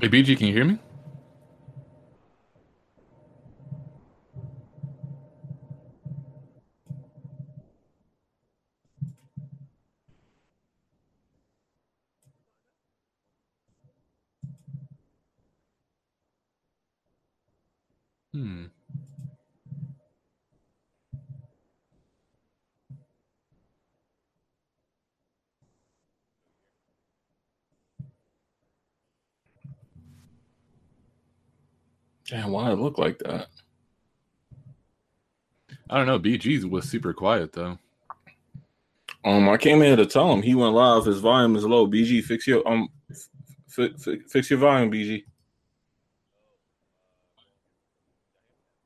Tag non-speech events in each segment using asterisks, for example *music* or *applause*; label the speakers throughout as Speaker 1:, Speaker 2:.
Speaker 1: Hey, BG, can you hear me? Hmm. Damn, why it look like that? I don't know. BG's was super quiet though.
Speaker 2: Um, I came here to tell him he went live. His volume is low. BG, fix your um, f- f- fix your volume, BG.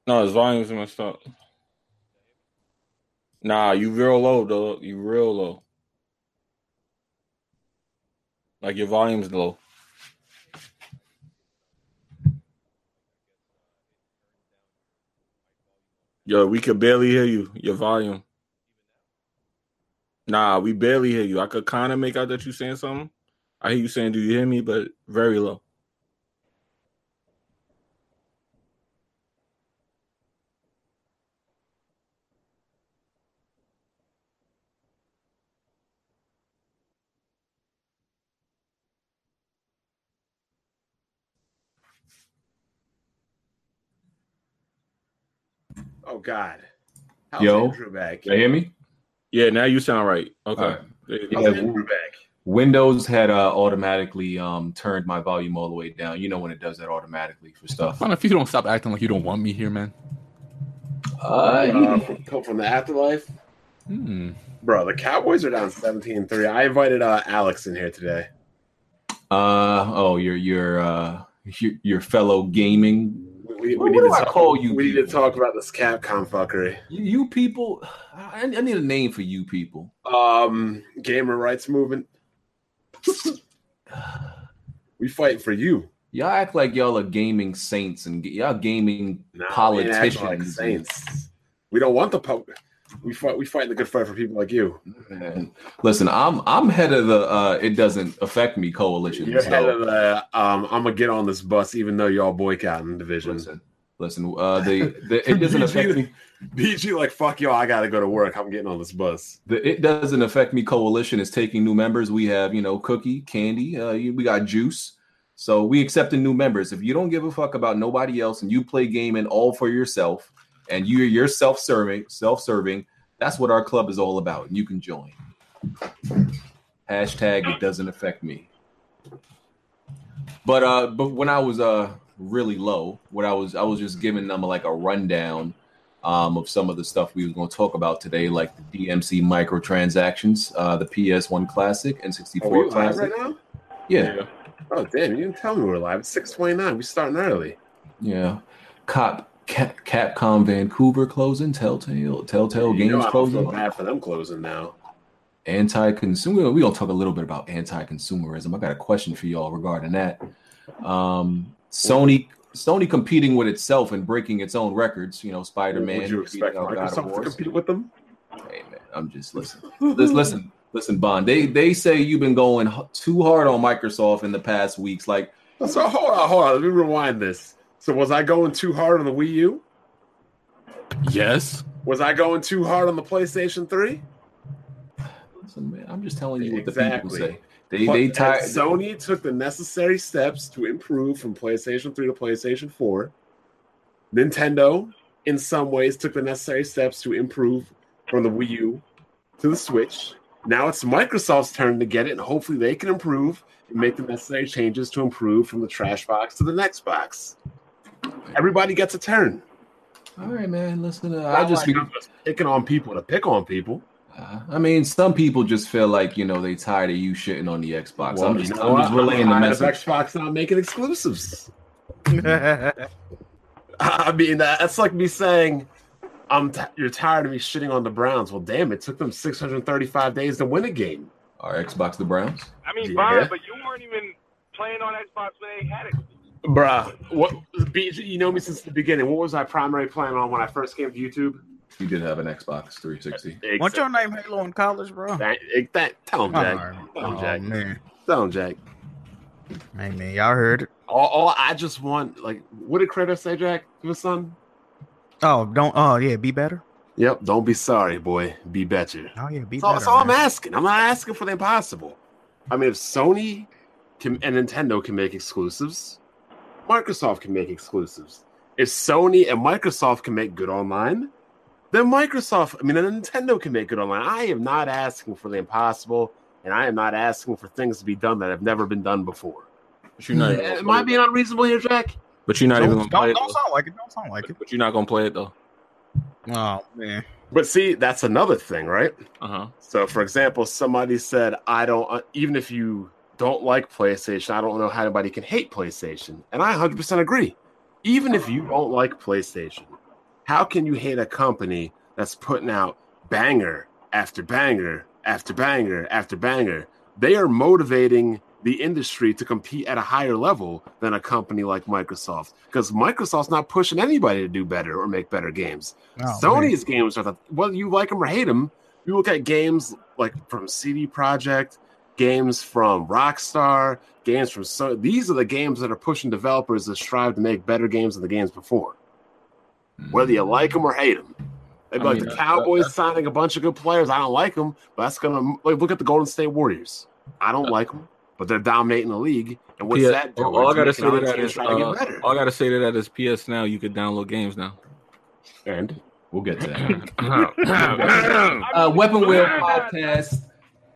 Speaker 2: No, his volume's messed up. Nah, you real low, dog. You real low. Like your volume's low. Yo, we could barely hear you. Your volume. Nah, we barely hear you. I could kind of make out that you saying something. I hear you saying, "Do you hear me?" But very low.
Speaker 3: Oh God. How's
Speaker 4: Yo.
Speaker 3: Andrew back?
Speaker 4: You hear me?
Speaker 2: Yeah, now you sound right. Okay.
Speaker 4: All right.
Speaker 2: There you go.
Speaker 3: How's
Speaker 4: Yeah,
Speaker 3: Andrew back?
Speaker 4: Windows had uh, automatically um, turned my volume all the way down. You know when it does that automatically for stuff.
Speaker 1: Man, if you don't stop acting like you don't want me here, man.
Speaker 4: Uh, you-
Speaker 3: Uh, from, come from the afterlife.
Speaker 1: Hmm.
Speaker 3: Bro, the Cowboys are down 17-3. I invited uh, Alex in here today.
Speaker 4: uh, oh, your your uh, your, your fellow gaming.
Speaker 3: We, we,
Speaker 4: What
Speaker 3: we need
Speaker 4: do
Speaker 3: to
Speaker 4: I
Speaker 3: talk,
Speaker 4: call you
Speaker 3: We need to
Speaker 4: people?
Speaker 3: talk about this Capcom fuckery.
Speaker 4: You, you people, I, I need a name for you people.
Speaker 3: Um, gamer rights movement. we fight for you.
Speaker 4: Y'all act like y'all are gaming saints and ga- y'all gaming
Speaker 3: No, we ain't acting
Speaker 4: politicians.
Speaker 3: like saints. We don't want the public. We fight. We fight the good fight for people like you.
Speaker 4: Man, listen, I'm I'm head of the uh, it doesn't affect me coalition.
Speaker 3: You're
Speaker 4: so-
Speaker 3: head of the. Um, I'm gonna get on this bus, even though y'all boycotting the division.
Speaker 4: Listen, listen. Uh, the, the it *laughs* doesn't affect me.
Speaker 3: BG like fuck y'all. I gotta go to work. I'm getting on this bus.
Speaker 4: The it doesn't affect me coalition is taking new members. We have you know Cookie, Candy. Uh, you- we got Juice. So we accepting new members. If you don't give a fuck about nobody else and you play gaming all for yourself and you're you're self serving, self serving. That's what our club is all about, and you can join. Hashtag it doesn't affect me. But uh, but when I was uh really low, what I was I was just giving them like a rundown um, of some of the stuff we were going to talk about today, like the DMC microtransactions, uh, the PS1 Classic, and
Speaker 3: Are we
Speaker 4: 64
Speaker 3: live
Speaker 4: Classic.
Speaker 3: Oh, right now?
Speaker 4: Yeah,
Speaker 3: Oh damn! You didn't tell me we were live. It's six twenty nine. We starting early.
Speaker 4: yeah. Cop Cap, Capcom Vancouver closing, Telltale Telltale
Speaker 3: you know
Speaker 4: Games
Speaker 3: I don't feel
Speaker 4: closing,
Speaker 3: bad for them closing now.
Speaker 4: anti-consumer. We're gonna talk a little bit about anti-consumerism. I got a question for y'all regarding that. Um, Sony Sony competing with itself and breaking its own records. You know, Spider-Man.
Speaker 3: Would you expect
Speaker 4: beating out God of
Speaker 3: Microsoft to
Speaker 4: War.
Speaker 3: compete with them?
Speaker 4: Hey man, I'm just listening. listen, listen, listen, Bond. They they say you've been going h- too hard on Microsoft in the past weeks. Like,
Speaker 3: *laughs* So hold on, hold on. Let me rewind this. So was I going too hard on the Wii U?
Speaker 1: Yes.
Speaker 3: Was I going too hard on the PlayStation Three?
Speaker 4: listen, man, I'm just telling you what
Speaker 3: Exactly.
Speaker 4: the people say. They they
Speaker 3: But-
Speaker 4: tired.
Speaker 3: and Sony took the necessary steps to improve from PlayStation 3 to PlayStation 4. Nintendo, in some ways, took the necessary steps to improve from the Wii U to the Switch. Now it's Microsoft's turn to get it, and hopefully they can improve and make the necessary changes to improve from the trash box to the next box. Everybody gets a turn.
Speaker 4: All right, man. Listen, uh, I just
Speaker 3: Not like I'm just picking on people to pick on people.
Speaker 4: Uh, I mean, some people just feel like you know they tired of you shitting on the Xbox.
Speaker 3: Well,
Speaker 4: I'm
Speaker 3: you
Speaker 4: just,
Speaker 3: know
Speaker 4: I'm just
Speaker 3: what?
Speaker 4: relaying the
Speaker 3: tired of
Speaker 4: message.
Speaker 3: Xbox not making *laughs* exclusives. I mean, that- that's like me saying, "I'm t- you're tired of me shitting on the Browns." Well, damn, it took them 635 days to win a game.
Speaker 4: Are Xbox the Browns?
Speaker 5: I mean,
Speaker 3: Yeah.
Speaker 5: Bond, but you weren't even playing on Xbox when they had it.
Speaker 3: Bruh, what? BG, You know me since the beginning. What was my primary plan on when I first came to YouTube?
Speaker 4: You did have an Xbox 360.
Speaker 6: Want your name Halo in college, bro?
Speaker 3: That, it- that, tell him, Jack.
Speaker 6: Oh,
Speaker 3: Tell him, Jack.
Speaker 6: man.
Speaker 3: Tell him, Jack.
Speaker 6: Hey man, y'all heard it.
Speaker 3: All, all I just want, like, what did Kratos say, Jack? To his son?
Speaker 6: Oh, don't. Oh yeah, be better.
Speaker 3: Yep. Don't be sorry, boy. Be better.
Speaker 6: Oh yeah, be
Speaker 3: That's all,
Speaker 6: better.
Speaker 3: that's all I'm
Speaker 6: man.
Speaker 3: asking. I'm not asking for the impossible. I mean, if Sony can, and Nintendo can make exclusives, Microsoft can make exclusives. If Sony and Microsoft can make good online, then Microsoft, I mean, and Nintendo can make good online. I am not asking for the impossible, and I am not asking for things to be done that have never been done before.
Speaker 2: But you're not.
Speaker 3: Am I being unreasonable here, Jack?
Speaker 2: But you're not even gonna
Speaker 6: Don't,
Speaker 2: play
Speaker 6: don't,
Speaker 2: it.
Speaker 6: don't sound like it. Don't sound like
Speaker 2: though.
Speaker 6: it.
Speaker 2: But you're not gonna play it though.
Speaker 6: Oh man.
Speaker 3: But see, that's another thing, right?
Speaker 2: Uh huh.
Speaker 3: So, for example, somebody said, "I don't." Uh, even if you don't like PlayStation, I don't know how anybody can hate PlayStation, and I 100% agree. Even if you don't like PlayStation, how can you hate a company that's putting out banger after banger after banger after banger? They are motivating the industry to compete at a higher level than a company like Microsoft because Microsoft's not pushing anybody to do better or make better games.
Speaker 6: Oh, man.
Speaker 3: Sony's games are the whether you like them or hate them. You look at games like from CD Projekt, games from Rockstar, games from so these are the games that are pushing developers to strive to make better games than the games before. Whether you like them or hate them, they'd be
Speaker 2: I
Speaker 3: like
Speaker 2: mean, uh,
Speaker 3: the
Speaker 2: that-
Speaker 3: Cowboys
Speaker 2: that-
Speaker 3: signing a bunch of good players. I don't like them, but that's gonna like, look at the Golden State Warriors. I don't like them, but they're domating the league. And what's
Speaker 2: Yeah,
Speaker 3: that doing?
Speaker 2: all- all I
Speaker 3: It's
Speaker 2: gotta
Speaker 3: making
Speaker 2: say to
Speaker 3: other
Speaker 2: that
Speaker 3: teams
Speaker 2: is,
Speaker 3: try to
Speaker 2: uh,
Speaker 3: get better.
Speaker 2: All I gotta say to that is PS Now. You could download games now.
Speaker 3: And
Speaker 4: We'll get to
Speaker 3: *laughs*
Speaker 4: that.
Speaker 2: *laughs*
Speaker 4: uh,
Speaker 5: I'm
Speaker 4: Weapon Wheel
Speaker 5: glad that-
Speaker 4: Podcast,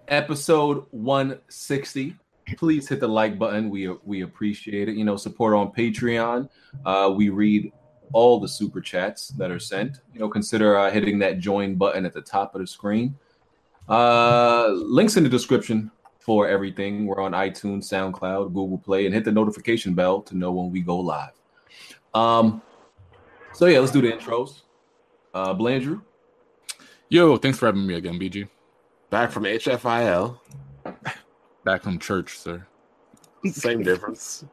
Speaker 4: episode 160. Please hit the like button. We we appreciate it. You know, support on Patreon. Uh, we read all the super chats that are sent. You know, consider uh, hitting that join button at the top of the screen. Uh, links in the description for everything. We're on iTunes, SoundCloud, Google Play, and hit the notification bell to know when we go live. Um, so yeah, let's do the intros. Uh, Blandrew,
Speaker 1: *coughs* Yo, thanks for having me again, BG.
Speaker 3: back from HFIL,
Speaker 1: Back from church, sir.
Speaker 6: *laughs*
Speaker 3: same difference.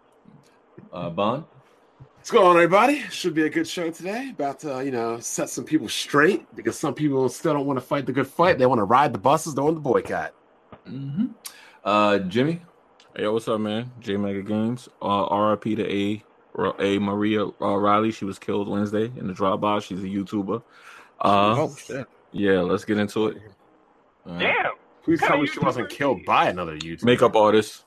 Speaker 4: uh, Bond.
Speaker 3: What's going on, everybody? Should be a good show today. About to, uh, you know, set some people straight because some people still don't want to fight the good fight. They want to ride the buses. They want to boycott.
Speaker 4: hmm Uh, Jimmy,
Speaker 2: Hey, yo, what's up, man? J Mega Games. Uh, RIP to A. Ro- A Maria uh, Riley. She was killed Wednesday in the drive-by. She's a YouTuber. Uh,
Speaker 1: Uh-huh.
Speaker 6: oh shit.
Speaker 2: yeah, let's get into it.
Speaker 4: All right.
Speaker 5: Damn,
Speaker 3: Please tell
Speaker 5: Hey,
Speaker 3: me
Speaker 5: you
Speaker 3: she wasn't
Speaker 5: too.
Speaker 3: killed by another YouTuber.
Speaker 2: Makeup artist.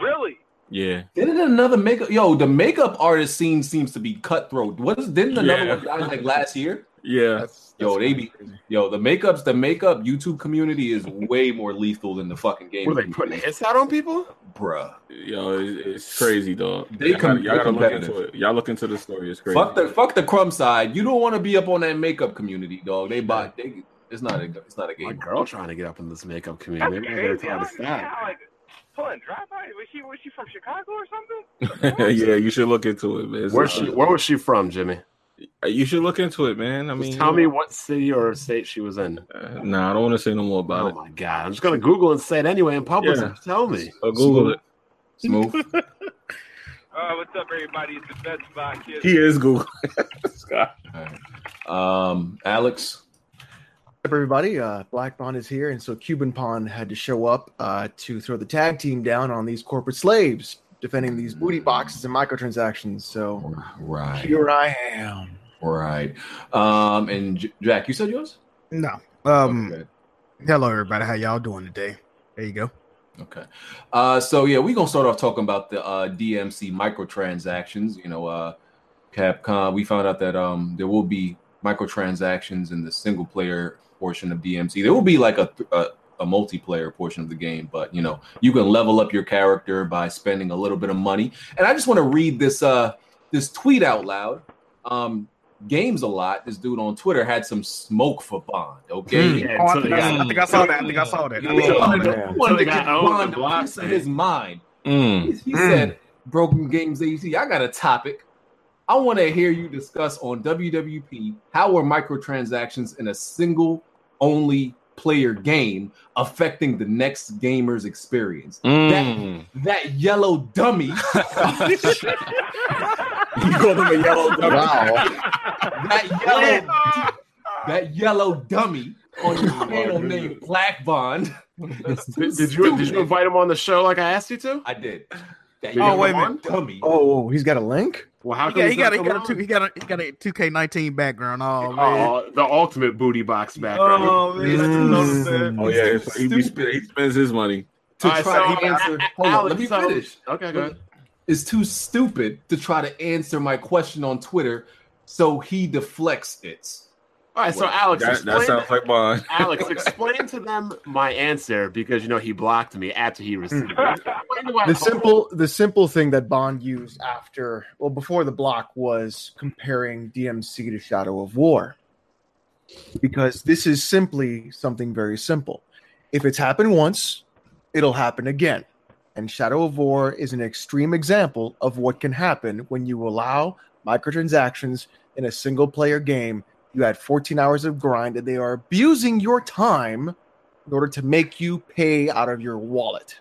Speaker 5: really?
Speaker 2: Yeah,
Speaker 4: Didn't another makeup? Yo, the makeup artist scene seems to be cutthroat. What is? Didn't another
Speaker 2: Yeah.
Speaker 4: one die like last year?
Speaker 2: yeah.
Speaker 6: That's,
Speaker 4: Yo,
Speaker 6: that's
Speaker 4: they be-
Speaker 6: crazy.
Speaker 4: Yo, the makeups, the makeup YouTube community is way more lethal than the fucking game.
Speaker 3: Were they putting hits out on people?
Speaker 4: bruh?
Speaker 2: Yo, it- it's crazy, dog.
Speaker 4: They
Speaker 2: Y'all gotta-
Speaker 4: com-
Speaker 2: y'all gotta
Speaker 4: they
Speaker 2: look
Speaker 4: competitive.
Speaker 2: into it. Y'all look into the story. It's crazy. *laughs*
Speaker 4: Fuck the fuck the crumb side. You don't want to be up on that makeup community, dog. They buy. They, it's not a. It's not a
Speaker 3: My
Speaker 4: game.
Speaker 3: girl trying to get up in this makeup
Speaker 5: That's
Speaker 3: community. Maybe I gotta
Speaker 5: crazy.
Speaker 3: tell
Speaker 5: I
Speaker 3: her
Speaker 5: don't
Speaker 3: to stop.
Speaker 5: understand how, like, pulling drive by. Was she was she from Chicago or something?
Speaker 2: yeah, you should look into it, man. It's
Speaker 3: Where
Speaker 2: not-
Speaker 3: she? Where was she from, Jimmy?
Speaker 2: You should look into it, man. I mean,
Speaker 3: Just tell me what city or state she was in.
Speaker 2: Uh, Nah, I don't want to say no more
Speaker 3: Oh
Speaker 2: about
Speaker 3: my god! I'm just gonna Google and say it anyway in public.
Speaker 2: Yeah.
Speaker 3: so Tell me.
Speaker 2: it. So Google it.
Speaker 4: Smooth.
Speaker 5: Uh, what's up, everybody? It's the best by kids.
Speaker 2: He is Google.
Speaker 4: Um, Alex.
Speaker 7: up, everybody. Uh, Black Bond is here, and so Cuban Pond had to show up uh, to throw the tag team down on these corporate slaves defending these booty boxes and microtransactions. So
Speaker 4: Right.
Speaker 7: here I am.
Speaker 4: Right. Um, and J- Jack, you said yours.
Speaker 6: No. Um.
Speaker 4: Okay.
Speaker 6: Hello, everybody. How y'all doing today? There you go.
Speaker 4: Okay. Uh, so yeah, we're gonna start off talking about the uh, DMC microtransactions. You know, uh, Capcom. We found out that um, there will be microtransactions in the single player portion of DMC. There will be like a, a a multiplayer portion of the game, but you know, you can level up your character by spending a little bit of money. And I just want to read this uh this tweet out loud. Um, games a lot. This dude on Twitter had some smoke for Bond. Okay.
Speaker 3: Yeah,
Speaker 6: Oh, I
Speaker 3: so
Speaker 6: think
Speaker 3: they
Speaker 6: I,
Speaker 3: got-
Speaker 6: I think I saw that. I think I saw that. Oh, I think I
Speaker 4: He
Speaker 6: saw
Speaker 4: wanted
Speaker 6: that.
Speaker 4: to- he wanted to
Speaker 3: Yeah.
Speaker 4: give Bond a piece of his mind.
Speaker 2: Mm.
Speaker 4: He, he said, Broken Games AC, I got a topic. I want to hear you discuss on WWP how are microtransactions in a single only player game affecting the next gamer's experience.
Speaker 2: Mm.
Speaker 4: That yellow dummy,
Speaker 2: you called him a yellow dog.
Speaker 7: Oh,
Speaker 4: that yellow, that yellow dummy on your channel named Black Bond.
Speaker 3: Did, did you did you invite him on the show like I asked you to?
Speaker 4: I did.
Speaker 6: Oh, wait a minute.
Speaker 4: Dummy.
Speaker 7: Oh, he's got a link.
Speaker 3: Well, how come
Speaker 6: Yeah,
Speaker 3: he's
Speaker 6: he got,
Speaker 3: not
Speaker 6: he got
Speaker 3: come
Speaker 6: a two, he got a he got a two K nineteen background. Oh
Speaker 3: on?
Speaker 6: man.
Speaker 3: Oh, the ultimate booty box background.
Speaker 6: Oh man, I just
Speaker 5: Mm.
Speaker 6: noticed that.
Speaker 2: Oh yeah, so he, be spend, he spends his money.
Speaker 4: To
Speaker 3: All right,
Speaker 4: try
Speaker 3: so, uh,
Speaker 4: to answer. Hold on, let me
Speaker 3: so-
Speaker 4: finish.
Speaker 3: Okay, go ahead.
Speaker 4: It's too stupid to try to answer my question on Twitter, so he deflects it.
Speaker 3: All right, so Alex,
Speaker 2: that, that
Speaker 3: explain,
Speaker 2: sounds like mine.
Speaker 3: Alex, *laughs* explain to them my answer because you know he blocked me after he received *laughs* it. Explain to my-
Speaker 7: The simple the simple thing that Bond used after well before the block was comparing DMC to Shadow of War. Because this is simply something very simple. If it's happened once, it'll happen again. And Shadow of War is an extreme example of what can happen when you allow microtransactions in a single player game. You had 14 hours of grind and they are abusing your time in order to make you pay out of your wallet.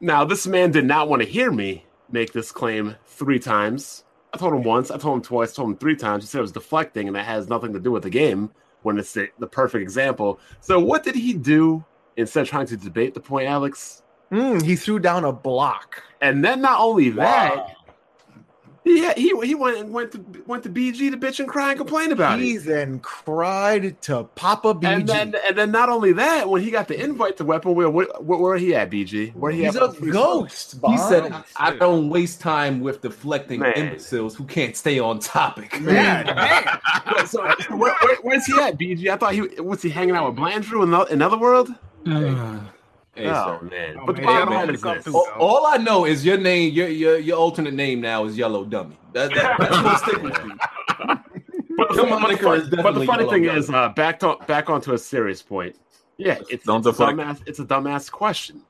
Speaker 3: Now, this man did not want to hear me make this claim three times. I told him once, I told him twice, I told him three times. He said it was deflecting and that has nothing to do with the game when it's the, the perfect example. So, what did he do instead of trying to debate the point, Alex?
Speaker 7: Mm, he threw down a block.
Speaker 3: And then, not only that, yeah, he, he went and went to, went to BG to bitch and cry and complain about it.
Speaker 7: He then cried to Papa BG.
Speaker 3: And then, and then, not only that, when he got the invite to Weapon Wheel, where, where, where he at, BG? Where
Speaker 7: *laughs*
Speaker 3: he
Speaker 7: He's
Speaker 3: at?
Speaker 7: a ghost.
Speaker 4: He
Speaker 7: Bond.
Speaker 4: said, "I I don't waste time with deflecting
Speaker 3: Man.
Speaker 4: imbeciles who can't stay on topic." *laughs*
Speaker 6: Man, man.
Speaker 3: Wait, so where, where, where's he at, BG? I thought he was he hanging out with Blandrew in the, another world.
Speaker 4: Hey,
Speaker 3: oh
Speaker 4: sir.
Speaker 3: man!
Speaker 6: Oh,
Speaker 3: but the
Speaker 6: man,
Speaker 3: bottom
Speaker 4: man,
Speaker 3: line
Speaker 6: man,
Speaker 3: is
Speaker 6: come
Speaker 3: this.
Speaker 6: through.
Speaker 7: Oh,
Speaker 4: All, all I know is your name, your your your alternate name now is Yellow Dummy. That, that, that's what stick with you.
Speaker 3: But, the,
Speaker 4: Your
Speaker 3: but, the
Speaker 4: moniker
Speaker 3: fun-
Speaker 4: is definitely
Speaker 3: but the funny
Speaker 4: Yellow
Speaker 3: thing
Speaker 4: Dog.
Speaker 3: is, uh, back to back onto a serious point. Yeah, it's,
Speaker 2: Don't
Speaker 3: it's a
Speaker 2: deflect.
Speaker 3: dumbass. It's a dumbass question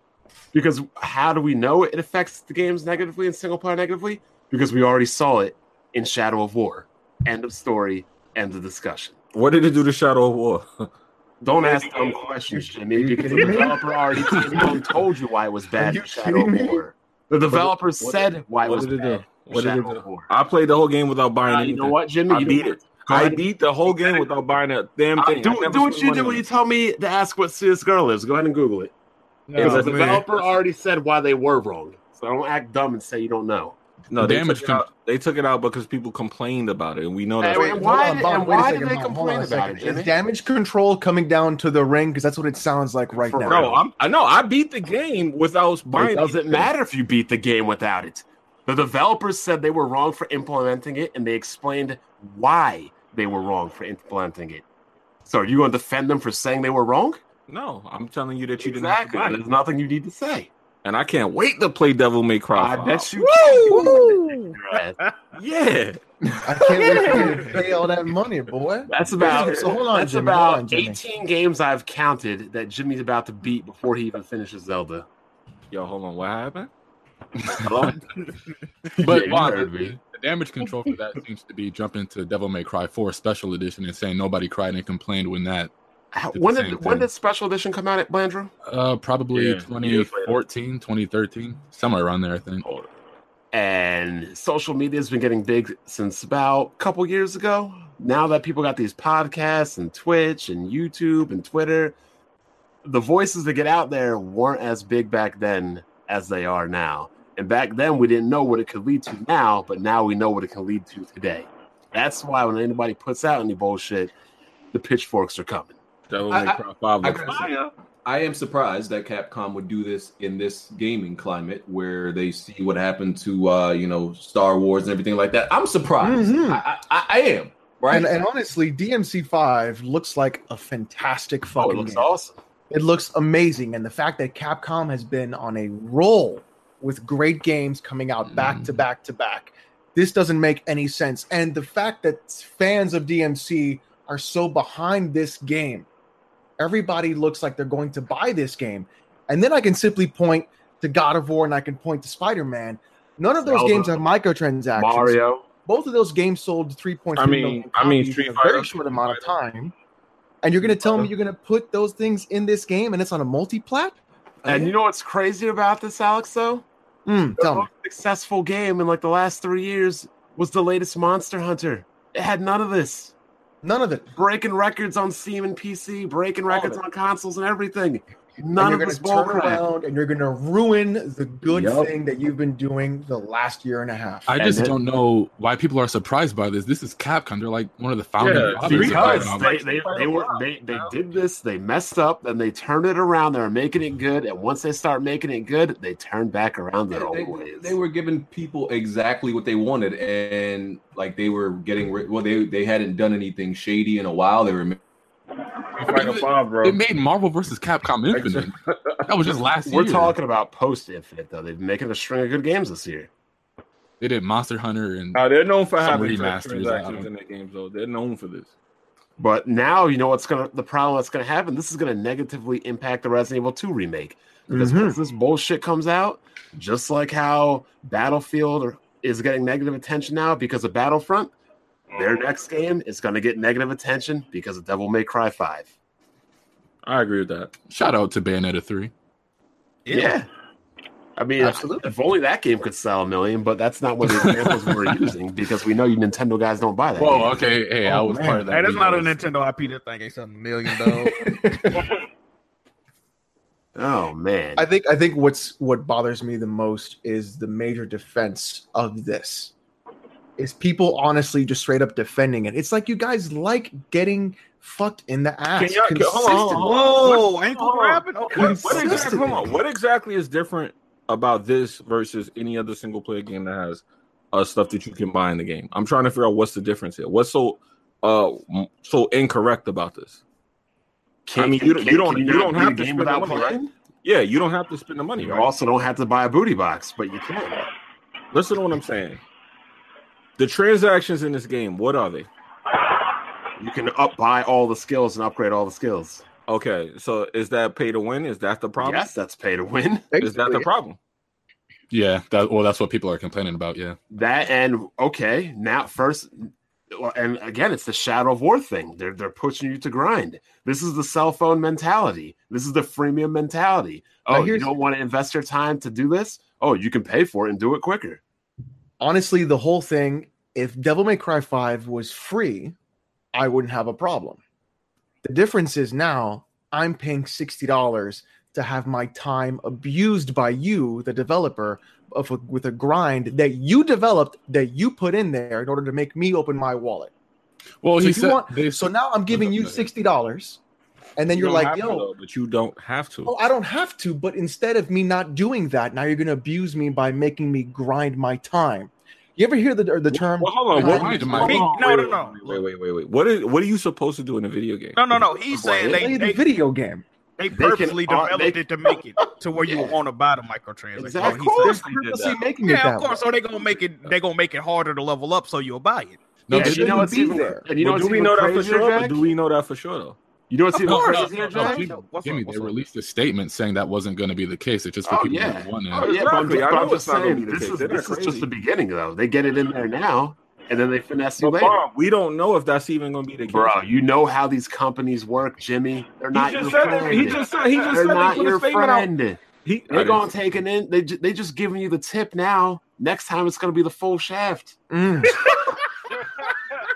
Speaker 3: because how do we know it affects the games negatively and single player negatively? Because we already saw it in Shadow of War. End of story. End of discussion.
Speaker 2: What did it do to Shadow of War?
Speaker 3: Don't ask dumb questions, Jimmy, because the
Speaker 2: *laughs*
Speaker 7: kidding me?
Speaker 3: developer already came out and told you why it was bad
Speaker 7: Are
Speaker 3: for
Speaker 7: you
Speaker 3: Shadow
Speaker 7: kidding
Speaker 3: of
Speaker 7: me?
Speaker 3: War. The developer said why it
Speaker 2: What
Speaker 3: was
Speaker 2: did it
Speaker 3: bad
Speaker 2: do?
Speaker 3: for
Speaker 2: What did it
Speaker 3: Shadow of
Speaker 2: do?
Speaker 3: War.
Speaker 2: I played the whole game without buying
Speaker 3: Uh,
Speaker 2: anything.
Speaker 3: you know what, Jimmy?
Speaker 2: I
Speaker 3: You know
Speaker 2: beat
Speaker 3: what?
Speaker 2: it. I
Speaker 3: ahead.
Speaker 2: beat the whole game without buying a damn
Speaker 3: Uh,
Speaker 2: thing. I
Speaker 3: do,
Speaker 2: never
Speaker 3: do what
Speaker 2: spent
Speaker 3: you
Speaker 2: money
Speaker 3: do
Speaker 2: on
Speaker 3: when you
Speaker 2: it.
Speaker 3: tell me to ask what CS girl is. Go ahead and Google it. Because
Speaker 6: Oh,
Speaker 3: the
Speaker 6: man.
Speaker 3: developer already said why they were wrong. So don't act dumb and say you don't know.
Speaker 2: No, they
Speaker 1: Damage
Speaker 2: took, it out, they took it out because people complained about it, and we know that.
Speaker 3: Hey, wait,
Speaker 7: Hold
Speaker 3: why
Speaker 7: on,
Speaker 3: did-
Speaker 7: Bond,
Speaker 3: and
Speaker 7: wait a
Speaker 3: why did
Speaker 7: second,
Speaker 3: they
Speaker 7: Bond, hold
Speaker 3: complain
Speaker 7: on a
Speaker 3: about it,
Speaker 7: second.
Speaker 3: Jimmy?
Speaker 7: Is damage control coming down to the ring? Because that's what it sounds like right
Speaker 3: For
Speaker 7: now.
Speaker 3: real.
Speaker 2: no, I'm, I know I beat the game without buying.
Speaker 3: It doesn't
Speaker 2: anything.
Speaker 3: matter if you beat the game without it. The developers said they were wrong for implementing it, and they explained why they were wrong for implementing it. So are you going to defend them for saying they were wrong?
Speaker 2: No, I'm telling you that you
Speaker 3: Exactly.
Speaker 2: didn't. have to buy
Speaker 3: There's nothing you need to say.
Speaker 2: it. And I can't wait to play Devil May Cry.
Speaker 3: I
Speaker 2: five.
Speaker 3: bet you. *laughs*
Speaker 7: Woo!
Speaker 2: Yeah.
Speaker 7: I can't wait for you to pay all that money, boy.
Speaker 3: That's about.
Speaker 7: So hold on,
Speaker 3: that's
Speaker 7: Jimmy.
Speaker 3: about
Speaker 7: Hold on, Jimmy.
Speaker 3: 18 games I've counted that Jimmy's about to beat before he even finishes Zelda.
Speaker 2: Yo, hold on. What happened?
Speaker 1: But
Speaker 3: Yeah, you
Speaker 1: Bond,
Speaker 3: heard me.
Speaker 1: the damage control for that seems to be jumping to Devil May Cry 4 Special Edition and saying nobody cried and complained when that
Speaker 3: How-
Speaker 1: Did the
Speaker 3: when did
Speaker 1: same
Speaker 3: when
Speaker 1: thing.
Speaker 3: did Special Edition come out at Blandrew?
Speaker 1: uh, probably
Speaker 2: Yeah, years later.
Speaker 1: 2014, 2013, somewhere around there, I think.
Speaker 3: And social media's been getting big since about a couple years ago. Now that people got these podcasts and Twitch and YouTube and Twitter, the voices that get out there weren't as big back then as they are now. And back then we didn't know what it could lead to now, but now we know what it can lead to today. That's why when anybody puts out any bullshit, the pitchforks are coming.
Speaker 2: Devil
Speaker 4: I-
Speaker 2: May Cry Five.
Speaker 4: I-
Speaker 2: looks fire.
Speaker 5: Mm-hmm.
Speaker 4: I am surprised that Capcom would do this in this gaming climate where they see what happened to uh, you know Star Wars and everything like that. I'm surprised.
Speaker 7: Mhm.
Speaker 4: I, I, I am right.
Speaker 7: And, and honestly, DMC Five looks like a fantastic
Speaker 3: Oh,
Speaker 7: fucking
Speaker 3: it looks
Speaker 7: game.
Speaker 3: awesome.
Speaker 7: It looks amazing, and the fact that Capcom has been on a roll with great games coming
Speaker 3: Mm-hmm.
Speaker 7: out back to back to back, this doesn't make any sense. And the fact that fans of DMC are so behind this game, everybody looks like they're going to buy this game. And then I can simply point to God of War and I can point to Spider Man. None of those
Speaker 3: Zelda.
Speaker 7: games have microtransactions.
Speaker 3: Mario.
Speaker 7: Both of those games sold 3.3
Speaker 2: I mean-
Speaker 7: million
Speaker 2: I mean,
Speaker 7: copies
Speaker 2: Street
Speaker 7: in a very
Speaker 2: Fighter,
Speaker 7: short
Speaker 2: Street
Speaker 7: amount of time. And you're going to tell me you're going to put those things in this game and it's on a multi-plat?
Speaker 3: And you know what's crazy about this, Alex, though?
Speaker 7: Mm,
Speaker 3: The
Speaker 7: tell me.
Speaker 3: most successful game in like the last three years was the latest Monster Hunter. It had none of this.
Speaker 7: None of it.
Speaker 3: Breaking records on Steam and PC, breaking
Speaker 4: All of
Speaker 3: records
Speaker 4: it.
Speaker 3: on consoles and everything.
Speaker 7: and
Speaker 3: None
Speaker 7: you're
Speaker 3: of
Speaker 7: going
Speaker 3: this
Speaker 7: to
Speaker 3: bull
Speaker 7: turn
Speaker 3: crap.
Speaker 7: around and you're going to ruin the good
Speaker 4: Yup.
Speaker 7: thing that you've been doing the last year and a half.
Speaker 1: I
Speaker 2: And
Speaker 1: just
Speaker 2: it-
Speaker 1: don't know why people are surprised by this. This is Capcom. They're like one of the founding
Speaker 5: Yeah,
Speaker 1: fathers. of
Speaker 3: because
Speaker 1: Capcom.
Speaker 3: they, they, they were they, they did this they messed up then they turned it around they're making it good and once they start making it good they turn back around their old
Speaker 4: they,
Speaker 3: ways
Speaker 4: they were giving people exactly what they wanted, and like they were getting rid. Well, they they hadn't done anything shady in a while. They were
Speaker 1: I mean,
Speaker 6: a bomb, bro.
Speaker 1: They made Marvel versus Capcom Infinite. that was just last
Speaker 3: we're
Speaker 1: year.
Speaker 3: talking about post infinite though they've been making a string of good games this year
Speaker 1: They did Monster Hunter and
Speaker 2: Now, they're known for
Speaker 1: Some
Speaker 2: having
Speaker 1: remasters, I
Speaker 2: transactions
Speaker 1: don't-
Speaker 2: in their games, though. They're known for this.
Speaker 3: but now you know what's gonna the problem that's gonna happen this is gonna negatively impact the resident evil 2 remake because
Speaker 7: Mhm.
Speaker 3: once this bullshit comes out just like how battlefield is getting negative attention now because of battlefront their
Speaker 2: Mm.
Speaker 3: next game is going to get negative attention because of Devil May Cry 5.
Speaker 2: I agree with that.
Speaker 1: shout out to Bayonetta three.
Speaker 3: Yeah. I mean,
Speaker 7: Absolutely.
Speaker 3: if only that game could sell a million, but that's not what the examples we were using because we know you Nintendo guys don't buy that. game.
Speaker 1: Whoa, okay, hey, I
Speaker 7: Oh,
Speaker 1: was
Speaker 7: man.
Speaker 1: part of that.
Speaker 6: Hey, that's
Speaker 1: league.
Speaker 6: not
Speaker 1: I
Speaker 6: a
Speaker 1: was-
Speaker 6: Nintendo IP. That thing ain't something million dollars.
Speaker 3: Oh, man.
Speaker 7: I think I think what's what bothers me the most is the major defense of this. Is people honestly just straight up defending it? It's like you guys like getting fucked in the ass.
Speaker 2: Can y'all- can- hold on, hold
Speaker 7: consistently.
Speaker 2: on.
Speaker 6: Whoa, ankle
Speaker 2: Hold on.
Speaker 6: grabbing.
Speaker 2: *laughs*
Speaker 6: Okay.
Speaker 2: What, what exactly,
Speaker 7: Consistent.
Speaker 2: hold on. What exactly is different about this versus any other single player game that has uh, stuff that you can buy in the game? I'm trying to figure out what's the difference here. What's so uh m- so incorrect about this? I mean, you don't- you don't-
Speaker 3: can
Speaker 2: you don't
Speaker 3: not beat
Speaker 2: have
Speaker 3: a
Speaker 2: to
Speaker 3: game
Speaker 2: spend the
Speaker 3: without
Speaker 2: money,
Speaker 3: playing.
Speaker 2: Yeah, you don't have to spend the money.
Speaker 3: You
Speaker 2: Right?
Speaker 3: also don't have to buy a booty box, but you can.
Speaker 2: Listen to what I'm saying. The transactions in this game, what are they?
Speaker 3: You can up buy all the skills and upgrade all the skills.
Speaker 2: Okay, so is that pay to win? Is that the problem?
Speaker 3: Yes, that's pay to win.
Speaker 2: Is that the problem?
Speaker 1: Yeah, that well, that's what people are complaining about. Yeah,
Speaker 3: That and okay, now first, well, and again, it's the Shadow of War thing. They're they're pushing you to grind. This is the cell phone mentality. This is the freemium mentality.
Speaker 7: Now
Speaker 3: Oh, you
Speaker 7: here's-
Speaker 3: don't want to invest your time to do this? Oh, you can pay for it and do it quicker.
Speaker 7: honestly, the whole thing, if Devil May Cry 5 was free, I wouldn't have a problem. The difference is now I'm paying $60 to have my time abused by you, the developer, of a, with a grind that you developed, that you put in there in order to make me open my wallet.
Speaker 1: well,
Speaker 7: So
Speaker 1: he
Speaker 7: if you
Speaker 1: said
Speaker 7: want-
Speaker 1: they,
Speaker 7: So now I'm giving you $60, and then
Speaker 2: You
Speaker 7: you're
Speaker 2: don't
Speaker 7: like,
Speaker 2: have to,
Speaker 7: yo,
Speaker 2: though, but you don't have to.
Speaker 7: Oh, I don't have to, but instead of me not doing that, now you're going to abuse me by making me grind my time. You ever hear the or the term?
Speaker 2: Well, hold on. What,
Speaker 1: Grind my-
Speaker 2: hold
Speaker 6: He-
Speaker 2: on,
Speaker 6: no,
Speaker 2: wait,
Speaker 6: no,
Speaker 2: wait,
Speaker 6: no.
Speaker 2: Wait, wait, wait, wait. What is? What are you supposed to do in a video game?
Speaker 6: No, no, no. He's saying
Speaker 7: play
Speaker 6: they
Speaker 7: the
Speaker 6: they,
Speaker 7: video game.
Speaker 6: they
Speaker 3: can-
Speaker 6: purposely
Speaker 3: uh,
Speaker 6: developed
Speaker 3: they-
Speaker 6: it to make it to where you
Speaker 3: Yeah.
Speaker 6: want to buy the microtransaction.
Speaker 3: Exactly.
Speaker 6: He said-
Speaker 2: course they Oh, did
Speaker 7: purposely
Speaker 2: that.
Speaker 7: making it
Speaker 6: Yeah,
Speaker 7: that
Speaker 6: of course. So
Speaker 7: way.
Speaker 6: they gonna make it. They gonna make it harder to level up, so you'll buy it.
Speaker 1: no,
Speaker 3: Yeah,
Speaker 1: they
Speaker 3: and you
Speaker 1: didn't.
Speaker 3: know what's
Speaker 7: be
Speaker 3: even
Speaker 7: there.
Speaker 3: And you know
Speaker 2: But
Speaker 3: what's
Speaker 2: do we
Speaker 3: even
Speaker 2: know that for
Speaker 3: crazier,
Speaker 2: sure? But
Speaker 3: Jack?
Speaker 2: do we know that for sure though?
Speaker 3: You know what's
Speaker 6: Of
Speaker 3: even
Speaker 6: course.
Speaker 3: crazier,
Speaker 1: No,
Speaker 3: Jack?
Speaker 1: Jimmy,
Speaker 6: What's
Speaker 1: Jimmy,
Speaker 6: up, what's
Speaker 1: they
Speaker 6: up?
Speaker 1: released a statement saying that wasn't going to be the case. It's just for
Speaker 3: Oh,
Speaker 1: people
Speaker 3: yeah.
Speaker 1: that want
Speaker 3: Oh,
Speaker 1: it.
Speaker 3: yeah, but I'm,
Speaker 2: Exactly. I
Speaker 3: but
Speaker 2: know
Speaker 3: I'm just
Speaker 2: it's not gonna
Speaker 3: saying
Speaker 2: be the
Speaker 3: this
Speaker 2: case.
Speaker 3: is
Speaker 2: They're not
Speaker 3: this is
Speaker 2: crazy.
Speaker 3: just the beginning though. They get it in there now, and then they finesse you
Speaker 2: But
Speaker 3: later.
Speaker 2: Bob, we don't know if that's even going to be the case.
Speaker 3: Bro, you know how these companies work, Jimmy. They're
Speaker 2: he
Speaker 3: not
Speaker 2: just
Speaker 3: your
Speaker 2: said that-
Speaker 3: friend.
Speaker 2: he just said he just
Speaker 3: They're
Speaker 2: said
Speaker 3: not
Speaker 2: they put
Speaker 3: your
Speaker 2: a statement out.
Speaker 3: friend.
Speaker 2: He,
Speaker 3: They're going to take an in. They ju- they just giving you the tip now. Next time it's going to be the full shaft.
Speaker 2: *laughs*
Speaker 7: Mm.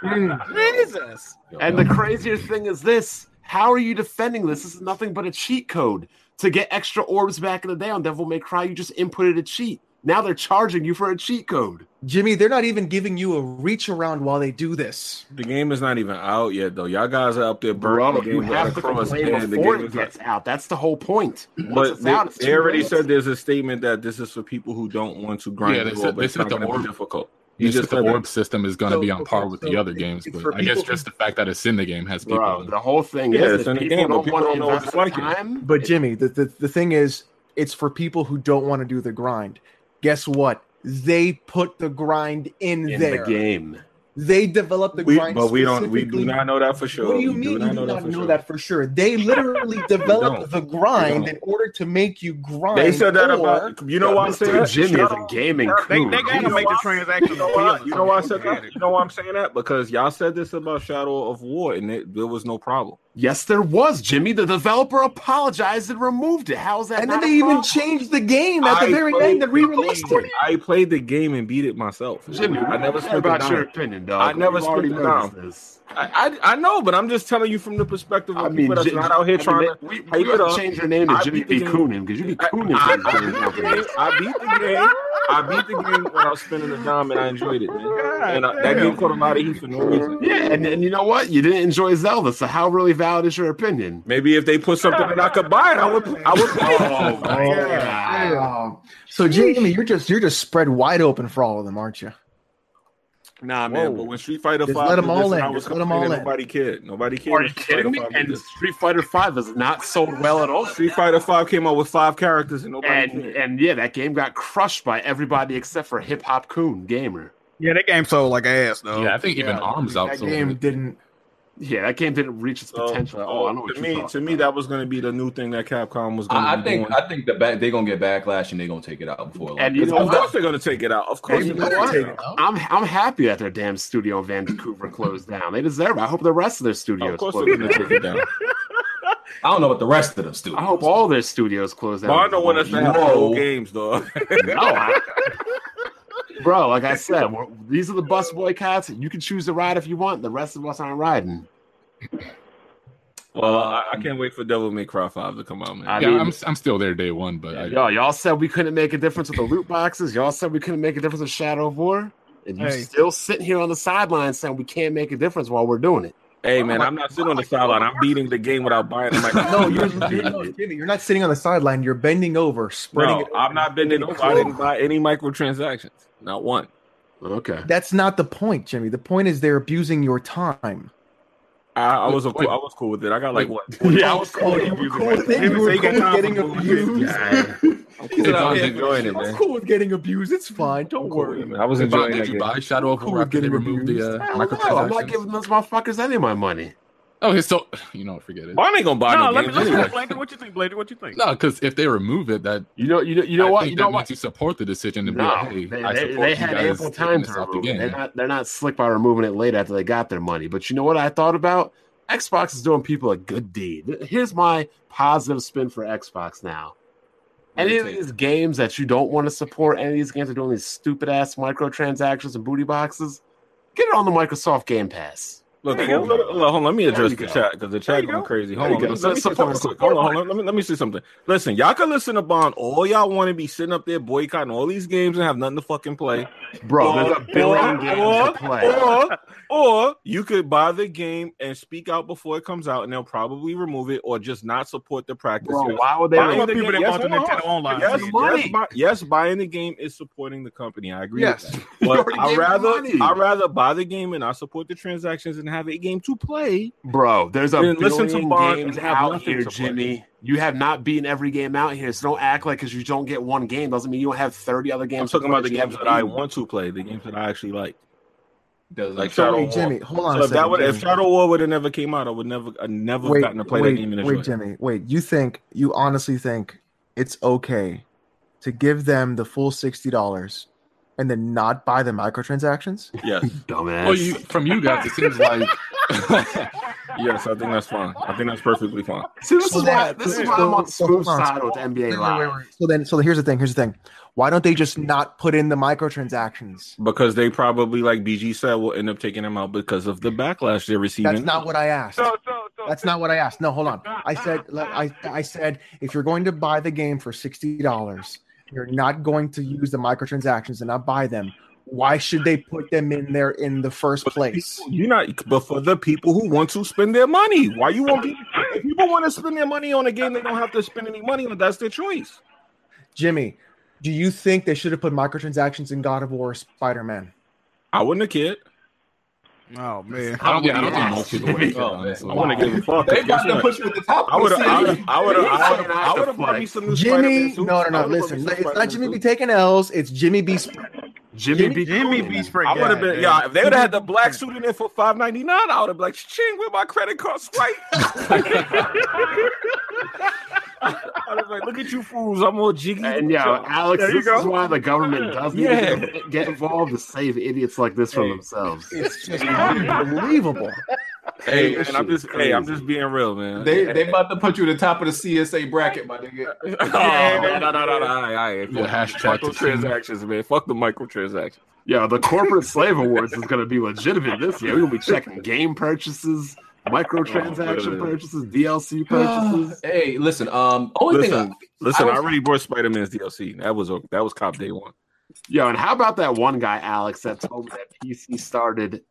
Speaker 7: Mm.
Speaker 6: Jesus.
Speaker 3: And the crazier thing is this: How are you defending this? This is nothing but a cheat code to get extra orbs. Back in the day on Devil May Cry, you just inputted a cheat. Now they're charging you for a cheat code.
Speaker 7: Jimmy, they're not even giving you a reach around while they do this.
Speaker 2: the game is not even out yet though. Y'all guys are up there burning the
Speaker 3: Bro,
Speaker 2: game
Speaker 3: you
Speaker 2: without
Speaker 3: have
Speaker 2: a
Speaker 3: to
Speaker 2: cross.
Speaker 3: complain
Speaker 2: Yeah, the
Speaker 3: before
Speaker 2: game
Speaker 3: it
Speaker 2: is not-
Speaker 3: gets out. That's the whole point. Once
Speaker 2: But
Speaker 3: it's
Speaker 2: they,
Speaker 3: out, it's
Speaker 2: they
Speaker 3: too
Speaker 2: already
Speaker 3: late.
Speaker 2: said there's a statement that this is for people who don't want to grind.
Speaker 1: Yeah, they
Speaker 2: the
Speaker 1: said-
Speaker 2: world, but
Speaker 1: they
Speaker 2: it's
Speaker 1: said
Speaker 2: not
Speaker 1: the
Speaker 2: gonna be
Speaker 1: org-
Speaker 2: difficult.
Speaker 1: He
Speaker 2: You
Speaker 1: said
Speaker 2: just
Speaker 1: the
Speaker 2: said
Speaker 1: orb system is going to
Speaker 7: So,
Speaker 1: be on
Speaker 7: okay,
Speaker 1: par with the
Speaker 7: so
Speaker 1: other
Speaker 7: it-
Speaker 1: games,
Speaker 7: it's
Speaker 1: but
Speaker 7: for
Speaker 1: I guess
Speaker 7: people-
Speaker 1: just the fact that it's in the game has people.
Speaker 3: Bro, the whole thing
Speaker 2: Yeah,
Speaker 3: is
Speaker 2: it's
Speaker 3: that
Speaker 2: in the
Speaker 3: people
Speaker 2: game, but
Speaker 3: don't
Speaker 2: people
Speaker 3: want to
Speaker 2: don't know what
Speaker 3: invest
Speaker 2: it's
Speaker 3: their
Speaker 2: like it.
Speaker 3: time.
Speaker 7: But Jimmy, the, the, the thing is, it's for people who don't want to do the grind. Guess what? They put the grind in,
Speaker 3: in
Speaker 7: there.
Speaker 3: the game.
Speaker 7: They develop the
Speaker 2: We,
Speaker 7: grind.
Speaker 2: but we don't. We do
Speaker 7: specifically
Speaker 2: not know that for sure.
Speaker 7: What do you
Speaker 2: We
Speaker 7: mean you do not know,
Speaker 2: for
Speaker 7: that,
Speaker 2: sure.
Speaker 7: for sure?
Speaker 2: *laughs*
Speaker 7: They literally develop
Speaker 2: don't.
Speaker 7: the grind
Speaker 2: They
Speaker 7: in order to make you grind.
Speaker 2: They said that
Speaker 7: or-
Speaker 2: about. You know why I'm saying that?
Speaker 3: Jimmy is
Speaker 2: Shut
Speaker 3: a
Speaker 2: up.
Speaker 3: gaming
Speaker 6: They,
Speaker 3: crew.
Speaker 6: they gotta make the transactions.
Speaker 2: You know why?
Speaker 6: appealing.
Speaker 2: You know why I said that? You know why I'm saying that? Because y'all said this about Shadow of War, and it, there was no problem.
Speaker 3: Yes, there was Jimmy. The developer apologized and removed it. How's that?
Speaker 7: And then
Speaker 3: not
Speaker 7: they
Speaker 3: a
Speaker 7: even
Speaker 3: problem?
Speaker 7: changed the game at the
Speaker 2: I
Speaker 7: very
Speaker 2: played
Speaker 7: end and re-released it.
Speaker 2: I played the game and beat it myself.
Speaker 3: Jimmy.
Speaker 2: I never
Speaker 3: care
Speaker 2: spent the
Speaker 3: about
Speaker 2: dime.
Speaker 3: your opinion, dog.
Speaker 2: I never
Speaker 3: We've already
Speaker 2: spent the
Speaker 3: noticed this.
Speaker 2: I, I I know, but I'm just telling you from the perspective of people that's not out here
Speaker 3: I mean,
Speaker 2: trying to.
Speaker 3: we, we
Speaker 2: hype it
Speaker 3: gotta
Speaker 2: up.
Speaker 3: change your name to
Speaker 2: I
Speaker 3: Jimmy
Speaker 2: beat
Speaker 3: B.
Speaker 2: the game.
Speaker 3: Coonan because you be
Speaker 2: I,
Speaker 3: Coonan.
Speaker 2: I,
Speaker 3: for
Speaker 2: I beat
Speaker 3: the
Speaker 2: the
Speaker 3: company.
Speaker 2: game. I beat the game. I beat the game without spending a dime, and I enjoyed it, man. And I, that game caught a lot of heat for no reason.
Speaker 3: yeah, and, and you know what? You didn't enjoy Zelda, so how really valid is your opinion?
Speaker 2: Maybe if they put something that I could buy, it, I would. I would. *laughs*
Speaker 3: Oh, *laughs*
Speaker 7: Yeah. So Jamie, you're just you're just spread wide open for all of them, aren't you?
Speaker 2: Nah, man. But when Street Fighter
Speaker 7: Just
Speaker 2: Five,
Speaker 7: let 'em
Speaker 2: did
Speaker 7: all
Speaker 2: this,
Speaker 7: in.
Speaker 2: I was
Speaker 7: Just let 'em all
Speaker 2: complaining,
Speaker 7: in.
Speaker 2: Nobody cared. Nobody cared.
Speaker 3: Are
Speaker 2: when
Speaker 3: you
Speaker 2: Street
Speaker 3: kidding me?
Speaker 2: Fighter V did
Speaker 3: And
Speaker 2: this.
Speaker 3: Street Fighter Five is not sold well at *laughs* all.
Speaker 2: Street Fighter Five came out with five characters, and nobody
Speaker 3: And
Speaker 2: cared.
Speaker 3: and yeah, that game got crushed by everybody except for Hip Hop Coon Gamer.
Speaker 6: Yeah, that game sold like ass though.
Speaker 1: yeah, I think even
Speaker 7: Yeah,
Speaker 1: Arms out.
Speaker 7: That game didn't.
Speaker 3: Yeah, that game didn't reach its
Speaker 2: So,
Speaker 3: potential at all. I know what
Speaker 2: Oh, to
Speaker 3: you're
Speaker 2: me,
Speaker 3: talking
Speaker 2: to me,
Speaker 3: about.
Speaker 2: that was going to be the new thing that Capcom was going to
Speaker 4: I, I
Speaker 2: be
Speaker 4: think
Speaker 2: doing.
Speaker 4: I think the back they're gonna get backlash and they're gonna take it out before. long.
Speaker 3: And you know
Speaker 2: of
Speaker 3: what?
Speaker 2: course they're going to take it out. Of course.
Speaker 3: Hey, you
Speaker 2: they're
Speaker 3: know
Speaker 2: gonna
Speaker 3: what?
Speaker 2: take it out.
Speaker 3: I'm I'm happy that their damn studio in Vancouver closed down. They deserve. it. I hope the rest of their
Speaker 2: Of
Speaker 3: studios.
Speaker 2: course
Speaker 3: close
Speaker 2: they're going to
Speaker 3: down.
Speaker 2: take it *laughs* down.
Speaker 4: I don't know what the rest of them do.
Speaker 3: I hope
Speaker 4: *laughs*
Speaker 3: all their studios close down.
Speaker 2: Bond don't want us to have
Speaker 4: Whoa.
Speaker 2: no
Speaker 1: *laughs*
Speaker 2: games, dog.
Speaker 3: No, I- bro. Like I said, we're- these are the bus boycotts. You can choose to ride if you want. The rest of us aren't riding.
Speaker 2: Well, I, I can't wait for Devil May Cry Five to come out, man.
Speaker 3: I
Speaker 1: Yeah,
Speaker 3: mean-
Speaker 1: I'm I'm still there day one, but I,
Speaker 3: Yo, y'all said we couldn't make a difference with the loot boxes. Y'all said we couldn't make a difference with Shadow of War. And you
Speaker 6: Hey.
Speaker 3: still sitting here on the sidelines saying we can't make a difference while we're doing it.
Speaker 2: hey, man, I'm not sitting on the sideline. I'm beating the game without buying it. Like,
Speaker 7: No,
Speaker 2: *laughs*
Speaker 7: you're, you're, no, Jimmy, you're not sitting on the sideline. You're bending over, spreading.
Speaker 2: no,
Speaker 7: it
Speaker 2: I'm not bending over. I didn't buy any microtransactions. Not one.
Speaker 3: Okay.
Speaker 7: That's not the point, Jimmy. The point is they're abusing your time.
Speaker 2: I, I was a cool, I was cool with it. I got like what?
Speaker 1: *laughs*
Speaker 3: Yeah, I was
Speaker 7: Oh, you were cool with it. You were cool with getting abused.
Speaker 2: I'm
Speaker 7: He's
Speaker 2: cool.
Speaker 7: like,
Speaker 2: I'm
Speaker 7: "Yeah,
Speaker 2: enjoying it,
Speaker 7: I'm
Speaker 2: man.
Speaker 7: cool with getting abused. It's fine. Don't
Speaker 2: I'm cool with
Speaker 7: worry.
Speaker 2: it, man. I was
Speaker 1: Hey, Bob,
Speaker 2: enjoying
Speaker 1: did
Speaker 2: it.
Speaker 1: you buy Shadow of
Speaker 7: Cool
Speaker 1: War
Speaker 7: with
Speaker 1: after they
Speaker 7: getting
Speaker 1: removed the
Speaker 7: abused.
Speaker 1: uh,
Speaker 3: Hell no, "Oh, I'm not
Speaker 1: microtransactions?
Speaker 3: giving those motherfuckers any of my money.
Speaker 1: Okay, so *sighs* you know, forget it.
Speaker 2: Bond ain't gonna buy
Speaker 6: No,
Speaker 2: no,
Speaker 6: let me
Speaker 2: games
Speaker 6: listen to
Speaker 2: anyway.
Speaker 6: it, Blandy. What you think, Blandy? What you think?
Speaker 1: No, because if they remove it, that
Speaker 3: You know, you know, you know
Speaker 1: I
Speaker 3: what?
Speaker 1: think
Speaker 3: You
Speaker 1: that
Speaker 3: know
Speaker 1: means
Speaker 3: what?
Speaker 1: you support the decision to be
Speaker 3: No,
Speaker 1: like, hey,
Speaker 3: they, they,
Speaker 1: I
Speaker 3: they
Speaker 1: support you
Speaker 3: had
Speaker 1: guys
Speaker 3: ample time
Speaker 1: taking
Speaker 3: to
Speaker 1: this off
Speaker 3: remove
Speaker 1: the
Speaker 3: it.
Speaker 1: game.
Speaker 3: They're not, they're not slick by removing it late after they got their money. But you know what I thought about? Xbox is doing people a good deed. Here's my positive spin for Xbox now. Any of these games that you don't want to support, any of these games that are doing these stupid ass microtransactions and booty boxes, get it on the Microsoft Game Pass.
Speaker 2: Look,
Speaker 6: There you
Speaker 2: hold, hold- hold on. Let me address
Speaker 3: you
Speaker 2: the
Speaker 3: go.
Speaker 2: chat because the
Speaker 6: There
Speaker 2: chat
Speaker 6: you
Speaker 2: going
Speaker 6: go.
Speaker 2: crazy.
Speaker 3: There
Speaker 2: Hold on.
Speaker 3: you
Speaker 2: Let
Speaker 3: go.
Speaker 2: me, let me say
Speaker 3: Support-
Speaker 2: something quick.
Speaker 3: support
Speaker 2: Hold on. Hold on. Let me, let me say something. Listen, y'all can listen to Bond all y'all want to be sitting up there boycotting all these games and have nothing to fucking play.
Speaker 3: Bro,
Speaker 2: Or-
Speaker 3: there's a billion
Speaker 2: or-
Speaker 3: games to play.
Speaker 2: Or, or you could buy the game and speak out before it comes out, and they'll probably remove it or just not support the practice.
Speaker 3: Bro,
Speaker 2: Yes,
Speaker 3: why would they
Speaker 2: Why
Speaker 3: make
Speaker 2: would
Speaker 6: All
Speaker 2: they
Speaker 6: the people that
Speaker 2: Yes,
Speaker 6: bought the
Speaker 2: hold on.
Speaker 6: Nintendo Online.
Speaker 2: yes,
Speaker 6: did.
Speaker 2: yes, buy, yes, buying the game is supporting the company. I agree.
Speaker 7: *laughs*
Speaker 2: Yes,
Speaker 7: Yes.
Speaker 2: but
Speaker 3: already
Speaker 2: I
Speaker 3: gave
Speaker 2: rather
Speaker 3: money.
Speaker 2: I rather buy the game and I support the transactions and have a game to play.
Speaker 3: Bro, there's a
Speaker 2: Then
Speaker 3: billion
Speaker 2: listen to Bond
Speaker 3: games
Speaker 2: and have
Speaker 3: out
Speaker 2: nothing
Speaker 3: here,
Speaker 2: to play.
Speaker 3: Jimmy. You have not beaten every game out here, so don't act like because you don't get one game doesn't mean you don't have 30 other games.
Speaker 2: I'm
Speaker 3: to
Speaker 2: talking
Speaker 3: play
Speaker 2: about the
Speaker 3: you
Speaker 2: games
Speaker 3: haven't
Speaker 2: that I
Speaker 3: beaten.
Speaker 2: want to play, the games that I actually like.
Speaker 4: Doesn't-
Speaker 2: Like
Speaker 7: So
Speaker 2: Shadow
Speaker 7: wait,
Speaker 2: War.
Speaker 7: Jimmy, hold on.
Speaker 2: So
Speaker 7: a
Speaker 2: if that
Speaker 7: second,
Speaker 2: would, if
Speaker 7: Jimmy.
Speaker 2: Shadow War would have never came out, I would never, I never gotten to play
Speaker 7: wait,
Speaker 2: that game and enjoy
Speaker 7: wait,
Speaker 2: it.
Speaker 7: Jimmy, wait. You think you honestly think it's okay to give them the full sixty dollars and then not buy the microtransactions?
Speaker 2: Yes,
Speaker 3: Dumbass.
Speaker 1: Well, you, from you guys, it seems like
Speaker 2: *laughs*
Speaker 1: *laughs*
Speaker 2: yes, I think that's fine. I think that's perfectly fine.
Speaker 3: See, this
Speaker 7: So
Speaker 3: is why
Speaker 7: that-
Speaker 3: this is
Speaker 7: so-
Speaker 3: why I'm on the
Speaker 7: so
Speaker 3: smooth
Speaker 7: hold on,
Speaker 3: side with NBA Live.
Speaker 7: So then, so here's the thing. Here's the thing. Why don't they just not put in the microtransactions?
Speaker 2: Because they probably, like BG said, will end up taking him out because of the backlash they're receiving.
Speaker 7: That's not what I asked.
Speaker 5: So, so, so.
Speaker 7: That's not what I asked. No, hold on. I said, let- I, I said, if you're going to buy the game for sixty dollars, you're not going to use the microtransactions and not buy them. Why should they put them in there in the first place?
Speaker 2: You're not, but for the people who want to spend their money, why you want people? If people want to spend their money on a game, they don't have to spend any money on. That's their choice.
Speaker 7: Jimmy, do you think they should have put microtransactions in God of War, Spider Man?
Speaker 2: I wouldn't have cared.
Speaker 6: Oh man.
Speaker 1: I don't, yeah, I don't
Speaker 3: Yeah.
Speaker 1: think most
Speaker 4: *laughs*
Speaker 1: people would. have done this.
Speaker 2: I wouldn't have give a fuck.
Speaker 4: Oh, They got
Speaker 2: Guess
Speaker 4: to
Speaker 2: what?
Speaker 4: push you at the top.
Speaker 2: I would have. I would
Speaker 4: Listen,
Speaker 2: have. I would have. I would have
Speaker 3: Jimmy,
Speaker 2: bought me some new Spider-Man
Speaker 7: Jimmy,
Speaker 2: suits.
Speaker 7: no, no,
Speaker 2: I
Speaker 7: no.
Speaker 2: would've bought me
Speaker 7: Listen,
Speaker 2: some
Speaker 7: it's
Speaker 2: Spider-Man
Speaker 7: not Jimmy B
Speaker 2: suits.
Speaker 7: taking L's. It's Jimmy B.
Speaker 3: Jimmy, B.
Speaker 6: Jimmy
Speaker 3: Coonan.
Speaker 6: B. Spray.
Speaker 2: I would have been. Yeah, if they would have had the black suit in there for five ninety nine, I would have been like, "Ching, where my credit card swipe?" I was like, "Look at you fools! I'm all jiggy."
Speaker 3: And yeah, Alex,
Speaker 6: There you
Speaker 3: this is
Speaker 6: go.
Speaker 3: why
Speaker 2: *laughs*
Speaker 3: the government does need to get- get involved to save idiots like this from themselves.
Speaker 7: It's just unbelievable.
Speaker 2: Hey,
Speaker 8: That
Speaker 2: man,
Speaker 8: shit
Speaker 2: I'm
Speaker 8: is
Speaker 2: just hey, I'm
Speaker 8: crazy.
Speaker 2: just being real, man.
Speaker 4: uh, They they about to put you at the top of the CSA bracket, my nigga.
Speaker 2: oh, no, no, no, no, all right, all right.
Speaker 5: Yeah,
Speaker 2: Fuck
Speaker 5: hashtag
Speaker 2: the microtransactions, man. Fuck the microtransactions.
Speaker 3: Yeah, the corporate slave awards is going to be legitimate this year. We're going to be checking game purchases,
Speaker 2: Oh,
Speaker 3: microtransaction
Speaker 2: man.
Speaker 3: purchases,
Speaker 7: *gasps*
Speaker 3: DLC purchases.
Speaker 4: hey, listen. Um, only
Speaker 2: Listen,
Speaker 4: thing
Speaker 2: listen, I,
Speaker 4: I was-
Speaker 2: already bought Spider Man's DLC. That was a, that was cop day one.
Speaker 3: Yo, and how about that one guy, Alex, that told me that PC started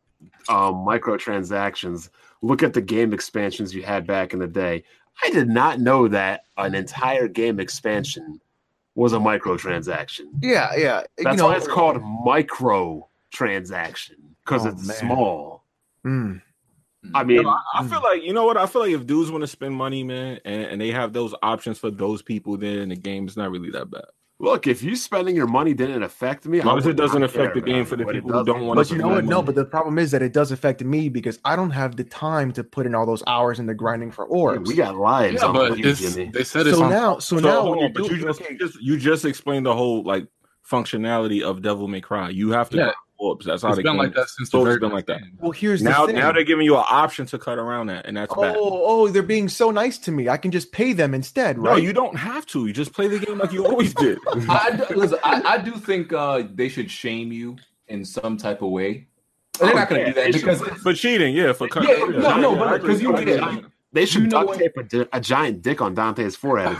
Speaker 3: um, microtransactions? Look at the game expansions you had back in the day. I did not know that an entire game expansion was a microtransaction.
Speaker 7: Yeah, yeah.
Speaker 3: That's
Speaker 7: you know,
Speaker 3: why it's called microtransaction because
Speaker 7: Oh,
Speaker 3: it's
Speaker 7: man.
Speaker 3: small.
Speaker 7: Mm.
Speaker 3: I mean,
Speaker 2: I, I feel like you know what? I feel like if dudes want to spend money, man, and, and they have those options for those people, then the game's not really that bad.
Speaker 3: Look, if you spending your money didn't affect me,
Speaker 2: As long
Speaker 3: I
Speaker 2: as it
Speaker 3: would
Speaker 2: doesn't
Speaker 3: not
Speaker 2: affect the
Speaker 3: care
Speaker 2: game
Speaker 3: about
Speaker 2: for the
Speaker 3: what it
Speaker 2: people who
Speaker 3: does.
Speaker 2: don't want
Speaker 7: But
Speaker 2: to.
Speaker 7: you know what?
Speaker 2: spend
Speaker 7: No,
Speaker 2: money.
Speaker 7: but the problem is that it does affect me because I don't have the time to put in all those hours into grinding for
Speaker 3: Hey,
Speaker 7: orbs.
Speaker 3: we got lives
Speaker 5: Yeah,
Speaker 3: on
Speaker 5: but
Speaker 3: you,
Speaker 5: it's,
Speaker 3: Jimmy.
Speaker 5: they said it's
Speaker 7: so
Speaker 5: on.
Speaker 7: now, so,
Speaker 2: So,
Speaker 7: now,
Speaker 2: hold
Speaker 7: when
Speaker 2: on, but
Speaker 7: you're
Speaker 2: you
Speaker 7: doing-
Speaker 2: just,
Speaker 7: okay,
Speaker 2: you just you just explained the whole like functionality of Devil May Cry. You have to
Speaker 5: Yeah.
Speaker 2: grind orbs. That's how
Speaker 5: It's
Speaker 2: they
Speaker 5: been like that since
Speaker 2: So
Speaker 5: the
Speaker 2: it's
Speaker 5: very
Speaker 2: been like that.
Speaker 5: beginning.
Speaker 7: well, here's
Speaker 2: Now,
Speaker 7: the thing.
Speaker 2: now they're giving you an option to cut around that, and that's
Speaker 7: oh,
Speaker 2: bad.
Speaker 7: oh, they're being so nice to me. I can just pay them instead,
Speaker 2: No,
Speaker 7: right?
Speaker 2: you don't have to. You just play the game like you always did.
Speaker 4: I, do- listen, I, I do think uh, they should shame you in some type of way. They're not going to do that because
Speaker 2: for cheating, yeah, for cutting.
Speaker 4: Yeah, no, no, but because you
Speaker 2: did.
Speaker 4: did.
Speaker 3: They should
Speaker 4: You know
Speaker 3: duct
Speaker 4: what?
Speaker 3: tape a, di- a giant dick on Dante's
Speaker 7: *laughs*
Speaker 3: forehead.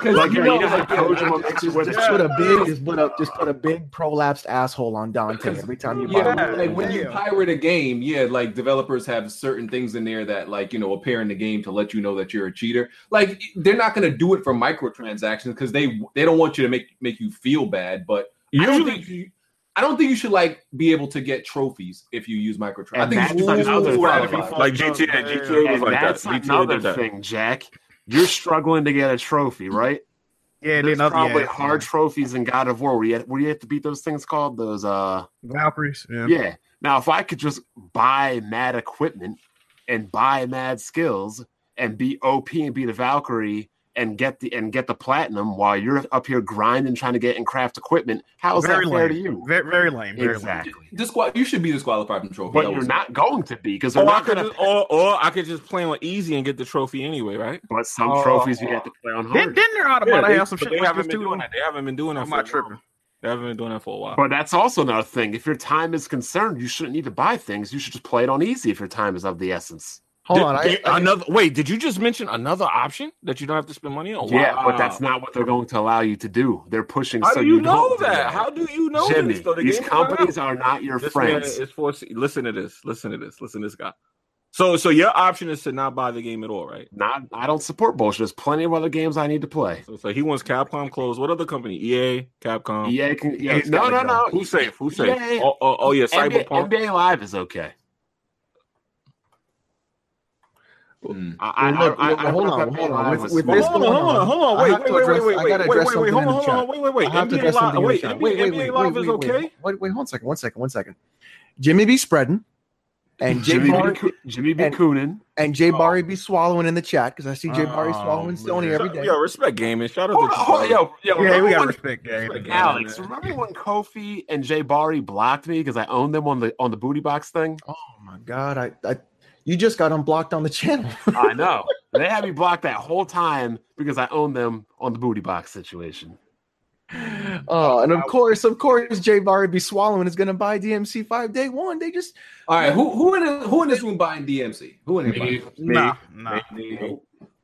Speaker 4: because
Speaker 3: like
Speaker 4: you
Speaker 3: you
Speaker 4: know,
Speaker 3: know, like Kojima
Speaker 7: Just,
Speaker 3: makes
Speaker 7: just
Speaker 3: with his
Speaker 7: put a big, just put a, just put a big prolapsed asshole on Dante every time you buy.
Speaker 4: yeah,
Speaker 7: one.
Speaker 4: like when you pirate a game, yeah, like developers have certain things in there that like you know appear in the game to let you know that you're a cheater. Like they're not going to do it for microtransactions because they they don't want you to make make you feel bad. But I don't
Speaker 2: Usually,
Speaker 4: think you, I don't think you should like be able to get trophies if you use microtransactions. I
Speaker 3: And
Speaker 4: think
Speaker 3: that's
Speaker 4: you should
Speaker 3: another
Speaker 4: just
Speaker 3: thing.
Speaker 4: qualify.
Speaker 2: like GTA,
Speaker 6: Yeah.
Speaker 2: GTA was
Speaker 3: And
Speaker 2: like
Speaker 3: that's
Speaker 2: that. GTA
Speaker 3: another
Speaker 2: did that.
Speaker 3: thing, Jack. You're struggling to get a trophy, right?
Speaker 6: Yeah,
Speaker 3: There's
Speaker 6: then other
Speaker 3: probably
Speaker 6: yeah,
Speaker 3: hard trophies in God of War where you, had- where you have to beat those things called those. uh
Speaker 6: Valkyries. Yeah.
Speaker 3: Yeah. Now, if I could just buy mad equipment and buy mad skills and be OP and be the Valkyrie and get the and get the platinum while you're up here grinding trying to get and craft equipment, how is
Speaker 6: Very
Speaker 3: that fair
Speaker 6: lame.
Speaker 3: to you?
Speaker 6: Very, very lame. Very lame.
Speaker 3: Exactly.
Speaker 4: Disqual- you should be disqualified from trophies. I
Speaker 3: But
Speaker 4: would
Speaker 3: you're
Speaker 4: say.
Speaker 3: not going to be because they're
Speaker 2: Or Oh, I
Speaker 3: not
Speaker 2: could,
Speaker 3: going to.
Speaker 2: just, or, or I could just play on easy and get the trophy anyway, right?
Speaker 3: But some
Speaker 2: Oh.
Speaker 3: trophies you have to play on
Speaker 6: Then,
Speaker 3: hard.
Speaker 6: then they're out of
Speaker 2: Yeah,
Speaker 6: yeah,
Speaker 2: they-
Speaker 6: have some
Speaker 2: but
Speaker 6: shit.
Speaker 2: They
Speaker 6: like this
Speaker 2: haven't been
Speaker 6: too.
Speaker 2: doing that. They haven't been doing that.
Speaker 6: I'm
Speaker 2: for
Speaker 6: not
Speaker 2: a
Speaker 6: tripping.
Speaker 2: while. They haven't been doing that for a while.
Speaker 3: But that's also another thing. If your time is concerned, you shouldn't need to buy things. You should just play it on easy if your time is of the essence.
Speaker 7: Hold
Speaker 2: Did-
Speaker 7: on, I,
Speaker 2: did-
Speaker 7: I,
Speaker 2: another wait. Did you just mention another option that you don't have to spend money on?
Speaker 3: Yeah,
Speaker 2: Oh, Wow.
Speaker 3: but that's not what they're going to allow you to do. They're pushing.
Speaker 2: How
Speaker 3: so
Speaker 2: do you, know
Speaker 3: don't do
Speaker 2: that? How do you know
Speaker 3: Jimmy,
Speaker 2: this? So the
Speaker 3: these
Speaker 2: game is
Speaker 3: companies
Speaker 2: not out.
Speaker 3: are not your
Speaker 2: This man
Speaker 3: friends.
Speaker 2: is forcing- Listen to this. Listen to this. Listen to this guy. So, so your option is to not buy the game at all, right?
Speaker 3: Not, I don't support bullshit. There's plenty of other games I need to play.
Speaker 2: So, so he wants Capcom closed. What other company? EA, Capcom.
Speaker 3: EA E can, yeah,
Speaker 7: EA's
Speaker 3: no, no,
Speaker 7: gotta
Speaker 3: no.
Speaker 2: Who's safe? Who's safe?
Speaker 3: EA
Speaker 2: Oh, oh, oh, yeah,
Speaker 3: NBA,
Speaker 2: Cyberpunk.
Speaker 3: NBA Live is okay.
Speaker 4: Mm.
Speaker 3: I,
Speaker 7: Well, look,
Speaker 3: I, I,
Speaker 7: look,
Speaker 3: I,
Speaker 7: hold
Speaker 3: I
Speaker 7: on, hold on.
Speaker 3: Live
Speaker 7: With-
Speaker 3: is
Speaker 7: with
Speaker 3: small.
Speaker 7: this-
Speaker 2: hold on, hold on, hold on.
Speaker 7: I
Speaker 2: Wait,
Speaker 7: have
Speaker 2: wait,
Speaker 7: to
Speaker 2: wait,
Speaker 7: address-
Speaker 2: wait,
Speaker 7: I
Speaker 2: wait,
Speaker 7: gotta
Speaker 2: wait,
Speaker 7: address
Speaker 2: wait, wait,
Speaker 7: something
Speaker 2: hold
Speaker 7: in
Speaker 2: on,
Speaker 7: the
Speaker 2: hold on, wait, wait, wait.
Speaker 7: I have to
Speaker 2: NBA
Speaker 7: address
Speaker 2: Live,
Speaker 7: something in
Speaker 2: wait,
Speaker 7: the chat.
Speaker 2: NBA,
Speaker 7: Wait, wait, wait,
Speaker 2: NBA
Speaker 7: wait,
Speaker 2: Live is
Speaker 7: wait, wait,
Speaker 2: okay.
Speaker 7: Wait, wait, hold on a second, one second, one second. Jimmy be spreading, and Jay
Speaker 3: Jimmy,
Speaker 7: Barry,
Speaker 3: B, Coo- Jimmy B. *laughs*
Speaker 7: and-
Speaker 3: Coonan.
Speaker 7: and Jay Barry be swallowing in the chat because I see Jay Barry
Speaker 6: Oh,
Speaker 7: swallowing Sony
Speaker 6: man.
Speaker 7: every day.
Speaker 2: Yo, respect gaming. Shout out
Speaker 3: Hold
Speaker 2: to
Speaker 3: on, hold, Oh, yo, yo, *laughs*
Speaker 6: Yeah,
Speaker 3: remember
Speaker 6: we gotta
Speaker 3: when-
Speaker 6: respect game.
Speaker 2: respect game.
Speaker 3: Alex, remember when Kofi and Jay Bari blocked me because I owned them on the on the booty box thing?
Speaker 7: Oh my god, I, I you just got unblocked on the channel. *laughs*
Speaker 3: I know. They had me blocked that whole time because I owned them on the booty box situation.
Speaker 7: Oh, and of course, of course, Jay Barry be swallowing is gonna buy DMC five day one. They just
Speaker 4: All right, who who in who in this room buying DMC? Who in here? buying?
Speaker 6: Nah, nah.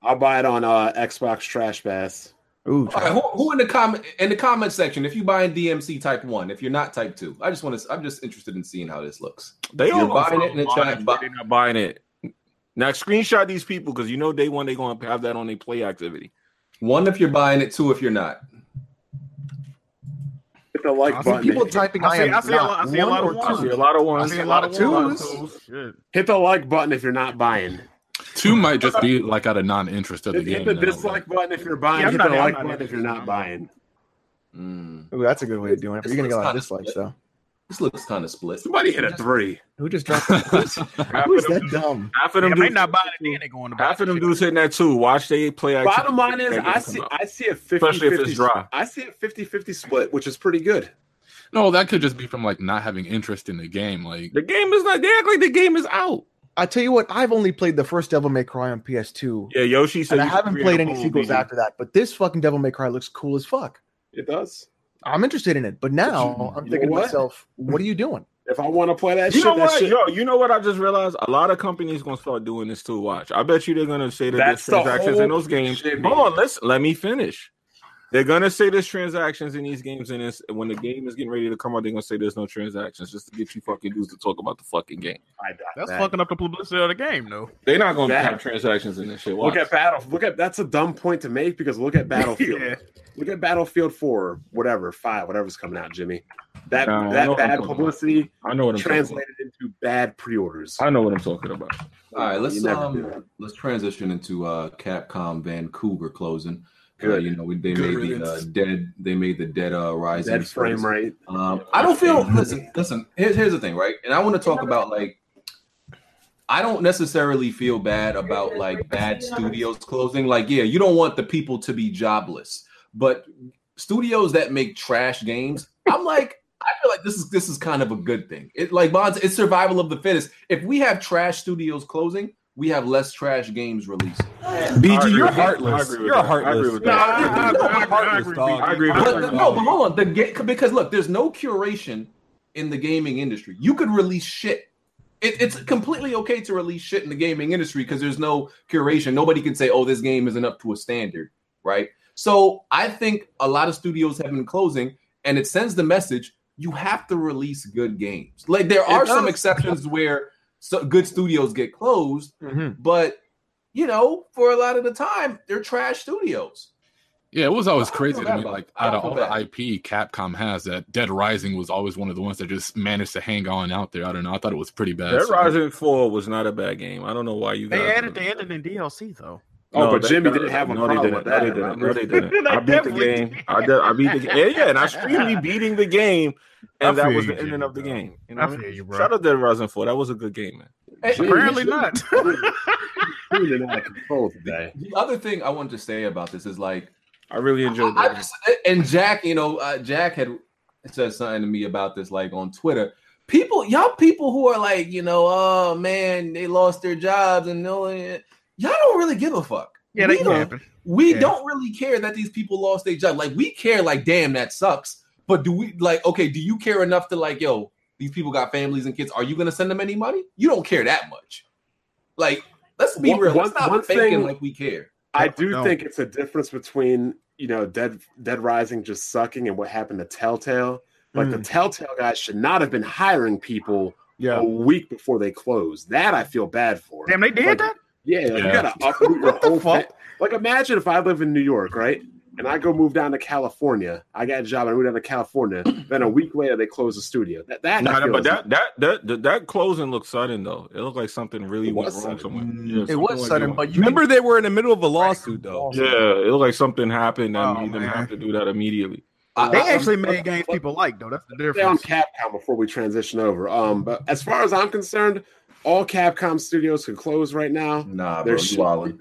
Speaker 8: I'll buy it on uh, Xbox Trash Pass.
Speaker 7: ooh,
Speaker 4: All right, who, who in the comment in the comment section? If you buying DMC Type One, if you're not Type Two, I just want to. I'm just interested in seeing how this looks.
Speaker 2: They
Speaker 4: You're
Speaker 2: all
Speaker 4: buying it in the
Speaker 2: buying
Speaker 4: chat,
Speaker 2: it,
Speaker 4: but-
Speaker 2: They're not buying it. Now screenshot these people because you know day one they're gonna have that on their play activity.
Speaker 4: One, if you're buying it. Two, if you're not.
Speaker 8: Hit the like
Speaker 6: I see
Speaker 8: button.
Speaker 7: people typing. I,
Speaker 6: I see-
Speaker 7: am
Speaker 6: I see a
Speaker 7: not
Speaker 6: lot- I see a
Speaker 7: one
Speaker 6: lot of
Speaker 7: or
Speaker 6: ones.
Speaker 7: two.
Speaker 2: a lot of ones.
Speaker 6: I see a lot of
Speaker 7: twos.
Speaker 6: twos. Shit.
Speaker 8: Hit the like button if
Speaker 3: If you're not buying,
Speaker 5: Two might just be like out of non-interest of the
Speaker 8: hit,
Speaker 5: game.
Speaker 8: hit the
Speaker 5: now, like- *laughs*
Speaker 8: dislike button if you're buying.
Speaker 6: Yeah, I'm
Speaker 8: hit
Speaker 6: not-
Speaker 8: the
Speaker 6: I'm
Speaker 8: like
Speaker 6: not
Speaker 8: button if you're not
Speaker 6: interested.
Speaker 8: buying.
Speaker 4: Mm,
Speaker 7: Ooh, that's a good way of doing it. But you're gonna get a lot of
Speaker 4: This looks
Speaker 7: dislikes though.
Speaker 4: this looks kind of split.
Speaker 3: somebody hit a three.
Speaker 7: Who just dropped? *laughs* Who's
Speaker 2: Half
Speaker 7: who's
Speaker 2: of them
Speaker 7: that dumb?
Speaker 2: Half of
Speaker 6: They
Speaker 2: them
Speaker 6: may
Speaker 2: dudes.
Speaker 6: not buy it then. They're going to buy
Speaker 2: Half of them
Speaker 6: it.
Speaker 2: dudes hitting that too. Watch they play activity.
Speaker 8: Bottom line is,
Speaker 2: That game
Speaker 8: I
Speaker 2: come
Speaker 8: see,
Speaker 2: out.
Speaker 8: I see a 50
Speaker 2: Especially if it's dry.
Speaker 8: I see a 50 50 split, which is pretty good.
Speaker 5: No, that could just be from like not having interest in the game. Like
Speaker 2: the game is not. They act like the game is out.
Speaker 7: I tell you what, I've only played the first Devil May Cry on PS2.
Speaker 2: Yeah, Yoshi said
Speaker 7: and I
Speaker 2: you should
Speaker 7: haven't
Speaker 2: create
Speaker 7: played
Speaker 2: a
Speaker 7: any
Speaker 2: whole
Speaker 7: sequels
Speaker 2: BG.
Speaker 7: after that, but this fucking Devil May Cry looks cool as fuck.
Speaker 3: It does.
Speaker 7: I'm interested in it, but now I'm
Speaker 3: you
Speaker 7: thinking
Speaker 3: know
Speaker 7: to
Speaker 3: what?
Speaker 7: myself, what are you *laughs* doing?
Speaker 3: If I want to play that
Speaker 2: You
Speaker 3: shit,
Speaker 2: know
Speaker 3: that
Speaker 2: what?
Speaker 3: shit-
Speaker 2: Yo, you know what? I just realized a lot of companies gonna start doing this too. Watch, I bet you they're gonna say that
Speaker 3: That's
Speaker 2: there's
Speaker 3: the
Speaker 2: transactions in
Speaker 3: whole
Speaker 2: those games.
Speaker 3: shit,
Speaker 2: Hold
Speaker 3: man.
Speaker 2: on, let's let me finish. They're gonna say there's transactions in these games, and it's, when the game is getting ready to come out, they're gonna say there's no transactions just to get you fucking dudes to talk about the fucking game.
Speaker 3: I doubt
Speaker 6: That's
Speaker 3: that.
Speaker 6: fucking up the publicity of the game, though.
Speaker 2: They're not gonna
Speaker 3: That-
Speaker 2: have transactions in this shit. Watch.
Speaker 3: Look at battle. Look at that's a dumb point to make because look at Battlefield.
Speaker 6: Yeah.
Speaker 3: Look at Battlefield Four, whatever five, whatever's coming out, Jimmy. That
Speaker 2: Nah, I know
Speaker 3: that
Speaker 2: what I'm
Speaker 3: bad
Speaker 2: talking about.
Speaker 3: publicity
Speaker 2: I know what I'm talking
Speaker 3: translated into bad pre-orders.
Speaker 2: about. I know what I'm talking about.
Speaker 4: All right,
Speaker 3: You
Speaker 4: let's
Speaker 3: never do
Speaker 4: um,
Speaker 3: that.
Speaker 4: let's transition into uh, Capcom Vancouver closing. Uh,
Speaker 3: Good.
Speaker 4: you know, we- they
Speaker 1: Good
Speaker 4: made the uh,
Speaker 1: riddance.
Speaker 4: dead. They made the dead. Uh, rising.
Speaker 3: That frame
Speaker 4: first.
Speaker 3: rate.
Speaker 4: Um, I don't feel. Listen, listen. Here's here's the thing, right? And I want to talk about like, I don't necessarily feel bad about like bad studios closing. Like, yeah, you don't want the people to be jobless, but studios that make trash games, I'm like, I feel like this is this is kind of a good thing. It like Bonds, it's survival of the fittest. If we have trash studios closing, we have less trash games released.
Speaker 2: I
Speaker 9: BG,
Speaker 2: agree
Speaker 9: you're
Speaker 2: with that. I
Speaker 9: heartless.
Speaker 2: agree with
Speaker 9: You're
Speaker 2: that. I
Speaker 9: heartless.
Speaker 2: agree with
Speaker 9: You're
Speaker 2: that.
Speaker 9: heartless,
Speaker 6: I agree- I
Speaker 7: *laughs*
Speaker 6: agree- I agree with
Speaker 9: dog.
Speaker 6: you.
Speaker 2: I agree with
Speaker 4: But
Speaker 2: that.
Speaker 1: um,
Speaker 4: no, but hold on. The ga- because look, there's no curation in the gaming industry. You could release shit. It, it's completely okay to release shit in the gaming industry because there's no curation. Nobody can say, "Oh, this game isn't up to a standard," right? So I think a lot of studios have been closing, and it sends the message: you have to release good games. Like there are some
Speaker 3: does.
Speaker 4: exceptions where so, good studios get closed,
Speaker 1: Mm-hmm.
Speaker 7: Mhm.
Speaker 4: but you know, for a lot of the time, they're trash studios.
Speaker 1: Yeah, it was always
Speaker 4: I don't
Speaker 1: crazy
Speaker 4: feel
Speaker 1: to
Speaker 4: bad
Speaker 1: me.
Speaker 4: about
Speaker 1: Like
Speaker 4: it. I
Speaker 1: out
Speaker 4: don't
Speaker 1: of
Speaker 4: feel
Speaker 1: all the
Speaker 4: bad.
Speaker 1: IP Capcom has, that Dead Rising was always one of the ones that just managed to hang on out there. I don't know. I thought it was pretty bad.
Speaker 2: Dead
Speaker 1: so-
Speaker 2: Rising Four was not a bad game. I don't know why you guys
Speaker 6: They added the ending in DLC, though.
Speaker 3: Oh,
Speaker 2: No,
Speaker 3: but
Speaker 2: that-
Speaker 3: Jimmy
Speaker 2: that-
Speaker 3: didn't have a
Speaker 2: no, they
Speaker 3: problem
Speaker 2: didn't.
Speaker 3: with
Speaker 2: No,
Speaker 3: that.
Speaker 2: they didn't. No, they didn't.
Speaker 6: *laughs* They
Speaker 2: I beat the
Speaker 6: definitely
Speaker 2: game.
Speaker 6: did.
Speaker 2: I did. I beat the game. Yeah, yeah. And I streamly beating the game, and
Speaker 6: I
Speaker 2: that
Speaker 6: feel
Speaker 2: was the
Speaker 6: you,
Speaker 2: ending
Speaker 6: Jimmy,
Speaker 2: of the
Speaker 6: bro.
Speaker 2: game. You know
Speaker 6: I
Speaker 2: what I
Speaker 6: feel
Speaker 2: mean?
Speaker 6: you, bro.
Speaker 2: Shout out to Dead Rising Four. That was a good game, man.
Speaker 4: Hey,
Speaker 3: Jimmy,
Speaker 6: Apparently
Speaker 3: you
Speaker 6: not.
Speaker 3: Jimmy been out of control today.
Speaker 4: The other thing I wanted to say about this is like
Speaker 2: I really enjoyed
Speaker 4: I
Speaker 2: that.
Speaker 4: just, and Jack, you know, uh, Jack had said something to me about this, like on Twitter. People, y'all people who are like, you know, oh man, they lost their jobs and no, y'all don't really give a fuck.
Speaker 6: yeah,
Speaker 4: we
Speaker 6: that can
Speaker 4: don't,
Speaker 6: happen.
Speaker 4: we
Speaker 6: Yeah.
Speaker 4: don't really care that these people lost their job. Like we care, like damn, that sucks. But do we like okay? Do you care enough to like, yo, these people got families and kids? Are you gonna send them any money? You don't care that much. Like, let's be
Speaker 3: One-
Speaker 4: real.
Speaker 3: one-
Speaker 4: Let's not
Speaker 3: one
Speaker 4: faking
Speaker 3: thing-
Speaker 4: like we care.
Speaker 3: I do
Speaker 6: No.
Speaker 3: think it's a difference between you know Dead Dead Rising just sucking and what happened to Telltale. Like the Telltale guys should not have been hiring people
Speaker 7: Yeah.
Speaker 3: a week before they closed. That I feel bad for.
Speaker 6: Damn, they did
Speaker 3: Like,
Speaker 6: that?
Speaker 3: Yeah, like, you
Speaker 1: Yeah.
Speaker 3: gotta
Speaker 2: *laughs*
Speaker 3: uproot your whole
Speaker 7: fuck?
Speaker 3: fa- Like, imagine if I live in New York, right? And I go move down to California. I got a job. I move down to California.
Speaker 2: *clears throat*
Speaker 3: Then a week later, they close the studio. That, that I
Speaker 2: Nah,
Speaker 3: feel
Speaker 2: but
Speaker 3: is-
Speaker 2: that, that that that that closing looked sudden though. It looked like something really
Speaker 3: It
Speaker 2: went
Speaker 3: was
Speaker 2: wrong somewhere.
Speaker 4: sudden.
Speaker 2: Yeah,
Speaker 7: It
Speaker 2: something
Speaker 7: was
Speaker 2: like
Speaker 7: sudden,
Speaker 2: that.
Speaker 7: but you
Speaker 9: Remember, they were in the middle of a lawsuit, though.
Speaker 2: yeah, it looked like something happened and
Speaker 6: Oh,
Speaker 2: you didn't
Speaker 6: man.
Speaker 2: have to do that immediately.
Speaker 4: I-
Speaker 6: They
Speaker 4: I-
Speaker 6: actually made games people like, though. That's the
Speaker 3: Stay on
Speaker 6: difference.
Speaker 3: Capcom before we transition over. Um, but as far as I'm concerned, all Capcom studios can close right now.
Speaker 4: nah, bro,
Speaker 3: They're
Speaker 4: you
Speaker 3: shit.
Speaker 4: wildin'.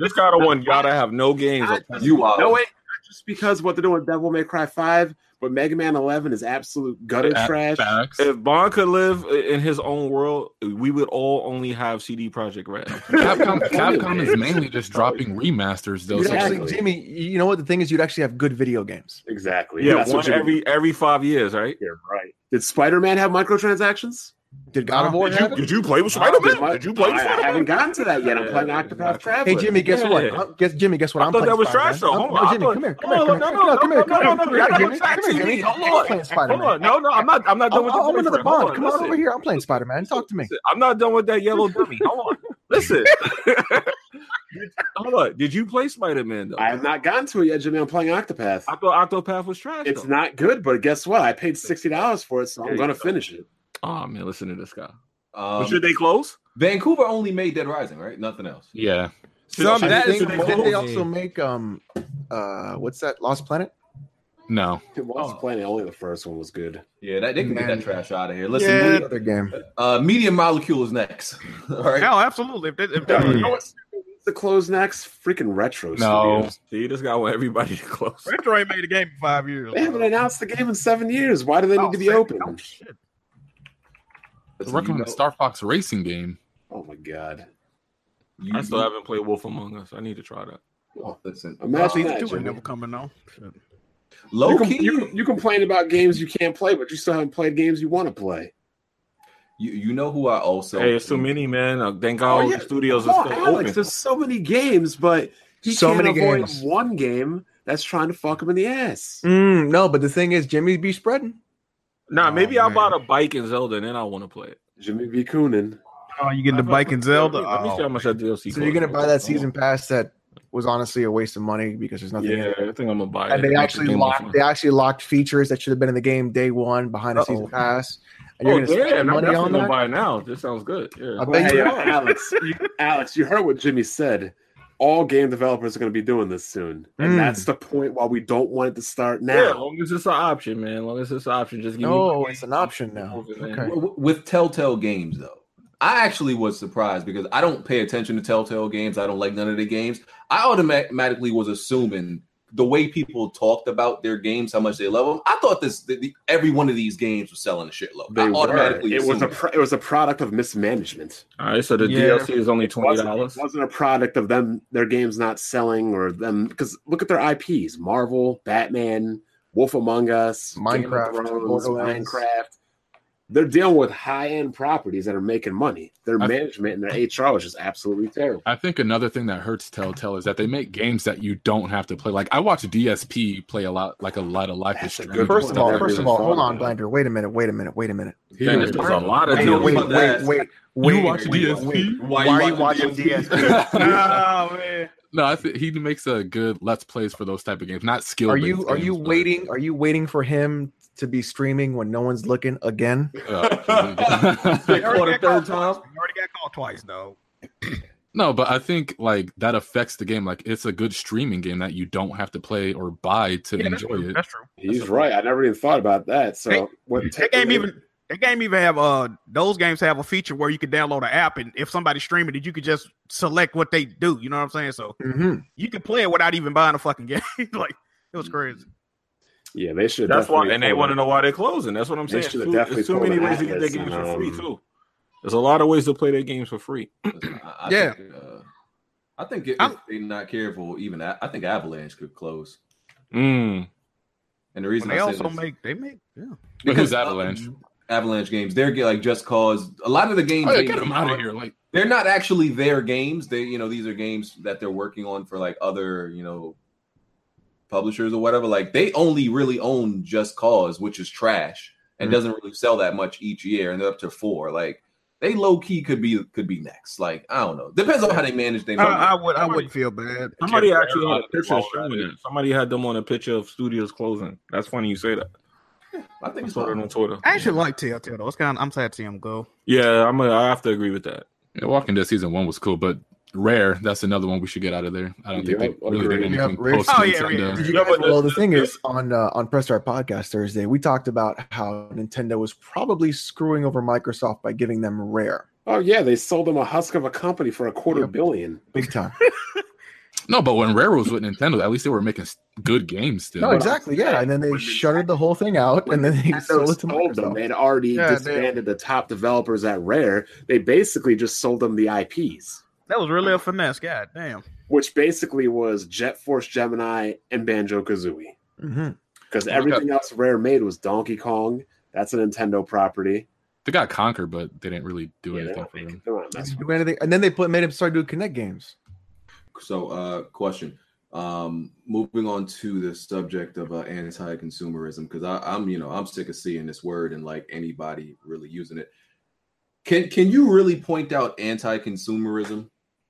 Speaker 2: This kind of
Speaker 6: *laughs*
Speaker 2: one gotta have no games.
Speaker 3: I-
Speaker 4: You wildin'.
Speaker 3: No, wait, not just because what they're doing with Devil May Cry Five, but Mega Man Eleven is absolute gutter
Speaker 1: Fa-
Speaker 3: trash.
Speaker 1: Facts.
Speaker 2: If Bond could live i- in his own world, we would all only have CD Project
Speaker 1: *laughs*
Speaker 2: Red.
Speaker 1: Capcom, Capcom is mainly just dropping remasters though.
Speaker 3: You'd
Speaker 1: So it's
Speaker 7: You'd actually,
Speaker 1: like,
Speaker 3: Exactly.
Speaker 7: Jimmy, you know what the thing is? You'd actually have good video games.
Speaker 3: Exactly.
Speaker 2: yeah,
Speaker 3: That's what
Speaker 2: one
Speaker 3: you-
Speaker 2: every every five years, right?
Speaker 3: You're right. Did Spider Man have microtransactions?
Speaker 7: Did God of War
Speaker 2: Did you,
Speaker 7: have it?
Speaker 2: did you play with Spider
Speaker 3: Did
Speaker 2: Man?
Speaker 3: my-
Speaker 2: Did you play with
Speaker 3: I, I
Speaker 2: Spider
Speaker 3: haven't
Speaker 2: Man?
Speaker 3: gotten to that yet. I'm
Speaker 2: Yeah,
Speaker 3: playing Octopath
Speaker 2: exactly.
Speaker 3: Traveler.
Speaker 7: Hey Jimmy, guess what?
Speaker 2: Yeah.
Speaker 7: Huh? Guess Jimmy, guess what?
Speaker 2: I
Speaker 7: I'm
Speaker 2: thought
Speaker 7: playing
Speaker 2: that was
Speaker 7: Spider-Man.
Speaker 2: trash though.
Speaker 7: No,
Speaker 2: Hold
Speaker 7: no,
Speaker 2: on. I
Speaker 7: Jimmy,
Speaker 2: thought-
Speaker 7: come here.
Speaker 2: Hold on,
Speaker 7: Come
Speaker 2: no,
Speaker 7: here.
Speaker 2: no,
Speaker 7: Come
Speaker 2: no,
Speaker 7: here.
Speaker 2: no,
Speaker 7: Come
Speaker 2: no,
Speaker 7: here.
Speaker 2: no,
Speaker 7: Come here.
Speaker 2: no, no,
Speaker 7: Come here, Jimmy. Come here,
Speaker 2: no,
Speaker 7: Jimmy.
Speaker 2: no,
Speaker 7: I'm
Speaker 2: no,
Speaker 7: playing
Speaker 2: Hold
Speaker 7: Spider-Man.
Speaker 2: on, no, no, I'm not. I'm not done
Speaker 7: Oh,
Speaker 2: with
Speaker 7: oh,
Speaker 2: your
Speaker 7: I'm
Speaker 2: boyfriend.
Speaker 7: another
Speaker 2: Hold
Speaker 7: Bond.
Speaker 2: on,
Speaker 7: Come on
Speaker 2: listen.
Speaker 7: over here. I'm playing Spider-Man. Talk to me.
Speaker 2: Listen, I'm not done with that yellow dummy. Hold on, listen. *laughs* Hold on. Did you play Spider Man though?
Speaker 3: I have not gotten to it yet, Jimmy. I'm playing Octopath.
Speaker 2: I thought Octopath was trash.
Speaker 3: It's
Speaker 2: though.
Speaker 3: not good, but guess what? I paid sixty dollars for it, so
Speaker 2: There
Speaker 3: I'm
Speaker 2: you
Speaker 3: gonna
Speaker 2: go.
Speaker 3: finish it.
Speaker 2: Oh man, listen to this guy.
Speaker 4: Um,
Speaker 2: should they close?
Speaker 4: Vancouver only made Dead Rising, right? Nothing else.
Speaker 1: yeah.
Speaker 2: Should-
Speaker 9: Some-
Speaker 2: should-
Speaker 9: that is
Speaker 2: should
Speaker 7: Didn't
Speaker 2: they
Speaker 7: they- didn't they
Speaker 2: close?
Speaker 7: also make um uh what's that Lost Planet?
Speaker 1: No.
Speaker 3: Lost
Speaker 4: Oh.
Speaker 3: Planet, only the first one was good.
Speaker 4: Yeah, that they can get
Speaker 7: Man.
Speaker 4: that trash out of here. Listen,
Speaker 6: Yeah.
Speaker 4: Media-
Speaker 7: Other game.
Speaker 4: uh, Medium Molecule is next. *laughs* All right.
Speaker 6: Hell, absolutely. If they, if they,
Speaker 3: You know what studio needs to close next? Freaking Retro
Speaker 1: No.
Speaker 3: Studios.
Speaker 2: See, this guy want everybody *laughs* to close.
Speaker 6: Retro ain't made a game in five years.
Speaker 3: They haven't
Speaker 6: bro.
Speaker 3: announced the game in seven years. Why do they need
Speaker 6: Oh,
Speaker 3: to be
Speaker 6: shit.
Speaker 3: open?
Speaker 6: Oh, shit.
Speaker 1: They're
Speaker 4: Listen,
Speaker 1: working
Speaker 4: you
Speaker 1: on a
Speaker 4: know-
Speaker 1: Star Fox racing game.
Speaker 10: Oh my god!
Speaker 4: You,
Speaker 2: I still haven't played Wolf Among Us. I need to try that.
Speaker 4: oh, listen,
Speaker 3: Imagine that.
Speaker 6: Two ain't
Speaker 3: Jimmy.
Speaker 6: never coming on. Shit.
Speaker 4: low
Speaker 3: You, com-
Speaker 4: key.
Speaker 3: you, com- you complain about games you can't play, but you still haven't played games you want to play.
Speaker 4: You, you know who I also
Speaker 2: hey, it's too many, man. Uh, thank God
Speaker 3: Oh,
Speaker 2: all
Speaker 3: yeah.
Speaker 2: the studios
Speaker 3: Come
Speaker 2: are
Speaker 3: on,
Speaker 2: still
Speaker 3: Alex,
Speaker 2: open.
Speaker 3: there's so many games, but he
Speaker 7: So
Speaker 3: can't
Speaker 7: many
Speaker 3: avoid
Speaker 7: games.
Speaker 3: one game that's trying to fuck him in the ass.
Speaker 7: Mm, no, but the thing is, Jimmy be spreading.
Speaker 2: Nah, maybe
Speaker 6: Oh,
Speaker 2: I'll buy
Speaker 6: man.
Speaker 2: the bike in Zelda and then I want to play it.
Speaker 3: Jimmy B. Coonan.
Speaker 6: Oh, you getting the bike in Zelda?
Speaker 2: Let me, let me see how
Speaker 6: Oh.
Speaker 2: much that DLC.
Speaker 7: So you're gonna buy
Speaker 2: Oh.
Speaker 7: that season pass that was honestly a waste of money because there's nothing. in
Speaker 2: Yeah,
Speaker 7: it.
Speaker 2: I think I'm gonna buy it.
Speaker 7: And they
Speaker 2: It makes
Speaker 7: actually
Speaker 2: the game more
Speaker 7: locked.
Speaker 2: fun.
Speaker 7: They actually locked features that should have been in the game day one behind the
Speaker 6: Uh-oh.
Speaker 7: season pass. And
Speaker 2: Oh
Speaker 7: you're
Speaker 2: yeah,
Speaker 7: gonna spend
Speaker 2: and I'm
Speaker 7: money
Speaker 2: definitely
Speaker 7: on
Speaker 2: gonna
Speaker 7: that.
Speaker 2: buy it now. This sounds good. Yeah,
Speaker 7: I bet
Speaker 3: Hey,
Speaker 7: you
Speaker 3: uh,
Speaker 7: are.
Speaker 3: Alex, you, Alex, you heard what Jimmy said. All game developers are going to be doing this soon, and
Speaker 7: Mm.
Speaker 3: that's the point why we don't want it to start
Speaker 2: yeah.
Speaker 3: now.
Speaker 2: Long as it's an option, man. Long as it's an option, just give me.
Speaker 7: No, it's an option now. Okay.
Speaker 4: W- w- with Telltale Games though. I actually was surprised because I don't pay attention to Telltale Games. I don't like none of the games. I automatically was assuming the way people talked about their games, how much they love them. I thought this that the, every one of these games was selling a shitload.
Speaker 3: They
Speaker 4: I
Speaker 3: were.
Speaker 4: automatically
Speaker 3: It was a
Speaker 4: assumed
Speaker 3: pro- it was a product of mismanagement.
Speaker 2: All right, so the
Speaker 6: Yeah.
Speaker 2: DLC is only twenty
Speaker 3: wasn't, it
Speaker 2: dollars.
Speaker 3: wasn't a product of them their games not selling or them because look at their IPs: Marvel, Batman, Wolf Among Us, Game of
Speaker 7: Minecraft,
Speaker 3: Thrones,
Speaker 7: Borderlands.
Speaker 3: Minecraft. They're dealing with high end properties that are making money. Their
Speaker 1: I-
Speaker 3: management and their HR is just absolutely terrible.
Speaker 1: I think another thing that hurts Telltale is that they make games that you don't have to play. Like I watch DSP play a lot, like a lot of Life is
Speaker 3: That's a
Speaker 1: Strange.
Speaker 3: good
Speaker 7: First
Speaker 3: point.
Speaker 7: of all,
Speaker 3: Never
Speaker 7: first
Speaker 3: even
Speaker 7: of all,
Speaker 3: thought
Speaker 7: hold
Speaker 3: about
Speaker 7: on,
Speaker 3: it.
Speaker 7: Blinder. Wait a minute. Wait a minute. Wait a minute.
Speaker 1: Yeah,
Speaker 2: There's a lot of
Speaker 7: Wait,
Speaker 2: DLC.
Speaker 7: wait, wait,
Speaker 4: that.
Speaker 7: wait, wait.
Speaker 1: You watch
Speaker 7: wait,
Speaker 1: DSP?
Speaker 7: wait.
Speaker 4: Why,
Speaker 7: Why are you watching DSP?
Speaker 4: *laughs*
Speaker 6: Nah, man.
Speaker 1: No, I think he makes a good let's plays for those type of games, not skill.
Speaker 7: Are you are you waiting? Are you waiting for him to be streaming when no one's looking again?
Speaker 1: uh,
Speaker 7: *laughs*
Speaker 4: Caught a
Speaker 6: They already got
Speaker 4: third
Speaker 6: called
Speaker 4: time.
Speaker 6: twice. They already got called twice, though.
Speaker 1: no, but I think like that affects the game. Like it's a good streaming game that you don't have to play or buy to
Speaker 6: Yeah, that's
Speaker 1: enjoy
Speaker 6: true.
Speaker 1: it.
Speaker 6: That's true.
Speaker 3: He's right. I never even thought about that. So
Speaker 6: Hey,
Speaker 3: what
Speaker 6: That game even that game even have uh those games have a feature where you can download an app and if somebody's streaming it, you could just select what they do. You know what I'm saying? So
Speaker 7: Mm-hmm.
Speaker 6: you could play it without even buying a fucking *laughs* game. like it was crazy.
Speaker 3: yeah, they should.
Speaker 2: That's why,
Speaker 3: definitely
Speaker 2: and they
Speaker 3: pull
Speaker 2: want to
Speaker 3: it.
Speaker 2: know why they're closing. That's what I'm
Speaker 3: They
Speaker 2: saying.
Speaker 3: should have
Speaker 2: Too-
Speaker 3: definitely
Speaker 2: There's too
Speaker 3: pulled
Speaker 2: many
Speaker 3: an
Speaker 2: ways to get their
Speaker 3: Atlas
Speaker 2: games for
Speaker 3: and,
Speaker 2: free
Speaker 3: um,
Speaker 2: too. There's a lot of ways to play their games for free.
Speaker 4: I
Speaker 6: Yeah.
Speaker 4: Think, uh, I think if
Speaker 6: I'm-
Speaker 4: they're not careful, even I, I think Avalanche could close.
Speaker 2: Mm.
Speaker 4: And the
Speaker 6: But
Speaker 4: reason
Speaker 6: they
Speaker 4: I say
Speaker 6: also
Speaker 4: this-
Speaker 6: make they make yeah.
Speaker 1: But who's
Speaker 4: uh,
Speaker 1: Avalanche?
Speaker 4: Avalanche games. They're like just cause a lot of the games.
Speaker 1: Oh, yeah,
Speaker 4: they
Speaker 1: get
Speaker 4: make
Speaker 1: him out of
Speaker 4: aren't-
Speaker 1: here! Like
Speaker 4: They're not actually their games. They you know these are games that they're working on for like other you know publishers or whatever. Like they only really own Just Cause, which is trash and
Speaker 1: Mhm.
Speaker 4: doesn't really sell that much each year, and they're up to four. Like they low key could be could be next. Like I don't know. Depends on how they manage their.
Speaker 6: I,
Speaker 4: money.
Speaker 6: I would I wouldn't feel bad.
Speaker 2: Somebody
Speaker 6: Yeah,
Speaker 2: actually
Speaker 1: uh,
Speaker 2: had a picture
Speaker 4: Well,
Speaker 2: showing it. Somebody had them on a picture of studios closing. That's funny you say that.
Speaker 4: I
Speaker 2: I
Speaker 4: think it's
Speaker 2: saw that
Speaker 4: fine.
Speaker 2: on Twitter.
Speaker 6: I actually like Telltale though. It's kind of, I'm sad to see him go.
Speaker 2: Yeah, I'm. A, I have to agree with that.
Speaker 1: yeah, Walking Dead season one was cool, but Rare that's another one we should get out of there. I don't think
Speaker 3: Yep,
Speaker 1: they really
Speaker 3: agreed.
Speaker 1: did anything
Speaker 7: Yep, Rare.
Speaker 1: post
Speaker 6: Oh, yeah, Rare.
Speaker 1: Nintendo.
Speaker 7: Did you
Speaker 2: Yeah,
Speaker 7: guys-
Speaker 2: but
Speaker 7: well, the
Speaker 2: this-
Speaker 7: thing
Speaker 2: this-
Speaker 7: is, on uh, on Press Start Podcast Thursday, we talked about how Nintendo was probably screwing over Microsoft by giving them Rare
Speaker 3: Oh yeah, they sold them a husk of a company for a quarter billion.
Speaker 7: big time.
Speaker 1: No, but when Rare was with Nintendo, at least they were making s- good games still.
Speaker 7: no, exactly, yeah. And then they shuttered the whole thing out, and then they *laughs*
Speaker 3: Nintendo
Speaker 7: sold it to
Speaker 3: sold them. They
Speaker 7: Microsoft.
Speaker 3: had already
Speaker 6: Yeah, they-
Speaker 3: disbanded the top developers at Rare. They basically just sold them the IPs,
Speaker 6: That was really a finesse. God damn.
Speaker 3: which basically was Jet Force Gemini and Banjo Kazooie.
Speaker 7: hmm
Speaker 3: Because everything else Rare made was Donkey Kong. That's a Nintendo property.
Speaker 1: They got Conquer, but they didn't really do
Speaker 3: Yeah, they're
Speaker 1: anything
Speaker 3: not
Speaker 1: for
Speaker 3: making-
Speaker 1: them.
Speaker 3: they're not messing
Speaker 7: Do anything, and then they put made him start doing Connect games.
Speaker 4: So, uh, question. Um, moving on to the subject of uh, anti-consumerism, because I'm, you know, I'm sick of seeing this word and like anybody really using it. Can can you really point out anti-consumerism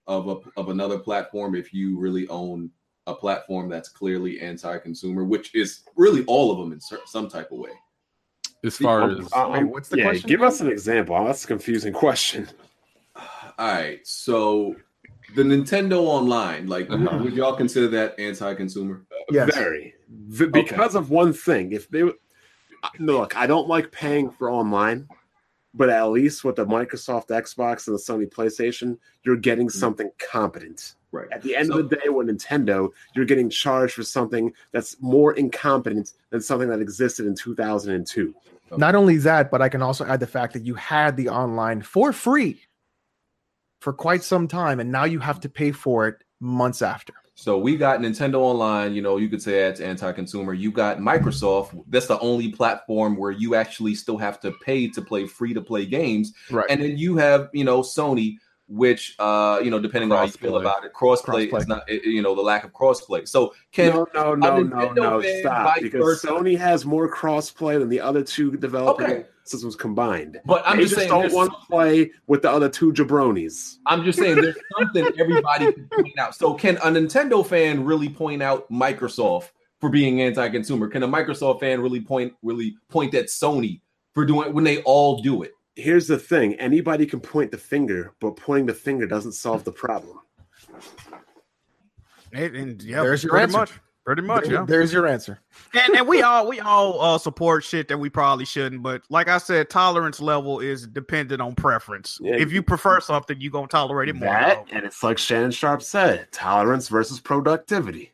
Speaker 4: of a, of another platform if you really own a platform that's clearly anti-consumer, which is really all of them in cer- some type of way? *sighs*
Speaker 1: As far as
Speaker 3: Um,
Speaker 7: Wait, what's the
Speaker 3: yeah,
Speaker 7: question?
Speaker 3: give us an example. That's a confusing *laughs* question.
Speaker 4: All right, so the Nintendo Online, like, would y'all consider that anti-consumer?
Speaker 7: Yes.
Speaker 3: Very. V- because of one thing. If they I- no, look, I don't like paying for online, but at least with the Microsoft Xbox and the Sony PlayStation, you're getting something competent.
Speaker 4: Mm-hmm. Right.
Speaker 3: At the end
Speaker 4: So-
Speaker 3: of the day, with Nintendo, you're getting charged for something that's more incompetent than something that existed in 2002.
Speaker 7: Not only that, but I can also add the fact that you had the online for free. for quite some time, and now you have to pay for it months after.
Speaker 4: So we got Nintendo Online. You know, you could say that's anti-consumer. You got Microsoft. That's the only platform where you actually still have to pay to play free-to-play games.
Speaker 7: Right.
Speaker 4: And then you have, you know, Sony, which, uh, you know, depending on how you feel
Speaker 2: Crossplay.
Speaker 4: about it, crossplay,
Speaker 7: Crossplay.
Speaker 4: is not, it- you know, the lack of crossplay. So can
Speaker 11: No, no, no, no,
Speaker 4: Nintendo
Speaker 11: no.
Speaker 4: fan
Speaker 11: Stop.
Speaker 4: vice
Speaker 11: Because
Speaker 4: versa?
Speaker 11: Sony has more crossplay than the other two developing
Speaker 4: Okay.
Speaker 11: systems combined.
Speaker 4: but I'm
Speaker 11: they
Speaker 4: just
Speaker 11: just
Speaker 4: saying,
Speaker 11: don't
Speaker 4: there's-
Speaker 11: want to play with the other two jabronis.
Speaker 4: I'm just saying there's something everybody can point out. So can a Nintendo fan really point out Microsoft for being anti-consumer? Can a Microsoft fan really point really point at Sony for doing when they all do it?
Speaker 11: Here's the thing: anybody can point the finger, but pointing the finger doesn't solve the problem.
Speaker 6: And, and, yeah,
Speaker 7: There's your
Speaker 6: pretty
Speaker 7: answer.
Speaker 6: much. Pretty much,
Speaker 7: There-
Speaker 6: yeah.
Speaker 7: There's your answer.
Speaker 6: and, and we all we all uh, support shit that we probably shouldn't. But like I said, tolerance level is dependent on preference.
Speaker 11: Yeah.
Speaker 6: If you prefer something, you gonna tolerate it more.
Speaker 3: That
Speaker 6: dog.
Speaker 3: and it's like Shannon Sharp said: tolerance versus productivity.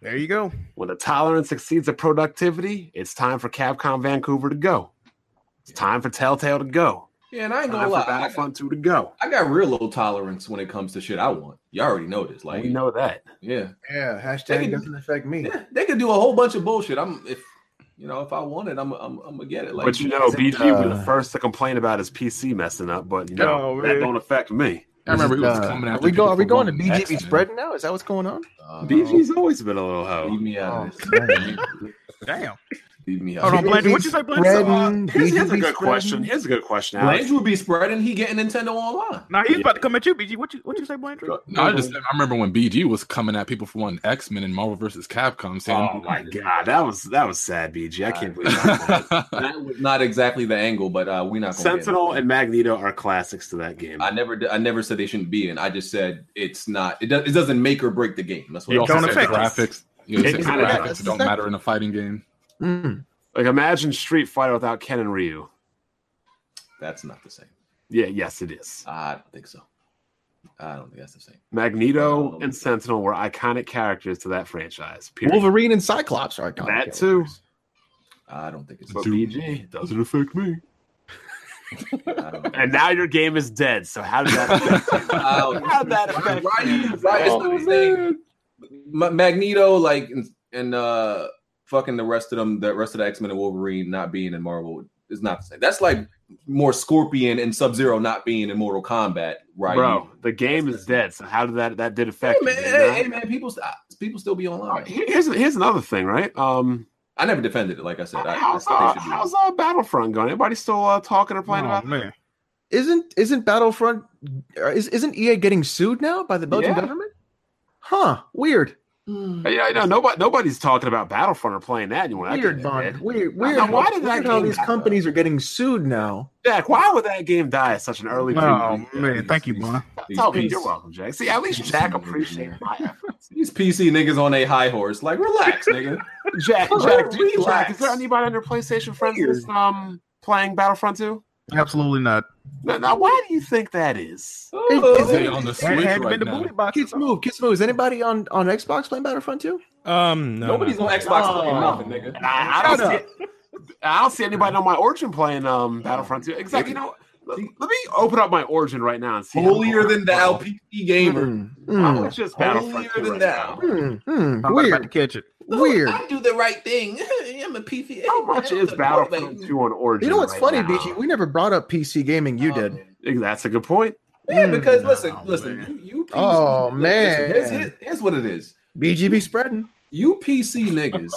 Speaker 6: There you go.
Speaker 3: When the tolerance exceeds the productivity, it's time for Capcom Vancouver to go. It's time for Telltale to go.
Speaker 4: Yeah, and I ain't
Speaker 3: Time for
Speaker 4: gonna lie. I got,
Speaker 3: Battlefront Two to go.
Speaker 4: I got real low tolerance when it comes to shit I want. You already know this. Like
Speaker 3: we know that.
Speaker 4: yeah.
Speaker 7: Yeah,
Speaker 4: They
Speaker 7: hashtag
Speaker 4: can-
Speaker 7: doesn't affect me.
Speaker 4: yeah. They could do a whole bunch of bullshit. I'm if you know, if I want it, I'm I'm, I'm gonna get it. Like
Speaker 3: but you know,
Speaker 4: it's-
Speaker 3: BG was the
Speaker 7: uh,
Speaker 3: first to complain about his PC messing up, but you know
Speaker 6: No,
Speaker 3: that
Speaker 6: man.
Speaker 3: don't affect me.
Speaker 2: I remember he was
Speaker 7: Uh,
Speaker 2: coming
Speaker 7: Are
Speaker 2: after.
Speaker 7: we, go,
Speaker 2: people
Speaker 7: are we
Speaker 2: for
Speaker 7: going to
Speaker 2: wanting X,
Speaker 7: BGB
Speaker 2: man.
Speaker 7: spread now? Is that what's going on?
Speaker 4: uh,
Speaker 3: BG's always been a little hoe.
Speaker 4: leave me out of
Speaker 7: Oh,
Speaker 4: this.
Speaker 6: Damn.
Speaker 4: leave me out.
Speaker 6: Hold
Speaker 4: of
Speaker 6: on,
Speaker 4: this.
Speaker 6: Blanton. What you say, Blanton?
Speaker 7: Spreading,
Speaker 6: So, uh,
Speaker 3: Here's, here's a
Speaker 7: BGB
Speaker 3: good question.
Speaker 7: spreading.
Speaker 3: Here's a good question. Alex.
Speaker 4: Blanche would be spreading. He getting Nintendo Online.
Speaker 6: Now he's about to come at you, BG. What you what you say, Blandry?
Speaker 2: No, I just I remember when BG was coming at people for wanting X Men and Marvel versus Capcom saying,
Speaker 3: Oh my god, that was that was sad, BG. I can't
Speaker 4: *laughs*
Speaker 3: believe that.
Speaker 7: Oh.
Speaker 1: *laughs*
Speaker 4: that was not exactly the angle, but uh, we're not going
Speaker 3: Sentinel and Magneto are classics to that game.
Speaker 4: I never, did- I never said they shouldn't be in. I just said it's not. It, does, it doesn't make or break the game. That's what
Speaker 2: you
Speaker 4: I'm
Speaker 2: also
Speaker 6: don't
Speaker 2: said
Speaker 6: affect us.
Speaker 2: graphics. You
Speaker 3: It
Speaker 2: said
Speaker 3: kinda
Speaker 2: graphics
Speaker 7: does.
Speaker 2: don't matter in a fighting *laughs* game.
Speaker 7: Mm.
Speaker 3: Like imagine Street Fighter without Ken and Ryu.
Speaker 4: That's not the same.
Speaker 3: Yeah, yes, it is.
Speaker 4: I don't think so. I don't think that's the same.
Speaker 3: Magneto and Sentinel were iconic characters to that franchise. Period.
Speaker 7: Wolverine and Cyclops are iconic.
Speaker 3: That
Speaker 7: characters.
Speaker 3: too.
Speaker 4: I don't think it's.
Speaker 3: But
Speaker 4: The
Speaker 3: BG doesn't affect me.
Speaker 4: same.
Speaker 3: *laughs*
Speaker 4: I don't think-
Speaker 3: And now your game is dead. So how did that? affect
Speaker 4: *laughs*
Speaker 3: you?
Speaker 4: Uh,
Speaker 3: how did that affect
Speaker 4: why
Speaker 3: you?
Speaker 4: you? Why it's not the same? Ma- Magneto, like, and, and uh, fucking the rest of them, the rest of the X Men and Wolverine not being in Marvel is not the same. That's like more Scorpion and Sub Zero not being in Mortal Kombat, right?
Speaker 3: Bro, the game is dead. So how did that that did
Speaker 4: Hey
Speaker 3: affect
Speaker 4: man,
Speaker 3: you? did
Speaker 4: hey,
Speaker 3: it
Speaker 4: hey, man, people, st- uh, people still be online.
Speaker 3: not? Here- Here's here's another thing, right? Um,
Speaker 4: I never defended it, like I said. I, I
Speaker 3: how's,
Speaker 4: said they
Speaker 3: uh,
Speaker 4: should be.
Speaker 3: how's uh, Battlefront going? Anybody still uh, talking or playing
Speaker 6: Oh,
Speaker 3: about? that?
Speaker 6: man.
Speaker 7: Isn't isn't Battlefront or is isn't EA getting sued now by the Belgian
Speaker 4: Yeah.
Speaker 7: government? Huh? Weird.
Speaker 3: Yeah, you know, nobody nobody's talking about Battlefront or playing that anymore. That
Speaker 7: Weird,
Speaker 3: game
Speaker 7: Bond.
Speaker 3: dead.
Speaker 7: Weird.
Speaker 3: Now,
Speaker 7: Weird.
Speaker 3: now, why did that
Speaker 7: Weird how
Speaker 3: game
Speaker 7: these
Speaker 3: happen?
Speaker 7: companies are getting sued now?
Speaker 3: Jack, why would that game die at such an early?
Speaker 6: Oh
Speaker 3: preview?
Speaker 6: man, thank you, Bun.
Speaker 4: These,
Speaker 3: Tell me,
Speaker 4: these-
Speaker 3: you're welcome, Jack. See, at least Jack appreciates
Speaker 4: *laughs*
Speaker 3: my efforts.
Speaker 4: these PC niggas on a high horse,
Speaker 3: *laughs*
Speaker 4: like relax, nigga.
Speaker 3: Jack, Jack, do you, Jack,
Speaker 4: Relax.
Speaker 3: is there anybody on your PlayStation friends that's um playing Battlefront 2?
Speaker 6: Absolutely not.
Speaker 3: Now, now, why do you think that is?
Speaker 2: Is it
Speaker 4: Oh,
Speaker 2: on the
Speaker 6: That
Speaker 2: Switch
Speaker 6: had
Speaker 2: right
Speaker 6: been the
Speaker 2: now?
Speaker 6: booty box.
Speaker 7: Kids move. Kids move. Is anybody on on Xbox playing Battlefront too?
Speaker 12: Um, no,
Speaker 4: Nobody's
Speaker 12: no.
Speaker 4: on Xbox playing
Speaker 7: Oh.
Speaker 4: nothing, nigga.
Speaker 3: I, I don't see. I don't see anybody on my Origin playing um Battlefront 2. Exactly. You know, let, let me open up my Origin right now and see. how-
Speaker 4: Holier than thou PC
Speaker 3: Hmm. Mm-hmm.
Speaker 4: gamer.
Speaker 7: Mm,
Speaker 3: How
Speaker 7: mm,
Speaker 3: much is Battlefront
Speaker 4: Holier
Speaker 3: 2
Speaker 4: than
Speaker 3: right now?
Speaker 4: thou.
Speaker 7: mm, mm.
Speaker 6: I'm about to
Speaker 7: Weird.
Speaker 6: catch it.
Speaker 7: Weird.
Speaker 4: I do the right thing. *laughs* I'm a PCA.
Speaker 3: How much is Battlefront 2 on Origin?
Speaker 7: Hmm. You know what's
Speaker 3: right
Speaker 7: funny,
Speaker 3: now? Um,
Speaker 7: BG? We never brought up PC gaming. You did.
Speaker 3: That's a good point.
Speaker 4: Yeah, because
Speaker 6: Mm.
Speaker 4: listen,
Speaker 6: Oh,
Speaker 4: listen,
Speaker 6: man.
Speaker 4: you, you
Speaker 7: Oh,
Speaker 4: listen, here's-
Speaker 7: man.
Speaker 4: here's, here's what it is.
Speaker 7: BG be spreading.
Speaker 4: You PC niggas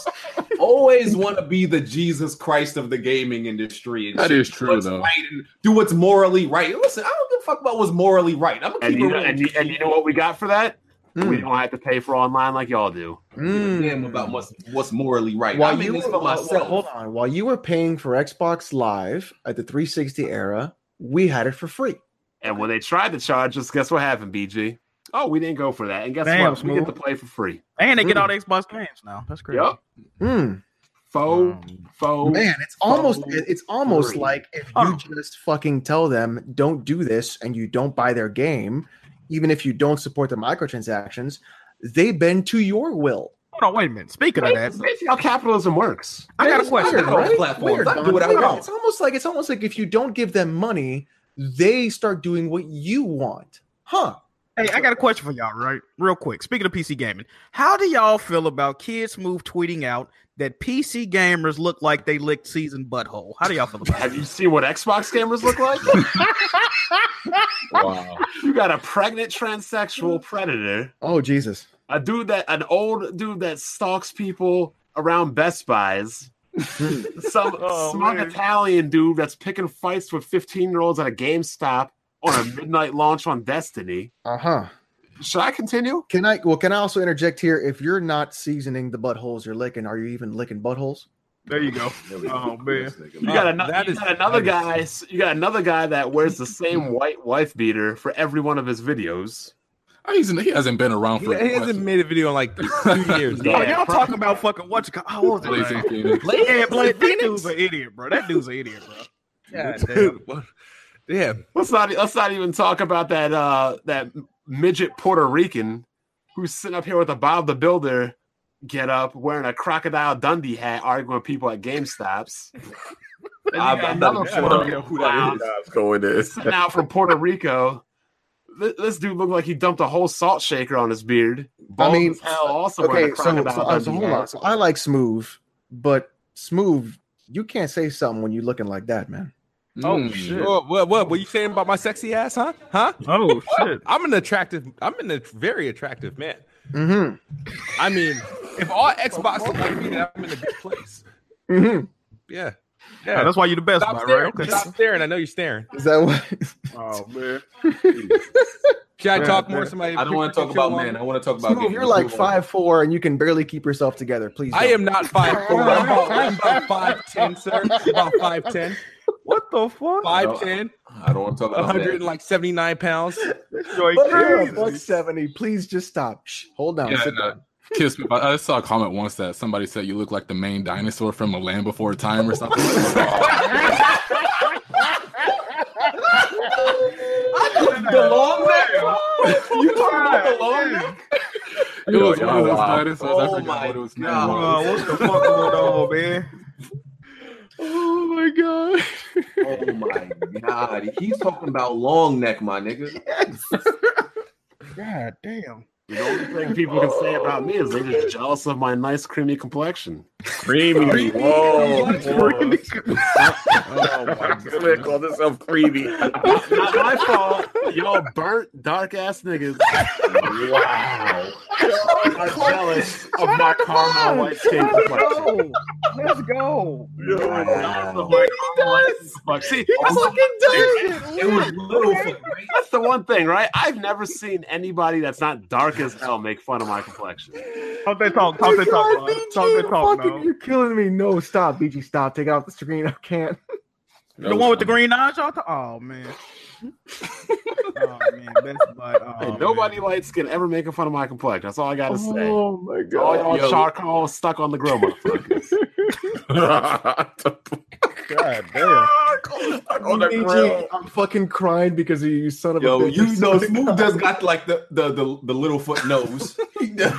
Speaker 4: always want to be the Jesus Christ of the gaming industry. And
Speaker 2: That
Speaker 4: shit.
Speaker 2: is
Speaker 4: Do
Speaker 2: true,
Speaker 4: what's
Speaker 2: though.
Speaker 4: right and do what's morally right. Listen, I don't give a fuck about what's morally right. I'm gonna
Speaker 3: And
Speaker 4: keep
Speaker 3: you,
Speaker 4: it
Speaker 3: know,
Speaker 4: real.
Speaker 3: and, you, and you know what we got for that? We
Speaker 7: Mm,
Speaker 3: don't have to pay for online like y'all do.
Speaker 4: Give a damn
Speaker 7: mm.
Speaker 4: about what's what's morally right.
Speaker 7: While
Speaker 4: I'm in
Speaker 7: you
Speaker 4: this
Speaker 7: were,
Speaker 4: for
Speaker 7: while-
Speaker 4: myself.
Speaker 7: hold on, while you were paying for Xbox Live at the 360 era, we had it for free.
Speaker 3: And when they tried to charge us, guess what happened, BG? Oh, we didn't go for that. And guess
Speaker 6: Damn,
Speaker 3: what? We get
Speaker 6: Smooth.
Speaker 3: to play for free.
Speaker 6: And they get
Speaker 7: Mm.
Speaker 6: all the Xbox games now. That's crazy.
Speaker 3: Yep.
Speaker 7: Mm,
Speaker 3: Faux, faux.
Speaker 7: man, it's almost
Speaker 3: Totally
Speaker 7: it- it's almost
Speaker 3: free.
Speaker 7: like if you
Speaker 6: Oh.
Speaker 7: just fucking tell them don't do this and you don't buy their game, even if you don't support the microtransactions, they bend to your will.
Speaker 6: Hold on, wait a minute. Speaking of that,
Speaker 3: That's basically how capitalism works.
Speaker 6: I got a
Speaker 7: It's weird,
Speaker 6: question.
Speaker 4: Not all platforms. I do
Speaker 7: Don.
Speaker 4: what I
Speaker 7: Weird.
Speaker 4: want.
Speaker 7: It's almost like it's almost like if you don't give them money, they start doing what you want. Huh.
Speaker 6: Hey, I got a question for y'all, right? Real quick. Speaking of PC gaming, how do y'all feel about Kids Move tweeting out that PC gamers look like they licked season butthole? How do y'all feel about
Speaker 3: Have
Speaker 6: it?
Speaker 3: you seen what Xbox gamers look
Speaker 7: *laughs*
Speaker 3: like? *laughs*
Speaker 2: Wow.
Speaker 3: you got a pregnant transsexual predator,
Speaker 7: Oh Jesus.
Speaker 3: a dude that an old dude that stalks people around Best Buys. Some
Speaker 13: Oh,
Speaker 3: smug
Speaker 13: man.
Speaker 3: Italian dude that's picking fights with 15 year olds at a GameStop on a midnight launch on Destiny.
Speaker 7: Uh-huh.
Speaker 3: Should I continue?
Speaker 7: Can I well can I also interject here? If you're not seasoning the buttholes you're licking, are you even licking buttholes?
Speaker 6: There you go.
Speaker 4: There we go.
Speaker 6: Oh, man.
Speaker 3: You got,
Speaker 5: Uh,
Speaker 3: ano-
Speaker 5: that
Speaker 3: you
Speaker 5: is-
Speaker 3: got another
Speaker 5: that
Speaker 3: guy. You got another guy that wears the same white wife beater for every one of his videos.
Speaker 2: He's, *laughs* he hasn't been around
Speaker 5: He,
Speaker 2: for.
Speaker 5: he hasn't made a video in like
Speaker 2: *laughs*
Speaker 5: two years.
Speaker 6: Oh,
Speaker 5: Dog.
Speaker 3: Yeah.
Speaker 6: y'all talking about fucking what you call? Oh, what was it?
Speaker 2: Blazing
Speaker 5: *laughs*
Speaker 6: man?
Speaker 2: Phoenix.
Speaker 6: Yeah, Blade, that dude's an idiot, bro. That dude's an idiot, bro. God damn.
Speaker 5: What? Yeah,
Speaker 3: Let's not let's not even talk about that uh that midget Puerto Rican who's sitting up here with a Bob the Builder get up wearing a crocodile Dundee hat arguing with people at GameStops. *laughs* Uh, And you
Speaker 4: I-
Speaker 3: got
Speaker 4: I
Speaker 3: another
Speaker 4: better
Speaker 3: Puerto
Speaker 4: know
Speaker 3: Rican
Speaker 4: who that
Speaker 3: clown
Speaker 14: going in.
Speaker 3: sitting out from Puerto Rico. Th- This dude looked like he dumped a whole salt shaker on his beard. Bald
Speaker 7: mean,
Speaker 3: as hell, also wearing
Speaker 7: Okay,
Speaker 3: a
Speaker 7: so, so,
Speaker 3: crocodile
Speaker 7: uh, so
Speaker 3: Dundee
Speaker 7: hold on.
Speaker 3: hat.
Speaker 7: So I like smooth, but smooth, you can't say something when you're looking like that, man.
Speaker 5: Oh,
Speaker 2: Mm.
Speaker 5: What, what? What? What you saying about my sexy ass? Huh? Huh?
Speaker 6: Oh shit!
Speaker 5: I'm an attractive. I'm an a very attractive man.
Speaker 7: Mm-hmm.
Speaker 5: I mean, if all Xbox are like me, then I'm in a good place.
Speaker 7: Mm-hmm.
Speaker 5: Yeah.
Speaker 6: Yeah,
Speaker 5: Yeah.
Speaker 6: that's why you the best,
Speaker 5: Stop
Speaker 6: man,
Speaker 5: staring.
Speaker 6: right? Okay.
Speaker 5: Stop staring. I know you're staring.
Speaker 7: Is that what
Speaker 6: *laughs* Oh man.
Speaker 5: Should I
Speaker 6: Yeah,
Speaker 5: talk
Speaker 6: yeah.
Speaker 5: more? Somebody.
Speaker 4: I don't want to talk about man. I want to talk about.
Speaker 7: Smooth,
Speaker 4: game.
Speaker 7: you're like
Speaker 4: Move on.
Speaker 7: five four and you can barely keep yourself together, please.
Speaker 5: I
Speaker 7: don't.
Speaker 5: am not five four. I'm about, I'm about five ten, sir. About five ten.
Speaker 6: What the fuck?
Speaker 5: Five ten.
Speaker 4: I don't want to talk about
Speaker 5: hundred and
Speaker 4: that.
Speaker 5: like seventy nine pounds.
Speaker 6: Joy
Speaker 7: But you're a
Speaker 6: crazy.
Speaker 7: buck seventy. Please just stop. Shh, hold down.
Speaker 2: Yeah,
Speaker 7: sit
Speaker 2: no.
Speaker 7: down.
Speaker 2: Kiss me. I I saw a comment once that somebody said you look like the main dinosaur from A Land Before Time or
Speaker 5: *laughs*
Speaker 2: something. *laughs*
Speaker 4: The long neck. You talking about the long neck?
Speaker 2: it was
Speaker 4: Yo,
Speaker 2: one of those
Speaker 4: wow.
Speaker 2: dinosaurs. I
Speaker 4: Oh
Speaker 2: forgot
Speaker 4: my
Speaker 2: what it was
Speaker 4: God.
Speaker 2: named.
Speaker 5: Oh
Speaker 6: Uh, what the fuck going on, man?
Speaker 2: Oh my god.
Speaker 4: Oh my god, he's talking about long neck, my nigga.
Speaker 6: God damn.
Speaker 3: The only thing people can say about me is they're just jealous of my nice, creamy complexion.
Speaker 14: Creamy. Whoa. boy.
Speaker 4: *laughs*
Speaker 5: Oh my
Speaker 14: Somebody call themselves creamy.
Speaker 3: Not my fault. Y'all burnt, dark ass niggas. Wow. Y'all are jealous of my caramel white skin complexion.
Speaker 6: Let's go.
Speaker 3: Wow. Of my caramel white skin complexion. See, that's,
Speaker 4: It was little. For,
Speaker 3: that's the one thing, right? I've never seen anybody that's not dark as hell make fun of my complexion.
Speaker 6: Talk that talk. Talk that talk. man. Talk that talk.
Speaker 7: Fucking,
Speaker 6: man.
Speaker 7: you're killing me. No, stop, BG. Stop. Take it off the screen. I can't.
Speaker 6: The one with the green eyes, y'all. Talk- oh *laughs* man. oh man, best butt. Oh,
Speaker 3: Hey,
Speaker 6: man.
Speaker 3: nobody light skin ever making fun of my complexion. That's all I gotta say.
Speaker 7: Oh my
Speaker 3: all y'all
Speaker 4: Yo.
Speaker 3: charcoal stuck on the grill, motherfuckers.
Speaker 6: God damn.
Speaker 7: BG, I'm fucking crying because of you, you son of
Speaker 4: yo,
Speaker 7: a bitch.
Speaker 4: you know, Smooth just got like the the the, the little foot *laughs* nose. He does-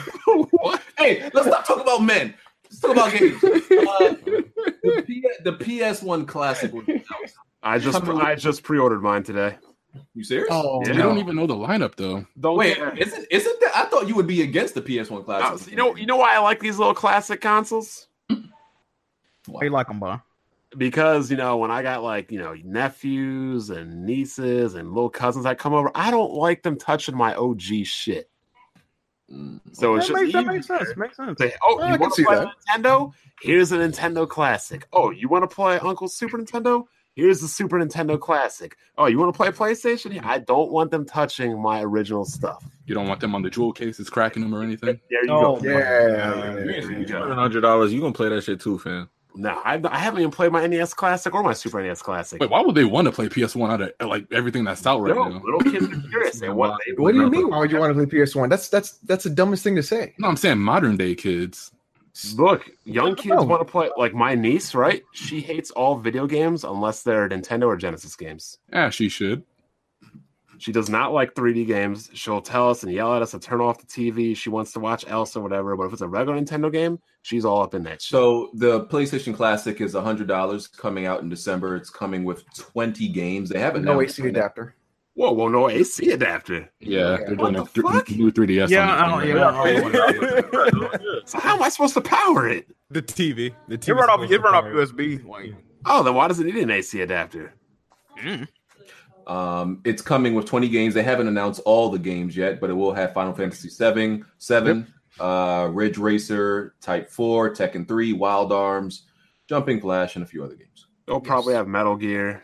Speaker 4: hey, let's not talk about men. Let's talk about games. Uh, the, P- the PS1 classic. was out.
Speaker 3: I just
Speaker 4: Come on.
Speaker 3: I just pre-ordered mine today.
Speaker 4: You serious?
Speaker 7: Oh,
Speaker 2: You don't even know the lineup though.
Speaker 3: Don't
Speaker 4: Wait,
Speaker 3: care.
Speaker 4: isn't isn't that? I thought you would be against the PS1
Speaker 3: Uh,
Speaker 4: classic.
Speaker 3: you know you know why I like these little classic consoles?
Speaker 6: Why you like them, boy?
Speaker 3: Because you know when I got like you know nephews and nieces and little cousins that come over, I don't like them touching my OG shit. So it's
Speaker 6: That
Speaker 3: just
Speaker 6: makes, that
Speaker 3: you
Speaker 6: makes sense. Makes sense.
Speaker 3: say, oh,
Speaker 7: I
Speaker 3: you
Speaker 7: can
Speaker 3: want
Speaker 7: see
Speaker 3: to play
Speaker 7: that.
Speaker 3: Nintendo? Here's a Nintendo Classic. Oh, you want to play Uncle Super Nintendo? Here's the Super Nintendo Classic. Oh, you want to play PlayStation? I don't want them touching my original stuff.
Speaker 2: You don't want them on the jewel cases cracking them or anything.
Speaker 3: There you
Speaker 6: Oh,
Speaker 3: go.
Speaker 7: yeah.
Speaker 3: There you go.
Speaker 14: hundred dollars. You gonna play that shit too, fam?
Speaker 3: No, I, I haven't even played my NES Classic or my Super NES Classic.
Speaker 2: Wait, why would they want to play PS1 out of uh, like everything that's out right
Speaker 3: no,
Speaker 2: now?
Speaker 3: little kids are curious. and what they
Speaker 7: What do you mean? Why would you want to play PS One? That's that's that's the dumbest thing to say.
Speaker 2: No, I'm saying modern day kids.
Speaker 3: Look, young kids
Speaker 7: No.
Speaker 3: want to play. Like my niece, right? She
Speaker 2: Ah,
Speaker 3: hates all video games unless they're Nintendo or Genesis games.
Speaker 2: Yeah, she should.
Speaker 3: She does not like 3D games. She'll tell us and yell at us to turn off the TV. She wants to watch Elsa or whatever. But if it's a regular Nintendo game, she's all up in that shit.
Speaker 4: So the PlayStation Classic is hundred dollars coming out in December. It's coming with twenty games. They haven't
Speaker 7: No
Speaker 4: announced
Speaker 7: AC adapter.
Speaker 3: Whoa, whoa, no AC adapter.
Speaker 2: Yeah, they're
Speaker 3: What
Speaker 2: doing a
Speaker 3: the
Speaker 2: th-
Speaker 3: fuck?
Speaker 2: new 3DS. on
Speaker 6: Yeah,
Speaker 2: this
Speaker 6: I don't-
Speaker 2: thing
Speaker 6: yeah,
Speaker 2: right now. *laughs*
Speaker 3: So how am I supposed to power it?
Speaker 5: The TV. The TV.
Speaker 6: It run off. It run off USB. Wayne.
Speaker 3: Oh, then why does it need an AC adapter?
Speaker 4: Um, it's coming with 20 games. They haven't announced all the games yet, but it will have Final Fantasy 7, 7, uh, Ridge Racer, Type 4, Tekken 3, Wild Arms, Jumping Flash, and a few other games.
Speaker 3: They'll probably have Metal Gear.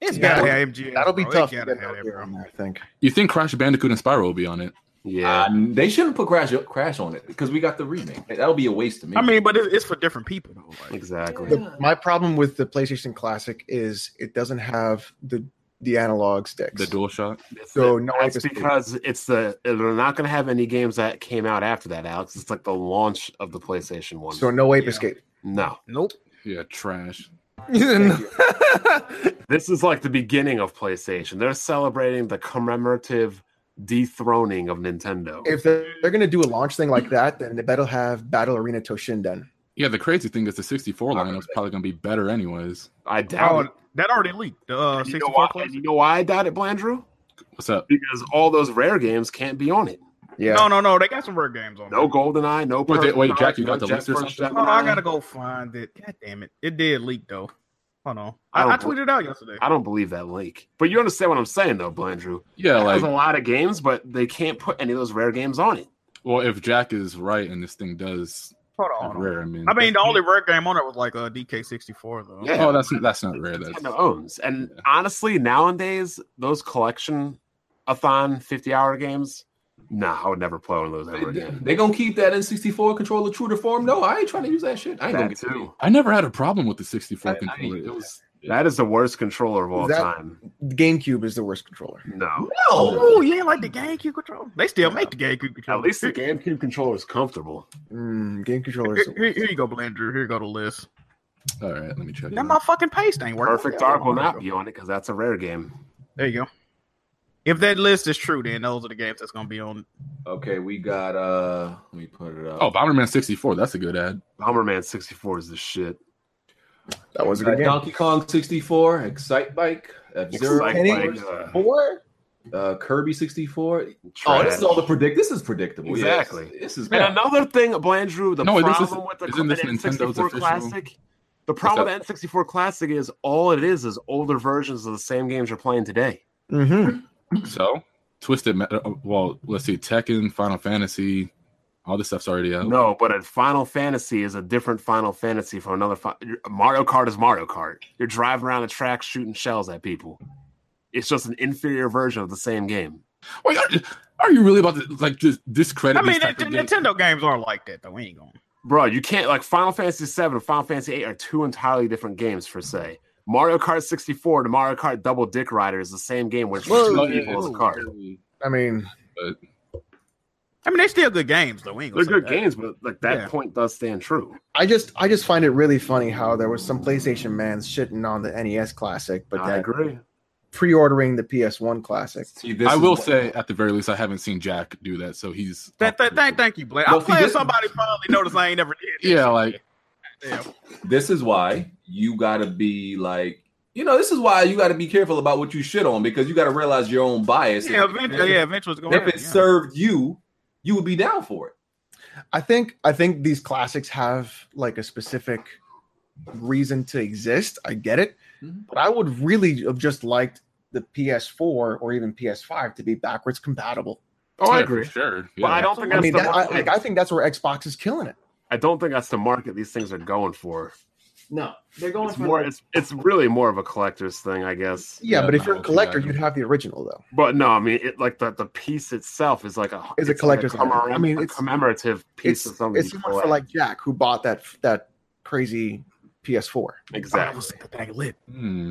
Speaker 6: It's
Speaker 7: Yeah.
Speaker 6: gotta have MGS.
Speaker 7: That'll be
Speaker 6: bro. It
Speaker 7: tough. To
Speaker 6: gotta
Speaker 7: get
Speaker 6: have
Speaker 7: out
Speaker 6: it,
Speaker 7: there
Speaker 6: bro.
Speaker 7: on there, I think.
Speaker 2: You think Crash Bandicoot and Spyro will be on it?
Speaker 3: Yeah.
Speaker 4: Um, they shouldn't put Crash Crash on it because we got the remake. That'll be a waste to me.
Speaker 6: I mean, but it, it's for different people. Though. Like,
Speaker 3: Exactly.
Speaker 7: The- my problem with the PlayStation Classic is it doesn't have the the analog sticks.
Speaker 2: The dual shot?
Speaker 7: so no,
Speaker 3: That's
Speaker 7: I can-
Speaker 3: because it's the they're not going to have any games that came out after that, Alex. It's like the launch of the PlayStation One.
Speaker 7: so no ape
Speaker 6: Yeah.
Speaker 7: escape.
Speaker 3: no,
Speaker 6: nope.
Speaker 2: Yeah, trash.
Speaker 3: this is like the beginning of PlayStation. They're celebrating the commemorative dethroning of Nintendo.
Speaker 7: If they're, they're gonna do a launch thing like that, then they better have Battle Arena Toshinden.
Speaker 2: Yeah, the crazy thing is the 64 lineup's probably going to be better, anyways.
Speaker 3: I doubt
Speaker 6: Oh,
Speaker 3: it.
Speaker 6: that already leaked. The uh,
Speaker 3: And You know,
Speaker 6: 64
Speaker 3: why,
Speaker 6: Classic?
Speaker 3: and you know why I doubt it, Blandrew?
Speaker 2: What's up?
Speaker 3: Because all those rare games can't be on it.
Speaker 7: Yeah,
Speaker 6: No, no, no. They got some rare games on.
Speaker 3: No
Speaker 6: there.
Speaker 3: GoldenEye, no.
Speaker 2: Wait,
Speaker 3: Perfect
Speaker 2: wait,
Speaker 3: Dark,
Speaker 2: Jack, you
Speaker 3: no
Speaker 2: got the
Speaker 3: Jet
Speaker 2: list or
Speaker 3: Force
Speaker 2: something?
Speaker 6: Hold on, Oh, I
Speaker 3: Gemini.
Speaker 6: gotta go find it. God damn it! It did leak though. Hold on.
Speaker 3: I
Speaker 6: I,
Speaker 3: don't
Speaker 6: I tweeted it out yesterday.
Speaker 3: I don't believe that leak. But you understand what I'm saying, though, Blandrew.
Speaker 2: Yeah,
Speaker 3: There's a
Speaker 2: like,
Speaker 3: lot of games, but they can't put any of those rare games on it.
Speaker 2: well, if Jack is right and this thing does
Speaker 6: Hold on.
Speaker 2: not
Speaker 6: Hold on.
Speaker 2: rare, I mean,
Speaker 6: I mean, the only rare game on it was like uh, a DK64 though.
Speaker 3: Yeah.
Speaker 2: oh, that's that's not rare. That's
Speaker 3: Nintendo owns. And
Speaker 2: Yeah.
Speaker 3: honestly, nowadays, those collection a thon 50 hour games, nah, I would never play one of those ever again.
Speaker 4: they gonna keep that N64 controller true to form? No, I ain't trying to use that shit. I ain't
Speaker 3: That,
Speaker 4: gonna get too.
Speaker 3: too.
Speaker 2: I never had a problem with the 64
Speaker 4: I- I-
Speaker 2: controller. it was
Speaker 3: that is the worst controller of all
Speaker 7: That-
Speaker 3: time.
Speaker 7: The GameCube is the worst controller.
Speaker 3: No.
Speaker 4: No,
Speaker 6: Oh, you ain't like the GameCube controller? They still make the GameCube controller.
Speaker 3: At least the GameCube controller is comfortable.
Speaker 7: Mm, game controller
Speaker 6: Here,
Speaker 7: is *laughs* the
Speaker 6: here- here you go, Blender. Here you go to list.
Speaker 2: all right. Let me check.
Speaker 6: That
Speaker 2: it
Speaker 6: my
Speaker 2: out.
Speaker 6: fucking paste ain't working.
Speaker 3: Perfect Dark will not be on it because that's a rare game.
Speaker 6: There you go. If that list is true, then those are the games that's gonna be on.
Speaker 4: Okay, we got uh let me put it up.
Speaker 2: Oh, Bomberman 64. That's a good ad.
Speaker 3: Bomberman 64 is the shit.
Speaker 7: That was a
Speaker 4: We got
Speaker 7: good game.
Speaker 4: Donkey Kong 64, Excite Bike, F Zero,
Speaker 3: Like,
Speaker 7: Penny?
Speaker 3: like, uh,
Speaker 7: Four.
Speaker 4: uh, Kirby 64. Oh,
Speaker 3: trash.
Speaker 4: this is all the predict. This is predictable.
Speaker 3: Exactly.
Speaker 4: Yes. This is
Speaker 3: And another thing, Blandrew, the
Speaker 2: No, this
Speaker 3: problem
Speaker 2: is-
Speaker 3: with the
Speaker 2: isn't this Nintendo's
Speaker 3: N64
Speaker 2: official-
Speaker 3: Classic, the problem with the N64 Classic is all it is is older versions of the same games you're playing today.
Speaker 7: Mm-hmm.
Speaker 2: So, Twisted Metal. oh, Well, let's see. Tekken, Final Fantasy, all this stuff's already out.
Speaker 3: No, but a Final Fantasy is a different Final Fantasy from another. Fi- Mario Kart is Mario Kart. You're driving around the track shooting shells at people. It's just an inferior version of the same game.
Speaker 2: Wait, are, are you really about to like just discredit?
Speaker 6: I mean,
Speaker 2: these type
Speaker 6: the,
Speaker 2: of games?
Speaker 6: Nintendo games aren't like that though. We ain't going.
Speaker 3: Bro, you can't like Final Fantasy 7 and Final Fantasy 8 are two entirely different games per se. Mario Kart 64 to Mario Kart Double Dick Rider is the same game with
Speaker 7: Whoa.
Speaker 3: two
Speaker 2: No,
Speaker 3: people
Speaker 2: yeah,
Speaker 3: as a
Speaker 2: it's-
Speaker 3: card.
Speaker 7: I mean,
Speaker 6: I mean, they're still good games though. We ain't
Speaker 3: They're
Speaker 6: gonna say
Speaker 3: good
Speaker 6: that.
Speaker 3: games, but like that
Speaker 6: Yeah.
Speaker 3: point does stand true.
Speaker 7: I just I just find it really funny how there was some PlayStation fans shitting on the NES Classic, but
Speaker 3: I
Speaker 7: then
Speaker 3: agree.
Speaker 7: pre-ordering the PS1 Classic.
Speaker 4: See, this
Speaker 2: I
Speaker 4: is
Speaker 2: will
Speaker 4: what-
Speaker 2: say, at the very least, I haven't seen Jack do that, so he's.
Speaker 6: That, that, thank, thank you, Blake.
Speaker 4: Well,
Speaker 6: I'm
Speaker 4: see,
Speaker 6: glad
Speaker 4: this-
Speaker 6: somebody finally noticed I ain't never
Speaker 2: *laughs*
Speaker 6: did.
Speaker 2: Yeah, like
Speaker 6: Yeah.
Speaker 4: this is why you gotta be like, you know, this is why you gotta be careful about what you shit on because you gotta realize your own bias.
Speaker 6: Yeah,
Speaker 4: If-
Speaker 6: eventually, yeah, eventually it's going.
Speaker 4: If
Speaker 6: to
Speaker 4: it served you, you would be down for it.
Speaker 7: I think I think these classics have like a specific reason to exist. I get it,
Speaker 4: Mhm.
Speaker 7: but I would really have just liked the PS4 or even PS5 to be backwards compatible.
Speaker 3: Oh,
Speaker 2: yeah,
Speaker 3: I
Speaker 2: for
Speaker 3: agree.
Speaker 2: Sure.
Speaker 3: But I
Speaker 2: yeah.
Speaker 3: don't think
Speaker 7: I
Speaker 3: that's
Speaker 7: mean,
Speaker 3: the
Speaker 7: that, I,
Speaker 3: market-
Speaker 7: like, I think that's where Xbox is killing it.
Speaker 3: I don't think that's the market these things are going for.
Speaker 7: No, they're going
Speaker 3: It's more it's, it's really more of a collector's thing, I guess.
Speaker 7: yeah,
Speaker 2: Yeah,
Speaker 7: but if
Speaker 2: no,
Speaker 7: you're a
Speaker 2: yeah,
Speaker 7: collector,
Speaker 2: I know.
Speaker 7: you'd have the original though.
Speaker 3: But no, I mean it like the, the piece itself is like a
Speaker 7: It's a collector's
Speaker 3: like a
Speaker 7: item. I mean,
Speaker 3: a
Speaker 7: it's-
Speaker 3: commemorative piece
Speaker 7: It's
Speaker 3: of something.
Speaker 7: it's
Speaker 3: you
Speaker 7: more for
Speaker 3: collect.
Speaker 7: like Jack who bought that that crazy PS4.
Speaker 3: exactly.
Speaker 2: Hmm.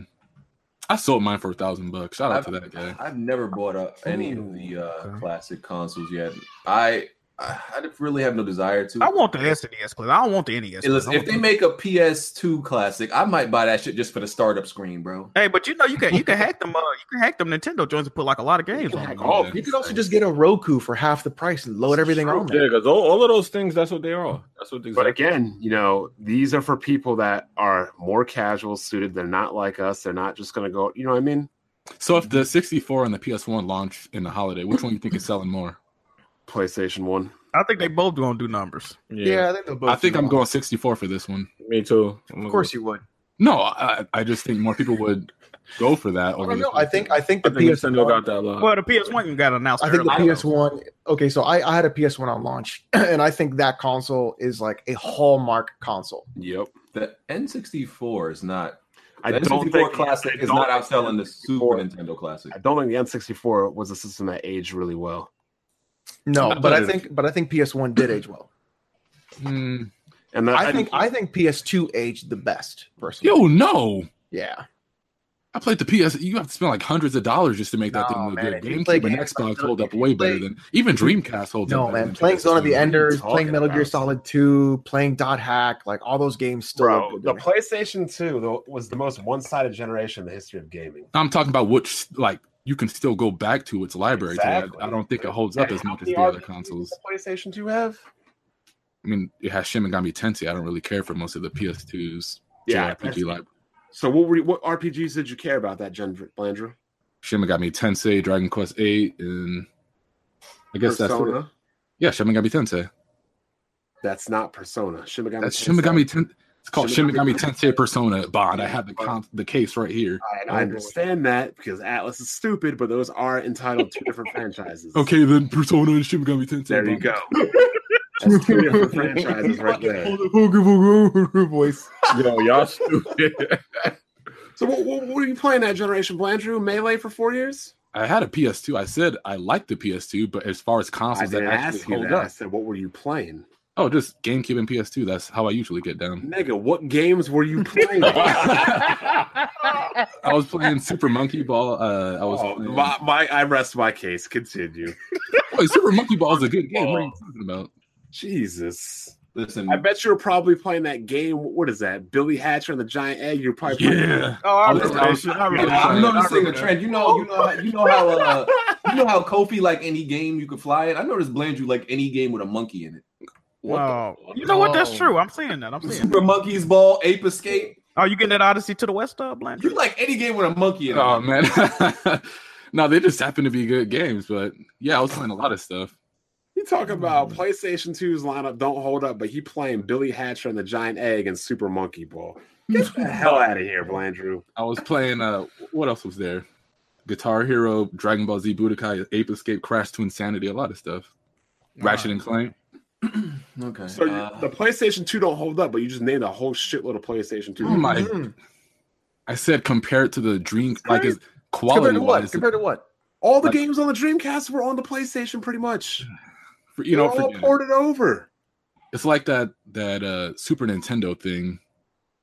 Speaker 2: I sold mine for a thousand bucks. Shout out
Speaker 4: I've,
Speaker 2: to that guy.
Speaker 4: I've never bought up any of
Speaker 6: Ooh,
Speaker 4: the uh,
Speaker 6: okay.
Speaker 4: classic consoles yet. I I, I really have no desire to.
Speaker 6: I want the SNES clip. I don't want the NES.
Speaker 4: Hey,
Speaker 6: clip.
Speaker 4: listen,
Speaker 6: I
Speaker 4: if
Speaker 6: want
Speaker 4: they
Speaker 6: the- E
Speaker 4: make a PS2 classic, I might buy that shit just for the startup screen, bro.
Speaker 6: hey, but you know you can you can hack them. Uh, you can hack them Nintendo joints and put like a lot of games on. them.
Speaker 4: all
Speaker 7: Oh, You could also just get a Roku for half the price and load everything on
Speaker 5: Yeah,
Speaker 7: there.
Speaker 5: because all, all of those things, that's what they are. That's what. Exactly.
Speaker 3: But again, you know, these are for people that are more casual suited. They're not like us. They're not just going to go. You know what I mean?
Speaker 2: So if the 64 and the PS1 launch in the holiday, which one you think is selling more?
Speaker 3: PlayStation One.
Speaker 6: I think they both gonna do numbers.
Speaker 5: yeah,
Speaker 7: Yeah, I think they'll both.
Speaker 2: I think
Speaker 7: do
Speaker 2: I'm
Speaker 7: that.
Speaker 2: going 64 for this one.
Speaker 5: me too.
Speaker 7: Of course you would.
Speaker 2: No, I, I just think more people would go for
Speaker 3: Oh,
Speaker 2: that.
Speaker 7: I
Speaker 2: Over
Speaker 7: don't
Speaker 2: the
Speaker 7: know. I think I think the
Speaker 5: I think
Speaker 7: PS1
Speaker 5: Nintendo got that lot.
Speaker 6: Well, the PS One got announced.
Speaker 7: I think the
Speaker 6: earlier.
Speaker 7: PS1. Okay, so I, I had a PS1 on launch, *clears throat* and I think that console is like a hallmark console.
Speaker 3: Yep.
Speaker 4: The N64 is not.
Speaker 3: I
Speaker 4: the
Speaker 3: don't
Speaker 4: N64
Speaker 3: think
Speaker 4: classic
Speaker 3: I
Speaker 4: is
Speaker 3: don't
Speaker 4: not
Speaker 3: think
Speaker 4: outselling the Super
Speaker 3: N64
Speaker 4: Nintendo classic.
Speaker 3: I don't think the N64 was a system that aged really well.
Speaker 7: No,
Speaker 2: Not
Speaker 7: but I
Speaker 2: bad.
Speaker 7: think but I think PS1 did age well.
Speaker 2: Hmm.
Speaker 3: And that,
Speaker 7: I think I think PS2 aged the best personally.
Speaker 2: Yo, no.
Speaker 7: Yeah,
Speaker 2: I played the PS. You have to spend like hundreds of dollars just to make that
Speaker 7: No,
Speaker 2: thing look
Speaker 7: man,
Speaker 2: good.
Speaker 7: if you play
Speaker 2: GameCube and
Speaker 7: games
Speaker 2: Xbox
Speaker 7: like
Speaker 2: hold up
Speaker 7: that,
Speaker 2: way
Speaker 7: you play-
Speaker 2: better than even Dreamcast holds up.
Speaker 7: no
Speaker 2: better
Speaker 7: man,
Speaker 2: than
Speaker 7: playing Zone of the
Speaker 2: PS2.
Speaker 7: Enders,
Speaker 3: talking
Speaker 7: playing Metal Gear
Speaker 3: about?
Speaker 7: Solid 2, playing Dot Hack, like all those games still. look
Speaker 3: bro,
Speaker 7: good to
Speaker 3: the
Speaker 7: me.
Speaker 3: PlayStation 2 though, was the most one-sided generation in the history of gaming.
Speaker 2: I'm talking about which like you can still go back to its library. today.
Speaker 3: Exactly.
Speaker 2: I, I don't think it holds up as much as the other consoles.
Speaker 3: PlayStation 2 have?
Speaker 2: I mean, it has Shin Megami Tensei. I don't really care for most of the PS2's
Speaker 3: Yeah,
Speaker 2: JRPG like
Speaker 3: So what were you, what RPGs did you care about that gen, Blandrew?
Speaker 2: Shin Megami Tensei, Dragon Quest Eight, and I guess that's it.
Speaker 3: Persona.
Speaker 2: yeah, Shin Megami Tensei.
Speaker 3: That's not Persona. Shin Megami
Speaker 2: That's
Speaker 3: Tensei.
Speaker 2: Shin Megami Ten- It's called Shin
Speaker 3: Shin Megami
Speaker 2: Megami
Speaker 3: *laughs*
Speaker 2: Tensei Persona Bond. I have the con- the case right here.
Speaker 3: And I understand that because Atlas is stupid, but those are entitled
Speaker 2: *laughs*
Speaker 3: two different franchises.
Speaker 2: Okay, then Persona and Shin Megami Tensei.
Speaker 3: There you
Speaker 2: Bond.
Speaker 3: go. That's two different *laughs* franchises right there.
Speaker 7: voice.
Speaker 5: Yo, y'all stupid.
Speaker 3: So what, what were you playing that generation, Blandrew? Melee for four years?
Speaker 2: I had a PS2. I said I liked the PS2, but as far as
Speaker 3: I
Speaker 2: consoles that
Speaker 3: didn't
Speaker 2: actually
Speaker 3: ask you
Speaker 2: hold
Speaker 3: that. I
Speaker 2: up,
Speaker 3: said, what were you playing?
Speaker 2: oh, just GameCube and PS2. That's how I usually get
Speaker 3: *laughs*
Speaker 2: down.
Speaker 3: Nigga, what games were *laughs*
Speaker 2: *laughs*
Speaker 3: you playing?
Speaker 2: I was playing Super Monkey Ball. Uh, I was
Speaker 3: Oh,
Speaker 2: playing-
Speaker 3: my, my, I rest my case. Continue.
Speaker 2: Wait, Super Monkey Ball is a good game. What are you
Speaker 3: Oh.
Speaker 2: talking
Speaker 3: *laughs*
Speaker 2: about?
Speaker 3: Jesus.
Speaker 4: Listen,
Speaker 3: I bet you were probably playing that game. What is that? Billy Hatcher and the Giant Egg. You're probably
Speaker 2: Yeah,
Speaker 6: Oh, I
Speaker 2: Oh,
Speaker 6: remember
Speaker 2: yeah.
Speaker 6: that shit. I remember
Speaker 4: I'm
Speaker 6: that.
Speaker 4: noticing a trend. You know, you know, you know how uh, you know how Kofi like any game you could fly it. I noticed Blandrew like any game with a monkey in it. What
Speaker 6: Wow. You know what? That's
Speaker 7: Whoa.
Speaker 6: true. I'm seeing that. I'm
Speaker 4: the-
Speaker 6: seeing. That.
Speaker 4: Super Monkey's Ball, Ape Escape.
Speaker 6: Are you getting that Odyssey to the West, uh, Blanche?
Speaker 4: You like any game with a monkey in it?
Speaker 2: oh man. *laughs* no, they just happen to be good games, but yeah, I was playing a lot of stuff.
Speaker 3: You talk about PlayStation 2's lineup don't hold up, but he playing Billy Hatcher and the Giant Egg and Super Monkey Ball. Get the hell out of here, Blandrew.
Speaker 2: I was playing. Uh, what else was there? Guitar Hero, Dragon Ball Z Budokai, Ape Escape, Crash to Insanity, a lot of stuff. Ratchet and Clank.
Speaker 4: okay.
Speaker 3: So you-
Speaker 4: uh,
Speaker 3: the PlayStation 2 don't hold up, but you just named a whole shitload of PlayStation 2.
Speaker 2: Oh my!
Speaker 7: Mhm.
Speaker 2: I said compared to the dream, like
Speaker 7: Compared-
Speaker 2: is quality
Speaker 7: Compared to what?
Speaker 2: wise,
Speaker 7: Compared to what?
Speaker 3: All the
Speaker 2: Like-
Speaker 3: games on the Dreamcast were on the PlayStation pretty much.
Speaker 2: for- you
Speaker 3: You
Speaker 2: know,
Speaker 3: know, all
Speaker 2: for-
Speaker 3: ported over.
Speaker 2: it's like that that uh Super Nintendo thing.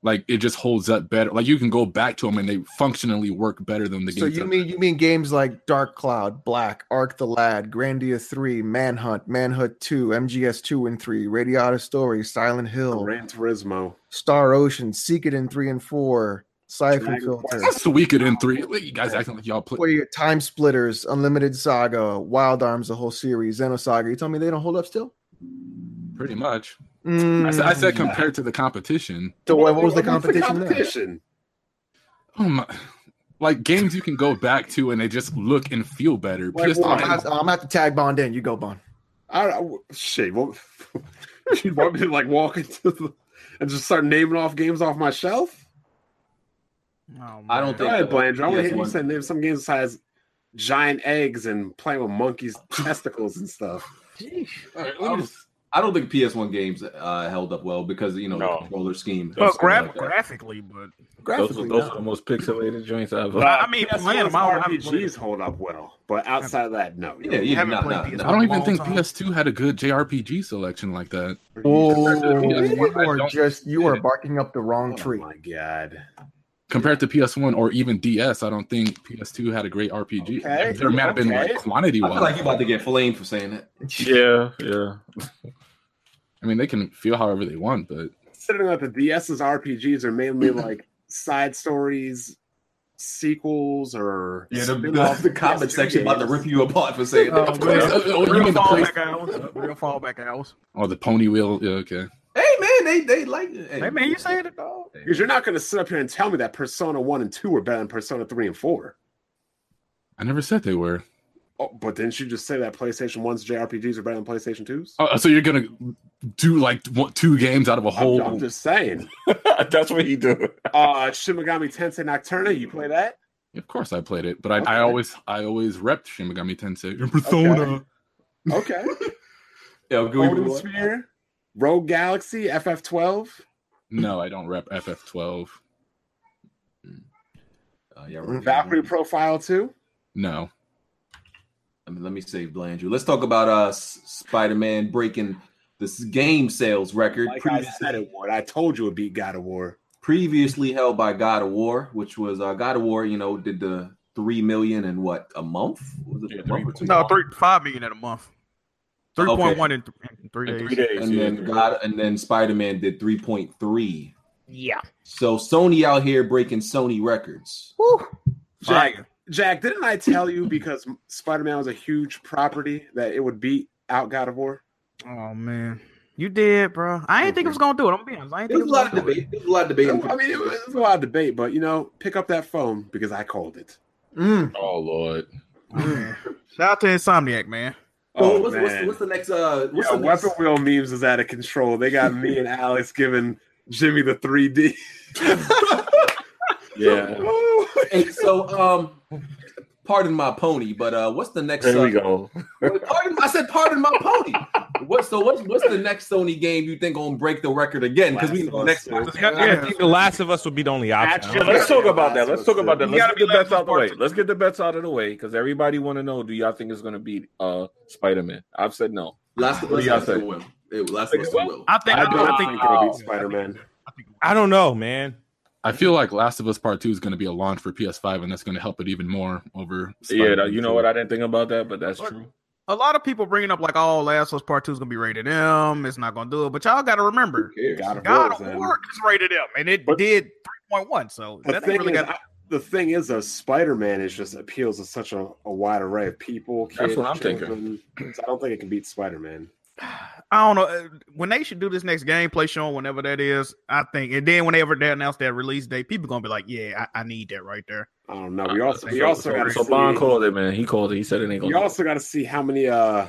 Speaker 2: Like it just holds up better. Like you can go back to them and they functionally work better than the
Speaker 7: So
Speaker 2: games
Speaker 7: you
Speaker 2: that-
Speaker 7: mean you mean games like Dark Cloud, Black, Arc the Lad, Grandia 3, Manhunt, Manhunt 2, MGS 2 and 3, Radiata Story, Silent Hill,
Speaker 3: Gran Turismo.
Speaker 7: Star Ocean, Seek It in 3 and 4, Siphon
Speaker 3: Dragon Quest.
Speaker 7: Filter,
Speaker 2: that's the weekend in three. Like, you guys acting like y'all play.
Speaker 7: where your Time Splitters, Unlimited Saga, Wild Arms, the whole series, Xenosaga. You tell me they don't hold up still? Mm,
Speaker 2: Pretty much. I said, I
Speaker 7: Mm-hmm.
Speaker 2: said compared to the competition.
Speaker 7: So what, what was the
Speaker 3: What's
Speaker 7: competition, there?
Speaker 3: competition?
Speaker 2: Oh my! Like games you can go back to and they just look and feel better.
Speaker 3: Like
Speaker 2: PS3
Speaker 7: I'm gonna, have, I'm gonna have to tag Bond in. You go, Bond.
Speaker 3: I, I shit. What, *laughs* you want me to like walk into the and just start naming off games off my shelf?
Speaker 6: Oh,
Speaker 4: I don't
Speaker 3: Go
Speaker 4: think-
Speaker 3: ahead, Blandrew. I want to
Speaker 4: Yes,
Speaker 3: hear you
Speaker 4: one.
Speaker 3: say name some games besides giant eggs and playing with monkeys' *laughs* testicles and stuff.
Speaker 4: I don't- I don't think PS1 games uh, held up well because you know the controller scheme.
Speaker 6: Well,
Speaker 4: Something
Speaker 6: gra-
Speaker 4: like that.
Speaker 6: graphically, but
Speaker 5: those
Speaker 7: Graphically,
Speaker 5: are, those
Speaker 7: no.
Speaker 5: are the most pixelated joints I've.
Speaker 6: But I mean,
Speaker 3: PS4's
Speaker 6: playing them, I don't- I haven't played
Speaker 3: RPGs hold up well, but outside of that, no.
Speaker 4: Yeah, yeah,
Speaker 6: haven't
Speaker 4: nah,
Speaker 6: played
Speaker 4: nah,
Speaker 6: PS1.
Speaker 4: nah.
Speaker 2: I don't even
Speaker 6: Long
Speaker 2: think
Speaker 6: time.
Speaker 2: PS2 had a good JRPG selection like that.
Speaker 7: Oh,
Speaker 2: Yeah,
Speaker 7: *laughs* you
Speaker 2: I
Speaker 7: are
Speaker 2: don't-
Speaker 7: just you are barking up the wrong
Speaker 3: Oh
Speaker 7: tree.
Speaker 3: my god!
Speaker 1: compared to PS1 or even DS, I don't think PS2 had a great RPG.
Speaker 3: Okay,
Speaker 1: There might have been like
Speaker 3: okay.
Speaker 1: quantity
Speaker 4: I
Speaker 1: wise. I,
Speaker 4: feel like you're about to get flamed for saying that.
Speaker 2: Yeah, yeah.
Speaker 1: *laughs* mean, they can feel however they want, but
Speaker 3: Considering that the DS's RPGs are mainly like side stories, sequels, or
Speaker 4: Yeah, the, the,
Speaker 3: spin-off
Speaker 4: the comment
Speaker 3: PS2
Speaker 4: section about to
Speaker 3: games.
Speaker 4: rip you apart for saying
Speaker 6: Oh,
Speaker 4: that.
Speaker 2: *laughs*
Speaker 1: Oh,
Speaker 6: man.
Speaker 1: oh, you
Speaker 6: Real
Speaker 1: mean the place?
Speaker 6: fallback hours. Real fallback hours.
Speaker 1: Oh, the pony wheel. Yeah, okay.
Speaker 4: Hey man, they they like. Hey,
Speaker 6: Hey man, you saying it dog?
Speaker 3: Because you're not going to sit up here and tell me that Persona 1 and 2 are better than Persona 3 and 4.
Speaker 1: I never said they were.
Speaker 3: Oh, but didn't you just say that PlayStation 1's JRPGs are better than PlayStation 2's?
Speaker 1: Oh, so you're gonna do like one, two games out of a
Speaker 4: Oh,
Speaker 3: I'm,
Speaker 1: whole?
Speaker 3: I'm *laughs* just saying.
Speaker 2: That's what he do.
Speaker 3: Uh, Shin Megami Tensei Nocturna, you play that?
Speaker 1: Of course, I played it, but I, I
Speaker 3: Okay.
Speaker 1: always I always repped Shin Megami Tensei. Your persona.
Speaker 3: *laughs* Okay.
Speaker 4: Yo, gooey
Speaker 3: Golden
Speaker 4: boy.
Speaker 3: Sphere, Rogue Galaxy, FF12.
Speaker 1: No, I don't rep FF12.
Speaker 4: Uh, yeah,
Speaker 3: Mm-hmm.
Speaker 4: right.
Speaker 3: Valkyrie Profile 2.
Speaker 1: No,
Speaker 4: I mean, let me save Blandrew. Let's talk about uh S- Spider-Man breaking this game sales record
Speaker 3: Like I
Speaker 4: previously,
Speaker 3: said it would. I told you it beat God of War.
Speaker 4: previously held by God of War, which was uh, God of War. You know, did the three million in what a month? Was it
Speaker 1: Yeah,
Speaker 4: a month or two
Speaker 6: No,
Speaker 4: months?
Speaker 6: three five million in a month. Three point one in, th- in three
Speaker 2: In
Speaker 6: days.
Speaker 2: three days.
Speaker 4: And
Speaker 2: yeah,
Speaker 4: then
Speaker 2: three
Speaker 4: God, and then Spider-Man did three point three.
Speaker 6: Yeah.
Speaker 4: So Sony out here breaking Sony records.
Speaker 6: Woo.
Speaker 3: Jack,
Speaker 6: Fire.
Speaker 3: Jack, didn't I tell you because Spider Man was a huge property that it would beat out God of War?
Speaker 6: Oh man. You did, bro. I didn't think it was gonna do it. I'm being honest. I ain't
Speaker 4: There
Speaker 6: think
Speaker 4: was a lot of
Speaker 6: gonna do it.
Speaker 4: debate. There was a lot of debate.
Speaker 3: I mean, it was it was a lot of debate, but you know, pick up that phone because I called it.
Speaker 7: Mm.
Speaker 1: oh lord,
Speaker 6: Shout out to Insomniac, man.
Speaker 4: So
Speaker 3: Oh,
Speaker 4: what's, what's,
Speaker 3: man.
Speaker 4: what's the next? Uh, what's
Speaker 3: Yeah,
Speaker 4: the next?
Speaker 3: Weapon Wheel memes is out of control. They got me and Alex giving Jimmy the 3D.
Speaker 2: *laughs*
Speaker 3: *laughs*
Speaker 2: Yeah.
Speaker 4: Hey, so um, pardon my pony, but uh, what's the next?
Speaker 2: There we
Speaker 4: uh,
Speaker 2: go.
Speaker 4: Pardon, I said, pardon my pony. What? So what's what's the next Sony game you think gonna break the record again? Because we
Speaker 3: Last of
Speaker 4: know
Speaker 3: Us
Speaker 4: next
Speaker 3: two.
Speaker 4: one.
Speaker 9: I think The Last of Us would be the only option.
Speaker 3: Actually,
Speaker 9: I don't-
Speaker 2: Let's talk about that. Let's talk about that.
Speaker 3: You
Speaker 2: Let's
Speaker 6: gotta
Speaker 2: get the
Speaker 6: be
Speaker 2: bets
Speaker 6: last
Speaker 2: out the way.
Speaker 6: person.
Speaker 2: Let's get the bets out of the way because everybody want to know: Do y'all think it's going to beat uh Spider Man? I've said no.
Speaker 4: Last of
Speaker 2: What
Speaker 4: Us
Speaker 2: do y'all
Speaker 4: two
Speaker 2: think?
Speaker 4: will. It, last of Us two will.
Speaker 6: I think
Speaker 3: I
Speaker 6: I,
Speaker 3: don't
Speaker 6: I
Speaker 3: think
Speaker 6: think
Speaker 3: it'll beat Spider Man.
Speaker 9: I don't know, man.
Speaker 1: I feel like Last of Us Part Two is going to be a launch for PS5, and that's going to help it even more over.
Speaker 2: Yeah,
Speaker 1: Spider-Man
Speaker 2: that, you know
Speaker 1: 2.
Speaker 2: what? I didn't think about that, but that's
Speaker 6: Look.
Speaker 2: true.
Speaker 6: a lot of people bringing up like, oh, Last of Us Part Two is gonna be rated M. It's not gonna do it, but y'all gotta remember,
Speaker 3: God of
Speaker 6: God
Speaker 3: War.
Speaker 6: of
Speaker 3: is in.
Speaker 6: War is rated M, and it
Speaker 3: um, But-
Speaker 6: did three point one. So
Speaker 3: The
Speaker 6: that
Speaker 3: thing
Speaker 6: ain't really
Speaker 3: is,
Speaker 6: got.
Speaker 3: I- the thing is, though, Spider Man is just appeals to such a, a wide array of people. Kids,
Speaker 2: That's what I'm thinking.
Speaker 3: thinking. I don't think it can beat Spider Man.
Speaker 6: I don't know uh, when they should do this next gameplay showing, whenever that is. I think, and then whenever they announce that release date, people gonna be like, yeah, I, I need that right there.
Speaker 3: I don't know. We also we
Speaker 2: So-
Speaker 3: also
Speaker 2: so,
Speaker 3: gotta
Speaker 2: so Bond
Speaker 3: see-
Speaker 2: called it, man. He called it. He said it ain't
Speaker 3: You
Speaker 2: gonna.
Speaker 3: also got to see how many uh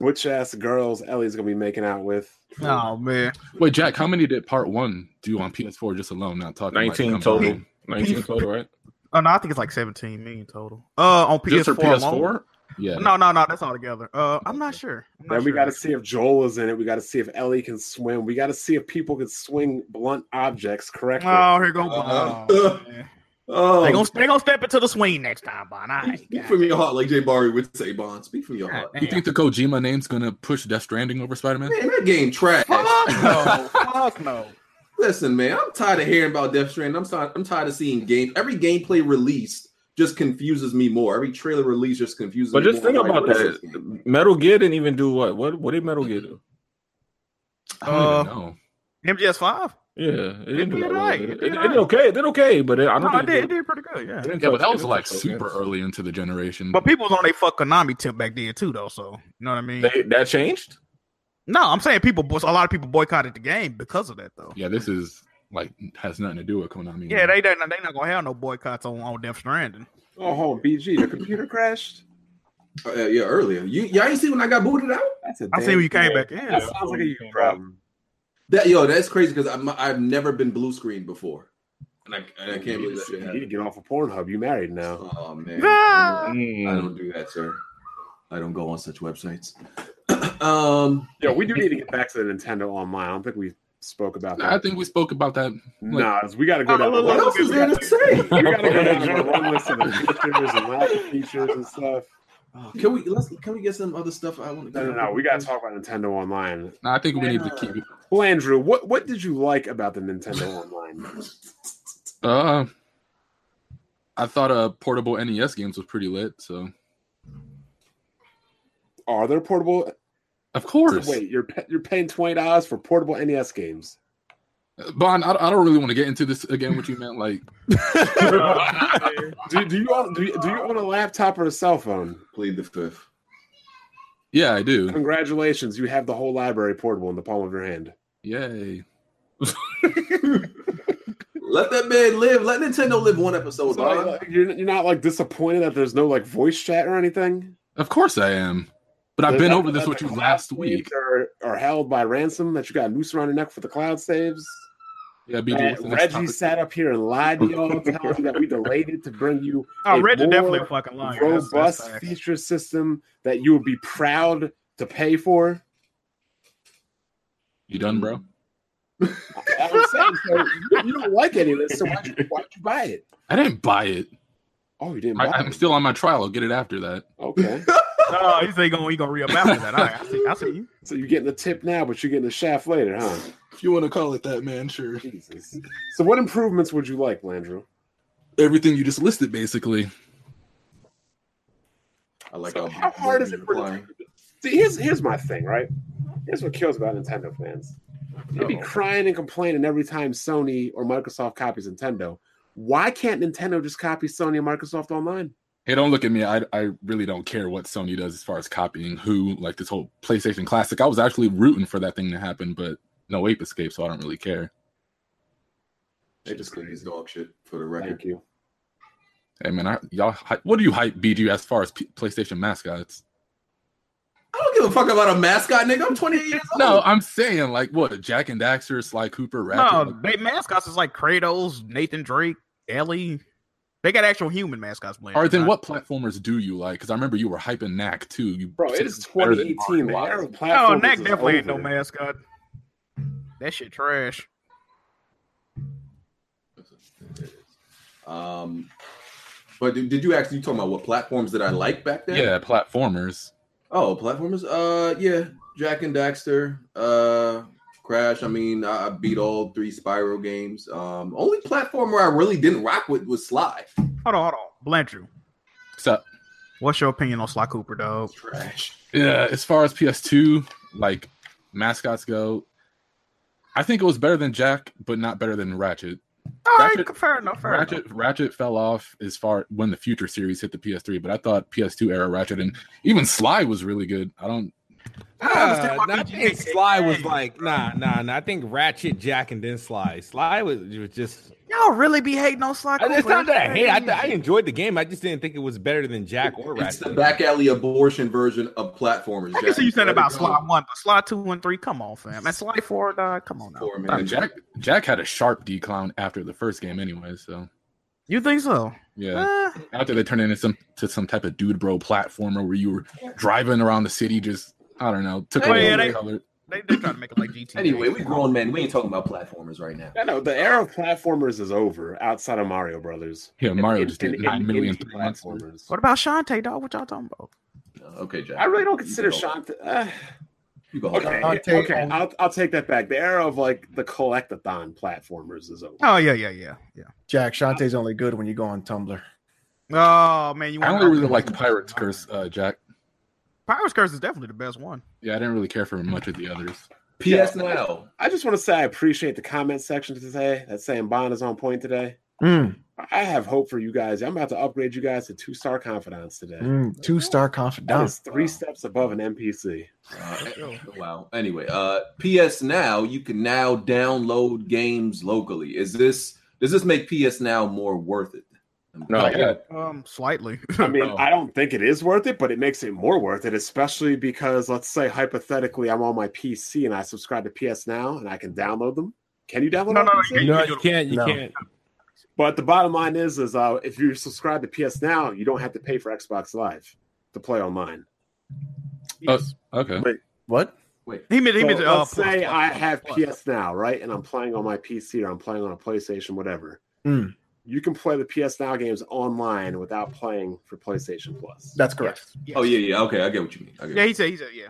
Speaker 3: butch ass girls Ellie's gonna be making out with.
Speaker 6: Oh man,
Speaker 1: Wait, Jack, how many did Part One do on PS4 just alone? Not talking like,
Speaker 2: 19
Speaker 1: come
Speaker 2: total.
Speaker 1: on.
Speaker 2: 19 total, right?
Speaker 6: oh, no, I think it's like seventeen million total. Uh, on
Speaker 1: Just for
Speaker 6: PS4,
Speaker 1: PS4?
Speaker 6: alone.
Speaker 1: Yeah.
Speaker 6: No, no, no, that's all together. Uh, I'm not sure. I'm not
Speaker 3: Then we
Speaker 6: sure.
Speaker 3: got to see if Joel is in it. We got to see if Ellie can swim. We got to see if people can swing blunt objects correctly.
Speaker 6: Oh, here go.
Speaker 4: Uh-huh.
Speaker 6: Bond. Oh,
Speaker 2: *laughs*
Speaker 6: man.
Speaker 4: Oh,
Speaker 6: They gonna they gonna step into the swing next time, Bon. All right,
Speaker 4: speak from your heart, like Jay Barry would say, Bond. Speak from your
Speaker 6: God
Speaker 4: heart.
Speaker 1: You
Speaker 6: damn.
Speaker 1: think the Kojima name's going to push Death Stranding over Spider Man?
Speaker 4: Man, that game trash.
Speaker 6: Fuck no,
Speaker 2: *laughs*
Speaker 6: fuck no.
Speaker 4: Listen, man, I'm tired of hearing about Death Stranding. I'm sorry, I'm tired of seeing game. Every gameplay released just confuses me more. Every trailer release just confuses
Speaker 2: But
Speaker 4: me
Speaker 2: just
Speaker 4: more.
Speaker 2: think
Speaker 4: Like,
Speaker 2: about
Speaker 4: what
Speaker 2: that.
Speaker 4: is this game?
Speaker 2: Metal Gear didn't even do what? What? What did Metal Gear do?
Speaker 1: I don't
Speaker 6: Uh,
Speaker 1: even know.
Speaker 6: MGS five.
Speaker 2: Yeah, it didn't do
Speaker 6: did
Speaker 2: that well.
Speaker 6: alright.
Speaker 2: It,
Speaker 6: It
Speaker 2: it,
Speaker 6: did
Speaker 2: it
Speaker 6: alright.
Speaker 2: did okay. It did okay, but it, I
Speaker 6: No,
Speaker 2: don't
Speaker 6: it
Speaker 2: think
Speaker 6: did,
Speaker 2: it
Speaker 6: it did pretty good. Yeah,
Speaker 2: did- it didn't
Speaker 1: Yeah,
Speaker 2: touch-
Speaker 1: but that
Speaker 2: it
Speaker 1: was
Speaker 2: didn't
Speaker 1: like
Speaker 2: touch those
Speaker 1: super
Speaker 2: games.
Speaker 1: early into the generation.
Speaker 6: but people was on they fuck Konami tip back then too, though. So you know what I mean.
Speaker 2: They, that changed.
Speaker 6: no, I'm saying people. boy- A lot of people boycotted the game because of that, though.
Speaker 1: yeah, this is like has nothing to do with Konami.
Speaker 6: Yeah, they they not, they not gonna have no boycotts on, on Death Stranding.
Speaker 3: Oh, hold on, BG, the computer crashed.
Speaker 4: Uh, yeah, earlier. You y'all ain't see when I got booted out?
Speaker 3: That's a
Speaker 6: I see
Speaker 3: damn
Speaker 6: when you came
Speaker 3: shame.
Speaker 6: back in.
Speaker 3: That sounds like a *laughs* you problem.
Speaker 4: That yo, that's crazy because I'm I've never been blue screened before, and I, and I can't
Speaker 3: You
Speaker 4: believe
Speaker 3: need
Speaker 4: that shit
Speaker 3: to- you need to
Speaker 4: happened.
Speaker 3: get off of Pornhub. You married
Speaker 4: *laughs*
Speaker 3: now.
Speaker 4: Oh man,
Speaker 6: Ah.
Speaker 4: I don't do that, sir. I don't go on such websites. *clears throat* um,
Speaker 3: Yeah, we do need to get back to the Nintendo Online. I don't think we spoke about that.
Speaker 1: I think we spoke about that.
Speaker 3: nah, we got to go
Speaker 6: Oh,
Speaker 3: down.
Speaker 6: look,
Speaker 4: what
Speaker 6: look,
Speaker 4: else is there to say?
Speaker 3: We gotta go down and *laughs* run list of the features and lack of features and stuff.
Speaker 4: Can we let's can we get some other stuff? I want to.
Speaker 3: No, no, no. We gotta talk about Nintendo Online.
Speaker 1: No, I think we need to keep it.
Speaker 3: Well, Andrew, what what did you like about the Nintendo Online?
Speaker 1: Uh,
Speaker 2: I thought uh portable NES games was pretty lit. So
Speaker 3: Are there portable?
Speaker 2: of course,
Speaker 3: Wait, you're pa- you're paying twenty dollars for portable NES games.
Speaker 2: Bond. I, I don't really want to get into this again. What you meant,
Speaker 6: *laughs*
Speaker 2: like
Speaker 3: Do, do you own, do you, do you own a laptop or a cell phone?
Speaker 4: Plead the fifth.
Speaker 2: yeah, I do.
Speaker 3: Congratulations, you have the whole library portable in the palm of your hand.
Speaker 2: Yay.
Speaker 4: Let that man live. Let Nintendo live one
Speaker 6: Oh,
Speaker 4: episode,
Speaker 3: So,
Speaker 4: Bond.
Speaker 3: like, you're you're not like disappointed that there's no like voice chat or anything.
Speaker 2: Of course I am. But I've been
Speaker 3: That-
Speaker 2: over this
Speaker 3: that
Speaker 2: with
Speaker 3: the
Speaker 2: you
Speaker 3: cloud
Speaker 2: last
Speaker 3: saves
Speaker 2: week.
Speaker 3: Are, are held by ransom that you got a noose around your neck for the cloud saves.
Speaker 2: Yeah, BJ.
Speaker 3: That
Speaker 2: what's the next
Speaker 3: Reggie
Speaker 2: topic?
Speaker 3: sat up here and lied to
Speaker 2: *laughs*
Speaker 3: y'all, telling you that we delayed it to bring you
Speaker 6: Oh,
Speaker 3: a
Speaker 6: Reds is
Speaker 3: more
Speaker 6: definitely a fucking liar. That's-
Speaker 3: robust
Speaker 6: that's facts.
Speaker 3: feature system that you would be proud to pay for.
Speaker 2: You done, bro?
Speaker 3: I'm saying, so you, you don't like any of this, so why'd you, why'd you buy it?
Speaker 2: I didn't buy it.
Speaker 3: Oh, you didn't buy
Speaker 2: I, I'm
Speaker 3: it.
Speaker 2: still on my trial. I'll get it after that.
Speaker 3: okay.
Speaker 6: Oh, you say going you gonna re up after that. All right, I see I see you.
Speaker 3: *laughs* So you're getting the tip now, but you're getting the shaft later, huh?
Speaker 2: If you want to call it that, man, sure.
Speaker 3: Jesus. So what improvements would you like, Landrew?
Speaker 2: Everything you just listed, basically.
Speaker 4: I like
Speaker 3: So how hard is it for
Speaker 4: replying.
Speaker 3: See, here's here's my thing, right? Here's what kills about Nintendo fans. They be crying and complaining every time Sony or Microsoft copies Nintendo. Why can't Nintendo just copy Sony and Microsoft online?
Speaker 2: Hey, don't look at me. I, I really don't care what Sony does as far as copying who, like this whole PlayStation Classic. I was actually rooting for that thing to happen, but no ape escape, so I don't really care.
Speaker 4: They just clean his dog shit for the record.
Speaker 3: Thank you.
Speaker 2: Hey, man, I, y'all, hy- what do you hype BG as far as P- PlayStation mascots?
Speaker 4: I don't give a fuck about a mascot, nigga. I'm 28 years old.
Speaker 2: No, I'm saying like what Jack and Daxter, Sly Cooper, Ratchet.
Speaker 6: No, they mascots is like Kratos, Nathan Drake, Ellie. They got actual human mascots playing.
Speaker 2: All right, then what platformers do you like? Because I remember you were hyping Knack too. You
Speaker 3: Bro, it
Speaker 2: said
Speaker 3: is
Speaker 2: better than
Speaker 3: 2018. The
Speaker 2: Mario.
Speaker 3: era of
Speaker 6: No,
Speaker 3: platforms
Speaker 6: Knack
Speaker 3: is
Speaker 6: Oh, definitely ain't no
Speaker 3: over.
Speaker 6: mascot. That shit trash.
Speaker 4: Um, but did, did you actually talking about what platforms that I like back then?
Speaker 2: Yeah, platformers.
Speaker 4: Oh, platformers. Uh, yeah, Jack and Daxter. Uh, Crash. I mean, I, I beat all three Spyro games. Um, only platformer I really didn't rock with was Sly.
Speaker 6: Hold on, hold on. Blanchard,
Speaker 2: So
Speaker 6: what's your opinion on Sly Cooper, dog?
Speaker 4: Trash.
Speaker 2: yeah, as far as PS2 like mascots go, I think it was better than Jack, but not better than Ratchet.
Speaker 6: All right,
Speaker 2: Ratchet-
Speaker 6: fair enough, fair enough.
Speaker 2: Ratchet Ratchet fell off as far when the Future series hit the PS3, but I thought PS2 era Ratchet and even Sly was really good. I don't.
Speaker 9: I don't understand why I think Sly was like, nah, nah, nah. I think Ratchet, Jack, and then Sly. Sly was, was just.
Speaker 6: Y'all really be hating on Sly
Speaker 9: I-
Speaker 6: Cooper.
Speaker 9: It's not that I hate. I, I enjoyed the game. I just didn't think it was better than Jack or
Speaker 4: It's the
Speaker 9: Ratchet.
Speaker 4: back alley abortion version of platformers.
Speaker 6: I can see you
Speaker 4: said
Speaker 6: saying about Sly 1, but Sly 2 and 3, come on, fam. And Sly 4, dog, come on now.
Speaker 4: Four, man.
Speaker 2: I mean, Jack Jack had a sharp decline after the first game anyway, so
Speaker 6: You think so?
Speaker 2: yeah.
Speaker 6: Eh,
Speaker 2: After they turned it into some to some type of dude bro platformer where you were driving around the city, just I don't know, took
Speaker 6: Oh,
Speaker 2: away
Speaker 6: yeah,
Speaker 2: the
Speaker 6: they-
Speaker 2: color.
Speaker 6: they, they trying to make it like GTA.
Speaker 4: Anyway, we grown men. We ain't talking about platformers right now.
Speaker 3: I know the era of platformers is over outside of Mario Brothers.
Speaker 2: Yeah, Mario
Speaker 3: And-
Speaker 2: just did
Speaker 3: and-
Speaker 2: nine
Speaker 3: and-
Speaker 2: million
Speaker 3: and
Speaker 2: three months.
Speaker 3: platformers.
Speaker 6: What about Shantae, dog? What y'all talking about?
Speaker 4: No, Okay, Jack.
Speaker 3: I really don't
Speaker 4: You
Speaker 3: consider
Speaker 4: go.
Speaker 3: Sean. Uh,
Speaker 4: You go.
Speaker 3: okay,
Speaker 7: I'll take-
Speaker 3: okay, I'll, I'll take that back. The era of like the collectathon platformers is over.
Speaker 6: Oh, yeah, yeah, yeah, yeah.
Speaker 7: Jack, Shantae's only good when you go on Tumblr.
Speaker 6: Oh, man, you
Speaker 2: I
Speaker 6: wanna-
Speaker 2: only really liked Pirates Curse, uh, Jack.
Speaker 6: Pirate's Curse is definitely the best one.
Speaker 2: Yeah, I didn't really care for much of the others.
Speaker 4: P.S. Now.
Speaker 3: I just want to say I appreciate the comment section today. That saying Bond is on point today.
Speaker 7: Mm,
Speaker 3: I have hope for you guys. I'm about to upgrade you guys to two star confidants today.
Speaker 7: mm, two star
Speaker 3: That
Speaker 7: confidant.
Speaker 3: is three steps above an
Speaker 6: *laughs*
Speaker 3: NPC.
Speaker 4: Uh, wow. Anyway, uh, PS Now you can now download games locally. Is this does this make PS Now more worth it?
Speaker 1: Oh,
Speaker 2: No, I got
Speaker 6: Um, slightly. *laughs*
Speaker 3: I mean,
Speaker 2: Oh.
Speaker 3: I don't think it is worth it, but it makes it more worth it, especially because let's say hypothetically I'm on my PC and I subscribe to PS Now and I can download them. Can you download?
Speaker 6: No,
Speaker 3: on
Speaker 6: no,
Speaker 3: PC?
Speaker 6: you
Speaker 9: No, you can't. You
Speaker 7: No.
Speaker 9: can't.
Speaker 3: But the bottom line is, is uh, if you subscribe to PS Now, you don't have to pay for Xbox Live to play online.
Speaker 1: Oh,
Speaker 2: okay.
Speaker 7: What?
Speaker 6: He meant, he
Speaker 3: So
Speaker 6: meant, uh,
Speaker 3: let's
Speaker 6: plus,
Speaker 3: say
Speaker 6: plus,
Speaker 3: I
Speaker 6: plus,
Speaker 3: have
Speaker 6: plus.
Speaker 3: PS Now, right, and I'm playing on my PC or I'm playing on a PlayStation, whatever.
Speaker 7: Mm.
Speaker 3: You can play the PS Now games online without playing for PlayStation Plus.
Speaker 7: That's correct.
Speaker 6: Yes.
Speaker 4: Oh yeah, yeah. Okay, I get what you mean. I get
Speaker 6: Yeah, he said, he said, yeah.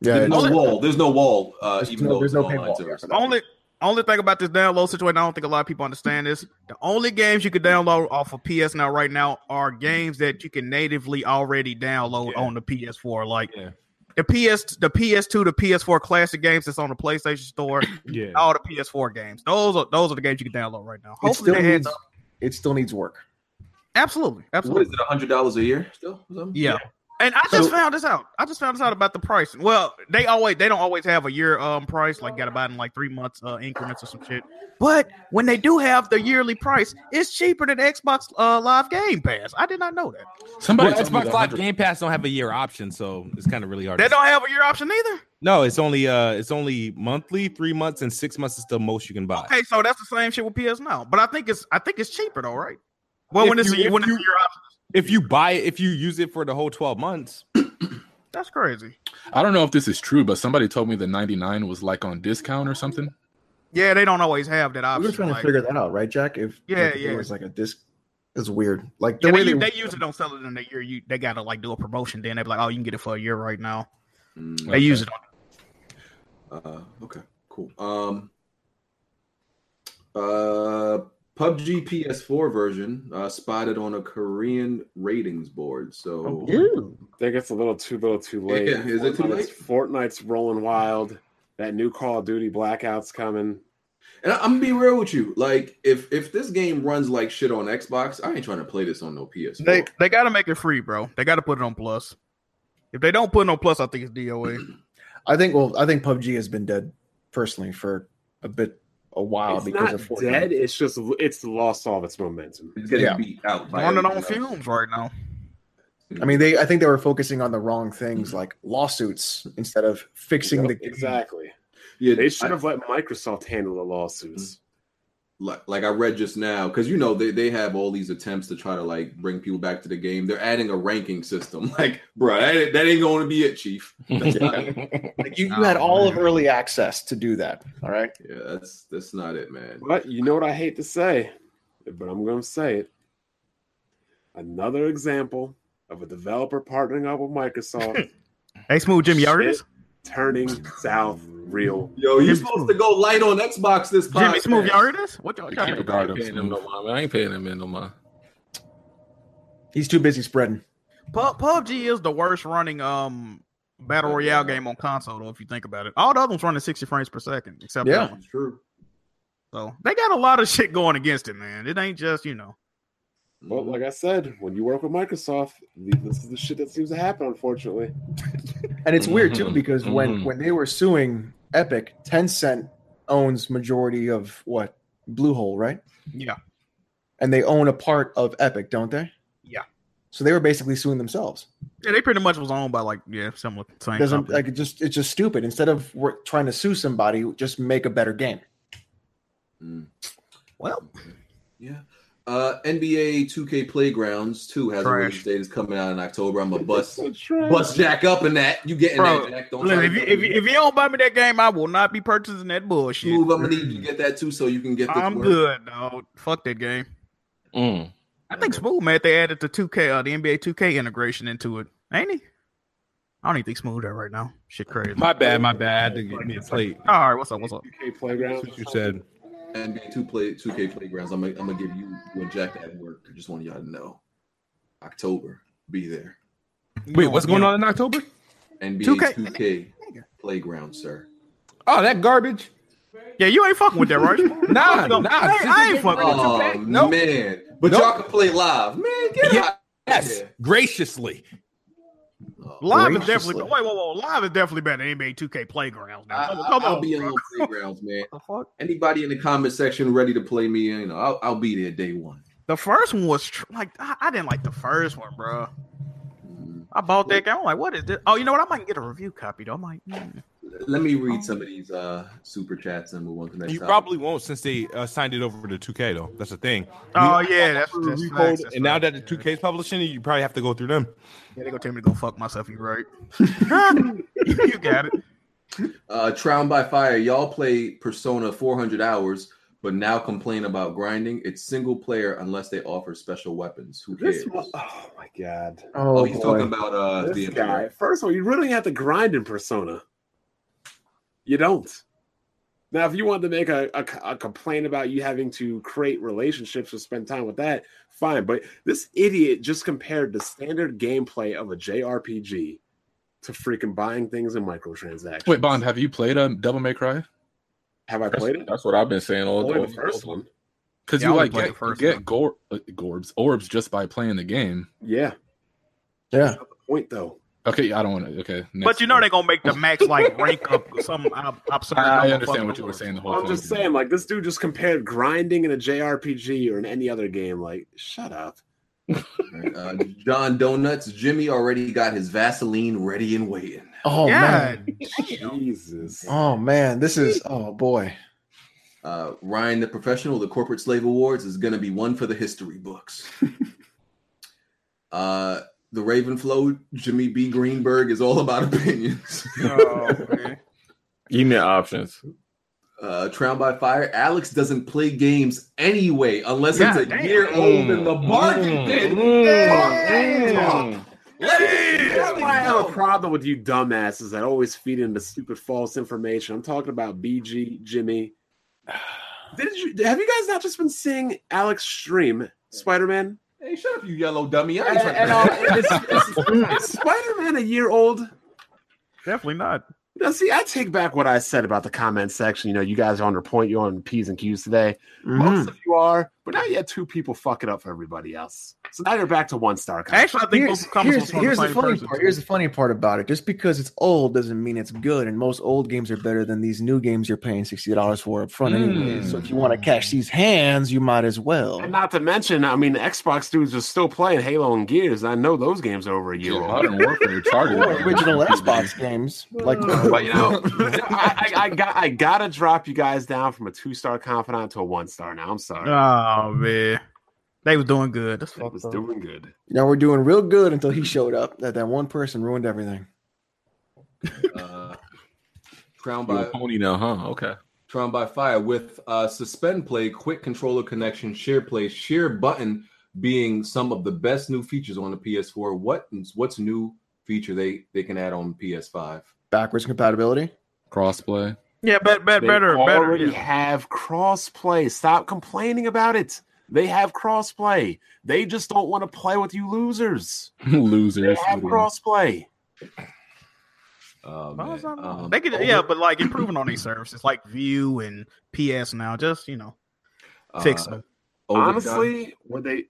Speaker 7: Yeah,
Speaker 4: there's
Speaker 7: it's-
Speaker 4: no wall. There's no wall. Uh,
Speaker 7: There's
Speaker 4: even
Speaker 7: no-
Speaker 4: though
Speaker 7: there's
Speaker 4: it's
Speaker 7: no
Speaker 4: an online
Speaker 7: paywall.
Speaker 4: service.
Speaker 6: Only Only thing about this download situation, I don't think a lot of people understand this. The only games you can download off of PS Now right now are games that you can natively already download on the PS4. Like
Speaker 9: Yeah.
Speaker 6: the PS, the PS2, the PS4 classic games that's on the PlayStation Store,
Speaker 9: Yeah.
Speaker 6: all the PS4 games. Those are those are the games you can download right now.
Speaker 7: It
Speaker 6: Hopefully,
Speaker 7: still
Speaker 6: they adds
Speaker 7: needs
Speaker 6: up.
Speaker 7: it still needs work.
Speaker 6: absolutely,
Speaker 4: What
Speaker 6: absolutely.
Speaker 4: is it? hundred dollars a year still? or something?
Speaker 6: Yeah. And I just
Speaker 4: So-
Speaker 6: found this out. I just found this out about the pricing. Well, they always they don't always have a year um price. Like got to buy it in like three months uh, increments or some shit. But when they do have the yearly price, it's cheaper than Xbox uh, Live Game Pass. I did not know that.
Speaker 1: Somebody
Speaker 9: Well,
Speaker 1: told me
Speaker 9: Xbox
Speaker 1: the
Speaker 9: Live
Speaker 1: 100
Speaker 9: Game Pass don't have a year option, so it's kind of really hard.
Speaker 6: They
Speaker 9: to-
Speaker 6: don't have a year option either.
Speaker 9: no, it's only uh, it's only monthly, three months, and six months is the most you can buy.
Speaker 6: Okay, so that's the same shit with PS Now. But I think it's I think it's cheaper though, right? Well,
Speaker 9: If
Speaker 6: when it's
Speaker 9: you-
Speaker 6: a,
Speaker 9: if
Speaker 6: when it's a
Speaker 9: you-
Speaker 6: year option,
Speaker 9: If you buy it, if you use it for the whole twelve months,
Speaker 6: that's crazy.
Speaker 1: I don't know if this is true, but somebody told me the 99 was like on discount or something.
Speaker 6: Yeah, they don't always have that
Speaker 7: We
Speaker 6: option.
Speaker 7: were trying
Speaker 6: like-
Speaker 7: to figure that out, right, Jack? If
Speaker 6: Yeah,
Speaker 7: like, if
Speaker 6: yeah.
Speaker 7: it was like a disc. It's weird. Like the
Speaker 6: Yeah,
Speaker 7: way
Speaker 6: they,
Speaker 7: they,
Speaker 6: u- they usually don't sell it in a year. You they gotta like do a promotion. Then they be like, oh, you can get it for a year right now.
Speaker 4: Mm,
Speaker 6: They use it on
Speaker 4: uh, okay, cool. Um, uh, PUBG PS4 version uh, spotted on a Korean ratings board. So
Speaker 6: Oh,
Speaker 10: think it's a little too little too
Speaker 4: Yeah,
Speaker 10: late.
Speaker 4: is it too
Speaker 10: Fortnite's-
Speaker 4: late?
Speaker 10: Fortnite's rolling wild. That new Call of Duty blackout's coming.
Speaker 4: And I- I'm gonna be real with you. Like, if if this game runs like shit on Xbox, I ain't trying to play this on no PS4.
Speaker 6: They they gotta make it free, bro. They gotta put it on plus. If they don't put it on plus, I think it's DOA.
Speaker 7: I think well, I think PUBG has been dead personally for a bit a while
Speaker 10: it's
Speaker 7: Oh, because
Speaker 10: not
Speaker 7: of Fortnite.
Speaker 10: dead. It's just it's lost all of its momentum.
Speaker 4: it's getting
Speaker 7: yeah.
Speaker 4: beat out. by
Speaker 6: Running on
Speaker 4: everything else.
Speaker 6: fumes right now.
Speaker 7: I mean, they I think they were focusing on the wrong things, like lawsuits, instead of fixing the game.
Speaker 10: exactly.
Speaker 4: yeah,
Speaker 10: They should
Speaker 4: I-
Speaker 10: have let Microsoft handle the lawsuits.
Speaker 4: like, like I read just now, because you know they, they have all these attempts to try to like bring people back to the game. They're adding a ranking system. *laughs* Like, bro, that, ain't- that ain't going to be it, *laughs* Chief. That's not it.
Speaker 7: Like you, you had all of early access to do that. All right.
Speaker 4: Yeah, that's that's not it, man.
Speaker 10: But you know what I hate to say, but I'm going to say it. Another example of a developer partnering up with *laughs* Microsoft
Speaker 6: Hey, smooth Jimmy, you heard
Speaker 10: Shit.
Speaker 6: this?
Speaker 10: turning south real.
Speaker 4: Yo, you supposed to go light on Xbox this podcast.
Speaker 6: Jimmy Smooth, you heard this? What y'all
Speaker 1: You
Speaker 6: y'all-
Speaker 1: can't regard
Speaker 2: paying him
Speaker 1: them.
Speaker 2: no mind. man. I ain't paying him in no mind.
Speaker 7: He's too busy spreading.
Speaker 6: Pub, PUBG is the worst running um battle royale game on console, though. If you think about it, all the other ones running sixty frames per second, except
Speaker 7: Yeah.
Speaker 6: that one.
Speaker 4: It's true.
Speaker 6: So they got a lot of *laughs* shit going against it, man. It ain't just you know.
Speaker 10: Well, like I said, when you work with Microsoft, this is the shit that seems to happen, unfortunately.
Speaker 7: And it's weird too
Speaker 1: Mhm.
Speaker 7: because when
Speaker 1: Mhm.
Speaker 7: when they were suing Epic, Tencent owns majority of what Bluehole, right?
Speaker 6: Yeah.
Speaker 7: And they own a part of Epic, don't they?
Speaker 6: Yeah.
Speaker 7: So they were basically suing themselves.
Speaker 6: Yeah, they pretty much was owned by like yeah, similar same
Speaker 7: Doesn't
Speaker 6: company.
Speaker 7: like it just it's just stupid. Instead of we trying to sue somebody, just make a better game.
Speaker 4: Mm.
Speaker 6: well,
Speaker 4: Yeah. Uh, NBA 2K Playgrounds 2 has a
Speaker 6: Trash.
Speaker 4: release date. It's coming out in October. I'm a bust bust Jack up in that. You getting
Speaker 6: Bro,
Speaker 4: that Jack? Don't
Speaker 6: listen,
Speaker 4: try
Speaker 6: if,
Speaker 4: to
Speaker 6: you, if, you, if you don't buy me that game, I will not be purchasing that bullshit.
Speaker 4: move. I'm gonna need you to get that too, so you can get. This
Speaker 6: Hmm. I'm
Speaker 4: work.
Speaker 6: good, dog. Fuck that game.
Speaker 2: Mm.
Speaker 6: I think Smooth man, they added the 2K, uh, the NBA 2K integration into it, ain't he? I don't even think Smooth that right now. Shit crazy.
Speaker 9: My bad, my bad. I had to get me a plate.
Speaker 6: All right, what's up? What's up?
Speaker 10: UK
Speaker 9: That's
Speaker 10: Playground.
Speaker 9: what you said.
Speaker 4: NBA 2 play 2K Playgrounds. I'm gonna, I'm gonna give you, you and Jack that work. I just want y'all to know. October, be there.
Speaker 9: Wait, what's going on in October?
Speaker 4: NBA
Speaker 6: 2K
Speaker 4: 2K, Playground, sir.
Speaker 9: Oh, that garbage.
Speaker 6: Yeah, you ain't fucking with that, right? Smooth?
Speaker 9: *laughs* Nah,
Speaker 6: Hey,
Speaker 9: nah.
Speaker 6: I ain't fucking with
Speaker 4: Oh
Speaker 9: 2K? Nope.
Speaker 4: man, but
Speaker 9: Nope.
Speaker 4: y'all can play live, man. Get
Speaker 9: Yeah.
Speaker 4: out.
Speaker 9: Yes, graciously. uh,
Speaker 4: Oh,
Speaker 6: Live is
Speaker 7: Graciously.
Speaker 6: definitely wait, whoa, whoa. Live is definitely better than NBA 2K Playgrounds. Now.
Speaker 4: I,
Speaker 6: Come,
Speaker 4: I,
Speaker 6: come
Speaker 4: I'll
Speaker 6: on,
Speaker 4: be
Speaker 6: bro.
Speaker 4: on playgrounds, man. Anybody in the comment section ready to play me? You know, I'll, I'll be there day one.
Speaker 6: The first one was tr- like I, I didn't like the first one, bro.
Speaker 4: Mm.
Speaker 6: I bought that game. I'm like, what is this? Oh, you know what? I might get a review copy though. I might. mm.
Speaker 4: Let me read some of these uh, super chats and move on to the next.
Speaker 9: You
Speaker 4: topic.
Speaker 9: probably won't since they uh, signed it over to 2K though. That's the thing.
Speaker 6: Oh yeah, that's, that's
Speaker 9: Recode,
Speaker 6: facts, that's
Speaker 9: and now that
Speaker 6: facts,
Speaker 9: the
Speaker 6: yeah.
Speaker 9: 2K is publishing it, you probably have to go through them.
Speaker 6: Yeah, they gonna tell me to go fuck myself. You
Speaker 7: *laughs*
Speaker 6: right? you got it.
Speaker 4: Uh, Trown by Fire, y'all play Persona 400 hours, but now complain about grinding. It's single player unless they offer special weapons. Who
Speaker 10: This
Speaker 4: cares?
Speaker 10: mo- oh my god.
Speaker 4: oh,
Speaker 7: Oh,
Speaker 4: he's
Speaker 7: boy.
Speaker 4: talking about uh, the
Speaker 10: This guy. First of all, you really don't have to grind in Persona. You don't.
Speaker 3: Now, if you wanted to make a, a, a complaint about you having to create relationships or spend time with that, fine. But this idiot just compared the standard gameplay of a JRPG to freaking buying things in microtransactions.
Speaker 1: Wait, Bond, have you played a Devil May Cry?
Speaker 3: have I
Speaker 2: That's,
Speaker 3: played it?
Speaker 2: that's what I've been saying all
Speaker 3: Only the
Speaker 2: the
Speaker 3: first one.
Speaker 1: Because
Speaker 6: Yeah, I
Speaker 1: you
Speaker 6: only
Speaker 1: like
Speaker 6: played
Speaker 1: get,
Speaker 6: the first
Speaker 1: you
Speaker 6: one.
Speaker 1: get gor- uh, gorbs orbs just by playing the game.
Speaker 3: Yeah.
Speaker 7: Yeah.
Speaker 3: Point though.
Speaker 1: Okay, I don't want to. Okay,
Speaker 6: But
Speaker 1: next
Speaker 6: you know
Speaker 1: one.
Speaker 6: they're gonna make the max like rank up some ob- absurd.
Speaker 1: I, I
Speaker 6: number
Speaker 1: understand
Speaker 6: of
Speaker 1: what you were
Speaker 6: fucking
Speaker 1: saying the whole
Speaker 3: I'm
Speaker 1: time.
Speaker 3: just saying, like this dude just compared grinding in a JRPG or in any other game. Like, shut up.
Speaker 4: Uh, John Donuts, Jimmy already got his Vaseline ready and waiting.
Speaker 7: Oh
Speaker 6: yeah,
Speaker 7: man.
Speaker 3: Jesus.
Speaker 7: Oh man. This is oh boy.
Speaker 4: Uh, Ryan the Professional, the Corporate Slave Awards is going to be one for the history books. uh, the Ravenflow, Jimmy B. Greenberg is all about opinions. *laughs*
Speaker 2: email
Speaker 6: *laughs*
Speaker 2: options.
Speaker 4: uh, Trown by Fire, Alex doesn't play games anyway unless
Speaker 6: God
Speaker 4: it's a
Speaker 6: damn.
Speaker 4: year old in the
Speaker 2: Mm.
Speaker 4: bargain bin. Mm. Let it-
Speaker 3: That's
Speaker 4: let it
Speaker 3: why I have a
Speaker 4: go.
Speaker 3: problem with you dumbasses that always feed into stupid false information. I'm talking about BG *sighs* Jimmy. Did you have you guys not just been seeing Alex stream Spider Man?
Speaker 4: Hey, shut up, you yellow dummy. I ain't trying
Speaker 3: And
Speaker 4: to-
Speaker 3: uh, is, *laughs* Spider Man a year old?
Speaker 6: definitely not.
Speaker 3: Now, see, I take back what I said about the comment section. You know, you guys are on your point. You're on P's and Q's today.
Speaker 7: Mm-hmm.
Speaker 3: Most of you are, but now you had two people fuck it up for everybody else. So now you're back to one star. Comment.
Speaker 6: Actually, I think
Speaker 7: here's,
Speaker 6: both comments was
Speaker 7: here's-
Speaker 6: from
Speaker 7: here's
Speaker 6: the
Speaker 7: the
Speaker 6: same
Speaker 7: funny
Speaker 6: person.
Speaker 7: part. Here's the funny part about it. Just because it's old doesn't mean it's good, and most old games are better than these new games you're paying sixty dollars for up front,
Speaker 6: Hmm.
Speaker 7: anyway. So if you want to cash these hands, you might as well.
Speaker 3: And not to mention, I mean, Xbox dudes are still playing Halo and Gears. I know those games are over a year
Speaker 1: Yeah,
Speaker 3: old.
Speaker 1: Modern Warfare targeted
Speaker 7: Or
Speaker 1: on
Speaker 7: original
Speaker 1: PC
Speaker 7: Xbox
Speaker 1: games.
Speaker 7: games, like
Speaker 3: But you *laughs* know, I, I, I got I gotta drop you guys down from a two star confidant to a one star. Now I'm sorry,
Speaker 6: Oh man, they was doing good. That's
Speaker 3: it
Speaker 6: fucked
Speaker 3: was
Speaker 6: up.
Speaker 3: doing good.
Speaker 7: now we're doing real good until he showed up. That that one person ruined everything.
Speaker 4: uh, Crown
Speaker 2: You a
Speaker 4: by
Speaker 2: pony now, huh? Okay.
Speaker 4: Tron by Fire with uh, suspend play, quick controller connection, share play, share button being some of the best new features on the PS4. What what's new feature they they can add on PS5?
Speaker 7: Backwards compatibility.
Speaker 1: Crossplay.
Speaker 2: *laughs*
Speaker 6: Yeah, bet, bet,
Speaker 3: They
Speaker 6: better, better.
Speaker 3: already
Speaker 6: yeah.
Speaker 3: have crossplay. Stop complaining about it. They have crossplay. They just don't want to play with you losers. They
Speaker 1: Losers.
Speaker 3: have crossplay.
Speaker 4: Uh,
Speaker 6: Well, it's
Speaker 4: man,
Speaker 6: not-
Speaker 4: um,
Speaker 6: they could,
Speaker 4: over-
Speaker 6: yeah, but like improving on these services like View and PS now, just you know, fix
Speaker 4: uh,
Speaker 6: them.
Speaker 4: over-
Speaker 3: Honestly, what they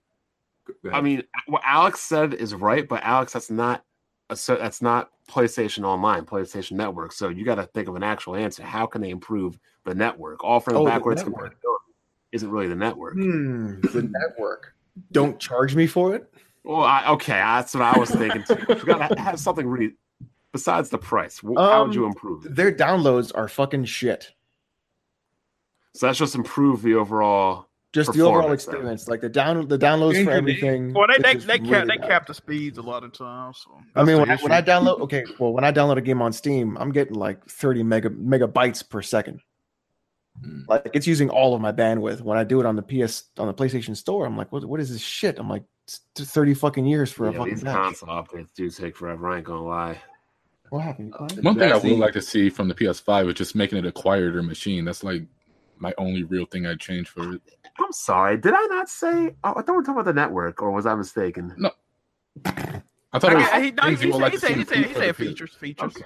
Speaker 4: Go
Speaker 3: I
Speaker 4: ahead.
Speaker 3: mean, what Alex said is right, but Alex, that's not a, so that's not PlayStation Online, PlayStation Network. So you got to think of an actual answer. How can they improve the network? Offering
Speaker 4: Oh, the
Speaker 3: backwards
Speaker 4: network.
Speaker 3: compatibility isn't really the network.
Speaker 7: Hmm, the
Speaker 6: *laughs*
Speaker 7: network. Don't charge me for it.
Speaker 3: Well, I, okay, that's what I was thinking. Too. You got to have something really besides the price. wh- How would you
Speaker 7: Um,
Speaker 3: improve? it?
Speaker 7: Their downloads are fucking shit.
Speaker 3: So that's just improve the overall.
Speaker 7: Just the overall
Speaker 3: Performance, though.
Speaker 7: experience, like the down the downloads for everything.
Speaker 6: Well, they
Speaker 7: is
Speaker 6: they
Speaker 7: just
Speaker 6: they cap,
Speaker 7: really
Speaker 6: they
Speaker 7: bad.
Speaker 6: cap the speeds a lot of times. So
Speaker 7: I mean,
Speaker 6: that's
Speaker 7: when
Speaker 6: the
Speaker 7: I, when I
Speaker 6: issue.
Speaker 7: download, okay, well, when I download a game on Steam, I'm getting like 30 mega megabytes per second.
Speaker 1: Mm.
Speaker 7: Like it's using all of my bandwidth. When I do it on the PS on the PlayStation Store, I'm like, what, what is this shit? I'm like, it's t- 30 fucking years for a
Speaker 3: Yeah,
Speaker 7: fucking
Speaker 3: these
Speaker 7: patch.
Speaker 3: console updates do take forever. I ain't gonna lie.
Speaker 7: What happened?
Speaker 4: Uh,
Speaker 1: One thing I
Speaker 4: Jackson,
Speaker 1: would like to see from the PS5 is just making it a quieter machine. That's like my only real thing I'd change for it.
Speaker 3: I'm sorry. Did I not say? Oh, I thought we were talking about the network, or was I mistaken?
Speaker 1: I thought it was
Speaker 6: I- I- he, no, he,
Speaker 1: things you would
Speaker 6: said-
Speaker 1: like
Speaker 6: he
Speaker 1: to
Speaker 6: said
Speaker 1: see
Speaker 6: he said he
Speaker 1: for the PS5.
Speaker 6: said features features.
Speaker 3: Okay.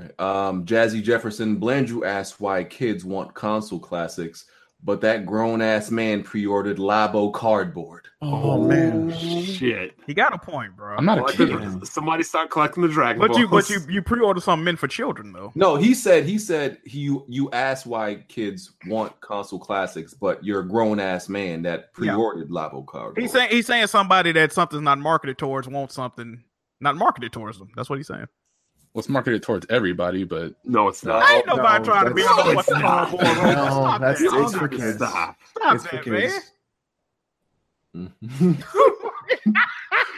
Speaker 4: Okay. Um, Jazzy Jefferson Blandrew asked why kids want console classics, but that grown ass man pre-ordered Labo cardboard.
Speaker 7: Oh, man.
Speaker 3: shit!
Speaker 6: He got a point, bro.
Speaker 1: I'm not a
Speaker 3: Collecting-
Speaker 1: kid.
Speaker 3: Somebody start collecting the Dragon
Speaker 6: But you but
Speaker 3: Balls.
Speaker 6: you you pre-order something meant for children though.
Speaker 4: No, he said he said he you you asked why kids want console classics, but you're a grown ass man that
Speaker 6: Yeah.
Speaker 4: pre-ordered Labo card. *laughs*
Speaker 6: He's saying he's saying somebody that something's not marketed towards wants something not marketed towards them. That's what he's saying.
Speaker 1: Well, it's marketed towards everybody, but
Speaker 3: No, it's not.
Speaker 6: I ain't nobody
Speaker 7: no,
Speaker 6: trying to be
Speaker 7: that's-
Speaker 6: on
Speaker 3: Uh, no,
Speaker 6: the
Speaker 3: it's not.
Speaker 6: cardboard. bro.
Speaker 7: No,
Speaker 6: Stop
Speaker 7: that's-
Speaker 6: that.
Speaker 7: it's for kids.
Speaker 3: Stop.
Speaker 6: Stop
Speaker 7: It's for
Speaker 6: that, man.
Speaker 7: kids.
Speaker 4: Mhm.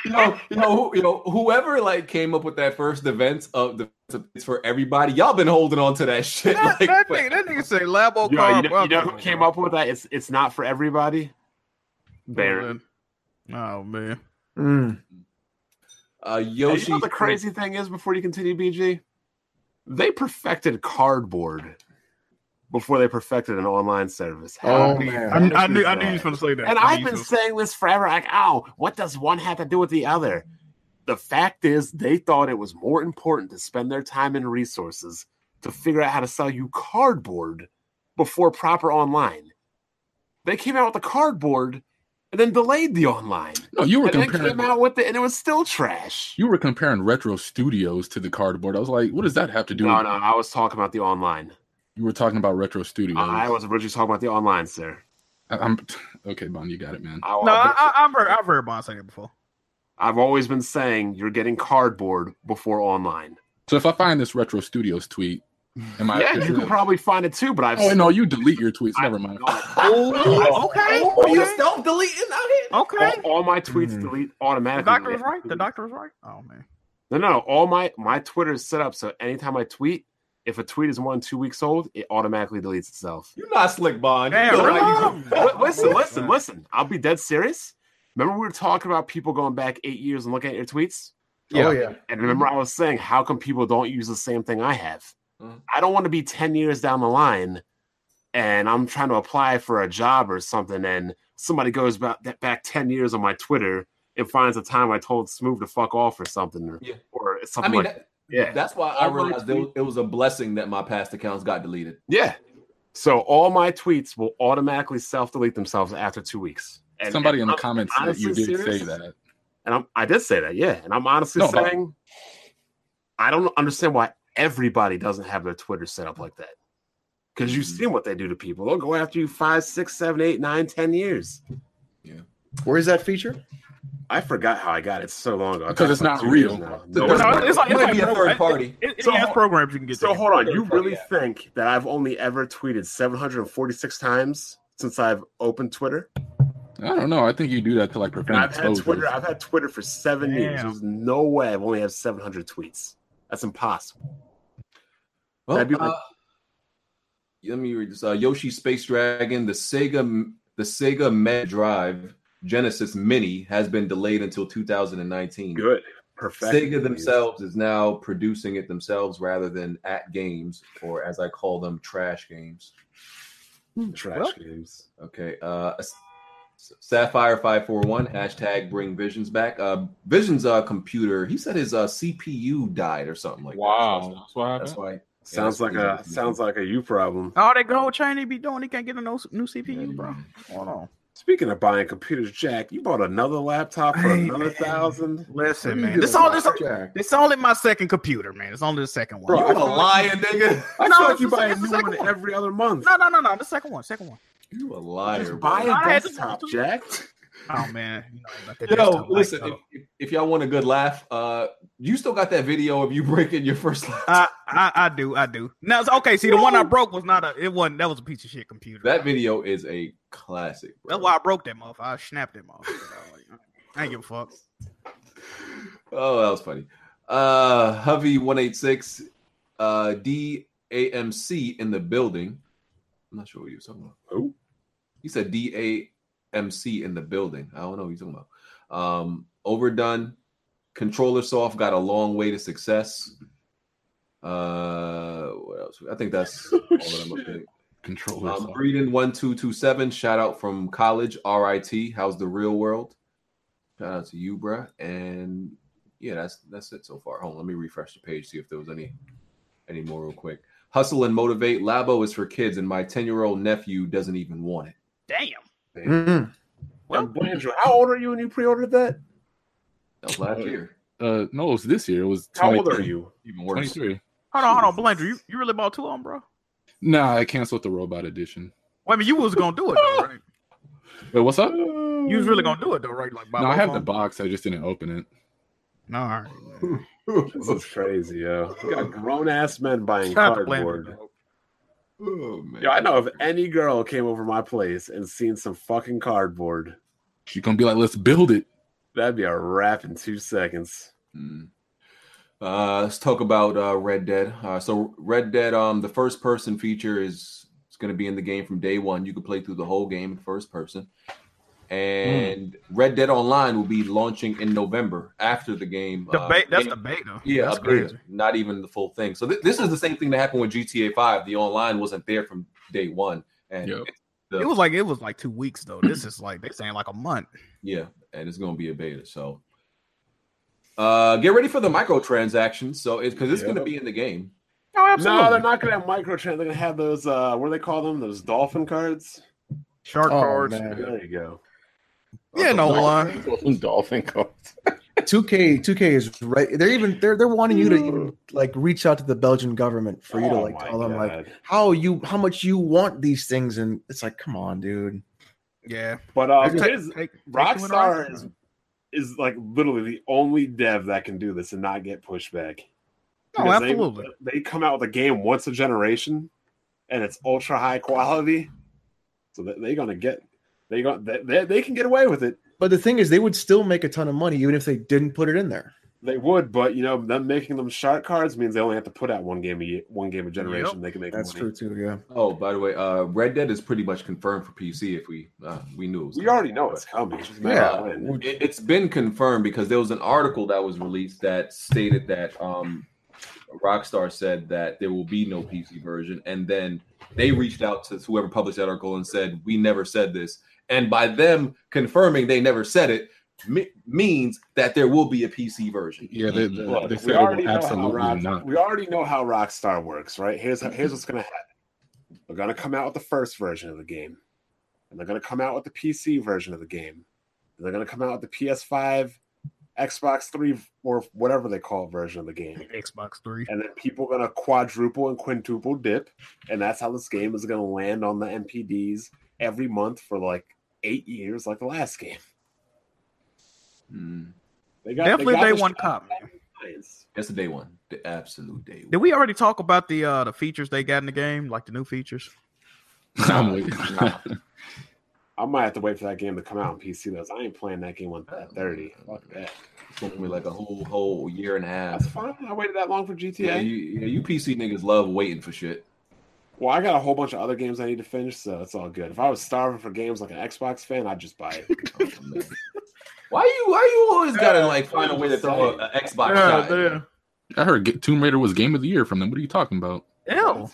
Speaker 4: you know, you know, who, you know, whoever like came up with that first event of the it's for everybody. Y'all been holding on to that shit.
Speaker 6: That,
Speaker 4: like,
Speaker 6: that,
Speaker 4: but-
Speaker 6: nigga, that nigga said Labo
Speaker 3: You know, you
Speaker 6: Car.
Speaker 3: know, you know who came up with that? It's it's not for everybody. Baron.
Speaker 6: Oh man.
Speaker 7: Mm.
Speaker 4: uh,
Speaker 3: And
Speaker 4: Yoshi,
Speaker 3: you know what the crazy thing is before you continue, BG? They perfected cardboard. before they perfected an online service. How-
Speaker 7: Oh, man.
Speaker 6: I, kn- I knew I knew you was gonna say that.
Speaker 3: And
Speaker 6: I
Speaker 3: I've
Speaker 6: knew you
Speaker 3: been
Speaker 6: was
Speaker 3: saying this forever like, oh, what does one have to do with the other? The fact is, they thought it was more important to spend their time and resources to figure out how to sell you cardboard before proper online. They came out with the cardboard and then delayed the online.
Speaker 2: No, you were
Speaker 3: And then
Speaker 2: comparing
Speaker 3: came out with it, and it was still trash.
Speaker 2: you were comparing retro studios to the cardboard. I was like, what does that have to do?
Speaker 3: No,
Speaker 2: with-
Speaker 3: no, I was talking about the online.
Speaker 2: You were talking about retro studios.
Speaker 3: I was originally talking about the online, sir.
Speaker 2: I- I'm *laughs* okay, Bond. You got it, man.
Speaker 3: I,
Speaker 6: gonna- No, I, I, I've heard I've heard Bond say that before.
Speaker 3: I've always been saying you're getting cardboard before online.
Speaker 2: So if I find this retro studios tweet, am I?
Speaker 3: yeah, you can probably find it too, but I've *laughs*
Speaker 2: oh no, you delete your tweets. Never mind.
Speaker 6: Okay,
Speaker 4: Are
Speaker 3: "Oh,
Speaker 4: you
Speaker 6: okay,
Speaker 4: self deleting out here?
Speaker 6: okay.
Speaker 3: all, all my tweets
Speaker 2: Hmm.
Speaker 3: delete
Speaker 6: The
Speaker 3: automatically.
Speaker 6: doctor was right. The doctor was right. Oh man.
Speaker 3: No, no, all my my Twitter is set up so anytime I tweet, if a tweet is more than two weeks old, it automatically deletes itself.
Speaker 4: You're not slick, Bond.
Speaker 6: Damn,
Speaker 4: You're
Speaker 6: really?
Speaker 4: like-
Speaker 3: Li-
Speaker 4: *laughs*
Speaker 3: listen, listen, listen. I'll be dead serious. Remember we were talking about people going back eight years and looking at your tweets?
Speaker 7: Oh yeah.
Speaker 3: And remember, I was saying, how come people don't use the same thing I have?
Speaker 4: Mhm.
Speaker 3: I don't want to be 10 years down the line and I'm trying to apply for a job or something, and somebody goes back, that back 10 years on my Twitter and finds the time I told Smooth to fuck off or something, or,
Speaker 4: Yeah.
Speaker 3: or something
Speaker 4: I mean,
Speaker 3: like
Speaker 4: that,
Speaker 3: Yeah.
Speaker 4: that's why I realized it was, it was a blessing that my past accounts got deleted.
Speaker 3: Yeah. So all my tweets will automatically self delete themselves after two weeks. And,
Speaker 2: Somebody
Speaker 3: and
Speaker 2: in the
Speaker 3: I'm-
Speaker 2: comments said
Speaker 3: honestly
Speaker 2: you did
Speaker 3: serious?
Speaker 2: say that.
Speaker 3: And I'm, I did say that, yeah. And I'm honestly
Speaker 2: No, but-
Speaker 3: saying, I don't understand why everybody doesn't have their Twitter set up like that. Because you've
Speaker 2: Mhm.
Speaker 3: seen what they do to people. They'll go after you five, six, seven, eight, nine, ten years.
Speaker 7: Where is that feature?
Speaker 3: I forgot how I got it so long ago. I
Speaker 2: Because
Speaker 3: got
Speaker 2: it's
Speaker 3: it like
Speaker 2: not
Speaker 3: two years
Speaker 2: real.
Speaker 3: now.
Speaker 2: The-
Speaker 3: No,
Speaker 6: No,
Speaker 3: it's not.
Speaker 6: it's
Speaker 4: It
Speaker 6: like, it's
Speaker 4: might
Speaker 6: like
Speaker 4: be a third party.
Speaker 6: It, it,
Speaker 3: So
Speaker 6: it has
Speaker 3: hold-
Speaker 6: programs you can get.
Speaker 3: So
Speaker 6: to.
Speaker 3: hold on. You
Speaker 4: Third party
Speaker 3: really
Speaker 4: app.
Speaker 3: think that I've only ever tweeted 746 times since I've opened Twitter?
Speaker 2: I don't know. I think you do that to like
Speaker 3: And
Speaker 2: prevent
Speaker 3: I've had
Speaker 2: exposure.
Speaker 3: Twitter. I've had Twitter for seven years.
Speaker 6: Damn.
Speaker 3: There's no way I've only had 700 tweets. That's impossible.
Speaker 4: Well,
Speaker 3: That'd be like-
Speaker 4: uh, let me read this. Uh, Yoshi Space Dragon, the Sega, the Sega Mega Drive Genesis Mini has been delayed until 2019.
Speaker 3: Good, perfect.
Speaker 4: Sega themselves is now producing it themselves rather than at games, or as I call them, trash games.
Speaker 3: trash
Speaker 6: Well-
Speaker 3: games.
Speaker 4: Okay. Uh, S- Sapphire five four one hashtag bring visions back. Uh, visions uh computer. He said his uh CPU died or something like
Speaker 15: Wow, that's what
Speaker 4: that. That's
Speaker 15: happened.
Speaker 4: why.
Speaker 3: Sounds
Speaker 4: that's
Speaker 3: like *laughs* a
Speaker 4: pretty-
Speaker 3: sounds like a you problem.
Speaker 6: All that gold chain he be doing, he can't get a no, new CPU,
Speaker 4: Yeah.
Speaker 6: bro. Hold on.
Speaker 3: Speaking of buying computers, Jack, you bought another laptop for
Speaker 6: Hey,
Speaker 3: another
Speaker 6: man.
Speaker 3: thousand.
Speaker 6: Listen, man, this all this
Speaker 7: Jack.
Speaker 6: it's only my second computer, man. It's only the second one.
Speaker 3: Bro,
Speaker 4: You a lion, nigga.
Speaker 3: I
Speaker 6: No,
Speaker 3: feel like
Speaker 6: it's
Speaker 3: you
Speaker 6: the
Speaker 3: buy a
Speaker 6: second-
Speaker 3: new
Speaker 6: it's the
Speaker 3: one
Speaker 6: second one.
Speaker 3: every other month.
Speaker 6: no, no, no, no, the second one, second one.
Speaker 4: *laughs* You a liar.
Speaker 3: Just
Speaker 4: bro.
Speaker 3: buy a
Speaker 6: I had to-
Speaker 3: desktop, Jack.
Speaker 6: Oh man, you know, about that
Speaker 4: Yo,
Speaker 6: desktop
Speaker 4: listen.
Speaker 6: life,
Speaker 4: If,
Speaker 6: though.
Speaker 4: if, if y'all want a good laugh, uh, you still got that video of you *laughs* breaking your first
Speaker 6: I,
Speaker 4: laptop.
Speaker 6: I I do I do now. it's- Okay, see, the one I broke was not a. It wasn't. That was a piece of shit computer.
Speaker 4: that video is a classic. bro.
Speaker 6: That's why I broke that motherfucker. I snapped that motherfucker. Like, I ain't give
Speaker 4: *laughs*
Speaker 6: a fuck.
Speaker 4: Oh, that was funny. Uh Hovey 186 uh DAMC in the building. I'm not sure what he was talking about.
Speaker 3: Who?
Speaker 4: He said DAMC in the building. I don't know what he's talking about. Um overdone. Controller soft got a long way to success. Uh what else? I think that's all that I'm up to.
Speaker 2: Controllers.
Speaker 4: Um, Breeden one two two seven. Shout out from college. RIT. How's the real world? Shout out to you, bruh. And yeah, that's that's it so far. Hold on, let me refresh the page see if there was any any more real quick. Hustle and motivate. Labo is for kids, and my ten year old nephew doesn't even want it.
Speaker 6: Damn.
Speaker 7: Mm.
Speaker 3: Well, Blandrew, how old are you when you pre-ordered that?
Speaker 4: That
Speaker 3: *laughs*
Speaker 4: was last year.
Speaker 2: uh, no, it was this year. It was.
Speaker 3: How old are
Speaker 2: 23.
Speaker 3: you?
Speaker 4: Even worse.
Speaker 2: Twenty-three.
Speaker 6: Hold on, hold on, Blender. You, you really bought two of them, bro?
Speaker 2: Nah, I canceled the robot edition.
Speaker 6: Wait, I mean, you was gonna do it, though, right?
Speaker 2: Wait, what's up?
Speaker 6: You was really gonna do it, though, right? Like, buy
Speaker 2: No, I
Speaker 6: both
Speaker 2: have
Speaker 6: of
Speaker 2: the
Speaker 6: them?
Speaker 2: box. I just didn't open it.
Speaker 6: No, all right.
Speaker 3: *laughs* This is crazy, yo. You got grown ass men buying
Speaker 6: Shout out to
Speaker 3: cardboard.
Speaker 6: Blender.
Speaker 4: Oh, man.
Speaker 3: Yo, I know if any girl came over my place and seen some fucking cardboard,
Speaker 2: She's gonna be like, "Let's build it."
Speaker 3: that'd be a wrap in two seconds.
Speaker 4: Mm. Uh, let's talk about uh, Red Dead. Uh, so Red Dead, um, the first person feature is it's going to be in the game from day one. You can play through the whole game in first person,
Speaker 6: Mm.
Speaker 4: and Red Dead Online will be launching in November after the game.
Speaker 6: The
Speaker 4: uh,
Speaker 6: ba- that's
Speaker 4: game-
Speaker 6: the bait, though.
Speaker 4: yeah,
Speaker 6: that's
Speaker 4: a beta, not even the full thing. So th- this is the same thing that happened with GTA Five. The online wasn't there from day one. And *laughs*
Speaker 2: Yep.
Speaker 4: Yeah.
Speaker 6: It was like it was like two weeks though. This is like they saying like a month.
Speaker 4: Yeah, and it's going to be a beta. So uh get ready for the microtransactions. So it's because it's going to
Speaker 3: Yep.
Speaker 4: be in the game.
Speaker 6: Oh,
Speaker 3: No, they're not gonna have microtrans. They're gonna have those. Uh, what do they call them? Those dolphin cards.
Speaker 6: Shark
Speaker 7: Oh,
Speaker 6: cards.
Speaker 7: man.
Speaker 3: There you go.
Speaker 6: Yeah, no lie.
Speaker 1: Dolphin cards.
Speaker 7: 2K 2K is right. They're even they're they're wanting you to even, like reach out to the Belgian government for you to
Speaker 3: Oh
Speaker 7: like
Speaker 3: my
Speaker 7: tell them like
Speaker 3: God.
Speaker 7: how you how much you want these things and it's like come on dude.
Speaker 6: Yeah.
Speaker 3: But uh,
Speaker 6: Take-
Speaker 3: it is,
Speaker 6: take- take you in Oh,
Speaker 3: Rockstar
Speaker 6: Rockstar.
Speaker 3: is is like literally the only dev that can do this and not get pushback.
Speaker 6: No,
Speaker 7: Oh,
Speaker 3: Because they-
Speaker 6: absolutely.
Speaker 3: They, come out with a game once a generation, and it's ultra high quality, so that they're gonna get they going they, they they can get away with it.
Speaker 7: But the thing is they would still make a ton of money even if they didn't put it in there.
Speaker 3: They would, but you know, them making them shark cards means they only have to put out one game a year, one game a generation. They can make
Speaker 7: That's
Speaker 3: money.
Speaker 7: true too, yeah.
Speaker 4: Oh, by the way, uh Red Dead is pretty much confirmed for PC. If we uh, we knew it was
Speaker 3: We
Speaker 4: coming.
Speaker 3: already know Oh, it's coming. It's just a matter of when.
Speaker 4: It, it's been confirmed because there was an article that was released that stated that um, Rockstar said that there will be no PC version, and then they reached out to whoever published that article and said we never said this, and by them confirming they never said it me- means that there will be a PC version.
Speaker 1: Yeah, they, they,
Speaker 3: Look,
Speaker 1: they
Speaker 3: we
Speaker 1: said it
Speaker 3: already
Speaker 1: will
Speaker 3: know how
Speaker 1: absolutely
Speaker 3: Rock,
Speaker 1: not.
Speaker 3: We already know how Rockstar works, right?
Speaker 1: *laughs*
Speaker 3: Here's here's what's gonna happen. They're gonna come out with the first version of the game, and they're gonna come out with the PC version of the game, and they're gonna come out with the PS5, Xbox Three, or whatever they call it, version of the game.
Speaker 6: Xbox Three.
Speaker 3: And then people are gonna quadruple and quintuple dip, and that's how this game is gonna land on the MPDs every month for like eight years, like the last game.
Speaker 2: Mm-hmm. *laughs*
Speaker 4: Mm,
Speaker 3: They got,
Speaker 6: Definitely
Speaker 3: got
Speaker 6: day
Speaker 3: the
Speaker 6: one cop. man.
Speaker 3: science.
Speaker 4: that's the day one, the absolute day
Speaker 6: Did
Speaker 4: one.
Speaker 6: we already talk about the uh the features they got in the game, like the new features?
Speaker 4: *laughs*
Speaker 1: I'm waiting.
Speaker 2: *laughs*
Speaker 3: I might have to wait for that game to come out on PC though. 'cause I ain't playing that game on
Speaker 4: Oh,
Speaker 3: at 30. Fuck that.
Speaker 4: It's gonna be like a whole whole year and a
Speaker 3: That's
Speaker 4: half.
Speaker 3: fine. I waited that long for GTA.
Speaker 4: Yeah, you, yeah, you PC niggas love waiting for shit.
Speaker 3: Well, I got a whole bunch of other games I need to finish, so it's all good. If I was starving for games like an Xbox fan, I'd just buy it.
Speaker 4: Oh, man. why you why you always gotta like find a way to throw an Xbox shot?
Speaker 1: I heard Ga- Tomb Raider was game of the year from them. What are you talking about?
Speaker 6: Hell.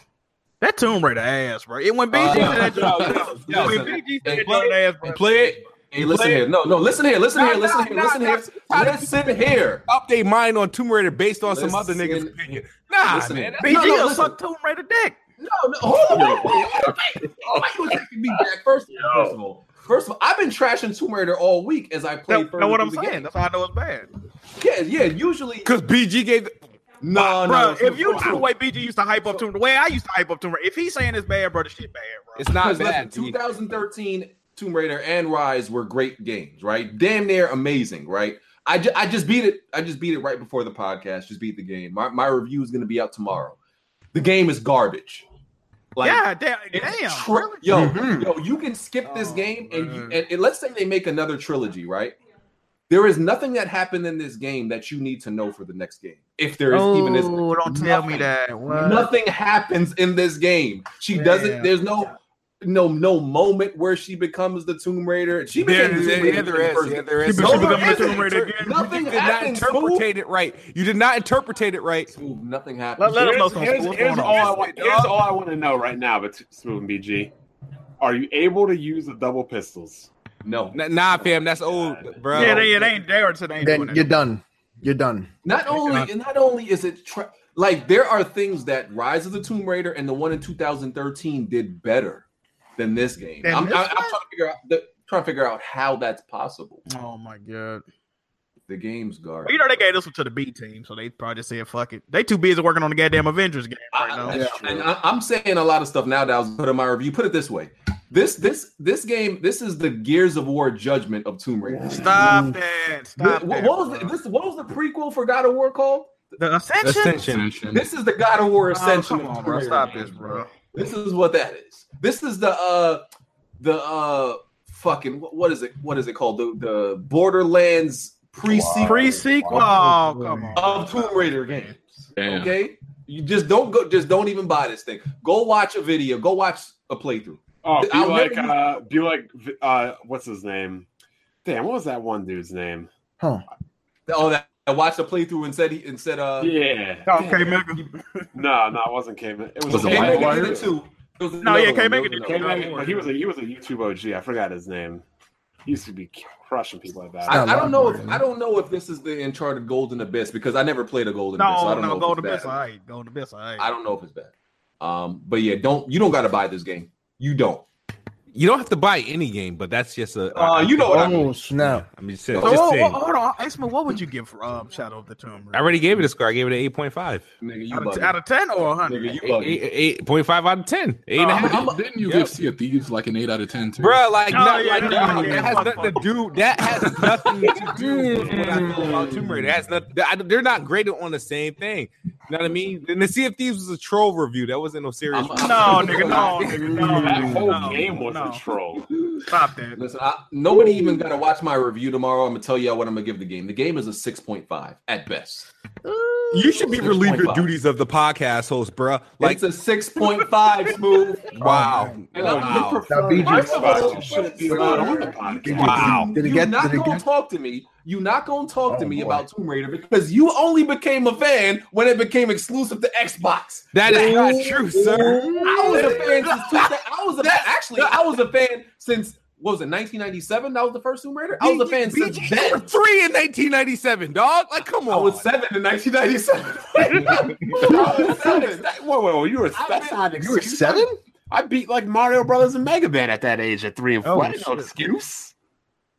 Speaker 6: That Tomb Raider ass, bro. It when BG
Speaker 4: Uh,
Speaker 6: said that
Speaker 4: no,
Speaker 6: joint-
Speaker 4: no, no,
Speaker 6: when
Speaker 4: no.
Speaker 6: BG
Speaker 4: Hey,
Speaker 6: said that
Speaker 4: play
Speaker 6: joint ass,
Speaker 4: Hey,
Speaker 6: bro.
Speaker 4: Play it. Hey, listen here. No, no, listen here. Listen
Speaker 9: No,
Speaker 4: here.
Speaker 9: no,
Speaker 4: Listen here.
Speaker 9: no,
Speaker 4: Listen
Speaker 9: no.
Speaker 4: here. Listen here.
Speaker 9: Update mine on Tomb Raider based on some other
Speaker 4: Listen-
Speaker 9: niggas' opinion. Nah,
Speaker 4: listen.
Speaker 9: man.
Speaker 6: BG
Speaker 4: No, no,
Speaker 6: will
Speaker 4: listen.
Speaker 6: suck Tomb Raider dick.
Speaker 4: No, no, hold on. Wait, wait, wait, wait. Why you taking me back? First, first of all, first of all, I've been trashing Tomb Raider all week as I
Speaker 6: That,
Speaker 4: played.
Speaker 6: know what I'm
Speaker 4: through the
Speaker 6: saying? That's how I know it's bad.
Speaker 4: game. Yeah, yeah. Usually,
Speaker 9: Because BG gave. The,
Speaker 4: Oh, no,
Speaker 6: bro,
Speaker 4: no.
Speaker 6: if you knew the way BG used to hype up Tomb the way I used to hype up Tomb Raider, if he's saying it's bad, bro, the shit bad, bro.
Speaker 9: it's not
Speaker 4: Because
Speaker 9: bad.
Speaker 4: listen, 2013 Tomb Raider and Rise were great games, right? Damn near amazing, right? I, ju- I just beat it. I just beat it right before the podcast. Just beat the game. My, my review is going to be out tomorrow. The game is garbage. Like,
Speaker 6: yeah, damn,
Speaker 4: it's
Speaker 6: damn. Oh,
Speaker 4: tr- yo,
Speaker 7: Mhm.
Speaker 4: yo, you can skip this game and, you,
Speaker 6: man.
Speaker 4: and and let's say they make another trilogy, right? There is nothing that happened in this game that you need to know for the next game, if there is even is.
Speaker 6: Oh, don't tell me
Speaker 4: Nothing.
Speaker 6: that. What?
Speaker 4: Nothing happens in this game. She doesn't.
Speaker 6: Yeah.
Speaker 4: There's no, no, no moment where she becomes the Tomb Raider. She
Speaker 9: There,
Speaker 4: became the Tomb
Speaker 9: there,
Speaker 4: Raider
Speaker 9: yeah,
Speaker 4: in the
Speaker 9: there is.
Speaker 4: first
Speaker 9: Yeah,
Speaker 4: game.
Speaker 9: there is.
Speaker 4: She became
Speaker 9: No, there
Speaker 4: the
Speaker 9: isn't.
Speaker 4: Tomb Raider again.
Speaker 9: Nothing
Speaker 4: You
Speaker 9: you
Speaker 4: did
Speaker 9: did
Speaker 4: not
Speaker 9: not
Speaker 4: interpret
Speaker 9: interpretate it right. You did not interpretate it right.
Speaker 4: Ooh, Nothing
Speaker 6: Let,
Speaker 4: happens.
Speaker 6: let us know
Speaker 3: here's,
Speaker 6: some
Speaker 3: here's-
Speaker 6: what's
Speaker 3: here's
Speaker 6: going
Speaker 3: all
Speaker 6: on.
Speaker 3: I want, here's all I want to know right now, but Smooth and BG. Are you able to use the double pistols?
Speaker 4: no.
Speaker 9: N- Nah, fam, that's old, bro.
Speaker 6: Yeah, they, it ain't there to they ain't
Speaker 7: Then
Speaker 6: doing
Speaker 7: you're
Speaker 6: it.
Speaker 7: done. You're done.
Speaker 4: Not only and not only is it tra- like there are things that Rise of the Tomb Raider and the one in 2013 did better than this game.
Speaker 6: Than
Speaker 4: I'm,
Speaker 6: this
Speaker 4: I'm, I'm trying to figure out the, trying to figure out how that's possible.
Speaker 6: Oh my god!
Speaker 4: The game's garbage.
Speaker 6: You know they gave this one to the B team, so they probably just said fuck it. They too busy working on the goddamn Avengers game
Speaker 4: Ah,
Speaker 6: right now.
Speaker 4: I, I- and I, I'm saying a lot of stuff now that I was put in my review. Put it this way: this this this game this is the Gears of War Judgment of Tomb Raider.
Speaker 6: Stop that! Stop
Speaker 4: What, what
Speaker 6: that!
Speaker 4: was
Speaker 6: bro.
Speaker 4: the, this? What was the prequel for God of War called?
Speaker 6: The Ascension.
Speaker 2: Oh,
Speaker 1: Ascension.
Speaker 4: This is the God of War
Speaker 6: Oh,
Speaker 4: Ascension. of
Speaker 6: come on,
Speaker 4: Tomb
Speaker 6: bro.
Speaker 4: Raider.
Speaker 6: Stop this, bro.
Speaker 4: This is what that is. This is the uh the uh fucking what, what is it? What is it called? The the Borderlands pre-sequel
Speaker 6: Pre sequel. Oh, come on.
Speaker 4: of Tomb Raider games.
Speaker 1: Damn.
Speaker 4: Okay, you just don't go. Just don't even buy this thing. Go watch a video. Go watch a playthrough.
Speaker 3: Oh, be
Speaker 4: I'll
Speaker 3: like,
Speaker 4: never
Speaker 3: uh, be like, uh, what's his name? Damn, what was that one dude's name?
Speaker 7: Huh.
Speaker 4: Oh, that I watched a playthrough and said he and said uh.
Speaker 3: Yeah.
Speaker 6: Okay, Mega.
Speaker 3: No, no, it wasn't Caveman. It was,
Speaker 1: Was it
Speaker 4: Hey,
Speaker 1: Livewire?
Speaker 4: Mega did it too.
Speaker 16: was
Speaker 6: No, yeah,
Speaker 16: another
Speaker 6: K-Mac
Speaker 16: one.
Speaker 6: could do
Speaker 16: There
Speaker 3: Came
Speaker 16: was
Speaker 3: back,
Speaker 16: another one.
Speaker 3: but he was a he was a YouTube OG. I forgot his name. He used to be crushing people like that.
Speaker 4: I, I don't know if
Speaker 2: Outlaw.
Speaker 4: I don't know if this is the Uncharted Golden Abyss because I never played a Golden Abyss. So I
Speaker 6: No,
Speaker 4: don't know
Speaker 6: no,
Speaker 4: if
Speaker 6: go
Speaker 4: it's
Speaker 6: to
Speaker 4: bad.
Speaker 6: best. All right, go to best. All right.
Speaker 4: I don't know if it's bad. Um, but yeah, don't you don't got to buy this game. You don't.
Speaker 9: You don't have to buy any game, but that's just a.
Speaker 4: Uh, you know what I mean.
Speaker 7: Oh snap!
Speaker 9: I'm just saying.
Speaker 6: So,
Speaker 9: just
Speaker 6: whoa, whoa,
Speaker 9: saying.
Speaker 6: hold on, Iceman. What would you give for um, Shadow of the Tomb
Speaker 9: I
Speaker 6: Raider?
Speaker 9: already gave it a score. I gave it an eight point five.
Speaker 4: Nigga, you
Speaker 6: Out of,
Speaker 4: bugging.
Speaker 6: out of ten or hundred?
Speaker 4: Nigga, you bugging.
Speaker 9: Eight point five out of ten. Eight and a
Speaker 2: How
Speaker 9: half.
Speaker 2: much- didn't you
Speaker 4: yeah.
Speaker 2: give Sea of Thieves like an eight out of ten? Too?
Speaker 9: Bruh, like,
Speaker 6: Oh,
Speaker 9: no,
Speaker 6: yeah,
Speaker 9: like
Speaker 6: no,
Speaker 9: no,
Speaker 6: yeah,
Speaker 9: that has
Speaker 6: fuck,
Speaker 9: nothing to
Speaker 6: fuck.
Speaker 9: do. That has nothing to do with what I feel about Tomb Raider. It Has nothing. I- they're not graded on the same thing. You know what I mean? And the Sea of Thieves was a troll review. That wasn't no serious.
Speaker 4: I'm- I'm-
Speaker 6: No, nigga, no, nigga, no.
Speaker 3: that whole
Speaker 6: no,
Speaker 3: game was
Speaker 6: no.
Speaker 3: a troll.
Speaker 6: Stop that.
Speaker 4: Listen, I, nobody even got to watch my review tomorrow. I'm gonna tell y'all what I'm gonna give the game. The game is a six point five at best.
Speaker 9: you should be relieved your
Speaker 4: 6.5.
Speaker 9: duties of the podcast host, bruh. Like,
Speaker 4: it's a six point five smooth.
Speaker 9: wow,
Speaker 4: And I'm gonna
Speaker 9: wow.
Speaker 4: prefer-
Speaker 7: Now, BG
Speaker 4: First of all,
Speaker 3: Xbox shouldn't be allowed on the podcast.
Speaker 9: Wow.
Speaker 7: Did it
Speaker 4: You're
Speaker 7: get-
Speaker 4: not
Speaker 7: did it
Speaker 4: gonna
Speaker 7: get-
Speaker 4: talk to me. You're not gonna talk to
Speaker 7: Oh,
Speaker 4: me
Speaker 7: boy.
Speaker 4: about Tomb Raider because you only became a fan when it became exclusive to Xbox.
Speaker 9: That is not true, sir.
Speaker 4: I was a fan since 2000. I was a, actually I was a fan since what was it 1997? That was the first Tomb Raider. I was a fan since
Speaker 9: BG
Speaker 4: then.
Speaker 9: number three in 1997, dog. Like, come
Speaker 4: I
Speaker 9: on.
Speaker 4: was seven in 1997. I was seven.
Speaker 3: Whoa, whoa, whoa! You were
Speaker 4: I've
Speaker 3: that's
Speaker 4: been-
Speaker 3: not an
Speaker 7: You were
Speaker 3: excuse.
Speaker 7: seven?
Speaker 3: I beat like Mario Brothers and Mega Man at that age at three and
Speaker 9: Oh,
Speaker 3: four. That's no
Speaker 9: shit.
Speaker 3: excuse.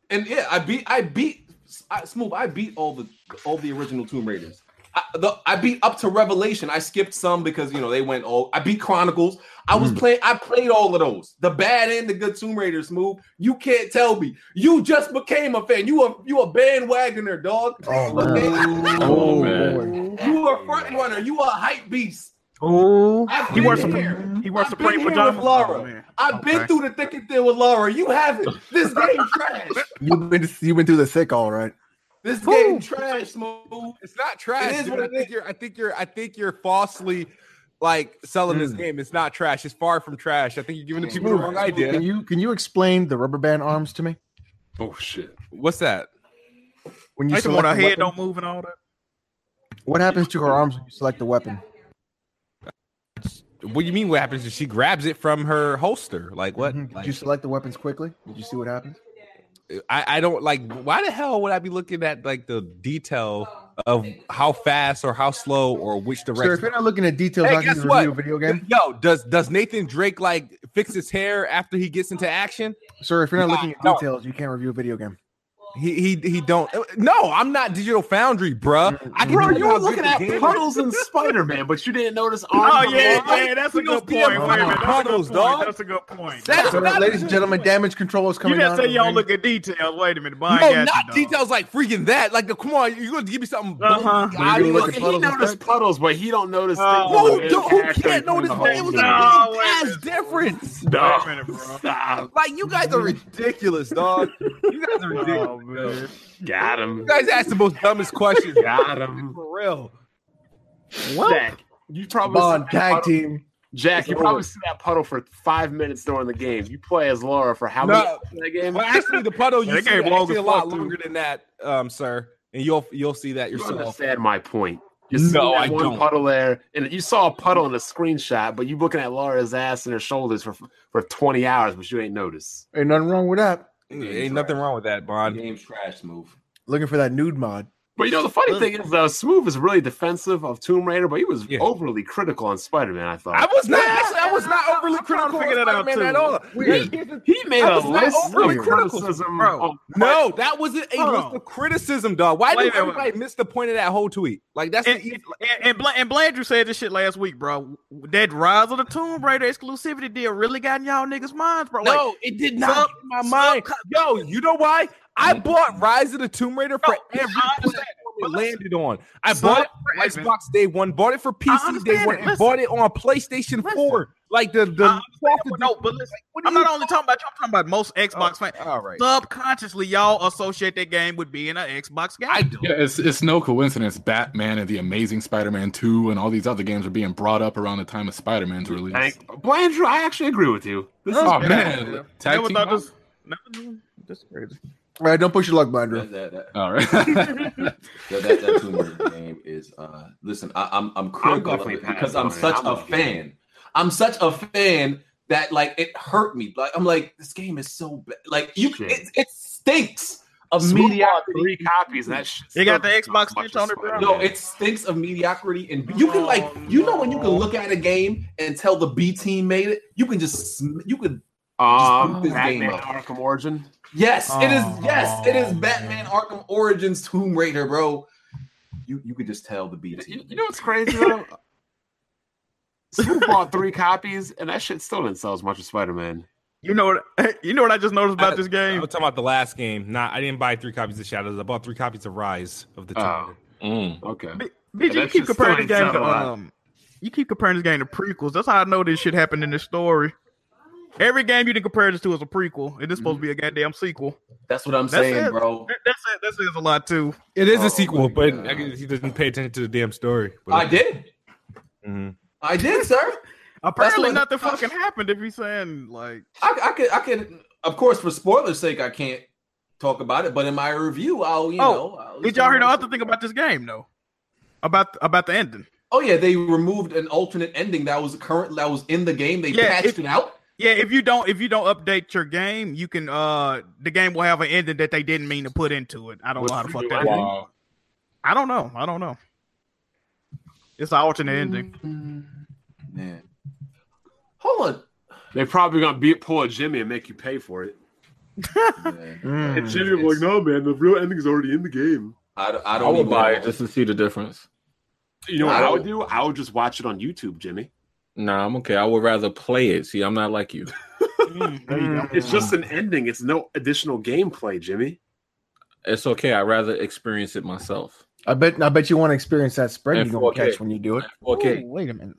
Speaker 4: And yeah, I beat I beat I, Smooth. I beat all the all the original Tomb Raiders. I, the, I beat up to Revelation. I skipped some because you know they went all. I beat Chronicles. I was
Speaker 7: Hmm.
Speaker 4: playing. I played all of those. The bad and the good Tomb Raider. Smooth. You can't tell me. You just became a fan. You a you a bandwagoner, dog.
Speaker 7: Oh,
Speaker 4: Okay?
Speaker 7: man.
Speaker 2: Oh,
Speaker 7: Oh,
Speaker 2: man.
Speaker 7: boy.
Speaker 4: You a front runner. You a hype beast.
Speaker 6: Oh,
Speaker 4: I've
Speaker 6: he
Speaker 4: been
Speaker 6: wants
Speaker 4: here.
Speaker 6: to. He wants to
Speaker 4: I've
Speaker 6: pray
Speaker 4: been
Speaker 6: for
Speaker 4: here
Speaker 6: John.
Speaker 4: with Laura.
Speaker 6: man.
Speaker 4: I've been
Speaker 6: Okay.
Speaker 4: through the thick and thin with Laura. You haven't. This game trash.
Speaker 7: You've been you've been through the thick, all right.
Speaker 4: This game trash. Smooth.
Speaker 9: It's not trash.
Speaker 4: It is
Speaker 9: dude.
Speaker 4: what
Speaker 9: I
Speaker 4: it
Speaker 9: think you're I think you're I think you're falsely like selling this game. It's not trash. It's far from trash. I think you're giving the people the wrong
Speaker 7: Can
Speaker 9: idea.
Speaker 7: you can you explain the rubber band arms to me?
Speaker 2: Oh shit!
Speaker 9: What's that?
Speaker 7: When you
Speaker 6: Iceman, when
Speaker 7: select
Speaker 6: her
Speaker 7: the
Speaker 6: head
Speaker 7: weapon,
Speaker 6: don't move and all that.
Speaker 7: what happens to her arms when you select the weapon?
Speaker 9: What do you mean what happens is she grabs it from her holster? Like what?
Speaker 7: Mhm. Did
Speaker 9: Like,
Speaker 7: you select the weapons quickly? Did you see what happens?
Speaker 9: I, I don't like why the hell would I be looking at like the detail of how fast or how slow or which
Speaker 7: Sir, if
Speaker 9: direction?
Speaker 7: you're not looking at details,
Speaker 9: Hey,
Speaker 7: I can
Speaker 9: guess
Speaker 7: review
Speaker 9: what?
Speaker 7: a video game.
Speaker 9: Yo, does does Nathan Drake like fix his hair after he gets into action?
Speaker 7: Sir, if you're not
Speaker 9: Nah,
Speaker 7: looking at
Speaker 9: no.
Speaker 7: details, you can't review a video game.
Speaker 9: He he he don't. No, I'm not Digital Foundry, bruh.
Speaker 6: Mm,
Speaker 9: I can
Speaker 3: Bro,
Speaker 9: tell
Speaker 3: you
Speaker 9: how
Speaker 3: were
Speaker 9: good
Speaker 3: looking
Speaker 9: the
Speaker 3: at
Speaker 9: game is.
Speaker 3: puddles in Spider Man, but you didn't notice.
Speaker 6: Oh
Speaker 3: Arm
Speaker 6: yeah,
Speaker 3: Hammer.
Speaker 6: yeah, that's a
Speaker 9: Those
Speaker 6: good point. Wait a
Speaker 9: damn
Speaker 6: minute, that's a
Speaker 9: models,
Speaker 6: good
Speaker 9: dog.
Speaker 6: point. That's a good point.
Speaker 9: That's
Speaker 7: Sir,
Speaker 9: not-
Speaker 7: ladies and gentlemen, damage control is
Speaker 6: You
Speaker 7: coming.
Speaker 6: didn't
Speaker 7: down
Speaker 6: say
Speaker 7: on
Speaker 6: y'all
Speaker 7: the
Speaker 6: look at details. Wait a minute, Bond
Speaker 9: No,
Speaker 6: got
Speaker 9: not
Speaker 6: you, dog.
Speaker 9: details like freaking that. Like, come on, you're gonna give me something.
Speaker 6: Uh-huh.
Speaker 9: blingy,
Speaker 7: Well, you're
Speaker 9: obvious.
Speaker 7: gonna look
Speaker 3: He
Speaker 7: at puddles and
Speaker 3: noticed puddles, but he don't notice.
Speaker 6: Oh,
Speaker 3: things
Speaker 9: Who,
Speaker 3: that
Speaker 9: do- who
Speaker 3: actually
Speaker 9: can't know
Speaker 3: in
Speaker 9: this?
Speaker 3: the
Speaker 9: It
Speaker 3: whole
Speaker 9: was
Speaker 3: game.
Speaker 9: a
Speaker 6: No,
Speaker 9: big
Speaker 6: wait a
Speaker 9: ass
Speaker 6: minute.
Speaker 9: difference.
Speaker 6: Wait a minute, bro.
Speaker 3: Stop.
Speaker 9: Like, you guys are ridiculous, dog. *laughs* You guys are ridiculous.
Speaker 6: Oh, man.
Speaker 3: Got him.
Speaker 9: You guys ask the most dumbest questions.
Speaker 3: Got him.
Speaker 9: For real.
Speaker 3: Jack, you probably
Speaker 7: Bond
Speaker 3: see that
Speaker 7: tag
Speaker 3: puddle-
Speaker 7: team.
Speaker 3: Jack, you
Speaker 7: It's over.
Speaker 3: probably see that puddle for five minutes during the game. You play as Laura for how
Speaker 9: No.
Speaker 3: many hours in that game?
Speaker 9: Well, actually, the puddle
Speaker 6: *laughs*
Speaker 9: you
Speaker 6: That
Speaker 9: see
Speaker 6: game
Speaker 9: actually
Speaker 6: long as
Speaker 9: a lot
Speaker 6: fuck, dude.
Speaker 9: longer than that, um, sir. And you'll you'll see that
Speaker 3: You
Speaker 9: yourself.
Speaker 3: understand my point. You
Speaker 9: No,
Speaker 3: see that
Speaker 9: I
Speaker 3: one
Speaker 9: don't.
Speaker 3: puddle there, and you saw a puddle in a screenshot, but you looking at Laura's ass and her shoulders for for twenty hours, but you ain't noticed.
Speaker 7: Ain't nothing wrong with that.
Speaker 9: Ain't nothing wrong with that, Bond.
Speaker 4: Game's trash.
Speaker 9: *laughs*
Speaker 4: Move.
Speaker 7: Looking for that nude mod.
Speaker 3: But you know the funny
Speaker 9: Look.
Speaker 3: thing is, though, Smooth is really defensive of Tomb Raider, but he was
Speaker 9: Yeah.
Speaker 3: overly critical on Spider Man. I
Speaker 9: I
Speaker 3: thought
Speaker 9: was not. Actually, I was not overly
Speaker 6: trying to
Speaker 9: critical of
Speaker 6: figure that out,
Speaker 9: Spider-Man
Speaker 6: too.
Speaker 9: at all.
Speaker 7: Weird.
Speaker 3: he made
Speaker 9: I
Speaker 3: a
Speaker 9: was not
Speaker 3: list
Speaker 9: overly
Speaker 3: of
Speaker 9: critical,
Speaker 3: criticism.
Speaker 6: bro.
Speaker 3: of-
Speaker 9: No, that wasn't a
Speaker 6: Hold
Speaker 9: list
Speaker 6: on.
Speaker 9: of criticism, dog. Why
Speaker 6: Wait
Speaker 9: did
Speaker 6: a minute,
Speaker 9: everybody miss the point of that whole tweet? Like that's
Speaker 6: And,
Speaker 9: the
Speaker 6: and, and, Bla- and Blandrew said this shit last week, bro. That Rise of the Tomb Raider exclusivity deal really got in y'all niggas' minds, bro. Like,
Speaker 9: no, it did not
Speaker 6: some-
Speaker 9: get in my mind. Yo, you know why? I bought Rise of the Tomb Raider for
Speaker 6: Mm-hmm. No,
Speaker 9: every
Speaker 6: I understand,
Speaker 9: platform it
Speaker 6: but
Speaker 9: landed on. I
Speaker 6: Some-
Speaker 9: bought it for
Speaker 6: Wait a minute.
Speaker 9: Xbox day one, bought it for PC day
Speaker 6: understand
Speaker 9: one,
Speaker 6: it.
Speaker 9: and
Speaker 6: Listen.
Speaker 9: bought it on PlayStation
Speaker 6: Listen.
Speaker 9: 4. Like the the
Speaker 6: I understand, but no, but listen,
Speaker 9: What do
Speaker 6: I'm
Speaker 9: you- Oh.
Speaker 6: not only talking about you. I'm talking about most Xbox fans.
Speaker 9: *laughs* all right.
Speaker 6: Subconsciously, y'all associate that game with being an Xbox game.
Speaker 9: I do.
Speaker 2: *laughs* Yeah, it's it's no coincidence. Batman and the Amazing Spider-Man Two and all these other games are being brought up around the time of Spider-Man's release.
Speaker 3: Thank, Blandrew, I actually agree with you. This is
Speaker 2: Oh
Speaker 6: Yeah.
Speaker 2: man, tag
Speaker 6: Never
Speaker 2: team
Speaker 6: thought
Speaker 2: up?
Speaker 6: this- never- this is crazy.
Speaker 7: All right, don't push your luck, Binder.
Speaker 4: That, that, that,
Speaker 2: All right. *laughs*
Speaker 4: that, that, that Tomb Raider game is. Uh, listen, I, I'm I'm critical of
Speaker 3: definitely
Speaker 4: it because
Speaker 3: passing
Speaker 4: I'm
Speaker 3: on it.
Speaker 4: such
Speaker 3: I'm
Speaker 4: a
Speaker 3: okay.
Speaker 4: fan. I'm such a fan that like it hurt me. Like I'm like this game is so bad. Like you,
Speaker 3: Shit.
Speaker 4: it, it stinks of
Speaker 3: Smooth
Speaker 4: mediocrity.
Speaker 3: bought three copies. That shit.
Speaker 6: They got the
Speaker 3: still
Speaker 6: Xbox
Speaker 3: much
Speaker 6: bitch on
Speaker 3: as
Speaker 6: it, bro.
Speaker 3: fuck.
Speaker 4: No, it stinks of mediocrity, and you can like you know when you can look at a game and tell the B team made it. You can just sm- you could
Speaker 3: Um,
Speaker 4: This game
Speaker 3: Batman
Speaker 4: up.
Speaker 3: Arkham Origin.
Speaker 4: yes, it
Speaker 6: Oh,
Speaker 4: is yes, it is
Speaker 6: man.
Speaker 4: Batman Arkham Origins Tomb Raider, bro. You you could just tell the B
Speaker 3: You,
Speaker 4: team.
Speaker 3: you know what's crazy *laughs* though? Smooth bought three copies, and that shit still didn't sell as much as Spider Man.
Speaker 6: You know what? *laughs* You know what I just noticed about this
Speaker 9: I'm
Speaker 6: game?
Speaker 9: talking about the last game. Not, I didn't buy three copies of Shadows. I bought three copies of Rise of the Tomb
Speaker 3: Oh.
Speaker 9: Raider.
Speaker 17: *laughs* Mm.
Speaker 3: Okay.
Speaker 6: B- BG, you
Speaker 3: that's
Speaker 6: keep
Speaker 3: just
Speaker 6: comparing this
Speaker 3: still
Speaker 6: game
Speaker 3: ain't
Speaker 6: to
Speaker 3: selling a lot.
Speaker 6: um, you keep comparing this game to prequels. That's how I know this shit happened in this story. Every game you can compare this to is a prequel, and this supposed to be a goddamn sequel.
Speaker 4: That's what I'm
Speaker 6: That's
Speaker 4: saying,
Speaker 6: it.
Speaker 4: bro.
Speaker 6: That- That's it. That says a lot too.
Speaker 9: It is
Speaker 4: Oh,
Speaker 9: a sequel,
Speaker 4: my
Speaker 9: but
Speaker 4: God.
Speaker 9: I guess he doesn't pay attention to the damn story. But-
Speaker 4: I did,
Speaker 9: Mhm.
Speaker 4: I did, sir.
Speaker 6: Apparently,
Speaker 4: what-
Speaker 6: nothing fucking happened. If he's saying like,
Speaker 4: I, I could, I could, of course, for spoilers' sake, I can't talk about it. But in my review, I'll, you
Speaker 6: Oh,
Speaker 4: know. I'll-
Speaker 6: did y'all hear the other thing about this game though? About about the ending?
Speaker 4: Oh yeah, they removed an alternate ending that was current, that was in the game. They
Speaker 6: Yeah,
Speaker 4: patched
Speaker 6: it-
Speaker 4: it out.
Speaker 6: Yeah, if you don't if you don't update your game, you can uh the game will have an ending that they didn't mean to put into it. I don't know how to fuck that.
Speaker 2: Wow.
Speaker 6: I don't know. I don't know. It's an alternate ending.
Speaker 4: Man, hold
Speaker 3: They probably gonna be pull a Jimmy and make you pay for it.
Speaker 4: on. Man,
Speaker 3: And
Speaker 7: Mm.
Speaker 3: Jimmy will be like, no, man, the real ending's already in the game.
Speaker 4: I, don't- I
Speaker 17: I,
Speaker 4: don't
Speaker 17: would
Speaker 4: even
Speaker 17: buy it
Speaker 4: know.
Speaker 17: just to see the difference.
Speaker 3: You know what
Speaker 4: I
Speaker 3: I
Speaker 4: don't-
Speaker 3: would do? I would just watch it on YouTube, Jimmy.
Speaker 17: Nah, I'm okay. I would rather play it. See, I'm not like you.
Speaker 6: there you go.
Speaker 3: It's just an ending. It's no additional gameplay, Jimmy.
Speaker 17: It's okay. I'd rather experience it myself.
Speaker 7: I bet I bet you want to experience that spread
Speaker 17: And
Speaker 7: you're gonna
Speaker 17: 4K.
Speaker 7: catch when you do it.
Speaker 17: Okay.
Speaker 6: Ooh, wait a minute.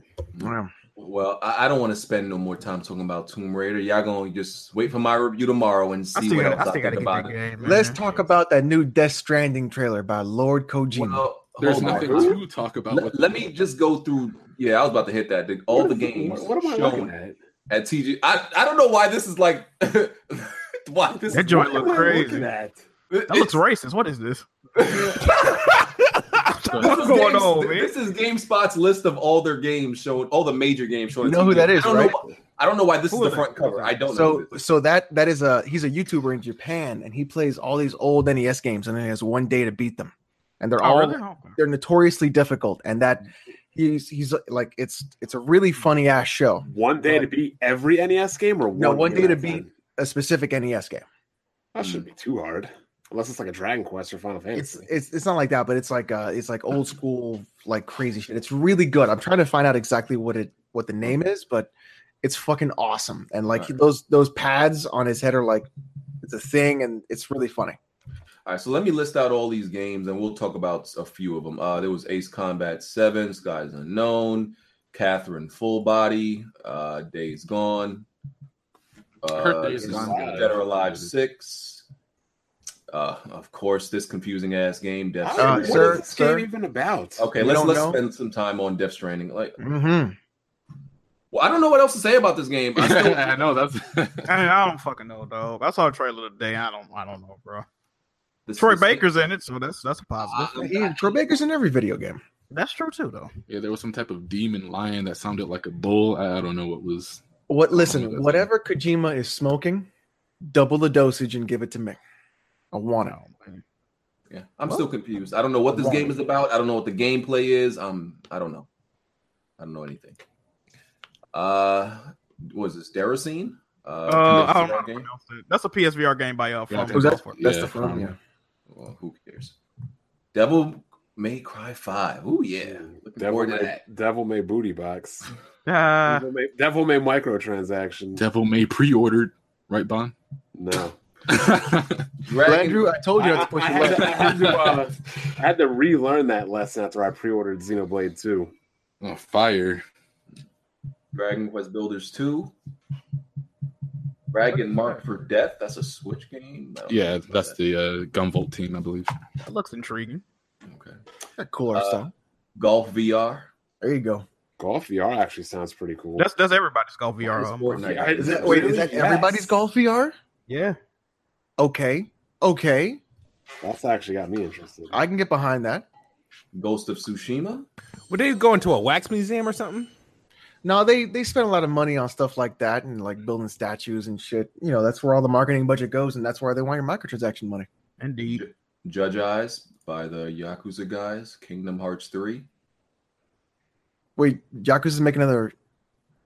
Speaker 4: Well, I, I don't want to spend no more time talking about Tomb Raider. Y'all gonna just wait for my review tomorrow and
Speaker 6: I
Speaker 4: see
Speaker 6: still
Speaker 4: what
Speaker 6: gotta, I
Speaker 4: else I,
Speaker 6: still
Speaker 4: think
Speaker 6: gotta get
Speaker 4: about
Speaker 6: that
Speaker 4: it.
Speaker 6: game. man.
Speaker 7: Let's talk about that new Death Stranding trailer by Lord Kojima.
Speaker 4: Well,
Speaker 2: There's
Speaker 4: hold on.
Speaker 2: nothing to talk about.
Speaker 4: Let,
Speaker 2: with
Speaker 4: let me just go through. Yeah, I was about to hit that. The- all the games
Speaker 3: What, am I
Speaker 4: shown
Speaker 3: looking at?
Speaker 4: at TG. I, I don't know why this is like *laughs* why this
Speaker 6: That
Speaker 4: is-
Speaker 6: joint
Speaker 4: why-
Speaker 6: look crazy.
Speaker 3: That.
Speaker 6: That looks racist. What is *laughs* this?
Speaker 4: This
Speaker 6: What's
Speaker 4: is
Speaker 6: going
Speaker 4: Games-
Speaker 6: on, man? Oh,
Speaker 4: This is GameSpot's list of all their games shown, all the major games shown.
Speaker 7: You
Speaker 4: at
Speaker 7: know who
Speaker 4: TGI.
Speaker 7: that is,
Speaker 4: I don't know
Speaker 7: right?
Speaker 4: why- I don't know why this
Speaker 6: Who
Speaker 4: is the
Speaker 6: is
Speaker 4: front cover. I don't know.
Speaker 7: So
Speaker 4: who this is.
Speaker 7: so that that is a he's a YouTuber in Japan and he plays all these old NES games and then he has one day to beat them. And they're all
Speaker 6: Oh, really? Okay.
Speaker 7: they're notoriously difficult and that he's he's like it's it's a really funny ass show.
Speaker 3: One day to beat every NES game, or
Speaker 7: No, one day
Speaker 3: game
Speaker 7: to
Speaker 3: at a
Speaker 7: beat-
Speaker 3: time?
Speaker 7: A specific NES game.
Speaker 3: That shouldn't be too hard, unless it's like a Dragon Quest or Final
Speaker 7: It's
Speaker 3: Fantasy.
Speaker 7: it's it's not like that, but it's like uh it's like old school like crazy shit. It's really good. I'm trying to find out exactly what it what the name is, but it's fucking awesome. And like
Speaker 4: Alright.
Speaker 7: those those pads on his head are like it's a thing and it's really funny.
Speaker 4: All right, so let me list out all these games, and we'll talk about a few of them. Uh, there was Ace Combat Seven, Skies Unknown, Catherine Full Body, uh, Days Gone, uh,
Speaker 2: Days
Speaker 4: this is
Speaker 2: Gone
Speaker 3: got it.
Speaker 4: Dead or Alive Six. Uh, of course, this confusing ass game,
Speaker 3: I
Speaker 4: Death
Speaker 3: don't
Speaker 7: Uh,
Speaker 4: Stranding.
Speaker 3: know,
Speaker 7: sir,
Speaker 3: what is this
Speaker 7: sir.
Speaker 3: game even about?
Speaker 4: okay,
Speaker 7: you
Speaker 4: let's
Speaker 7: don't
Speaker 4: let's
Speaker 7: know?
Speaker 4: spend some time on Death Stranding. Like,
Speaker 7: Mm-hmm.
Speaker 4: well, I don't know what else to say about this game. I
Speaker 17: *laughs*
Speaker 2: *laughs*
Speaker 4: still,
Speaker 2: *laughs* I know that's
Speaker 6: I, I don't fucking know, dog. I saw a trailer today. I don't. I don't know, bro.
Speaker 4: this- Uh,
Speaker 6: Troy
Speaker 4: this-
Speaker 6: Baker's in it, so that's that's a positive.
Speaker 4: I-
Speaker 7: Troy Baker's in every video game.
Speaker 6: That's true too, though.
Speaker 2: yeah. There was some type of demon lion that sounded like a bull. I, I don't know what was.
Speaker 7: What?
Speaker 2: Oh,
Speaker 7: Listen,
Speaker 2: that's-
Speaker 7: whatever Kojima is smoking, double the dosage and give it to me. I want it.
Speaker 4: uh,
Speaker 6: No, man.
Speaker 4: yeah, I'm still confused. I don't know what this game is about. I don't know what the gameplay is. Um, I don't know. I don't know anything. Uh, was this Deracine? Uh,
Speaker 6: Uh, I
Speaker 4: PSVR
Speaker 6: don't know. how to
Speaker 4: game?
Speaker 6: pronounce it. That's a PSVR game by uh,
Speaker 2: Yeah, I
Speaker 6: From
Speaker 2: think
Speaker 7: that's-
Speaker 2: so.
Speaker 7: that's
Speaker 2: Yeah,
Speaker 7: the firm, yeah.
Speaker 4: Well, who cares? Devil May Cry Five. Oh yeah, looking
Speaker 3: Devil
Speaker 4: forward to
Speaker 3: May,
Speaker 4: that.
Speaker 3: Devil May Booty Box. *laughs*
Speaker 6: Uh,
Speaker 3: Devil May, Devil May Microtransaction.
Speaker 2: Devil May pre-ordered,
Speaker 17: *laughs*
Speaker 2: right, Bon? *laughs* Oh,
Speaker 3: no.
Speaker 4: Dragon,
Speaker 7: Andrew, I told you
Speaker 3: I,
Speaker 7: not to push
Speaker 3: I
Speaker 7: your
Speaker 3: had to, I,
Speaker 7: luck.
Speaker 3: had to, uh, I had to relearn that lesson after I pre-ordered Xenoblade 2.
Speaker 2: Oh, fire!
Speaker 4: Dragon Quest Builders Two. Dragon Mark for Death. That's a Switch game. I don't know
Speaker 2: Yeah,
Speaker 4: about
Speaker 2: that's
Speaker 4: that.
Speaker 2: the uh, Gunvolt team, I believe.
Speaker 6: that looks intriguing.
Speaker 4: okay.
Speaker 7: Cooler
Speaker 4: Uh,
Speaker 7: stuff.
Speaker 4: Golf VR.
Speaker 7: There you go.
Speaker 3: Golf VR actually sounds pretty cool.
Speaker 6: That's that's everybody's golf VR.
Speaker 4: It's
Speaker 6: um,
Speaker 4: Fortnite.
Speaker 3: yeah, is that-
Speaker 7: Wait, is that
Speaker 3: Yes.
Speaker 7: everybody's golf VR?
Speaker 6: yeah,
Speaker 7: Okay, okay,
Speaker 3: That's actually got me interested.
Speaker 7: I can get behind that.
Speaker 4: Ghost of Tsushima.
Speaker 9: Would they go into a wax museum or something?
Speaker 7: No, they they spend a lot of money on stuff like that and
Speaker 9: Mm.
Speaker 7: like building statues and shit. You know, that's where all the marketing budget goes, and that's where they want your microtransaction money.
Speaker 6: Indeed.
Speaker 4: Judge Eyes by the Yakuza guys, Kingdom Hearts 3.
Speaker 7: Wait, Yakuza's making another.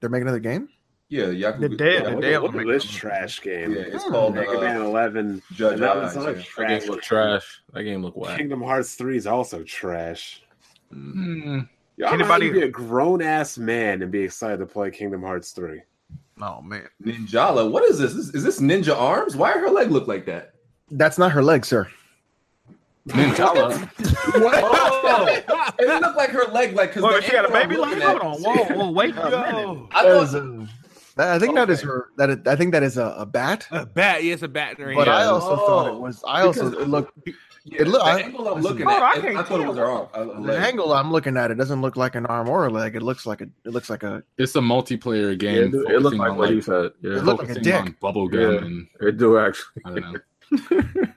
Speaker 7: They're making another game.
Speaker 4: Yeah, Yakuza.
Speaker 6: The Hmm. day-
Speaker 4: yeah,
Speaker 6: the
Speaker 4: what-
Speaker 6: day-
Speaker 3: Look at this trash game.
Speaker 4: yeah, it's called
Speaker 3: Mega Man
Speaker 4: uh,
Speaker 3: 11.
Speaker 4: Judge
Speaker 3: and that one's
Speaker 4: Eyes.
Speaker 3: not
Speaker 4: yeah.
Speaker 2: That
Speaker 3: trash.
Speaker 2: game look trash. That game look whack.
Speaker 3: Kingdom Hearts 3 is also trash.
Speaker 4: Mm.
Speaker 1: Hmm.
Speaker 3: Y'all might
Speaker 6: Anybody-
Speaker 3: even be a grown ass man and be excited to play Kingdom Hearts 3.
Speaker 6: Oh man.
Speaker 4: Ninjala, what is this? Is, is this Ninja Arms? Why her leg look like that?
Speaker 7: That's not her leg, sir.
Speaker 4: *laughs*
Speaker 1: Ninjala.
Speaker 4: Oh, it looked like her leg, like because
Speaker 6: Well, if she had a baby like hold on, whoa, whoa,
Speaker 4: *laughs*
Speaker 6: wait a minute.
Speaker 4: I
Speaker 7: That
Speaker 4: thought
Speaker 7: is a- that- I think that is
Speaker 4: Okay.
Speaker 7: her. That is, I think that is a, a bat.
Speaker 9: A bat, yes, a bat in her
Speaker 7: But I
Speaker 9: hand.
Speaker 7: also thought it
Speaker 4: Oh.
Speaker 7: was. I also
Speaker 4: Because-
Speaker 7: look
Speaker 4: Yeah,
Speaker 7: It look-
Speaker 4: the
Speaker 7: I-
Speaker 4: angle I'm
Speaker 7: listen.
Speaker 4: looking
Speaker 6: Hold
Speaker 4: at,
Speaker 6: on, I
Speaker 4: it- I,
Speaker 6: can't
Speaker 4: thought it was her arm. a- a
Speaker 7: the
Speaker 4: leg.
Speaker 7: angle I'm looking at. It doesn't look like an arm or a leg. It looks like a. It looks like a.
Speaker 1: It's a multiplayer
Speaker 2: Yeah,
Speaker 1: game.
Speaker 2: it, do- it looked
Speaker 1: focusing
Speaker 2: like
Speaker 1: on,
Speaker 2: what you said. Yeah,
Speaker 7: It looked like a
Speaker 1: focusing
Speaker 7: dick.
Speaker 1: on bubblegum
Speaker 2: Yeah.
Speaker 1: and
Speaker 2: it do actually.
Speaker 1: I don't know.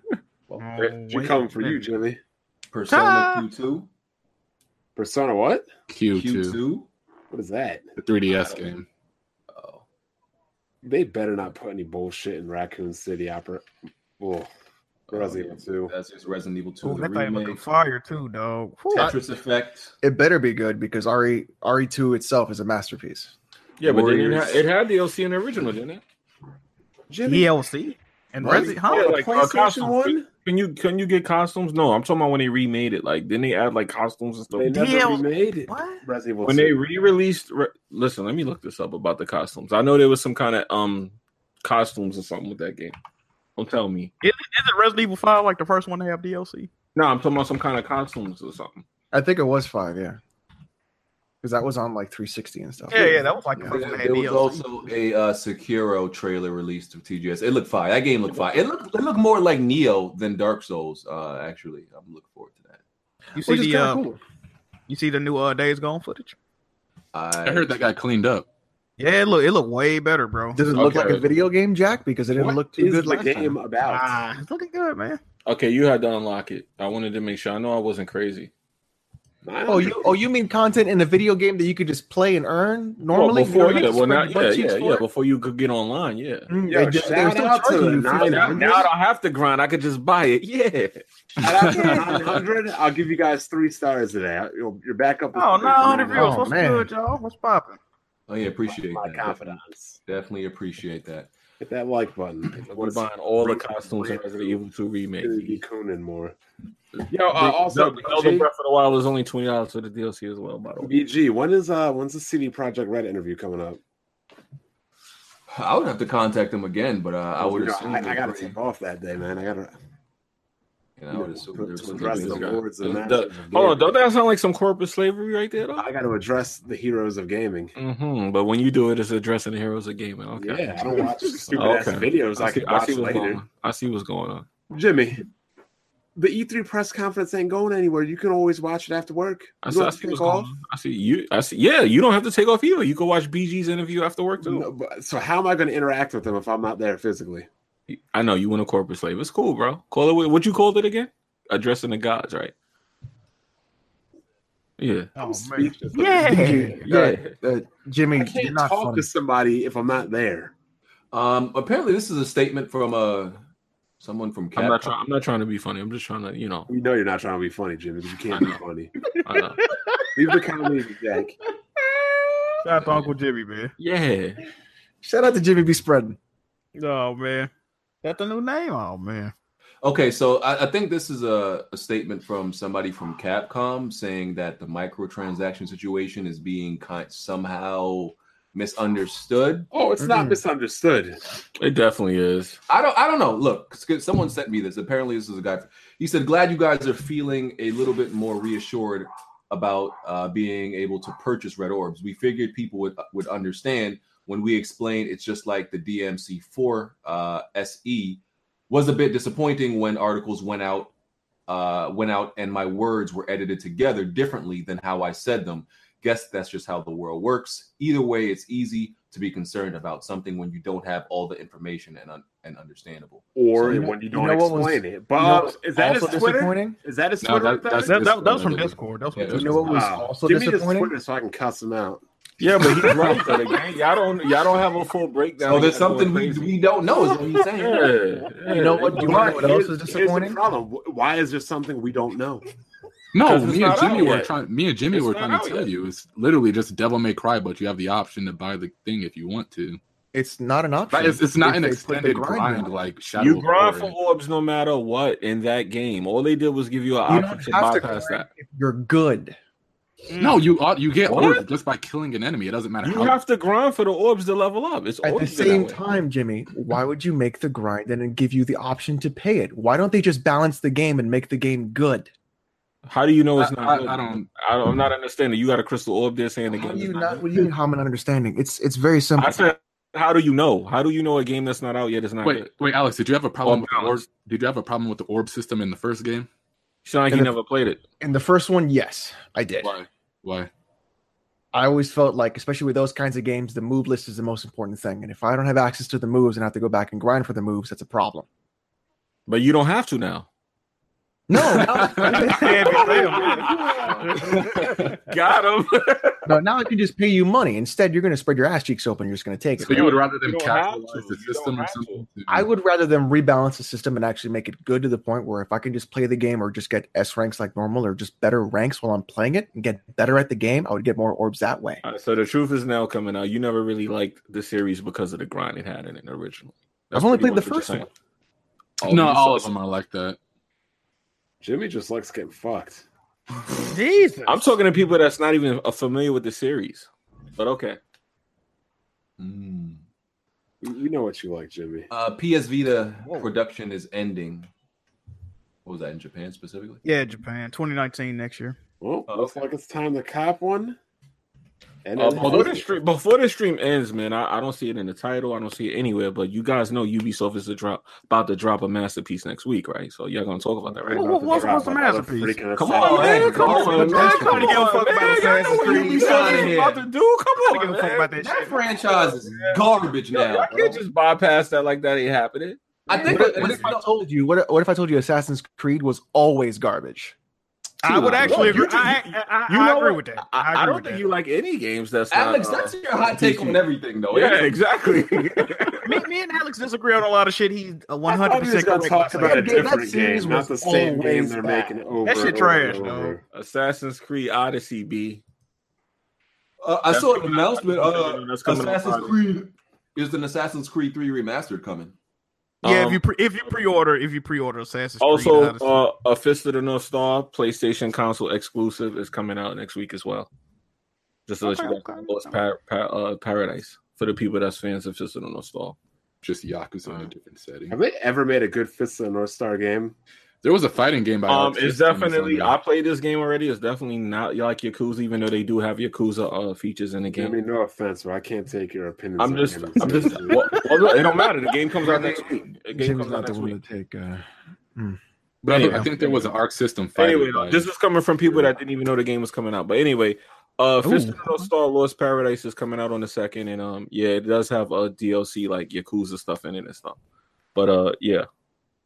Speaker 3: She coming for you, Jimmy.
Speaker 4: Persona Q2,
Speaker 3: Persona what?
Speaker 2: *laughs*
Speaker 1: Q2,
Speaker 4: Q2.
Speaker 3: What is that?
Speaker 1: the 3DS game.
Speaker 4: Oh,
Speaker 3: They better not put any bullshit in Raccoon City Opera. Well, Resident Evil 2.
Speaker 4: That's just Resident Evil 2.
Speaker 6: Ooh,
Speaker 4: the
Speaker 6: that thing looking
Speaker 4: remake.
Speaker 6: fire too, dog. Whew.
Speaker 4: Tetris Effect.
Speaker 7: It better be good because RE RE E two itself is a masterpiece.
Speaker 2: Yeah, but then it,
Speaker 4: Warriors.
Speaker 2: had, it had DLC in the original, didn't it?
Speaker 3: Jimmy,
Speaker 6: DLC and
Speaker 7: Right.
Speaker 6: Resident
Speaker 2: Yeah,
Speaker 6: huh?
Speaker 2: like, uh,
Speaker 3: PlayStation
Speaker 2: costumes.
Speaker 3: 1?
Speaker 2: Can you can you get costumes? No, I'm talking about when they remade it. Like, then they add like costumes
Speaker 4: Uh,
Speaker 2: and stuff.
Speaker 3: They never
Speaker 6: DL
Speaker 3: remade it.
Speaker 6: What?
Speaker 3: Resident Evil
Speaker 2: when they
Speaker 3: 2.
Speaker 2: re-released re- listen let me look this up about the costumes i know there was some kind of um costumes or something with that game don't tell me
Speaker 6: Isn't Resident Evil Five like the first one to have DLC?
Speaker 2: no i'm talking about some kind of costumes or something
Speaker 7: I think it was five. Yeah, because that was on like 360 and stuff.
Speaker 6: Yeah, yeah, that was like the
Speaker 7: Yeah.
Speaker 6: first one
Speaker 4: There,
Speaker 6: that had
Speaker 4: there was
Speaker 6: DLC.
Speaker 4: also a uh, Sekiro trailer released to TGS. It looked fire. That game looked fire. It looked it looked more like Neo than Dark Souls. Uh, actually, I'm looking forward to that.
Speaker 6: you see
Speaker 7: Which is
Speaker 6: the
Speaker 7: kinda
Speaker 6: uh,
Speaker 7: cool.
Speaker 6: you see the new uh, Days Gone footage?
Speaker 1: I heard that got cleaned up.
Speaker 6: Yeah, it look it look way better, bro.
Speaker 7: Does it look
Speaker 2: Okay.
Speaker 7: like a video game, Jack? Because it didn't
Speaker 3: What
Speaker 7: look too
Speaker 3: is
Speaker 7: good
Speaker 3: the
Speaker 7: last
Speaker 3: game
Speaker 7: time.
Speaker 3: about?
Speaker 6: Ah, it's looking good, man.
Speaker 2: okay you had to unlock it i wanted to make sure i know i wasn't crazy
Speaker 7: Oh, you oh you mean content in a video game that you could just play and earn normally?
Speaker 2: well, before
Speaker 7: You
Speaker 2: yeah
Speaker 7: don't have to
Speaker 2: well
Speaker 7: spend
Speaker 2: now
Speaker 7: butt
Speaker 2: yeah
Speaker 7: cheeks
Speaker 2: yeah,
Speaker 7: for
Speaker 2: yeah
Speaker 7: it?
Speaker 2: before you could get online yeah
Speaker 7: Mm,
Speaker 3: Yo,
Speaker 7: they just- they
Speaker 3: shout
Speaker 7: were still
Speaker 3: out to
Speaker 7: charging you
Speaker 3: the
Speaker 7: $50.
Speaker 2: now,
Speaker 3: nine-
Speaker 2: now i don't have to grind i could just buy it yeah
Speaker 3: Out
Speaker 4: *laughs*
Speaker 3: of 900, I'll give you guys three stars today. You'll- You're back up.
Speaker 6: Oh, 900 views.
Speaker 7: Oh,
Speaker 6: What's
Speaker 7: man.
Speaker 6: good, y'all? What's popping?
Speaker 4: Oh yeah, appreciate
Speaker 3: My
Speaker 4: that. Definitely,
Speaker 3: confidence.
Speaker 4: definitely appreciate that.
Speaker 3: Hit that like button.
Speaker 2: we're buying all the costumes in resident evil 2 remake
Speaker 3: Be Coonan more.
Speaker 2: yo
Speaker 3: uh, also,
Speaker 2: Zelda breath of the wild is only 20 dollars for the dlc as well by the way
Speaker 3: BG, when is uh when's the CD Project Red interview coming up?
Speaker 4: I would have to contact them again, but uh, I would
Speaker 3: You know,
Speaker 4: assume
Speaker 3: I,
Speaker 4: they're
Speaker 3: I gotta
Speaker 4: pretty-
Speaker 3: take off that day, man. I gotta
Speaker 4: and I would assume
Speaker 3: to,
Speaker 4: there's
Speaker 3: to
Speaker 4: some
Speaker 3: address
Speaker 4: big
Speaker 3: the
Speaker 4: stuff.
Speaker 3: lords and
Speaker 2: Uh,
Speaker 3: masters
Speaker 2: the-
Speaker 3: of
Speaker 2: Hold on,
Speaker 3: gaming.
Speaker 2: don't that sound like some corporate slavery right there? Though?
Speaker 3: I gotta address the heroes of gaming.
Speaker 2: hmm But when you do it, it's addressing the heroes of gaming. Okay.
Speaker 3: Yeah, I don't *laughs* watch stupid ass
Speaker 2: Okay.
Speaker 3: videos I,
Speaker 2: I see,
Speaker 3: can
Speaker 2: I
Speaker 3: watch
Speaker 2: see what's going
Speaker 3: later.
Speaker 2: on. I see what's going on.
Speaker 3: Jimmy, the E3 press conference ain't going anywhere. You can always watch it after work.
Speaker 2: I
Speaker 3: You
Speaker 2: see,
Speaker 3: don't
Speaker 2: I
Speaker 3: have to
Speaker 2: see what's
Speaker 3: take
Speaker 2: going
Speaker 3: off.
Speaker 2: on. I see you. I see. Yeah, you don't have to take off either. You can watch BG's interview after work too.
Speaker 3: No, but- so how am I going to interact with them if I'm not there physically?
Speaker 2: I know you want a corporate slave. It's cool, bro. Call it what- what you called it again? Addressing the gods, right? Yeah.
Speaker 6: Oh, man.
Speaker 3: speechless.
Speaker 6: Yeah.
Speaker 2: Yeah.
Speaker 7: Uh, Jimmy,
Speaker 3: I
Speaker 7: you're
Speaker 3: can't
Speaker 7: not
Speaker 3: talk
Speaker 7: funny.
Speaker 3: to somebody if I'm not there.
Speaker 4: Um, apparently this is a statement from uh someone from Capcom.
Speaker 2: I'm not trying. I'm not trying to be funny. I'm just trying to, you know.
Speaker 3: We know you're not trying to be funny, Jimmy. But you can't be funny.
Speaker 2: I know.
Speaker 3: Leave the comedy, Jack.
Speaker 6: Shout out to Uncle Jimmy, man.
Speaker 2: Yeah.
Speaker 7: Shout out to Jimmy B. Spreading.
Speaker 6: Oh man, that's the new name. Oh man.
Speaker 4: Okay, so I, I think this is a, a statement from somebody from Capcom saying that the microtransaction situation is being kind somehow misunderstood.
Speaker 3: *laughs* Oh, it's not
Speaker 2: Mm-hmm.
Speaker 7: Mhm.
Speaker 3: misunderstood.
Speaker 2: It definitely is.
Speaker 4: I don't I don't know. Look, 'cause someone sent me this. Apparently, this is a guy. He said, "Glad you guys are feeling a little bit more reassured about uh, being able to purchase red orbs. We figured people would uh, would understand when we explained it's just like the DMC4 uh, SE was a bit disappointing when articles went out uh, went out and my words were edited together differently than how I said them. Guess that's just how the world works. Either way, it's easy to be concerned about something when you don't have all the information and un- and understandable.
Speaker 3: Or
Speaker 4: So,
Speaker 3: when you
Speaker 7: you
Speaker 3: don't
Speaker 7: know what was-
Speaker 3: explain it. Bob,
Speaker 7: you know
Speaker 3: is that his
Speaker 7: also
Speaker 3: Twitter?
Speaker 7: disappointing?
Speaker 3: Is that his
Speaker 1: No,
Speaker 3: Twitter?
Speaker 1: that-
Speaker 3: right there?
Speaker 1: that's-
Speaker 6: That, that, that was from
Speaker 4: Yeah.
Speaker 6: Discord. That was from
Speaker 4: Yeah,
Speaker 7: You
Speaker 6: Discord.
Speaker 7: know what was
Speaker 3: Wow.
Speaker 7: also
Speaker 3: Give me his
Speaker 7: disappointing?
Speaker 3: Twitter so I can cuss him out.
Speaker 2: Yeah, but he's
Speaker 10: *laughs*
Speaker 2: right. though. The game- y'all don't y'all don't have a full breakdown.
Speaker 4: So there's
Speaker 2: Y'all going
Speaker 4: something we,
Speaker 2: crazy.
Speaker 4: we don't know. Is what he's saying.
Speaker 2: Yeah,
Speaker 7: You know what? Do you want to know what else is
Speaker 10: Here's
Speaker 7: disappointing?
Speaker 10: the problem. Wh- Why is there something we don't know?
Speaker 1: No,
Speaker 2: 'Cause it's
Speaker 1: me and
Speaker 2: not
Speaker 1: Jimmy
Speaker 2: out
Speaker 1: were
Speaker 2: yet.
Speaker 1: trying. Me and Jimmy
Speaker 2: It's
Speaker 1: were
Speaker 2: not
Speaker 1: trying
Speaker 2: out
Speaker 1: to tell
Speaker 2: yet.
Speaker 1: you it's literally just Devil May Cry, but you have the option to buy the thing if you want to.
Speaker 7: It's not an option.
Speaker 1: But it's, it's not
Speaker 7: If
Speaker 1: an
Speaker 7: they put the
Speaker 1: extended
Speaker 7: grind
Speaker 1: grind,
Speaker 7: on.
Speaker 1: like Shadow
Speaker 2: You
Speaker 1: of
Speaker 2: grind
Speaker 1: War.
Speaker 2: for orbs no matter what in that game. All they did was give you an
Speaker 7: You
Speaker 2: option
Speaker 7: don't
Speaker 2: to
Speaker 7: have to
Speaker 2: bypass
Speaker 7: grind
Speaker 2: that.
Speaker 7: if you're good.
Speaker 1: No, you ought, you get
Speaker 2: What?
Speaker 1: orbs just by killing an enemy. It doesn't matter
Speaker 2: You
Speaker 1: how.
Speaker 2: have to grind for the orbs to level up. It's
Speaker 7: At the
Speaker 2: always been
Speaker 7: same
Speaker 2: that way.
Speaker 7: time, Jimmy, why would you make the grind and then give you the option to pay it? Why don't they just balance the game and make the game good?
Speaker 2: How do you know
Speaker 1: I,
Speaker 2: it's not?
Speaker 1: I-
Speaker 2: good?
Speaker 1: I don't.
Speaker 2: I don't, I'm not understanding. You got a crystal orb there saying the
Speaker 7: How
Speaker 2: game.
Speaker 7: do
Speaker 2: Is
Speaker 7: you
Speaker 2: not
Speaker 7: not?
Speaker 2: out.
Speaker 7: What do you mean? How am I not understanding? It's it's very simple.
Speaker 2: I said, how do you know? How do you know a game that's not out yet is not
Speaker 1: Wait,
Speaker 2: good?
Speaker 1: wait, Alex, did you have a problem
Speaker 2: On
Speaker 1: with the orb?
Speaker 2: balance.
Speaker 1: Did you have a problem with the orb system in the first game?
Speaker 2: You sound like
Speaker 7: And
Speaker 2: you
Speaker 7: if-
Speaker 2: never played it.
Speaker 7: In the first one, yes, I did.
Speaker 1: Why?
Speaker 2: *laughs*
Speaker 1: Why?
Speaker 7: I always felt like, especially with those kinds of games, the move list is the most important thing. And if I don't have access to the moves and I have to go back and grind for the moves, that's a problem.
Speaker 2: But you don't have to now.
Speaker 7: No,
Speaker 2: Oh,
Speaker 7: no,
Speaker 2: *laughs*
Speaker 6: Ah.
Speaker 2: Got him.
Speaker 7: *laughs* no, now I can just pay you money. Instead, you're going to spread your ass cheeks open. You're just going to take it.
Speaker 1: So you would rather them
Speaker 2: You don't have
Speaker 1: capitalize
Speaker 2: to.
Speaker 1: the
Speaker 2: You don't
Speaker 1: system or
Speaker 2: have to.
Speaker 1: something? to-
Speaker 7: I would rather them rebalance the system and actually make it good to the point where if I can just play the game or just get S ranks like normal or just better ranks while I'm playing it and get better at the game, I would get more orbs that way.
Speaker 2: All right, so the truth is now coming out. You never really liked the series because of the grind it had in it originally.
Speaker 7: I've only
Speaker 2: pretty
Speaker 7: played the
Speaker 2: much what you're
Speaker 7: first
Speaker 2: saying.
Speaker 7: one.
Speaker 1: no, all of them are like that.
Speaker 10: Jimmy just likes getting fucked.
Speaker 6: Jesus.
Speaker 2: I'm talking to people that's not even uh, familiar with the series. But okay,
Speaker 1: Mm.
Speaker 10: We- We know what you like, Jimmy.
Speaker 4: Uh, PS Vita production is ending. What was that in Japan specifically?
Speaker 6: Yeah, Japan, 2019 next year.
Speaker 10: Well,
Speaker 4: Oh,
Speaker 10: looks
Speaker 4: okay.
Speaker 10: like it's time to cop one. And
Speaker 2: Uh,
Speaker 10: then-
Speaker 2: before the stream before the stream ends, man, I, I don't see it in the title. I don't see it anywhere. But you guys know Ubisoft is to drop about to drop a masterpiece next week, right? So y'all gonna talk about that, right?
Speaker 6: What- what- what's- what's the masterpiece?
Speaker 10: Come
Speaker 2: on, man, come on, man, come
Speaker 6: Nobody give a fuck
Speaker 2: on,
Speaker 6: about
Speaker 2: man. Y'all know
Speaker 6: Assassin's
Speaker 2: what
Speaker 6: Creed.
Speaker 2: Ubisoft is about to do. Come on,
Speaker 6: Nobody give a fuck
Speaker 2: man.
Speaker 6: about that
Speaker 4: That
Speaker 6: shit.
Speaker 4: franchise is garbage
Speaker 2: Yo,
Speaker 4: now.
Speaker 2: y'all
Speaker 4: bro.
Speaker 2: can't just bypass that like that ain't happening.
Speaker 4: I think
Speaker 7: What,
Speaker 4: that-
Speaker 7: what if I told you? What, what if I told you Assassin's Creed was always garbage?
Speaker 6: I would
Speaker 4: Look,
Speaker 6: actually
Speaker 2: you
Speaker 6: agree.
Speaker 2: ju-
Speaker 6: I, I, I,
Speaker 2: you
Speaker 6: I
Speaker 2: know
Speaker 6: agree
Speaker 2: what?
Speaker 6: with that.
Speaker 2: I,
Speaker 6: agree
Speaker 2: I don't
Speaker 6: with
Speaker 2: think
Speaker 6: that.
Speaker 2: you like any games that's
Speaker 4: Alex,
Speaker 2: not, uh, oh,
Speaker 4: that's your hot take on everything, though. *laughs*
Speaker 2: yeah, exactly.
Speaker 6: *laughs*
Speaker 2: *laughs*
Speaker 6: Me, me and Alex disagree on a lot of shit. He's
Speaker 10: I
Speaker 6: 100
Speaker 10: thought we was
Speaker 6: percent
Speaker 10: gonna
Speaker 6: correct.
Speaker 10: talk
Speaker 6: by
Speaker 10: about a
Speaker 6: saying.
Speaker 7: That- that
Speaker 10: different
Speaker 7: series
Speaker 10: game, not
Speaker 7: was
Speaker 10: the same game
Speaker 7: always
Speaker 10: they're
Speaker 7: bad.
Speaker 10: making over.
Speaker 6: That shit
Speaker 10: and
Speaker 6: trash,
Speaker 10: over and
Speaker 6: though.
Speaker 10: over.
Speaker 2: Assassin's Creed Odyssey B.
Speaker 4: Uh, I
Speaker 2: That's
Speaker 4: saw an
Speaker 2: coming out.
Speaker 4: announcement. Uh,
Speaker 2: That's coming out Friday.
Speaker 4: Assassin's Creed is an Assassin's Creed 3 remastered coming.
Speaker 6: Yeah, if
Speaker 2: Um,
Speaker 6: you pre, if you pre-order if you pre-order Assassin's
Speaker 2: Also,
Speaker 6: Creed, Odyssey.
Speaker 2: uh, a Fist of the North Star PlayStation console exclusive is coming out next week as well. Just to let you guys know, it's par- par- uh, Paradise for the people that's fans of Fist of the North Star.
Speaker 1: Just Yakuza in a different setting.
Speaker 10: Have they ever made a good Fist of the North Star game?
Speaker 1: There was a fighting game by.
Speaker 2: Um,
Speaker 1: Arc
Speaker 2: it's
Speaker 1: Systems on
Speaker 2: definitely.
Speaker 1: there.
Speaker 2: I played this game already. It's definitely not like Yakuza, even though they do have Yakuza uh, features in the
Speaker 10: I
Speaker 2: game.
Speaker 10: mean, no offense, but I can't take your opinions.
Speaker 2: I'm
Speaker 10: on
Speaker 2: just,
Speaker 10: games. *laughs*
Speaker 2: I'm just. Well, well, look, it don't matter. The game comes out next week. The game
Speaker 7: Jim's
Speaker 2: comes out
Speaker 7: not the
Speaker 2: next
Speaker 7: one
Speaker 2: week.
Speaker 7: to take. Uh,
Speaker 1: But I, think-
Speaker 2: Anyway.
Speaker 1: I think there was an Arc System fighting.
Speaker 2: Anyway, though, this is coming from people that didn't even know the game was coming out. But anyway, uh, Fist of the North Star Lost Paradise is coming out on the second, and um, yeah, it does have a DLC like Yakuza stuff in it and stuff. But uh, yeah,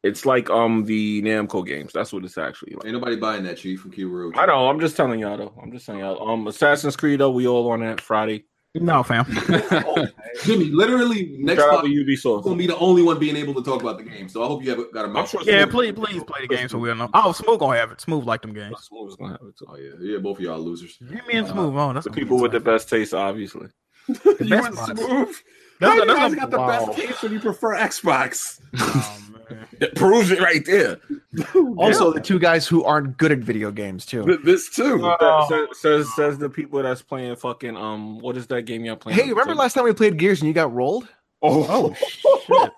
Speaker 2: it's like um the Namco games. That's what it's actually like.
Speaker 4: Ain't nobody buying that, Chief, from Kiru.
Speaker 2: I know. I'm just telling y'all though. I'm just saying y'all. Um, Assassin's Creed though, we all on that Friday.
Speaker 6: no, fam.
Speaker 4: Jimmy, literally, next
Speaker 2: Shout out to
Speaker 4: time, I'm
Speaker 2: Ubisoft.
Speaker 4: going to be the only one being able to talk about the game. So I hope you have got a
Speaker 2: I'm sure-
Speaker 6: Yeah, please, please play the game so we'll know. Oh, Smooth gonna have it. Smooth like them games.
Speaker 2: Smooth's gonna have it, too.
Speaker 4: Oh, yeah. Yeah, both of y'all losers.
Speaker 6: Give me and Smooth on. oh, That's
Speaker 2: The
Speaker 6: what I'm
Speaker 2: people with the
Speaker 6: saying.
Speaker 2: best taste, obviously.
Speaker 6: The best spots.
Speaker 10: How
Speaker 6: That's,
Speaker 10: you
Speaker 6: that's,
Speaker 10: guys got
Speaker 6: that's,
Speaker 10: the best taste when you prefer *laughs* Xbox?
Speaker 6: oh, man.
Speaker 2: It proves it right there.
Speaker 7: also, the two guys who aren't good at video games too.
Speaker 10: Th- This too.
Speaker 7: Oh.
Speaker 2: says, says says the people that's playing fucking um what is that game y'all playing?
Speaker 7: Hey, remember last time we played Gears and you got rolled?
Speaker 10: oh,
Speaker 2: *laughs* Oh,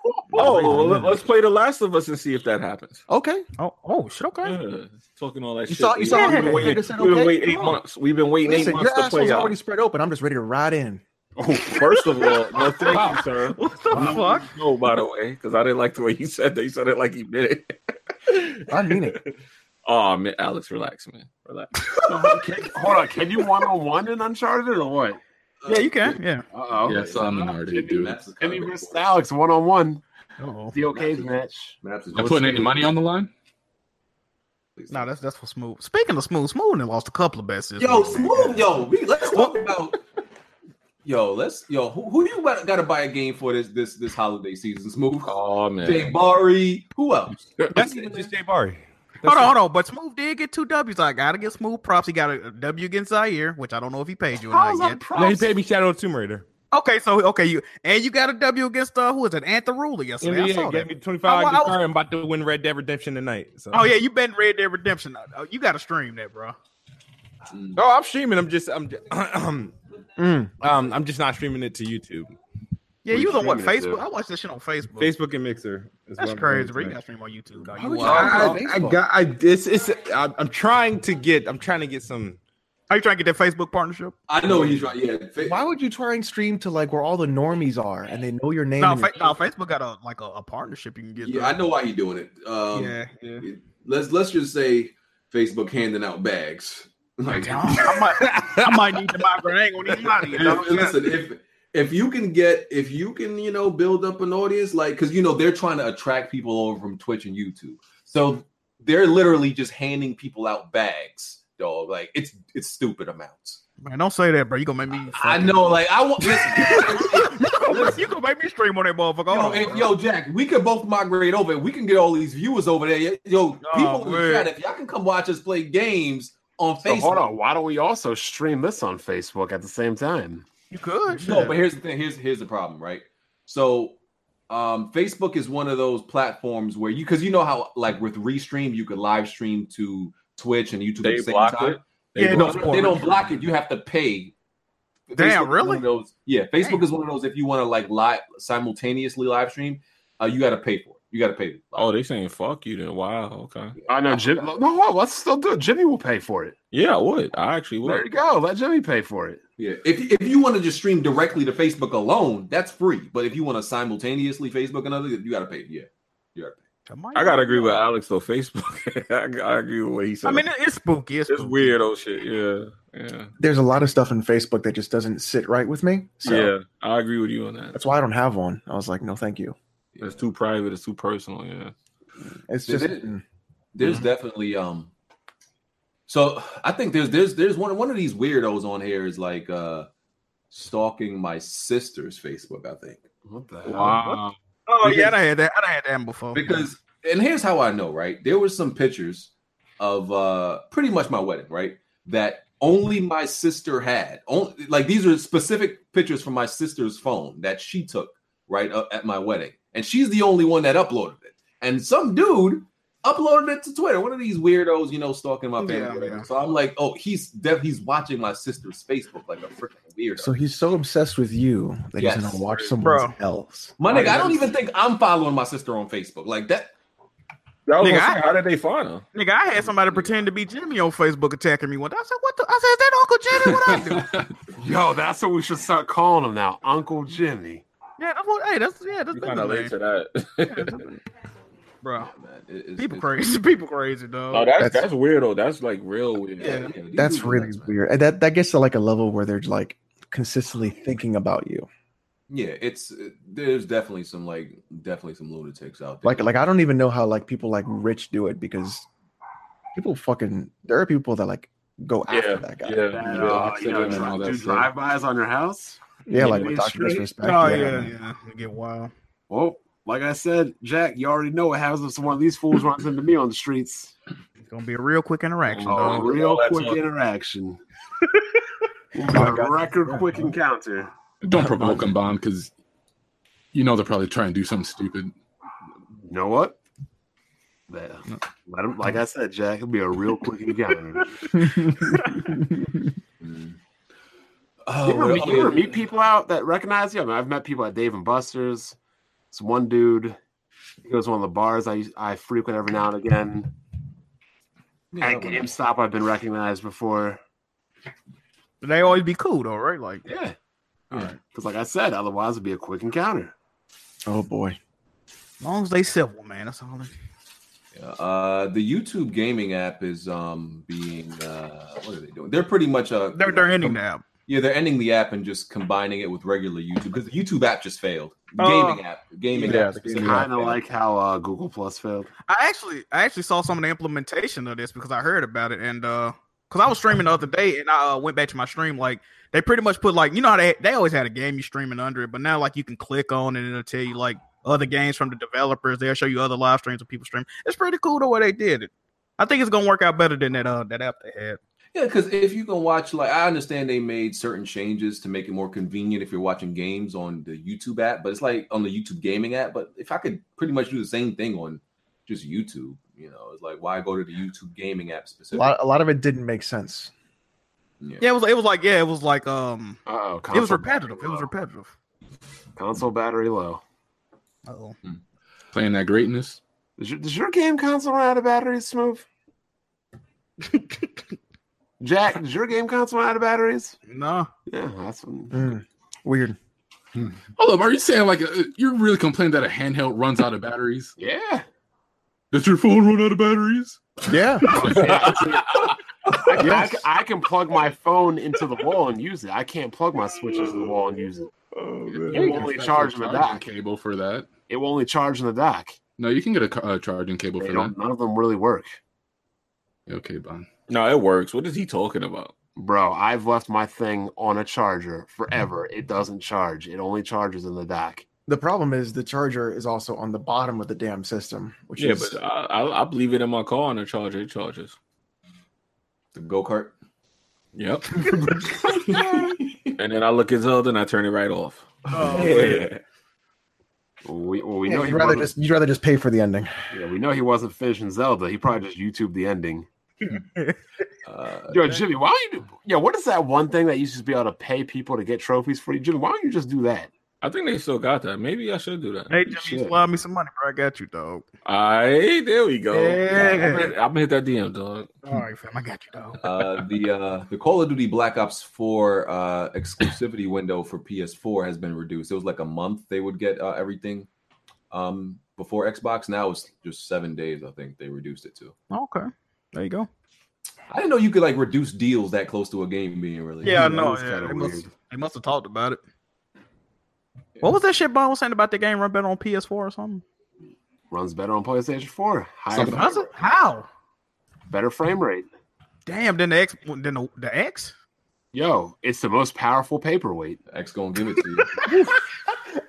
Speaker 2: well, let- let's play The Last of Us and see if that happens.
Speaker 7: Okay,
Speaker 6: oh, oh, shit. Okay.
Speaker 2: Yeah, talking all that
Speaker 7: You
Speaker 2: shit.
Speaker 7: saw- you saw
Speaker 2: We've
Speaker 6: how
Speaker 2: been waiting,
Speaker 7: Peter said,
Speaker 2: we've been
Speaker 7: okay,
Speaker 2: waiting eight
Speaker 7: come on.
Speaker 2: months. We've been waiting
Speaker 7: listen,
Speaker 2: eight
Speaker 7: your
Speaker 2: months to play
Speaker 7: asshole's
Speaker 2: y'all.
Speaker 7: already spread open. I'm just ready to ride in.
Speaker 2: First of all,
Speaker 7: *laughs*
Speaker 2: no, thank you, sir.
Speaker 6: What the fuck?
Speaker 2: No, by the way, because I didn't like the way he said that. He said it like he did it. *laughs*
Speaker 7: I mean it.
Speaker 2: Oh man, Alex, relax, man,
Speaker 1: *laughs*
Speaker 2: relax.
Speaker 10: hold on. Can you one on one in Uncharted or what?
Speaker 6: Yeah, you can. Yeah.
Speaker 10: Uh oh.
Speaker 1: Yeah, some minority do. it.
Speaker 4: Maps is
Speaker 10: Jimmy
Speaker 4: kinda
Speaker 10: versus
Speaker 4: boring.
Speaker 10: Alex one on one.
Speaker 6: Oh.
Speaker 10: The OK's match.
Speaker 4: Maps is
Speaker 1: I'm putting any money on the line.
Speaker 6: No, that's that's for Smooth. Speaking of Smooth, Smooth and lost a couple of bets. this
Speaker 4: Yo,
Speaker 6: week.
Speaker 4: smooth, yo. We, let's talk about Yo, let's yo. Who, who you got, got to buy a game for this this this holiday season? Smooth,
Speaker 2: Oh man, *laughs*
Speaker 4: Jay Bari. Who else?
Speaker 9: That's it, just Jay Barry.
Speaker 6: Hold on, hold on. But Smooth did get two W's. I gotta get Smooth props. He got a W against Zaire, which I don't know if he paid you or
Speaker 10: How's
Speaker 6: not
Speaker 10: that
Speaker 6: yet.
Speaker 9: No, he
Speaker 10: props?
Speaker 9: paid me Shadow of Tomb Raider.
Speaker 6: Okay, so okay, you and you got a W against uh who is it? Anthony yesterday. I
Speaker 9: Yeah,
Speaker 6: saw
Speaker 9: gave
Speaker 6: that. Oh,
Speaker 9: me twenty five.
Speaker 6: I- I was-
Speaker 9: I'm about to win Red Dead Redemption tonight. So.
Speaker 6: Oh yeah, you been Red Dead Redemption. Uh, You gotta stream that, bro.
Speaker 9: No, Oh, I'm streaming. I'm just I'm just, *clears throat* um,
Speaker 7: Mm.
Speaker 9: I'm just not streaming it to YouTube,
Speaker 6: Yeah,
Speaker 10: We
Speaker 6: you was on what
Speaker 10: streaming it, too.
Speaker 6: Facebook? I watched that shit on Facebook.
Speaker 9: Facebook, and Mixer. is
Speaker 6: That's
Speaker 9: what I'm
Speaker 6: crazy,
Speaker 9: doing
Speaker 6: bro. You gotta stream on YouTube.
Speaker 9: tonight.
Speaker 6: Dog.
Speaker 7: How
Speaker 6: You
Speaker 7: would you
Speaker 6: wild.
Speaker 7: not?
Speaker 9: I,
Speaker 7: Wow.
Speaker 9: Oh, I- I got. I it's it's. I'm I'm trying to get. I'm trying to get some.
Speaker 6: Are you trying to get that Facebook partnership?
Speaker 4: I know he's right. Yeah, fa-
Speaker 7: Why would you try and stream to like where all the normies are and they know your name?
Speaker 6: No,
Speaker 7: and your-
Speaker 6: fa- no, Facebook got a like a, a partnership you can get.
Speaker 4: yeah. I know why he doing it.
Speaker 6: though.
Speaker 4: Um,
Speaker 6: yeah, yeah.
Speaker 4: Let's let's just say Facebook handing out bags. *laughs* Like,
Speaker 6: Damn, *laughs* I, might, I might need to migrate. I ain't gonna need money. You
Speaker 4: And
Speaker 6: know?
Speaker 4: if- and *laughs* listen, if if you can get if you can you know build up an audience, like because you know they're trying to attract people over from Twitch and YouTube, so they're literally just handing people out bags, dog. Like it's it's stupid amounts.
Speaker 6: Man, don't say that, bro. You gonna make me.
Speaker 4: I know, like I *laughs* want.
Speaker 6: you, gonna,
Speaker 4: Listen,
Speaker 6: *laughs* you gonna make me stream on that motherfucker? Hold
Speaker 4: yo,
Speaker 6: on,
Speaker 4: if,
Speaker 6: bro.
Speaker 4: yo, Jack, we could both migrate over. We can get all these viewers over there. Yo, people in the
Speaker 6: man.
Speaker 4: chat, if y'all can come watch us play games on
Speaker 10: So
Speaker 4: Facebook.
Speaker 10: hold on. Why don't we also stream this on Facebook at the same time?
Speaker 6: you could.
Speaker 4: No,
Speaker 6: shit.
Speaker 4: but here's the thing. Here's here's the problem, right? So, um, Facebook is one of those platforms where you because you know how like with Restream you could live stream to Twitch and YouTube
Speaker 2: They
Speaker 4: at the same
Speaker 2: blocked
Speaker 4: time.
Speaker 2: it?
Speaker 4: They,
Speaker 6: Yeah,
Speaker 4: don't,
Speaker 6: no,
Speaker 4: they don't block it. You have to pay.
Speaker 6: Damn,
Speaker 4: is
Speaker 6: really?
Speaker 4: one of those, yeah, Facebook
Speaker 6: Dang.
Speaker 4: is one of those. If you want to like live simultaneously live stream, uh, you got to pay for it. You got to pay.
Speaker 2: Oh, they saying fuck you then. Wow. Okay.
Speaker 10: I know Jim. No, what? Let's still do it. Jimmy will pay for it.
Speaker 2: Yeah, I would. I actually
Speaker 10: There you
Speaker 2: would.
Speaker 10: go. Let Jimmy pay for it.
Speaker 4: Yeah, if if you want to just stream directly to Facebook alone, that's free. But if you want to simultaneously Facebook another, you got to pay. Yeah, you got to pay.
Speaker 6: might-
Speaker 2: I gotta agree with Alex though. Facebook. *laughs* I, I agree with what he said.
Speaker 6: I mean, it- it's spooky. It's,
Speaker 2: it's
Speaker 6: spooky.
Speaker 2: weird. Oh shit. Yeah. Yeah.
Speaker 7: There's a lot of stuff in Facebook that just doesn't sit right with me. So
Speaker 2: yeah. I agree with you on that.
Speaker 7: that's why I don't have one. I was like, no, thank you.
Speaker 2: It's too private. It's too personal. Yeah.
Speaker 7: It's
Speaker 4: Did
Speaker 7: just
Speaker 4: it- there's
Speaker 10: Mm-hmm.
Speaker 4: definitely um so i think there's there's there's one one of these weirdos on here is like uh stalking my sister's facebook i think
Speaker 10: What the hell?
Speaker 2: Wow.
Speaker 6: Oh yeah, I done had that. I done had that before.
Speaker 4: because and here's how i know right there were some pictures of uh pretty much my wedding right that only my sister had only like these are specific pictures from my sister's phone that she took right uh, at my wedding and she's the only one that uploaded it and some dude uploaded it to twitter one of these weirdos you know stalking my family
Speaker 6: Yeah,
Speaker 4: or whatever.
Speaker 6: yeah.
Speaker 4: so i'm like oh he's def- he's watching my sister's facebook like a freaking weirdo
Speaker 7: so he's so obsessed with you that
Speaker 4: Yes.
Speaker 7: he's gonna watch someone else.
Speaker 4: my nigga i don't even think i'm following my sister on facebook like that
Speaker 2: That was
Speaker 6: Nigga,
Speaker 2: gonna say,
Speaker 6: I-
Speaker 2: how did they find him?
Speaker 6: nigga, I had somebody pretend to be Jimmy on Facebook attacking me one day. I said, "What? The? I said, is that Uncle Jimmy? What
Speaker 4: *laughs*
Speaker 6: I do?"
Speaker 10: Yo, that's what we should start calling him now, Uncle Jimmy.
Speaker 6: yeah, that's what. Hey, that's yeah, that's
Speaker 2: You
Speaker 6: been
Speaker 2: kind
Speaker 6: the
Speaker 2: of late
Speaker 6: name.
Speaker 2: to *laughs* that.
Speaker 6: bro.
Speaker 4: man, it- it's- Oh,
Speaker 6: People
Speaker 4: it's-
Speaker 6: crazy. *laughs* People crazy, dog.
Speaker 2: no, that's,
Speaker 7: Oh, That's-
Speaker 2: that's weird though. That's like real weird.
Speaker 6: Yeah.
Speaker 4: these
Speaker 7: That's
Speaker 4: dudes are
Speaker 7: really
Speaker 4: nuts, man.
Speaker 7: weird. And That that gets to like a level where they're like consistently thinking about you.
Speaker 4: Yeah, it's it- there's definitely some like definitely some lunatics out there.
Speaker 7: Like like I don't even know how like people like rich do it because people fucking there are people that like go after
Speaker 2: Yeah,
Speaker 7: that guy.
Speaker 2: yeah,
Speaker 7: Yeah,
Speaker 10: That,
Speaker 2: yeah,
Speaker 10: uh, you
Speaker 2: oxygen
Speaker 10: know,
Speaker 2: and all that
Speaker 10: do
Speaker 2: shit.
Speaker 10: drive-bys on your house.
Speaker 7: like
Speaker 10: Yeah,
Speaker 7: with
Speaker 10: it's
Speaker 7: Dr.
Speaker 10: straight.
Speaker 7: Disrespect.
Speaker 6: Oh yeah, yeah. It get wild.
Speaker 10: Well, like I said, Jack, you already know what happens if one of these fools runs into me on the streets.
Speaker 6: It's gonna be a real quick interaction,
Speaker 4: Oh,
Speaker 10: A
Speaker 6: dog.
Speaker 10: Oh, real
Speaker 2: That's
Speaker 10: quick
Speaker 2: all.
Speaker 10: interaction. A record quick encounter.
Speaker 1: Don't provoke them, Bond, because you know they're probably trying to do something stupid.
Speaker 10: You know what? That, let him, like I said, Jack, it'll be a real quick encounter.
Speaker 4: Mm.
Speaker 10: you
Speaker 4: Oh,
Speaker 10: ever,
Speaker 4: well,
Speaker 10: meet, you ever meet people out that recognize you? I mean, I've met people at Dave and Buster's. This one dude, he goes to one of the bars I I frequent every now and again.
Speaker 4: yeah,
Speaker 10: at GameStop, I've been recognized before.
Speaker 6: But they always be cool though, right? Like,
Speaker 10: Yeah. Because, like I said, otherwise it'd be a quick encounter.
Speaker 7: Oh boy.
Speaker 6: as long as they civil, man. That's all. They...
Speaker 4: yeah. Uh, the YouTube gaming app is um being uh what are they doing? They're pretty much uh
Speaker 6: They're they're ending the app.
Speaker 4: Yeah, they're ending the app and just combining it with regular YouTube because the YouTube app just failed. The
Speaker 6: Oh.
Speaker 4: gaming app, gaming
Speaker 2: Yeah,
Speaker 4: app,
Speaker 2: the
Speaker 4: specifically
Speaker 10: Kind of
Speaker 4: failed.
Speaker 10: like how uh, Google Plus failed.
Speaker 6: I actually I actually saw some of the implementation of this because I heard about it and uh Because I was streaming the other day and I uh, went back to my stream. Like they pretty much put like you know how they they always had a game you streaming under it, but now like you can click on it and it'll tell you like other games from the developers. They'll show you other live streams of people stream. It's pretty cool the way they did it. I think it's gonna work out better than that uh that app they had.
Speaker 4: Yeah, because if you can watch, like, I understand they made certain changes to make it more convenient if you're watching games on the YouTube app, but it's like on the YouTube gaming app. But if I could pretty much do the same thing on just YouTube, you know, it's like why go to the YouTube gaming app
Speaker 7: A
Speaker 4: specifically?
Speaker 7: lot, a lot of it didn't make sense.
Speaker 6: Yeah, it was it was like yeah, it was like um
Speaker 3: Uh oh.
Speaker 6: it was repetitive. It was repetitive.
Speaker 3: console battery low.
Speaker 6: Oh,
Speaker 18: Playing that greatness.
Speaker 3: Does your, does your game console run out of batteries,
Speaker 6: *laughs*
Speaker 3: Smooth? Jack, does your game console run out of batteries?
Speaker 6: no,
Speaker 3: Yeah, that's what,
Speaker 7: Mm, weird.
Speaker 18: Hold up, are you saying like uh, you're really complaining that a handheld runs out of batteries?
Speaker 3: *laughs* yeah.
Speaker 18: Does your phone run out of batteries?
Speaker 7: Yeah.
Speaker 3: I, can- I, can- I can plug my phone into the wall and use it. I can't plug my Switch into the wall and use it.
Speaker 18: You
Speaker 3: It
Speaker 18: can
Speaker 3: will only
Speaker 18: get a
Speaker 3: charge in the
Speaker 18: charging
Speaker 3: dock.
Speaker 18: cable for that.
Speaker 3: It will only charge in the dock.
Speaker 18: No, you can get a ca- uh, charging cable
Speaker 3: They
Speaker 18: for
Speaker 3: don't,
Speaker 18: that.
Speaker 3: none of them really work.
Speaker 18: Okay, Bon.
Speaker 2: No, it works. What is he talking about?
Speaker 3: Bro, I've left my thing on a charger forever. It doesn't charge. It only charges in the dock.
Speaker 7: The problem is the charger is also on the bottom of the damn system, which
Speaker 2: yeah,
Speaker 7: is
Speaker 2: but I, I, I believe it in my car on the charger. It charges.
Speaker 4: The go kart.
Speaker 2: Yep. *laughs* and then I look at Zelda and I turn it right off.
Speaker 5: Oh,
Speaker 7: Oh,
Speaker 2: yeah.
Speaker 3: We, well, we
Speaker 7: Yeah,
Speaker 3: know
Speaker 7: you'd
Speaker 3: he
Speaker 7: rather
Speaker 3: wasn't,
Speaker 7: just you'd rather just pay for the ending.
Speaker 3: yeah, we know he wasn't finishing Zelda. He probably just YouTubed the ending.
Speaker 4: Uh,
Speaker 3: Yo, Jimmy, why don't you? Yeah, what is that one thing that you used to be able to pay people to get trophies for you? Jimmy, why don't you just do that?
Speaker 2: I think they still got that. Maybe I should do that.
Speaker 6: hey Jimmy,
Speaker 3: should.
Speaker 6: slide me some money, bro. I got you, dog.
Speaker 2: Aye, there we go.
Speaker 6: Yeah.
Speaker 2: I'm, gonna, I'm gonna hit that DM, dog.
Speaker 6: All right, fam, I got you, dog.
Speaker 4: uh, the uh, the Call of Duty Black Ops 4 uh, exclusivity window for PS4 has been reduced. It was like a month they would get uh, everything um, before Xbox. Now it's just seven days. I think they reduced it to.
Speaker 6: Okay, there you go.
Speaker 4: I didn't know you could like reduce deals that close to a game being released.
Speaker 6: Yeah, I
Speaker 3: That
Speaker 6: know.
Speaker 3: is
Speaker 6: Yeah,
Speaker 3: kinda
Speaker 6: they must,
Speaker 3: weird.
Speaker 6: they must have talked about it. What was that shit Bond was saying about the game run better on PS4 or something?
Speaker 3: Runs better on PlayStation 4. Higher,
Speaker 18: Something-
Speaker 6: How's it- How?
Speaker 3: better frame rate.
Speaker 6: Damn, then the X, then the, the X.
Speaker 3: Yo, it's the most powerful paperweight.
Speaker 4: X gonna give it to you.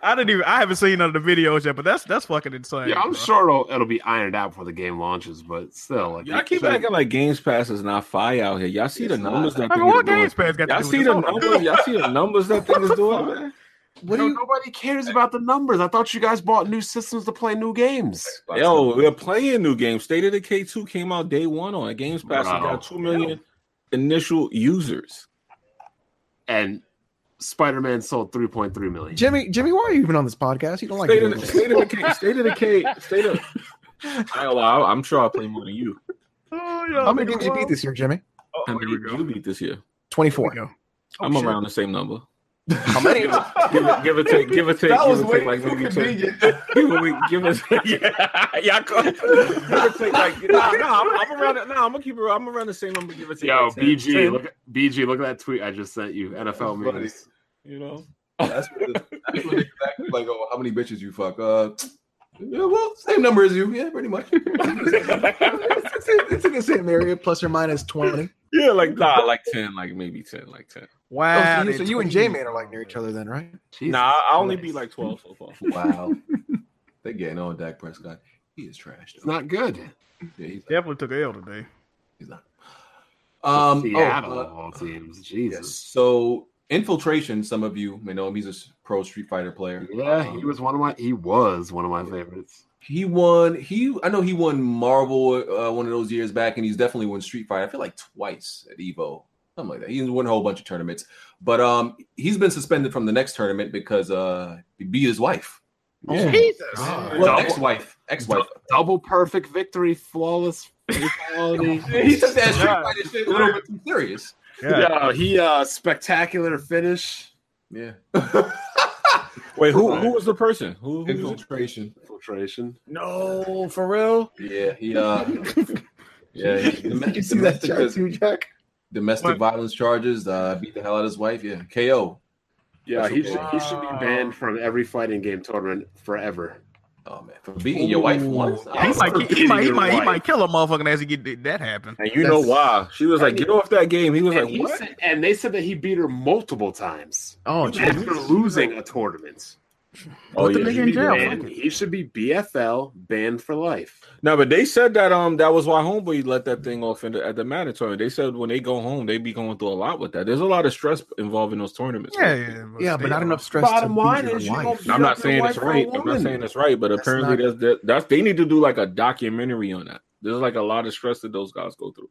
Speaker 6: I didn't even. I haven't seen none of the videos yet, but that's that's fucking insane.
Speaker 3: Yeah, I'm
Speaker 6: bro.
Speaker 3: sure it'll, it'll be ironed out before the game launches, but still, like,
Speaker 2: Y'all keep acting like Games Pass is not fire out here. Y'all see the
Speaker 4: It's not.
Speaker 2: numbers that
Speaker 6: I mean,
Speaker 2: thing is
Speaker 6: what
Speaker 2: doing.
Speaker 6: Games Pass got to
Speaker 2: Y'all
Speaker 6: do
Speaker 2: see
Speaker 6: with
Speaker 2: the
Speaker 6: this? Hold
Speaker 2: numbers. Y'all see the numbers that thing is doing. man?
Speaker 3: what do you, nobody cares about the numbers. I thought you guys bought new systems to play new games.
Speaker 2: *laughs* Yo, we're playing new games. State of the K two came out day one on Games Pass. and
Speaker 3: Wow.
Speaker 2: got two million initial users.
Speaker 3: And Spider Man sold 3.3 million.
Speaker 7: Jimmy, Jimmy, why are you even on this podcast? You don't like
Speaker 2: State of, the,
Speaker 7: doing this.
Speaker 2: state of the K. State of the K. State of. I, well, I- I'm sure I play more than *laughs* you.
Speaker 6: on.
Speaker 7: How many games you beat this year, Jimmy?
Speaker 6: Oh,
Speaker 2: How
Speaker 6: here
Speaker 2: many
Speaker 6: we go.
Speaker 2: you beat this year?
Speaker 6: Here
Speaker 7: 24.
Speaker 6: we go.
Speaker 2: I'm around the same number.
Speaker 4: How many?
Speaker 2: *laughs* Give it, give it take. Give it take.
Speaker 4: That
Speaker 2: give
Speaker 4: was
Speaker 2: it
Speaker 4: way
Speaker 2: take, like
Speaker 4: too
Speaker 2: maybe ten.
Speaker 4: convenient.
Speaker 2: Give it, wait, give it, yeah, *laughs* yeah, I call- give it take like *laughs* nah, nah, I'm, I'm around. it- Nah, I'm gonna keep it. real. I'm around the same number. Give it take.
Speaker 3: Yo,
Speaker 2: like 10,
Speaker 3: BG,
Speaker 2: 10,
Speaker 3: look, at- BG, look at that tweet I just sent you. NFL
Speaker 4: That's funny.
Speaker 3: memes.
Speaker 2: you know.
Speaker 4: *laughs* That's what, that's what they act like. Oh, how many bitches you fuck? Uh, yeah, well, same number as you. Yeah, pretty much.
Speaker 7: it's, it's in the same area, plus or minus 20.
Speaker 2: *laughs* Yeah, like nah, like ten, like maybe ten, like ten.
Speaker 6: Wow.
Speaker 7: so you, so Ah, you and J Man are like near each other then, *laughs* right?
Speaker 3: Jesus.
Speaker 2: nah, I only be like twelve so far.
Speaker 4: Wow. they getting on Dak Prescott. He is trash.
Speaker 3: It's not good.
Speaker 4: Yeah, he's,
Speaker 6: Definitely took a L today.
Speaker 4: he's not. Um, oh,
Speaker 3: Seattle
Speaker 4: uh,
Speaker 3: of all teams.
Speaker 4: yes.
Speaker 3: Jesus.
Speaker 4: So infiltration. Some of you may know him. He's a s- pro Street Fighter player.
Speaker 3: Yeah, he was one of my. He was one of my favorites.
Speaker 4: He won. He I know he won Marvel uh, one of those years back, and he's definitely won Street Fighter. I feel like twice at Evo, something like that. He's won a whole bunch of tournaments, but um, he's been suspended from the next tournament because uh, he beat his wife.
Speaker 6: Jesus.
Speaker 2: *laughs*
Speaker 4: Well, ex-wife, ex-wife.
Speaker 3: Double perfect victory, flawless fatality.
Speaker 4: he took that Street Fighter shit a little bit too serious.
Speaker 6: Yeah.
Speaker 19: Yeah, he uh spectacular finish.
Speaker 4: Yeah,
Speaker 2: Wait, who who was the person? Who, who was it?
Speaker 4: infiltration.
Speaker 3: Infiltration.
Speaker 19: No, for real.
Speaker 4: Yeah, he.
Speaker 7: *laughs*
Speaker 4: Uh, yeah, he-
Speaker 7: Did you see that
Speaker 4: domestic-
Speaker 7: chart too, Jack?
Speaker 4: domestic
Speaker 6: What?
Speaker 4: violence charges. Uh, beat the hell out of his wife. Yeah, KO.
Speaker 3: Yeah, he should, he should be
Speaker 6: Wow.
Speaker 3: banned from every fighting game tournament forever.
Speaker 4: Oh man, for beating your wife once.
Speaker 6: He
Speaker 4: I-
Speaker 6: might,
Speaker 2: for
Speaker 6: he, might, he,
Speaker 2: beating
Speaker 6: might,
Speaker 2: your
Speaker 6: he
Speaker 2: wife.
Speaker 6: might kill a motherfucker as he get that happen.
Speaker 2: And you know
Speaker 7: That's-
Speaker 2: why? She was like, "Get off that game." He was
Speaker 3: And,
Speaker 2: like,
Speaker 3: he
Speaker 2: "What?"
Speaker 3: said- and they said that he beat her multiple times
Speaker 7: Oh,
Speaker 3: after losing a tournament.
Speaker 2: Oh,
Speaker 6: Put the
Speaker 2: yeah.
Speaker 6: nigga in jail.
Speaker 3: And he should be BFL banned for life.
Speaker 2: No, but they said that um that was why Homeboy let that thing off in the, at the mandatory. They said when they go home, they be going through a lot with that. There's a lot of stress involved in those tournaments.
Speaker 6: Yeah, yeah,
Speaker 7: yeah, but not enough stress.
Speaker 3: Bottom
Speaker 7: to beat
Speaker 3: line
Speaker 7: your
Speaker 3: is, you
Speaker 7: wife.
Speaker 3: don't
Speaker 2: Now, I'm not saying it's
Speaker 3: Your
Speaker 2: right.
Speaker 3: wife,
Speaker 2: I'm
Speaker 3: woman.
Speaker 2: not saying it's right, but
Speaker 7: That's
Speaker 2: apparently that's
Speaker 7: not-
Speaker 2: that, that's they need to do like a documentary on that. There's like a lot of stress that those guys go through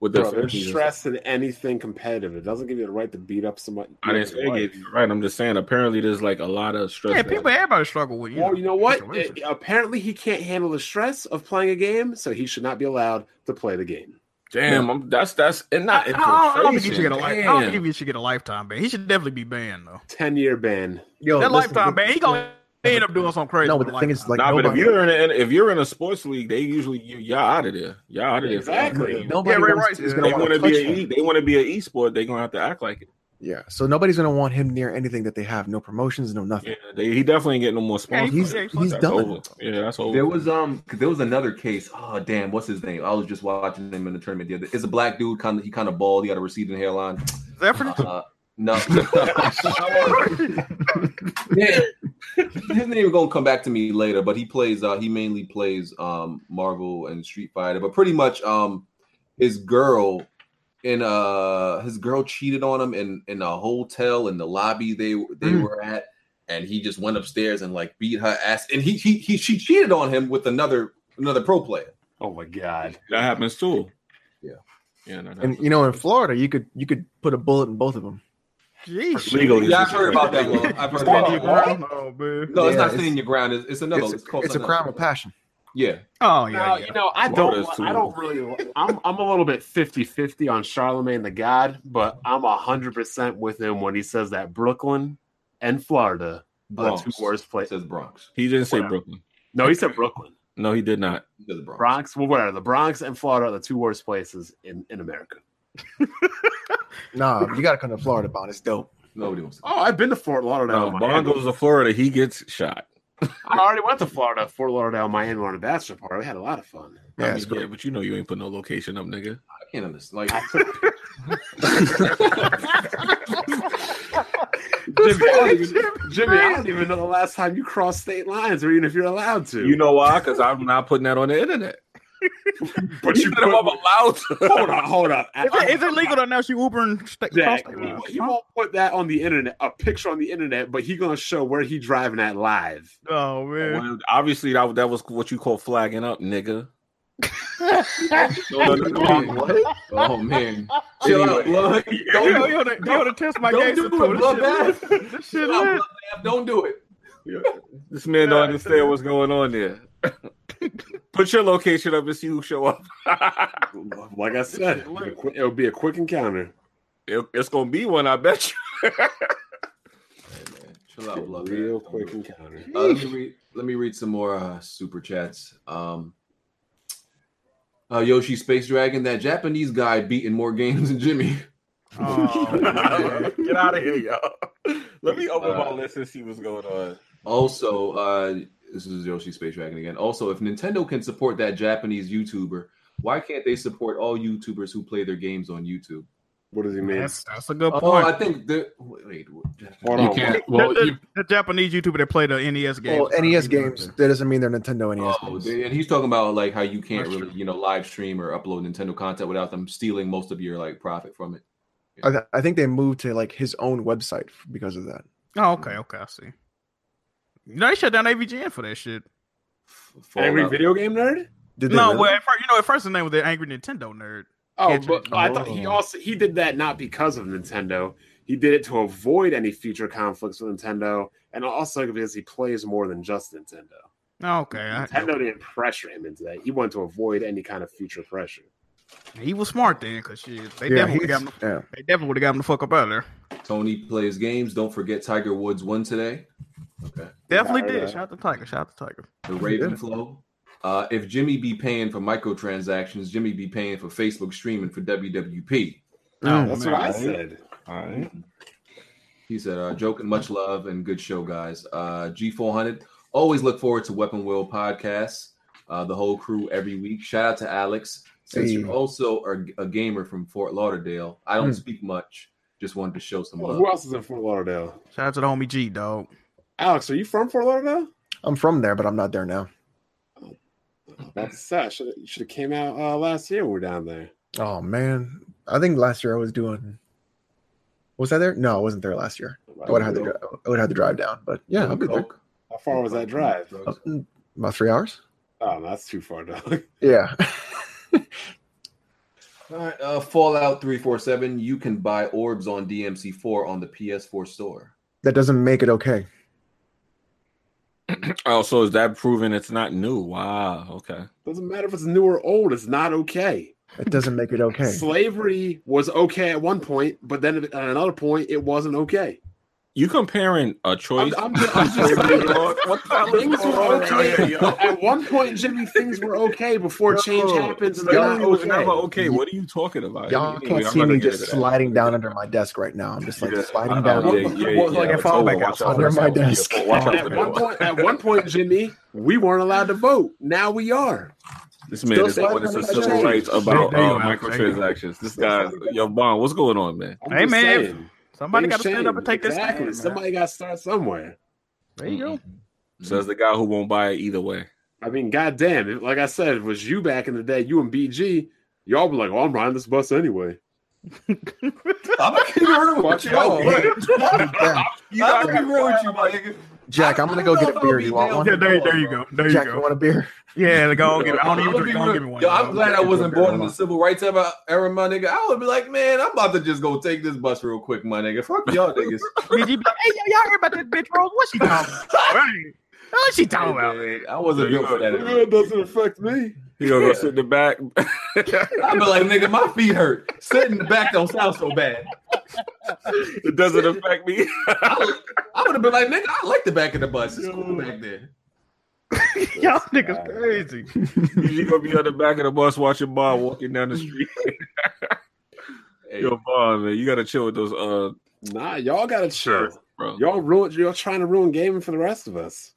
Speaker 2: with their
Speaker 3: Bro, there's
Speaker 2: families.
Speaker 3: stress in anything competitive. It doesn't give you the right to beat up somebody.
Speaker 2: I didn't say it gave you the right. I'm just saying apparently there's like a lot of stress.
Speaker 6: Yeah,
Speaker 2: that-
Speaker 6: people, everybody struggle with you.
Speaker 3: Well, you know what?
Speaker 6: Situations.
Speaker 3: It- apparently, he can't handle the stress of playing a game, so he should not be allowed to play the game.
Speaker 2: Damn, I'm, that's that's and not
Speaker 6: I don't, I don't think he should
Speaker 2: infiltration.
Speaker 6: get a life. I don't
Speaker 2: Damn.
Speaker 6: think he should get a lifetime ban. He should definitely be banned though.
Speaker 3: Ten year ban.
Speaker 7: Yo,
Speaker 6: that
Speaker 7: listen,
Speaker 6: lifetime ban, he gonna end up doing something crazy.
Speaker 7: No,
Speaker 6: with
Speaker 7: but the thing is,
Speaker 6: lifetime.
Speaker 7: like,
Speaker 2: nah, but if
Speaker 7: nobody-
Speaker 2: you're in a, if you're in a sports league, they usually you, y'all out of there. Y'all out of there.
Speaker 3: Exactly.
Speaker 7: nobody
Speaker 6: Yeah, Ray
Speaker 7: wants-
Speaker 6: Rice
Speaker 7: is
Speaker 6: is-
Speaker 7: gonna
Speaker 2: They
Speaker 7: wanna
Speaker 2: want to be
Speaker 7: touch
Speaker 2: a,
Speaker 7: him.
Speaker 2: e- they want to be an esport. They gonna have to act like it.
Speaker 7: Yeah, so nobody's gonna want him near anything that they have. No promotions, no nothing.
Speaker 2: Yeah, they, he definitely ain't getting no more
Speaker 6: Yeah,
Speaker 2: sponsors.
Speaker 7: he's- he's
Speaker 2: that's
Speaker 7: done.
Speaker 2: over. Yeah, that's over.
Speaker 4: There was um, 'cause there was another case. Oh damn, what's his name? I was just watching him in the tournament. The other, it's a black dude. Kind of, he kind of bald. He got a receding hairline.
Speaker 6: Zephyrus?
Speaker 4: Uh, no, Yeah. his name gonna come back to me later. But he plays. Uh, he mainly plays um Marvel and Street Fighter. But pretty much um, his girl and uh his girl cheated on him in in a hotel in the lobby they they
Speaker 7: Hmm.
Speaker 4: were at and he just went upstairs and like beat her ass and he he, he she cheated on him with another another pro player
Speaker 3: Oh my god.
Speaker 2: that happens too.
Speaker 4: Yeah.
Speaker 2: yeah, no,
Speaker 7: And you know, in Florida, you could you could put a bullet in both of them.
Speaker 6: Jeez.
Speaker 2: legally.
Speaker 4: yeah i've heard about that one i've heard
Speaker 6: Stand your
Speaker 4: about that
Speaker 6: ground. Oh, man.
Speaker 4: no it's not
Speaker 7: Yeah, it's-
Speaker 4: standing your ground it's, it's another
Speaker 7: it's,
Speaker 4: it's, called
Speaker 7: it's a
Speaker 4: something else.
Speaker 7: crime of passion.
Speaker 4: yeah
Speaker 3: Now,
Speaker 6: Oh, yeah. yeah.
Speaker 3: you know, I
Speaker 2: Florida's
Speaker 3: don't,
Speaker 2: too-
Speaker 3: I don't really. I'm, I'm a little bit 50 50 on Charlemagne the God, but I'm 100% with him when he says that Brooklyn and Florida are the
Speaker 4: Bronx.
Speaker 3: two worst
Speaker 4: it
Speaker 3: places.
Speaker 4: says bronx
Speaker 2: He didn't say Brooklyn.
Speaker 3: No, he said Brooklyn.
Speaker 2: No, he did not.
Speaker 4: It says bronx.
Speaker 3: Bronx, well, whatever. The Bronx and Florida are the two worst places in, in America.
Speaker 7: Nah, you gotta come to Florida, Bond. It's dope.
Speaker 4: nobody wants to
Speaker 3: Oh, I've been to Fort
Speaker 2: No,
Speaker 3: Lauderdale.
Speaker 2: Bond
Speaker 3: Miami.
Speaker 2: goes to Florida. He gets shot.
Speaker 3: I already went to Florida, Fort Lauderdale, Miami on a bachelor party. We had a lot of fun.
Speaker 7: Yeah,
Speaker 2: I mean,
Speaker 7: it's great.
Speaker 2: yeah, but you know you ain't put no location up, nigga.
Speaker 4: i can't understand *laughs* like
Speaker 3: Jimmy, I don't even, Jimmy, I don't even know the last time you crossed state lines, or even if you're allowed to.
Speaker 2: You know why? Because I'm not putting that on the internet.
Speaker 3: but you
Speaker 2: But if I'm allowed to.
Speaker 3: hold on, hold on.
Speaker 6: Is it, is it legal to announce you Ubering st-
Speaker 3: Jack,
Speaker 6: cross
Speaker 3: he,
Speaker 6: state lines?
Speaker 3: he won't put that on the internet, a picture on the internet, but he gonna show where he driving at live.
Speaker 6: Oh, man.
Speaker 2: Well, obviously, that, that was what you call flagging up, nigga. No, no, no, no.
Speaker 4: what? Oh man.
Speaker 2: Chill
Speaker 4: Chill
Speaker 2: out,
Speaker 4: out, blood.
Speaker 6: Yo,
Speaker 4: *laughs* Don't,
Speaker 6: you wanna- you want to test my
Speaker 4: don't
Speaker 6: gangster
Speaker 4: do it,
Speaker 6: code? This shit
Speaker 4: bloodbath.
Speaker 6: lit. This shit
Speaker 4: Chill out,
Speaker 6: lit.
Speaker 4: bloodbath. Don't do it.
Speaker 2: This man don't understand what's going on there. *laughs* Put your location up and see who show up. *laughs*
Speaker 3: Like I said, it'll be a quick- it'll be a quick encounter.
Speaker 2: It- it's gonna be one, I bet you.
Speaker 4: Hey, man. Chill out, bloodbath.
Speaker 3: Real
Speaker 4: Don't
Speaker 3: quick
Speaker 4: do it.
Speaker 3: encounter.
Speaker 4: Uh, let, me read, let me read some more uh, super chats. Um, uh, Yoshi Space Dragon, that Japanese guy beating more games than Jimmy. *laughs*
Speaker 7: uh,
Speaker 6: Oh,
Speaker 2: *laughs* Get out of here, y'all. Let me open my
Speaker 4: Uh,
Speaker 2: list and see what's going on.
Speaker 4: Also, uh, this is Yoshi Space Dragon again. Also, if Nintendo can support that Japanese YouTuber, why can't they support all YouTubers who play their games on YouTube?
Speaker 3: What does he mean?
Speaker 6: that's, that's a good
Speaker 4: Oh,
Speaker 6: point.
Speaker 4: I think the wait. wait
Speaker 3: Hold
Speaker 20: You
Speaker 3: on.
Speaker 20: can't.
Speaker 6: The-
Speaker 20: Well,
Speaker 6: the,
Speaker 20: you,
Speaker 6: the Japanese YouTuber that played the NES games.
Speaker 7: Well, NES E games. That doesn't mean they're Nintendo NES
Speaker 4: Oh,
Speaker 7: games.
Speaker 4: and he's talking about like how you can't
Speaker 2: That's
Speaker 4: really,
Speaker 2: true.
Speaker 4: you know, live stream or upload Nintendo content without them stealing most of your like profit from it.
Speaker 7: I, th- I think they moved to like his own website f- because of that.
Speaker 6: Oh, okay, okay, I see. You know, they shut down AVGN for that shit.
Speaker 4: Fallout.
Speaker 3: Angry video game nerd?
Speaker 7: Did they
Speaker 6: No,
Speaker 7: really?
Speaker 6: well, at first, you know, at first the name was the Angry Nintendo Nerd.
Speaker 3: Oh,
Speaker 6: Can't
Speaker 3: but
Speaker 6: you-
Speaker 3: I thought he
Speaker 7: Oh.
Speaker 3: also he did that not because of Nintendo. He did it to avoid any future conflicts with Nintendo, and also because he plays more than just Nintendo.
Speaker 6: Oh, okay, I-
Speaker 3: Nintendo didn't pressure him into that. He wanted to avoid any kind of future pressure.
Speaker 6: he was smart then, cause shit, they
Speaker 7: yeah,
Speaker 6: definitely would
Speaker 7: he's-
Speaker 6: have got him.
Speaker 7: yeah.
Speaker 6: They definitely would have got him the fuck up out of there.
Speaker 4: Tony plays games. Don't forget Tiger Woods won today. Okay.
Speaker 6: Definitely
Speaker 3: Yeah,
Speaker 6: did.
Speaker 3: yeah.
Speaker 6: Shout out to Tiger. Shout out to Tiger.
Speaker 4: The Raven Flow. Uh, if Jimmy be paying for microtransactions, Jimmy be paying for Facebook streaming for WWP.
Speaker 6: No,
Speaker 3: That's
Speaker 6: Oh, man.
Speaker 3: what I said.
Speaker 2: All right.
Speaker 4: He said, uh, joking, much love and good show, guys. Uh, G400. Always look forward to Weapon Will podcasts, uh, the whole crew every week. Shout out to Alex. Since you
Speaker 7: Hey.
Speaker 4: also are a gamer from Fort Lauderdale, I don't
Speaker 7: Hmm.
Speaker 4: speak much. Just wanted to show some love.
Speaker 3: Who else is in Fort Lauderdale?
Speaker 6: Shout out to the homie G, dog.
Speaker 3: Alex, are you from Fort Lauderdale?
Speaker 7: I'm from there, but I'm not there now.
Speaker 3: That's sad. Should you should have came out uh, last year. when We were down there.
Speaker 7: Oh man, I think last year I was doing. Was I there? No, I wasn't there last year. I would have
Speaker 3: Oh,
Speaker 7: had to. dri- I would have to drive down, but yeah, I'll be there.
Speaker 4: Coke.
Speaker 3: How far was that drive?
Speaker 4: Drugs.
Speaker 7: Uh, mm, About three hours.
Speaker 3: Oh, no, that's too far, dog. *laughs*
Speaker 7: Yeah. *laughs*
Speaker 4: All right, uh, Fallout 347. You can buy orbs on DMC4 on the PS4 store.
Speaker 7: that doesn't make it okay.
Speaker 2: Oh, so is that proving it's not new? Wow. Okay.
Speaker 3: Doesn't matter if it's new or old. It's not okay.
Speaker 7: It doesn't make
Speaker 6: *laughs*
Speaker 7: it okay.
Speaker 3: Slavery was okay at one point, but then at another point, it wasn't okay.
Speaker 2: You comparing a choice?
Speaker 3: I'm ju-
Speaker 2: *laughs*
Speaker 3: I'm just saying, dog.
Speaker 2: What the hell
Speaker 3: Things
Speaker 2: is going on
Speaker 3: were
Speaker 2: around here,
Speaker 3: okay.
Speaker 2: yo?
Speaker 3: At one point, Jimmy, things were okay before change
Speaker 2: No,
Speaker 3: happens. And they're
Speaker 2: slavery
Speaker 3: not
Speaker 2: was
Speaker 3: okay.
Speaker 2: never okay. What are you talking about?
Speaker 7: Y'all
Speaker 2: Anyway,
Speaker 7: can't
Speaker 2: I'm
Speaker 7: see
Speaker 2: not
Speaker 7: me
Speaker 2: gonna get
Speaker 7: just
Speaker 2: into that.
Speaker 7: sliding down under my desk right now. I'm just like
Speaker 2: Yeah.
Speaker 6: Uh,
Speaker 7: sliding
Speaker 2: Uh-uh,
Speaker 7: down.
Speaker 2: yeah, yeah,
Speaker 6: Well, like
Speaker 2: yeah.
Speaker 6: a fallback
Speaker 2: Oh, watch out
Speaker 7: under
Speaker 2: for
Speaker 7: my
Speaker 2: that.
Speaker 7: desk.
Speaker 2: Yeah, watch out for
Speaker 3: At
Speaker 2: that.
Speaker 3: one point, at one point, Jimmy, we weren't allowed to vote. Now we are.
Speaker 2: This man is
Speaker 3: Still
Speaker 2: going into
Speaker 3: sliding
Speaker 2: civil
Speaker 3: under my
Speaker 2: rights
Speaker 3: chain.
Speaker 2: about
Speaker 6: There you
Speaker 2: uh,
Speaker 6: go, Alex. There you go.
Speaker 2: microtransactions. This guy, yo, Bond, what's going on, man?
Speaker 3: I'm
Speaker 6: Hey,
Speaker 3: just
Speaker 6: man,
Speaker 3: saying.
Speaker 6: Somebody
Speaker 3: Things
Speaker 6: got to stand up
Speaker 3: change.
Speaker 6: and take this.
Speaker 3: Exactly.
Speaker 6: stand, man.
Speaker 3: Somebody got to start somewhere.
Speaker 6: There you go.
Speaker 7: Mm-hmm.
Speaker 2: Says the guy who won't buy it either way.
Speaker 3: I mean, goddamn! If, like I said, if it was you back in the day, you and BG, y'all be like, "Oh, I'm riding this bus anyway."
Speaker 4: I'm gonna keep it real with you.
Speaker 7: Oh,
Speaker 4: my nigga.
Speaker 7: Yeah.
Speaker 4: I'm gonna keep it real with you, my nigga.
Speaker 7: Jack, I'm gonna go
Speaker 4: I don't
Speaker 7: get a
Speaker 4: know if I'll
Speaker 7: beer.
Speaker 4: be
Speaker 7: You want
Speaker 4: down
Speaker 7: one?
Speaker 4: with
Speaker 6: Yeah, there, there you go. There you
Speaker 7: Jack, you
Speaker 6: go.
Speaker 7: want a beer?
Speaker 6: Yeah, go on, get it. I don't even
Speaker 4: I'ma
Speaker 6: drink.
Speaker 4: be
Speaker 6: Don't
Speaker 4: real.
Speaker 6: give me one.
Speaker 4: Yo, I'm
Speaker 6: dog.
Speaker 4: glad I wasn't
Speaker 7: Hold
Speaker 4: born in
Speaker 7: on.
Speaker 6: *laughs*
Speaker 4: the civil rights era, era, my nigga. I would be like, man, I'm about to just go take this bus real quick, my nigga. Fuck y'all niggas.
Speaker 6: BG be like, hey, yo, y'all hear about this bitch Rose? What she talking
Speaker 4: *laughs*
Speaker 6: about? Right. What's she talking about?
Speaker 4: Man, I wasn't built for that. era.
Speaker 3: It doesn't affect me.
Speaker 2: He gonna go sit in the back. *laughs*
Speaker 4: I'd be like, nigga, my feet hurt. Sitting in the back don't sound so bad.
Speaker 2: it doesn't affect me. *laughs*
Speaker 4: I, would have been like, nigga, I like the back of the bus. It's cool back there.
Speaker 6: *laughs* Y'all niggas crazy.
Speaker 2: You gonna be on the back of the bus watching Bond walking down the street. *laughs*
Speaker 4: Hey,
Speaker 2: Yo, Bond, man, you gotta chill with those uh,
Speaker 3: Nah, y'all gotta chill.
Speaker 2: bro.
Speaker 3: Y'all ruined. Y'all trying to ruin gaming for the rest of us.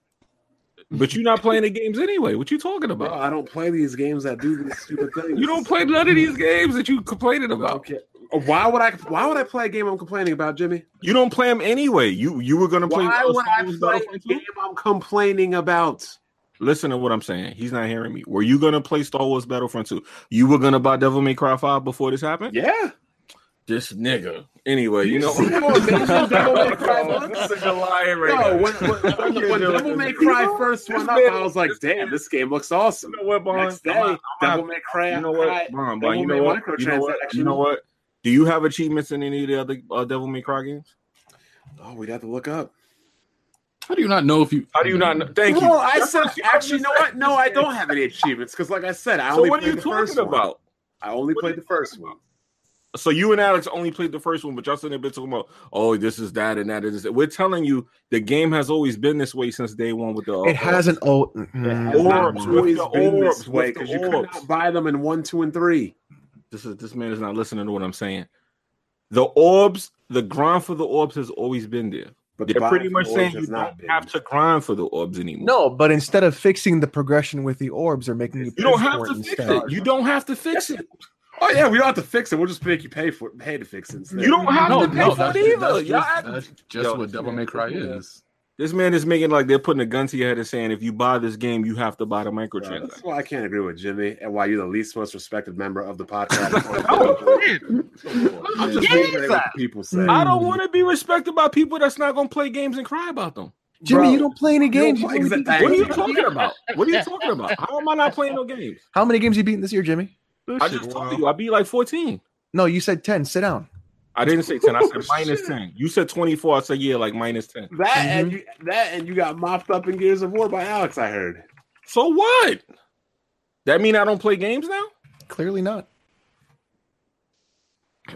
Speaker 2: But you're not playing the games anyway. What you talking
Speaker 3: Bro,
Speaker 2: about?
Speaker 3: I don't play these games that do these stupid
Speaker 2: *laughs*
Speaker 3: things.
Speaker 2: You don't play none of these games that you complaining about.
Speaker 3: Okay. Uh, Why would I? Why would I play a game I'm complaining about, Jimmy?
Speaker 2: You don't play them anyway. You you were gonna play.
Speaker 3: Why
Speaker 2: uh,
Speaker 3: would I
Speaker 2: Star Wars
Speaker 3: play
Speaker 2: Battlefront
Speaker 3: a
Speaker 2: 2?
Speaker 3: game I'm complaining about?
Speaker 2: Listen to what I'm saying. He's not hearing me. Were you gonna play Star Wars Battlefront 2? You were gonna buy Devil May Cry 5 before this happened?
Speaker 3: Yeah.
Speaker 2: This nigga. Anyway, *laughs* you know.
Speaker 3: See how amazing Devil May Cry
Speaker 2: This
Speaker 3: looks?
Speaker 2: nigga lying right
Speaker 3: No,
Speaker 2: now.
Speaker 3: when,
Speaker 2: *laughs*
Speaker 3: when, when, when Devil May Cry first went up, I was like, "Damn, this game looks awesome."
Speaker 2: You know what, Bond?
Speaker 3: Next day,
Speaker 2: I'm not- I'm
Speaker 3: Devil May Cry.
Speaker 2: you know what,
Speaker 3: Cry-
Speaker 2: Bond,
Speaker 3: Devil
Speaker 2: Bond, you
Speaker 3: May
Speaker 2: know what, you know what, you know
Speaker 3: microtransaction.
Speaker 2: what? Do you have achievements in any of the other uh, Devil May Cry games?
Speaker 3: Oh, we'd have to look up.
Speaker 1: How do you not know if you?
Speaker 2: How do you not? Know? Thank
Speaker 3: Well,
Speaker 2: you.
Speaker 3: I
Speaker 2: That's
Speaker 3: said
Speaker 2: what you
Speaker 3: actually, you know what?
Speaker 2: understand.
Speaker 3: No, I don't have any achievements because, like I said, I
Speaker 2: So
Speaker 3: only
Speaker 2: what are
Speaker 3: played
Speaker 2: you
Speaker 3: the first
Speaker 2: talking
Speaker 3: one.
Speaker 2: about?
Speaker 3: I only
Speaker 2: What
Speaker 3: played
Speaker 2: are you
Speaker 3: the first one.
Speaker 2: So you and Alex only played the first one, but y'all sitting there talking about, oh, this is that and that and this. We're telling you, the game has always been this way since day one with the.
Speaker 7: It hasn't. Oh,
Speaker 3: It's
Speaker 7: mm,
Speaker 3: not
Speaker 2: Orbs, with
Speaker 3: always
Speaker 2: the
Speaker 3: been
Speaker 2: orbs,
Speaker 3: this way
Speaker 2: with the
Speaker 3: because you could
Speaker 2: orbs.
Speaker 3: not buy them in one, two, and three.
Speaker 2: This is this man is not listening to what I'm saying. The orbs, the grind for the orbs has always been there.
Speaker 3: But
Speaker 2: They're
Speaker 3: buying
Speaker 2: pretty
Speaker 3: for
Speaker 2: much
Speaker 3: orbs
Speaker 2: saying
Speaker 3: has
Speaker 2: you don't
Speaker 3: been.
Speaker 2: have to grind for the orbs anymore.
Speaker 7: no, but instead of fixing the progression with the orbs, they're making you.
Speaker 2: you don't
Speaker 7: pay
Speaker 2: have
Speaker 7: for
Speaker 2: to fix
Speaker 7: instead.
Speaker 2: it. You don't have to fix it.
Speaker 3: Oh yeah, we don't have to fix it. We'll just make you pay for pay to fix it. Instead.
Speaker 2: You don't have
Speaker 1: No,
Speaker 2: to pay
Speaker 1: no,
Speaker 2: for
Speaker 1: that's,
Speaker 2: it either.
Speaker 1: that's
Speaker 2: Y'all
Speaker 1: just,
Speaker 2: act-
Speaker 1: that's just
Speaker 2: Yo,
Speaker 1: what Devil May Cry
Speaker 2: yeah.
Speaker 1: is.
Speaker 2: this man is making like they're putting a gun to your head and saying, if you buy this game, you have to buy the
Speaker 3: Bro,
Speaker 2: microtransaction.
Speaker 3: that's why I can't agree with Jimmy and why you're the least most respected member of the
Speaker 2: *laughs* Oh,
Speaker 3: podcast.
Speaker 2: shit.
Speaker 3: I'm just
Speaker 2: Yeah,
Speaker 3: reading what
Speaker 2: exactly.
Speaker 3: people say.
Speaker 2: I
Speaker 7: Hmm.
Speaker 2: don't want to be respected by people that's not gonna play games and cry about them.
Speaker 7: Jimmy,
Speaker 3: Bro,
Speaker 7: you don't play any games.
Speaker 3: play-
Speaker 7: You've only
Speaker 3: exactly.
Speaker 7: beat-
Speaker 2: What are you talking about? What are you talking about? How am I not playing no games?
Speaker 7: How many games you beaten this year, Jimmy?
Speaker 2: I just told you I beat like 14.
Speaker 7: No, you said ten. Sit down.
Speaker 2: I didn't say 10. I said minus 10. You said 24. I said yeah, like minus 10.
Speaker 3: That and
Speaker 2: Mm-hmm.
Speaker 3: you that and you got mopped up in Gears of War by Alex. I heard.
Speaker 2: So what? That mean I don't play games now?
Speaker 7: Clearly not.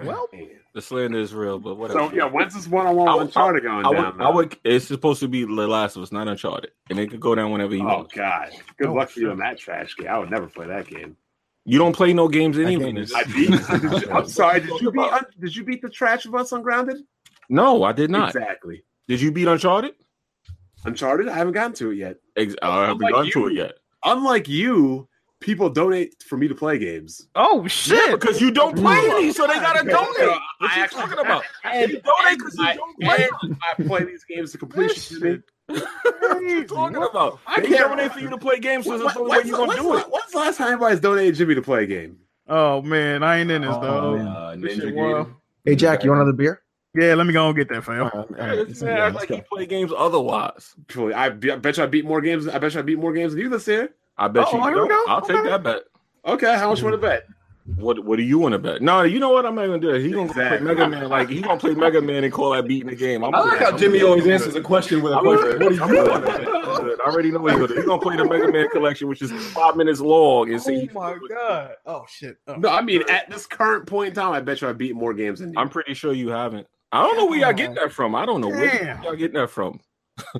Speaker 3: Well,
Speaker 2: The slander is real, but whatever.
Speaker 3: so yeah, when's this one-on-one
Speaker 2: I
Speaker 3: with
Speaker 2: would-
Speaker 3: Uncharted going
Speaker 2: I
Speaker 3: down?
Speaker 2: would, I would. It's supposed to be The Last of Us, not Uncharted, and it could go down whenever you
Speaker 3: though? oh
Speaker 2: want.
Speaker 3: God, good
Speaker 7: Oh,
Speaker 3: luck for you in that trash game. I would never play that game.
Speaker 2: You don't play no games anyway.
Speaker 7: game is-
Speaker 3: I
Speaker 2: nigga.
Speaker 3: beat. *laughs* I'm sorry. Did you beat? Did you beat the trash of us on Grounded?
Speaker 2: no, I did not.
Speaker 3: Exactly.
Speaker 2: Did you beat Uncharted?
Speaker 3: Uncharted, I haven't gotten to it yet.
Speaker 2: Ex- I haven't
Speaker 3: Unlike
Speaker 2: gone to it
Speaker 3: you.
Speaker 2: yet.
Speaker 3: Unlike you, people donate for me to play games.
Speaker 6: Oh
Speaker 2: Yeah,
Speaker 4: *laughs*
Speaker 6: shit!
Speaker 2: because you don't play
Speaker 3: Ooh.
Speaker 2: any, so they gotta
Speaker 3: Yeah.
Speaker 2: donate. What
Speaker 3: I
Speaker 2: you
Speaker 3: actually-
Speaker 2: talking about?
Speaker 3: And,
Speaker 2: You donate because you
Speaker 3: I,
Speaker 2: don't play.
Speaker 3: and I play these games to completion. dude.
Speaker 2: What you talking about?
Speaker 3: I
Speaker 2: They
Speaker 3: can't-
Speaker 2: donate for you to play games, so
Speaker 3: When-
Speaker 2: that's the only way
Speaker 3: when's
Speaker 2: you're
Speaker 3: the-
Speaker 2: gonna
Speaker 3: when's
Speaker 2: do it.
Speaker 3: the- when's the last time anybody's donated Jimmy to play a game?
Speaker 6: Oh man, I ain't in this
Speaker 7: Oh,
Speaker 6: though.
Speaker 7: man.
Speaker 4: Uh,
Speaker 6: This
Speaker 4: Ninja
Speaker 6: shit wild.
Speaker 4: Gaiden.
Speaker 7: Hey, Jack, you want another beer?
Speaker 6: Yeah, let me go and get that fam.
Speaker 7: All right, all
Speaker 2: Yeah,
Speaker 7: right,
Speaker 2: it's
Speaker 7: let's go.
Speaker 2: mad
Speaker 7: Let's
Speaker 2: like
Speaker 7: go.
Speaker 2: you play games otherwise.
Speaker 3: Truly, I, be- I bet you I beat more games. I bet you I beat more games than you this year.
Speaker 2: I bet
Speaker 6: Oh,
Speaker 2: you
Speaker 6: here we
Speaker 2: don't.
Speaker 6: go.
Speaker 2: I'll take
Speaker 6: Okay.
Speaker 2: that bet.
Speaker 3: Okay, how much you want to bet?
Speaker 2: What What do you want to bet? No, you know what? I'm not gonna do it. He gonna go
Speaker 3: Exactly.
Speaker 2: play Mega Man. Like he gonna play Mega Man and call that beating the game. I'm
Speaker 4: I like
Speaker 2: good.
Speaker 4: how
Speaker 2: I'm
Speaker 4: Jimmy
Speaker 2: good.
Speaker 4: always
Speaker 2: I'm
Speaker 4: answers
Speaker 2: good.
Speaker 4: a question with a
Speaker 2: I'm
Speaker 4: question.
Speaker 2: good.
Speaker 4: What do you
Speaker 2: I'm good.
Speaker 4: want?
Speaker 2: I'm good. I already know what he's gonna do. He's gonna play the Mega Man collection, which is five minutes long. And
Speaker 7: Oh,
Speaker 2: see,
Speaker 6: god! Oh shit! Oh.
Speaker 3: No, I mean at this current point in time, I bet you I beat more games than you.
Speaker 2: I'm pretty sure you haven't. I don't know where y'all getting that from. I don't know where
Speaker 6: Damn.
Speaker 2: y'all getting that from. *laughs*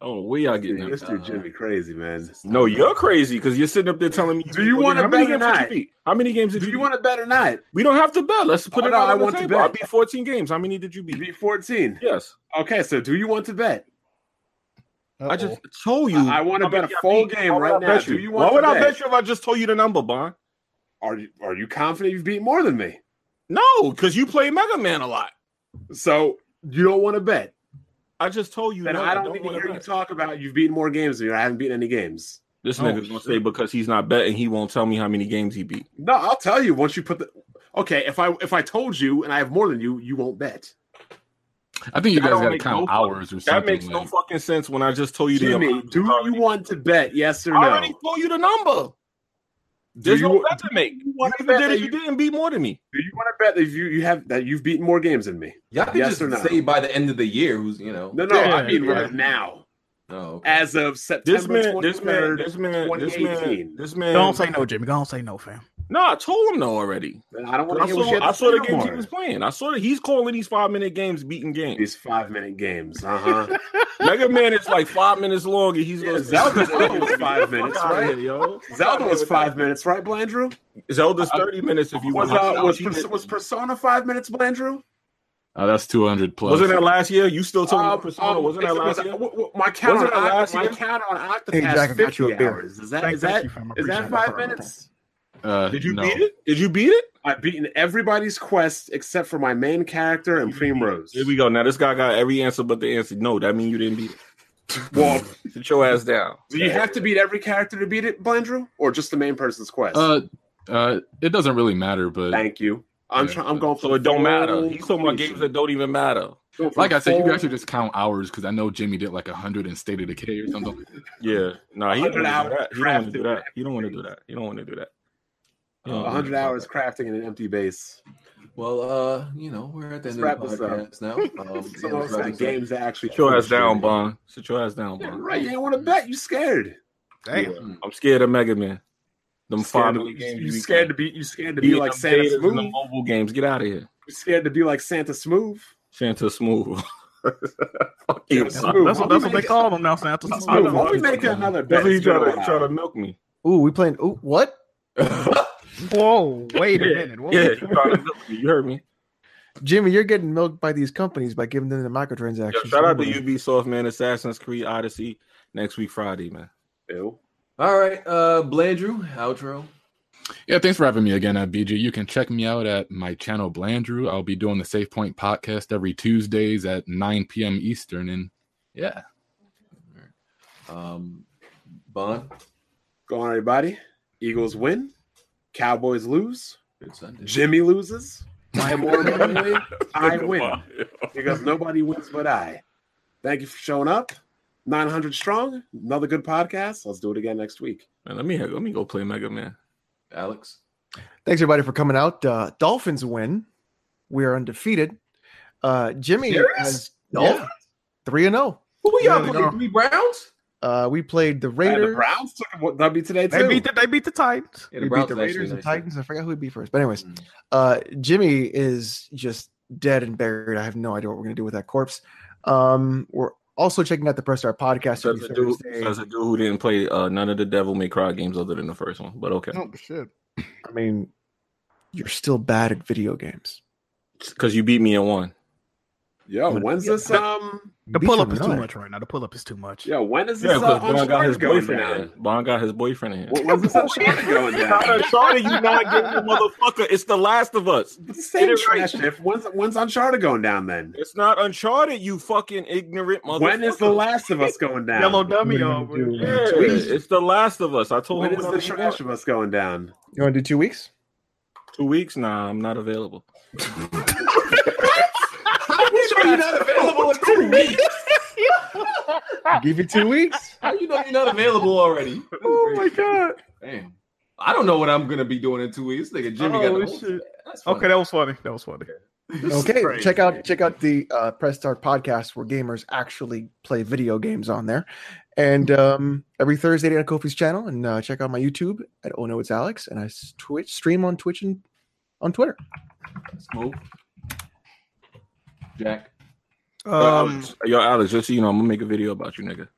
Speaker 2: oh, where y'all getting that?
Speaker 3: Dude, Mr. Jimmy crazy man.
Speaker 2: No, you're crazy because you're sitting up there telling me.
Speaker 3: Do you want to
Speaker 2: how many
Speaker 3: bet or
Speaker 2: games did you
Speaker 3: not?
Speaker 2: beat? How many games did
Speaker 3: Do
Speaker 2: you?
Speaker 3: you
Speaker 2: beat?
Speaker 3: want to bet or not?
Speaker 2: We don't have to bet. Let's put
Speaker 3: Oh,
Speaker 2: it
Speaker 3: no,
Speaker 2: out
Speaker 3: I
Speaker 2: on the
Speaker 3: want to
Speaker 2: table. I
Speaker 3: bet.
Speaker 2: beat 14 games. How many did you
Speaker 3: You
Speaker 2: beat?
Speaker 3: beat fourteen.
Speaker 2: Yes.
Speaker 3: Okay, so do you want to bet?
Speaker 2: I just told you.
Speaker 3: I- I wanna
Speaker 2: how many
Speaker 3: bet a
Speaker 2: I
Speaker 3: full
Speaker 2: beat.
Speaker 3: game
Speaker 2: Why would
Speaker 3: right
Speaker 2: I bet
Speaker 3: now.
Speaker 2: you?
Speaker 3: Do you
Speaker 2: Why
Speaker 3: want
Speaker 2: would
Speaker 3: to
Speaker 2: I
Speaker 3: bet?
Speaker 2: bet you if I just told you the number, Bon?
Speaker 3: Are you are you confident you've beat more than me?
Speaker 2: No, because you play Mega Man a lot.
Speaker 3: So you don't want to bet.
Speaker 2: I just told you.
Speaker 3: Then
Speaker 2: no,
Speaker 3: I don't, need to
Speaker 2: wanna
Speaker 3: hear you
Speaker 2: bet.
Speaker 3: talk about you've beaten more games than you. I haven't beaten any games.
Speaker 2: This
Speaker 6: Oh,
Speaker 2: nigga's gonna say because he's not betting, he won't tell me how many games he beat.
Speaker 3: No, I'll tell you once you put the okay. If I if I told you and I have more than you, you won't bet.
Speaker 1: I think you guys
Speaker 2: That don't
Speaker 1: got to
Speaker 2: make
Speaker 1: count
Speaker 2: no
Speaker 1: hours or something.
Speaker 2: That makes no
Speaker 1: like-
Speaker 2: fucking sense when I just told you the
Speaker 3: Jimmy,
Speaker 2: amount.
Speaker 3: do you want to bet? Yes or
Speaker 2: I
Speaker 3: no?
Speaker 2: already told you the number.
Speaker 3: Do
Speaker 2: There's
Speaker 3: you,
Speaker 2: no bet to make.
Speaker 3: do you
Speaker 2: You
Speaker 3: want to
Speaker 2: either
Speaker 3: bet
Speaker 2: did
Speaker 3: that
Speaker 2: it, you
Speaker 3: you,
Speaker 2: didn't beat more than me.
Speaker 3: do you want to bet that you, you have that you've beaten more games than me?
Speaker 4: Y'all can
Speaker 3: Yes
Speaker 4: just
Speaker 3: or no?
Speaker 4: say by the end of the year who's you know.
Speaker 3: No, no,
Speaker 6: Yeah,
Speaker 3: I mean
Speaker 6: yeah.
Speaker 3: right now,
Speaker 4: Oh, okay.
Speaker 3: as of September
Speaker 2: This man, this man,
Speaker 3: 23rd.
Speaker 2: this man, this man,
Speaker 3: 2018.
Speaker 2: this man.
Speaker 6: Don't say no, Jimmy. Don't say no, fam.
Speaker 2: No, I told him no already.
Speaker 3: I don't want
Speaker 2: I
Speaker 3: to hear what you
Speaker 2: saw,
Speaker 3: have
Speaker 2: I
Speaker 3: to
Speaker 2: saw
Speaker 3: say
Speaker 2: the
Speaker 3: no
Speaker 2: games he
Speaker 3: more.
Speaker 2: was playing. I saw that he's calling these five minute games beating *laughs* games.
Speaker 3: These five minute games, uh
Speaker 2: *laughs*
Speaker 3: huh.
Speaker 2: Mega Man is like five minutes long, and he's
Speaker 3: Yeah,
Speaker 2: gonna *laughs*
Speaker 3: Zelda's
Speaker 2: Fuck
Speaker 3: only five minutes,
Speaker 2: outta
Speaker 3: right?
Speaker 2: here, yo.
Speaker 3: Zelda was five minutes, right, Blandrew?
Speaker 2: Zelda's thirty minutes. If you
Speaker 3: Was
Speaker 2: want,
Speaker 3: uh, was, Pers- was Persona five minutes, Blandrew?
Speaker 1: Oh, that's 200 plus.
Speaker 2: not that last year? You still talking
Speaker 3: Um,
Speaker 2: about Persona?
Speaker 3: um,
Speaker 2: wasn't that
Speaker 3: is it-
Speaker 2: last
Speaker 3: was-
Speaker 2: year?
Speaker 3: w- w- My count
Speaker 2: Wasn't
Speaker 3: on
Speaker 2: that last
Speaker 3: Oct- my
Speaker 2: year?
Speaker 3: count on Octopath
Speaker 7: Hey, Jack, I got you a
Speaker 3: fifty
Speaker 7: beer.
Speaker 3: hours. Is that
Speaker 6: Thank,
Speaker 3: is that
Speaker 6: you, fam. I
Speaker 3: is that
Speaker 6: appreciate
Speaker 3: five
Speaker 6: it.
Speaker 3: minutes?
Speaker 1: Uh,
Speaker 2: Did you
Speaker 1: no.
Speaker 2: beat it? Did you beat it?
Speaker 3: I've beaten everybody's quest except for my main character and Primrose.
Speaker 2: Here we go. Now this guy got every answer but the answer. No, that means you didn't beat it.
Speaker 3: Well,
Speaker 2: Sit your ass down.
Speaker 3: do you have to beat every character to beat it, Blandrew, or just the main person's quest?
Speaker 1: Uh, uh, it doesn't really matter, but
Speaker 3: Thank you. I'm
Speaker 1: yeah.
Speaker 3: try- I'm going for
Speaker 2: So it don't matter.
Speaker 3: full
Speaker 2: He's talking about games that don't even matter.
Speaker 3: completion.
Speaker 1: like I said, you
Speaker 3: Full-
Speaker 1: guys should just count hours because I know Jimmy did like 100 in State of Decay or something.
Speaker 2: Yeah. Nah, he don't
Speaker 3: 100
Speaker 2: want to do
Speaker 3: hours
Speaker 2: that. He don't want to do
Speaker 3: crafted
Speaker 2: that. He don't want to do that. He don't want to do that. He don't wanna do
Speaker 3: 100
Speaker 2: that.
Speaker 3: hours crafting in an empty base.
Speaker 4: Well, uh, you know, we're at the end
Speaker 3: Let's
Speaker 4: of the
Speaker 3: wrap
Speaker 4: podcast now.
Speaker 3: *laughs*
Speaker 4: Um,
Speaker 3: Some
Speaker 4: yeah,
Speaker 3: of us
Speaker 4: let's wrap
Speaker 3: had
Speaker 4: this up.
Speaker 3: games that actually.
Speaker 2: Sit your ass down,
Speaker 3: Yeah,
Speaker 2: Bon. Sit your ass down, Bon.
Speaker 3: Right, you didn't want to bet. You scared.
Speaker 6: Damn.
Speaker 2: I'm scared of Mega Man. Them
Speaker 3: You scared
Speaker 2: five
Speaker 3: to-
Speaker 2: minute games.
Speaker 3: You
Speaker 2: be
Speaker 3: scared to
Speaker 2: playing.
Speaker 3: be. You scared to
Speaker 2: Beating
Speaker 3: be like
Speaker 2: them
Speaker 3: Santa
Speaker 2: betas in the
Speaker 3: Smooth.
Speaker 2: mobile games. Get out of here,
Speaker 3: You scared to be like Santa Smooth.
Speaker 2: Santa Smooth. *laughs* Fuck
Speaker 3: Yeah,
Speaker 2: you,
Speaker 3: that's
Speaker 2: son.
Speaker 3: what-
Speaker 6: That's what that's what they call them now, Santa.
Speaker 3: That's why
Speaker 6: Smooth.
Speaker 3: we make another bet.
Speaker 2: That's what you
Speaker 3: It's been
Speaker 2: trying
Speaker 3: a
Speaker 2: to
Speaker 3: while.
Speaker 2: try to milk me. *laughs*
Speaker 7: Ooh, we playing. Ooh, what?
Speaker 6: Whoa, wait a minute. Whoa.
Speaker 2: Yeah, you trying to milk me. You heard me.
Speaker 7: Jimmy, you're getting milked by these companies by giving them the microtransactions.
Speaker 2: Yo, shout out to Ubisoft, man. Assassin's Creed Odyssey next week Friday, man.
Speaker 3: Ew.
Speaker 4: All right, uh, Blandrew, outro.
Speaker 1: Yeah, thanks for having me again, uh, BG. You can check me out at my channel, Blandrew. I'll be doing the Safe Point podcast every Tuesdays at 9 p.m. Eastern. And yeah,
Speaker 4: Um, Bon,
Speaker 3: Go on, everybody. Eagles win. Cowboys lose.
Speaker 4: good Sunday.
Speaker 3: Jimmy loses. And more importantly,
Speaker 2: *laughs*
Speaker 3: I win because nobody wins but I. Thank you for showing up. 900 strong. Another good podcast. Let's do it again next week.
Speaker 2: Man, let me let me go play Mega Man.
Speaker 4: Alex.
Speaker 7: Thanks everybody for coming out. Uh, Dolphins win. We are undefeated. Uh, Jimmy has
Speaker 4: Yeah.
Speaker 7: three and zero.
Speaker 4: Who
Speaker 6: Yeah,
Speaker 4: y'all
Speaker 6: we
Speaker 4: playing?
Speaker 6: know.
Speaker 4: Three Browns?
Speaker 7: Uh, we played the
Speaker 3: And
Speaker 7: Raiders.
Speaker 3: the Browns took a W today too.
Speaker 6: They beat the they beat the Titans.
Speaker 4: Yeah,
Speaker 7: we beat
Speaker 4: Browns
Speaker 7: the
Speaker 4: actually
Speaker 7: Raiders and
Speaker 4: nice.
Speaker 7: Titans. I forgot who we beat first, but anyways,
Speaker 4: Mm.
Speaker 7: uh, Jimmy is just dead and buried. I have no idea what we're gonna do with that corpse. Um, we're also checking out the Press Star podcast.
Speaker 2: Says
Speaker 7: every
Speaker 2: a dude,
Speaker 7: Thursday.
Speaker 2: says a dude who didn't play uh, none of the Devil May Cry games other than the first one. But okay,
Speaker 6: Oh shit.
Speaker 7: I mean, you're still bad at video games.
Speaker 2: because you beat me in one.
Speaker 3: Yo, when's this? Um,
Speaker 6: The
Speaker 7: Beat
Speaker 6: pull up
Speaker 7: your
Speaker 6: is too
Speaker 7: nut.
Speaker 6: much right now. The pull up is too much.
Speaker 3: yeah, when is this?
Speaker 2: Yeah,
Speaker 3: uh,
Speaker 2: because
Speaker 3: on
Speaker 2: Bond got his
Speaker 3: Charlotte going
Speaker 2: boyfriend
Speaker 3: down?
Speaker 2: in. Bond got his boyfriend in here.
Speaker 3: What was this on Charlotte going *laughs* down?
Speaker 2: Sorry, you not getting the *laughs* motherfucker. It's The Last of Us.
Speaker 3: It's the same
Speaker 2: Get it right.
Speaker 3: trash if when's when's Uncharted going down then?
Speaker 2: It's not Uncharted, you fucking ignorant motherfucker.
Speaker 3: When is The Last of Us going down?
Speaker 6: Yellow dummy
Speaker 7: What are you
Speaker 6: over.
Speaker 7: gonna do?
Speaker 2: Yeah, it's The Last of Us. I told
Speaker 3: When
Speaker 2: him
Speaker 3: is
Speaker 2: when
Speaker 3: The
Speaker 2: I was
Speaker 3: Trash of Us going down?
Speaker 7: You want to do two weeks?
Speaker 2: two weeks. Nah, I'm not available.
Speaker 3: Are you not available in two weeks?
Speaker 7: Give you two weeks.
Speaker 4: How you know you're not available already?
Speaker 3: Oh my god!
Speaker 4: Damn. I don't know what I'm gonna be doing in two weeks. This nigga Jimmy got
Speaker 6: Holy
Speaker 4: the whole-
Speaker 6: Oh, shit.
Speaker 4: That's funny.
Speaker 6: Okay, that was funny. That was funny.
Speaker 7: Okay, check out check out the uh, Press Start podcast where gamers actually play video games on there, and um, every Thursday day on Kofi's channel, and uh, check out my YouTube at Oh No It's Alex, and I s- Twitch stream on Twitch and on Twitter.
Speaker 4: Smoke. Jack.
Speaker 2: Yo,
Speaker 6: Um,
Speaker 2: Alex, yo, Alex, just so you know, I'm gonna make a video about you, nigga.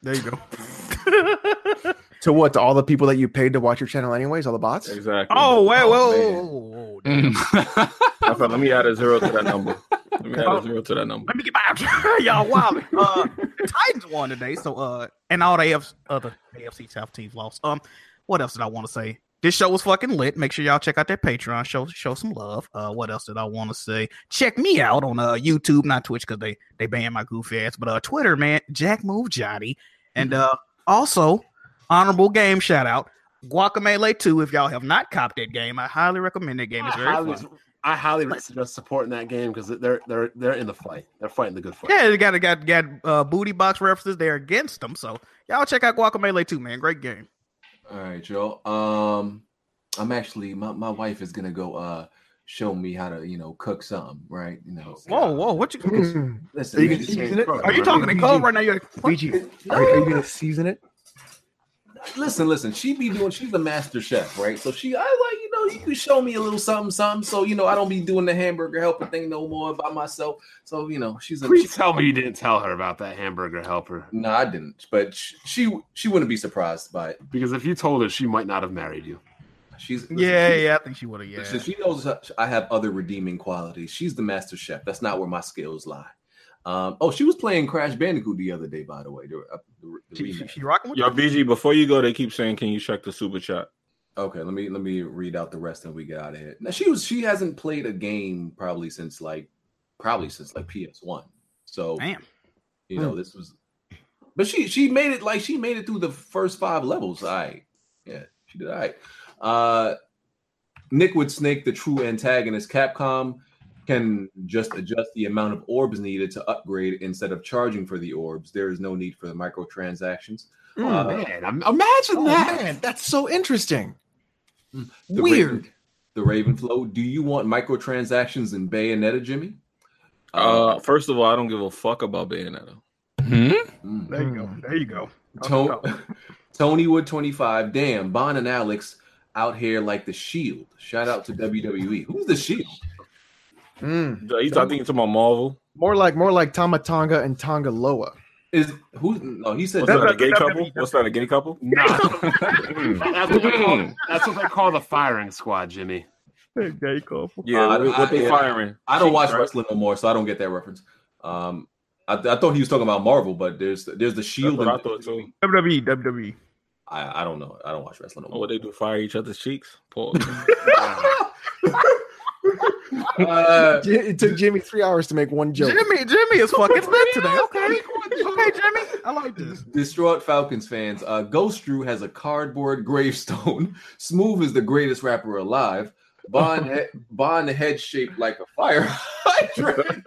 Speaker 6: there you go.
Speaker 7: To what? To all the people that you paid to watch your channel, anyways, all the bots.
Speaker 2: Exactly.
Speaker 6: oh wait, whoa,
Speaker 4: man.
Speaker 6: whoa, whoa, whoa.
Speaker 2: Mm. I thought, let me add a zero to that number. Let me add a zero to that number.
Speaker 6: Let me get my *laughs* y'all
Speaker 10: *laughs*
Speaker 6: wild. Uh, the Titans won today, so uh, and all the AFC, other AFC South teams lost. Um, what else did I want to say? This show was fucking lit. Make sure y'all check out their Patreon. Show show some love. Uh, what else did I want to say? Check me out on uh YouTube, not Twitch, because they they banned my goofy ass. But uh, Twitter, man, Jack Move Johnny, and
Speaker 10: Mm-hmm.
Speaker 6: uh, also honorable game shout out Guacamole Two. If y'all have not copped that game, I highly recommend that game.
Speaker 10: I
Speaker 6: It's very fun.
Speaker 10: highly, I highly suggest supporting that game because they're they're they're in the fight. They're fighting the good fight.
Speaker 6: Yeah, they got got got uh, booty box references there against them. So y'all check out Guacamole too, man. Great game.
Speaker 4: All right, y'all. Um, I'm actually my, my wife is gonna go uh show me how to you know cook something, right? You know.
Speaker 6: Whoa, whoa, what you?
Speaker 7: Mm.
Speaker 4: Listen,
Speaker 7: Are you
Speaker 4: man,
Speaker 7: gonna
Speaker 4: she
Speaker 7: season
Speaker 4: can't
Speaker 7: it?
Speaker 4: cook,
Speaker 6: *laughs* Are you
Speaker 4: bro.
Speaker 6: talking to Cole right now? You're like, what?
Speaker 7: BG, are, are you gonna season it?
Speaker 4: Listen, listen. She be doing. She's the master chef, right? So she, I like you know, you can show me a little something, something. So you know, I don't be doing the hamburger helper thing no more by myself. So you know, she's a.
Speaker 10: Please tell me you didn't tell her about that hamburger helper
Speaker 4: no, I didn't. But sh- she, she wouldn't be surprised by it.
Speaker 10: because if you told her, she might not have married you.
Speaker 4: She's listen,
Speaker 6: yeah,
Speaker 4: she's-
Speaker 6: yeah, I think she would have. Yeah,
Speaker 4: Listen, she knows I have other redeeming qualities. She's the master chef. That's not where my skills lie. Um, oh, she was playing Crash Bandicoot the other day, by the way. The- uh, the- the
Speaker 6: she, she,
Speaker 4: remake.
Speaker 6: she rocking with
Speaker 2: Yo, BG, before you go, they keep saying, can you check the super chat?
Speaker 4: Okay, let me let me read out the rest and we get out of here. Now she was she hasn't played a game probably since like probably since like PS One. So
Speaker 6: you. Damn,
Speaker 4: you know this was, but she she made it like she made it through the first five levels. All right, yeah, she did. All right. Uh, Nick would snake the true antagonist. Capcom can just adjust the amount of orbs needed to upgrade instead of charging for the orbs. There is no need for the microtransactions.
Speaker 7: Mm.
Speaker 4: Uh,
Speaker 10: Man, I'm, imagine
Speaker 7: Oh,
Speaker 10: that.
Speaker 7: man, that's so interesting.
Speaker 4: The
Speaker 7: Weird.
Speaker 4: Raven- the Raven Flow. Do you want microtransactions in Bayonetta, Jimmy?
Speaker 2: Uh, Hmm? first of all, I don't give a fuck about Bayonetta.
Speaker 4: Mm.
Speaker 6: there you go, there you go.
Speaker 4: Ton- *laughs* Tony Wood 25. Damn, Bon and Alex out here like the Shield. Shout out to WWE. Who's the Shield?
Speaker 7: Mm.
Speaker 2: He's, I think it's about Marvel.
Speaker 7: More like more like Tamatonga and Tonga Loa.
Speaker 4: Is who? No, he said
Speaker 2: What's that, a gay couple? What's that, a gay couple? *laughs*
Speaker 10: No, that's, what they call,
Speaker 2: Mm.
Speaker 10: that's what they call the firing squad, Jimmy.
Speaker 6: Gay couple.
Speaker 2: Yeah,
Speaker 4: Uh,
Speaker 2: what, what they
Speaker 4: yeah.
Speaker 2: firing?
Speaker 4: I don't
Speaker 2: Cheeks,
Speaker 4: watch
Speaker 2: right?
Speaker 4: wrestling no more, so I don't get that reference. Um, I, I thought he was talking about Marvel, but there's there's the
Speaker 2: That's
Speaker 4: Shield.
Speaker 2: what I
Speaker 4: and-
Speaker 2: thought too.
Speaker 6: WWE, WWE.
Speaker 4: I, I don't know. I don't watch wrestling no
Speaker 2: Oh,
Speaker 4: more.
Speaker 2: what they do? Fire each other's cheeks? Pause.
Speaker 4: Uh,
Speaker 7: J- It took Jimmy three hours to make one joke.
Speaker 6: Jimmy, Jimmy is fucking lit today. Okay, okay, Jimmy, I like this.
Speaker 4: Distraught Falcons fans, uh, Ghost Drew has a cardboard *laughs* gravestone. Smooth is the greatest rapper alive. Bond,
Speaker 6: *laughs*
Speaker 4: he- Bond head shaped like a fire hydrant.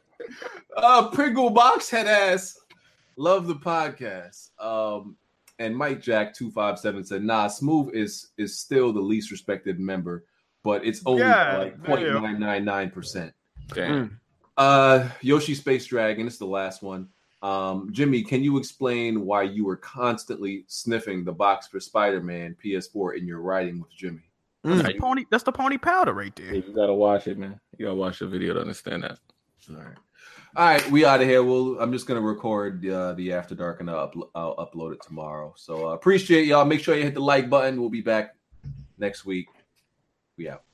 Speaker 4: *laughs* uh, Pringle box head ass. Love the podcast. Um, and Mike Jack two five seven said, "Nah, Smooth is is still the least respected member, but it's only
Speaker 6: Yeah,
Speaker 4: like
Speaker 6: there you go.
Speaker 4: 0.999 percent."
Speaker 2: Damn.
Speaker 4: Uh, Yoshi Space Dragon. It's the last one. Um, Jimmy, can you explain why you were constantly sniffing the box for Spider-Man PS4 in your writing with Jimmy?
Speaker 6: That's the pony. That's the pony powder right
Speaker 2: Yeah,
Speaker 6: there.
Speaker 2: you gotta watch it, man. You gotta watch the video to understand that.
Speaker 4: All right, all right, we out of here. We'll. I'm just gonna record uh, the After Dark and I'll, uplo- I'll upload it tomorrow. So uh, appreciate y'all. Make sure you hit the like button. We'll be back next week. We out.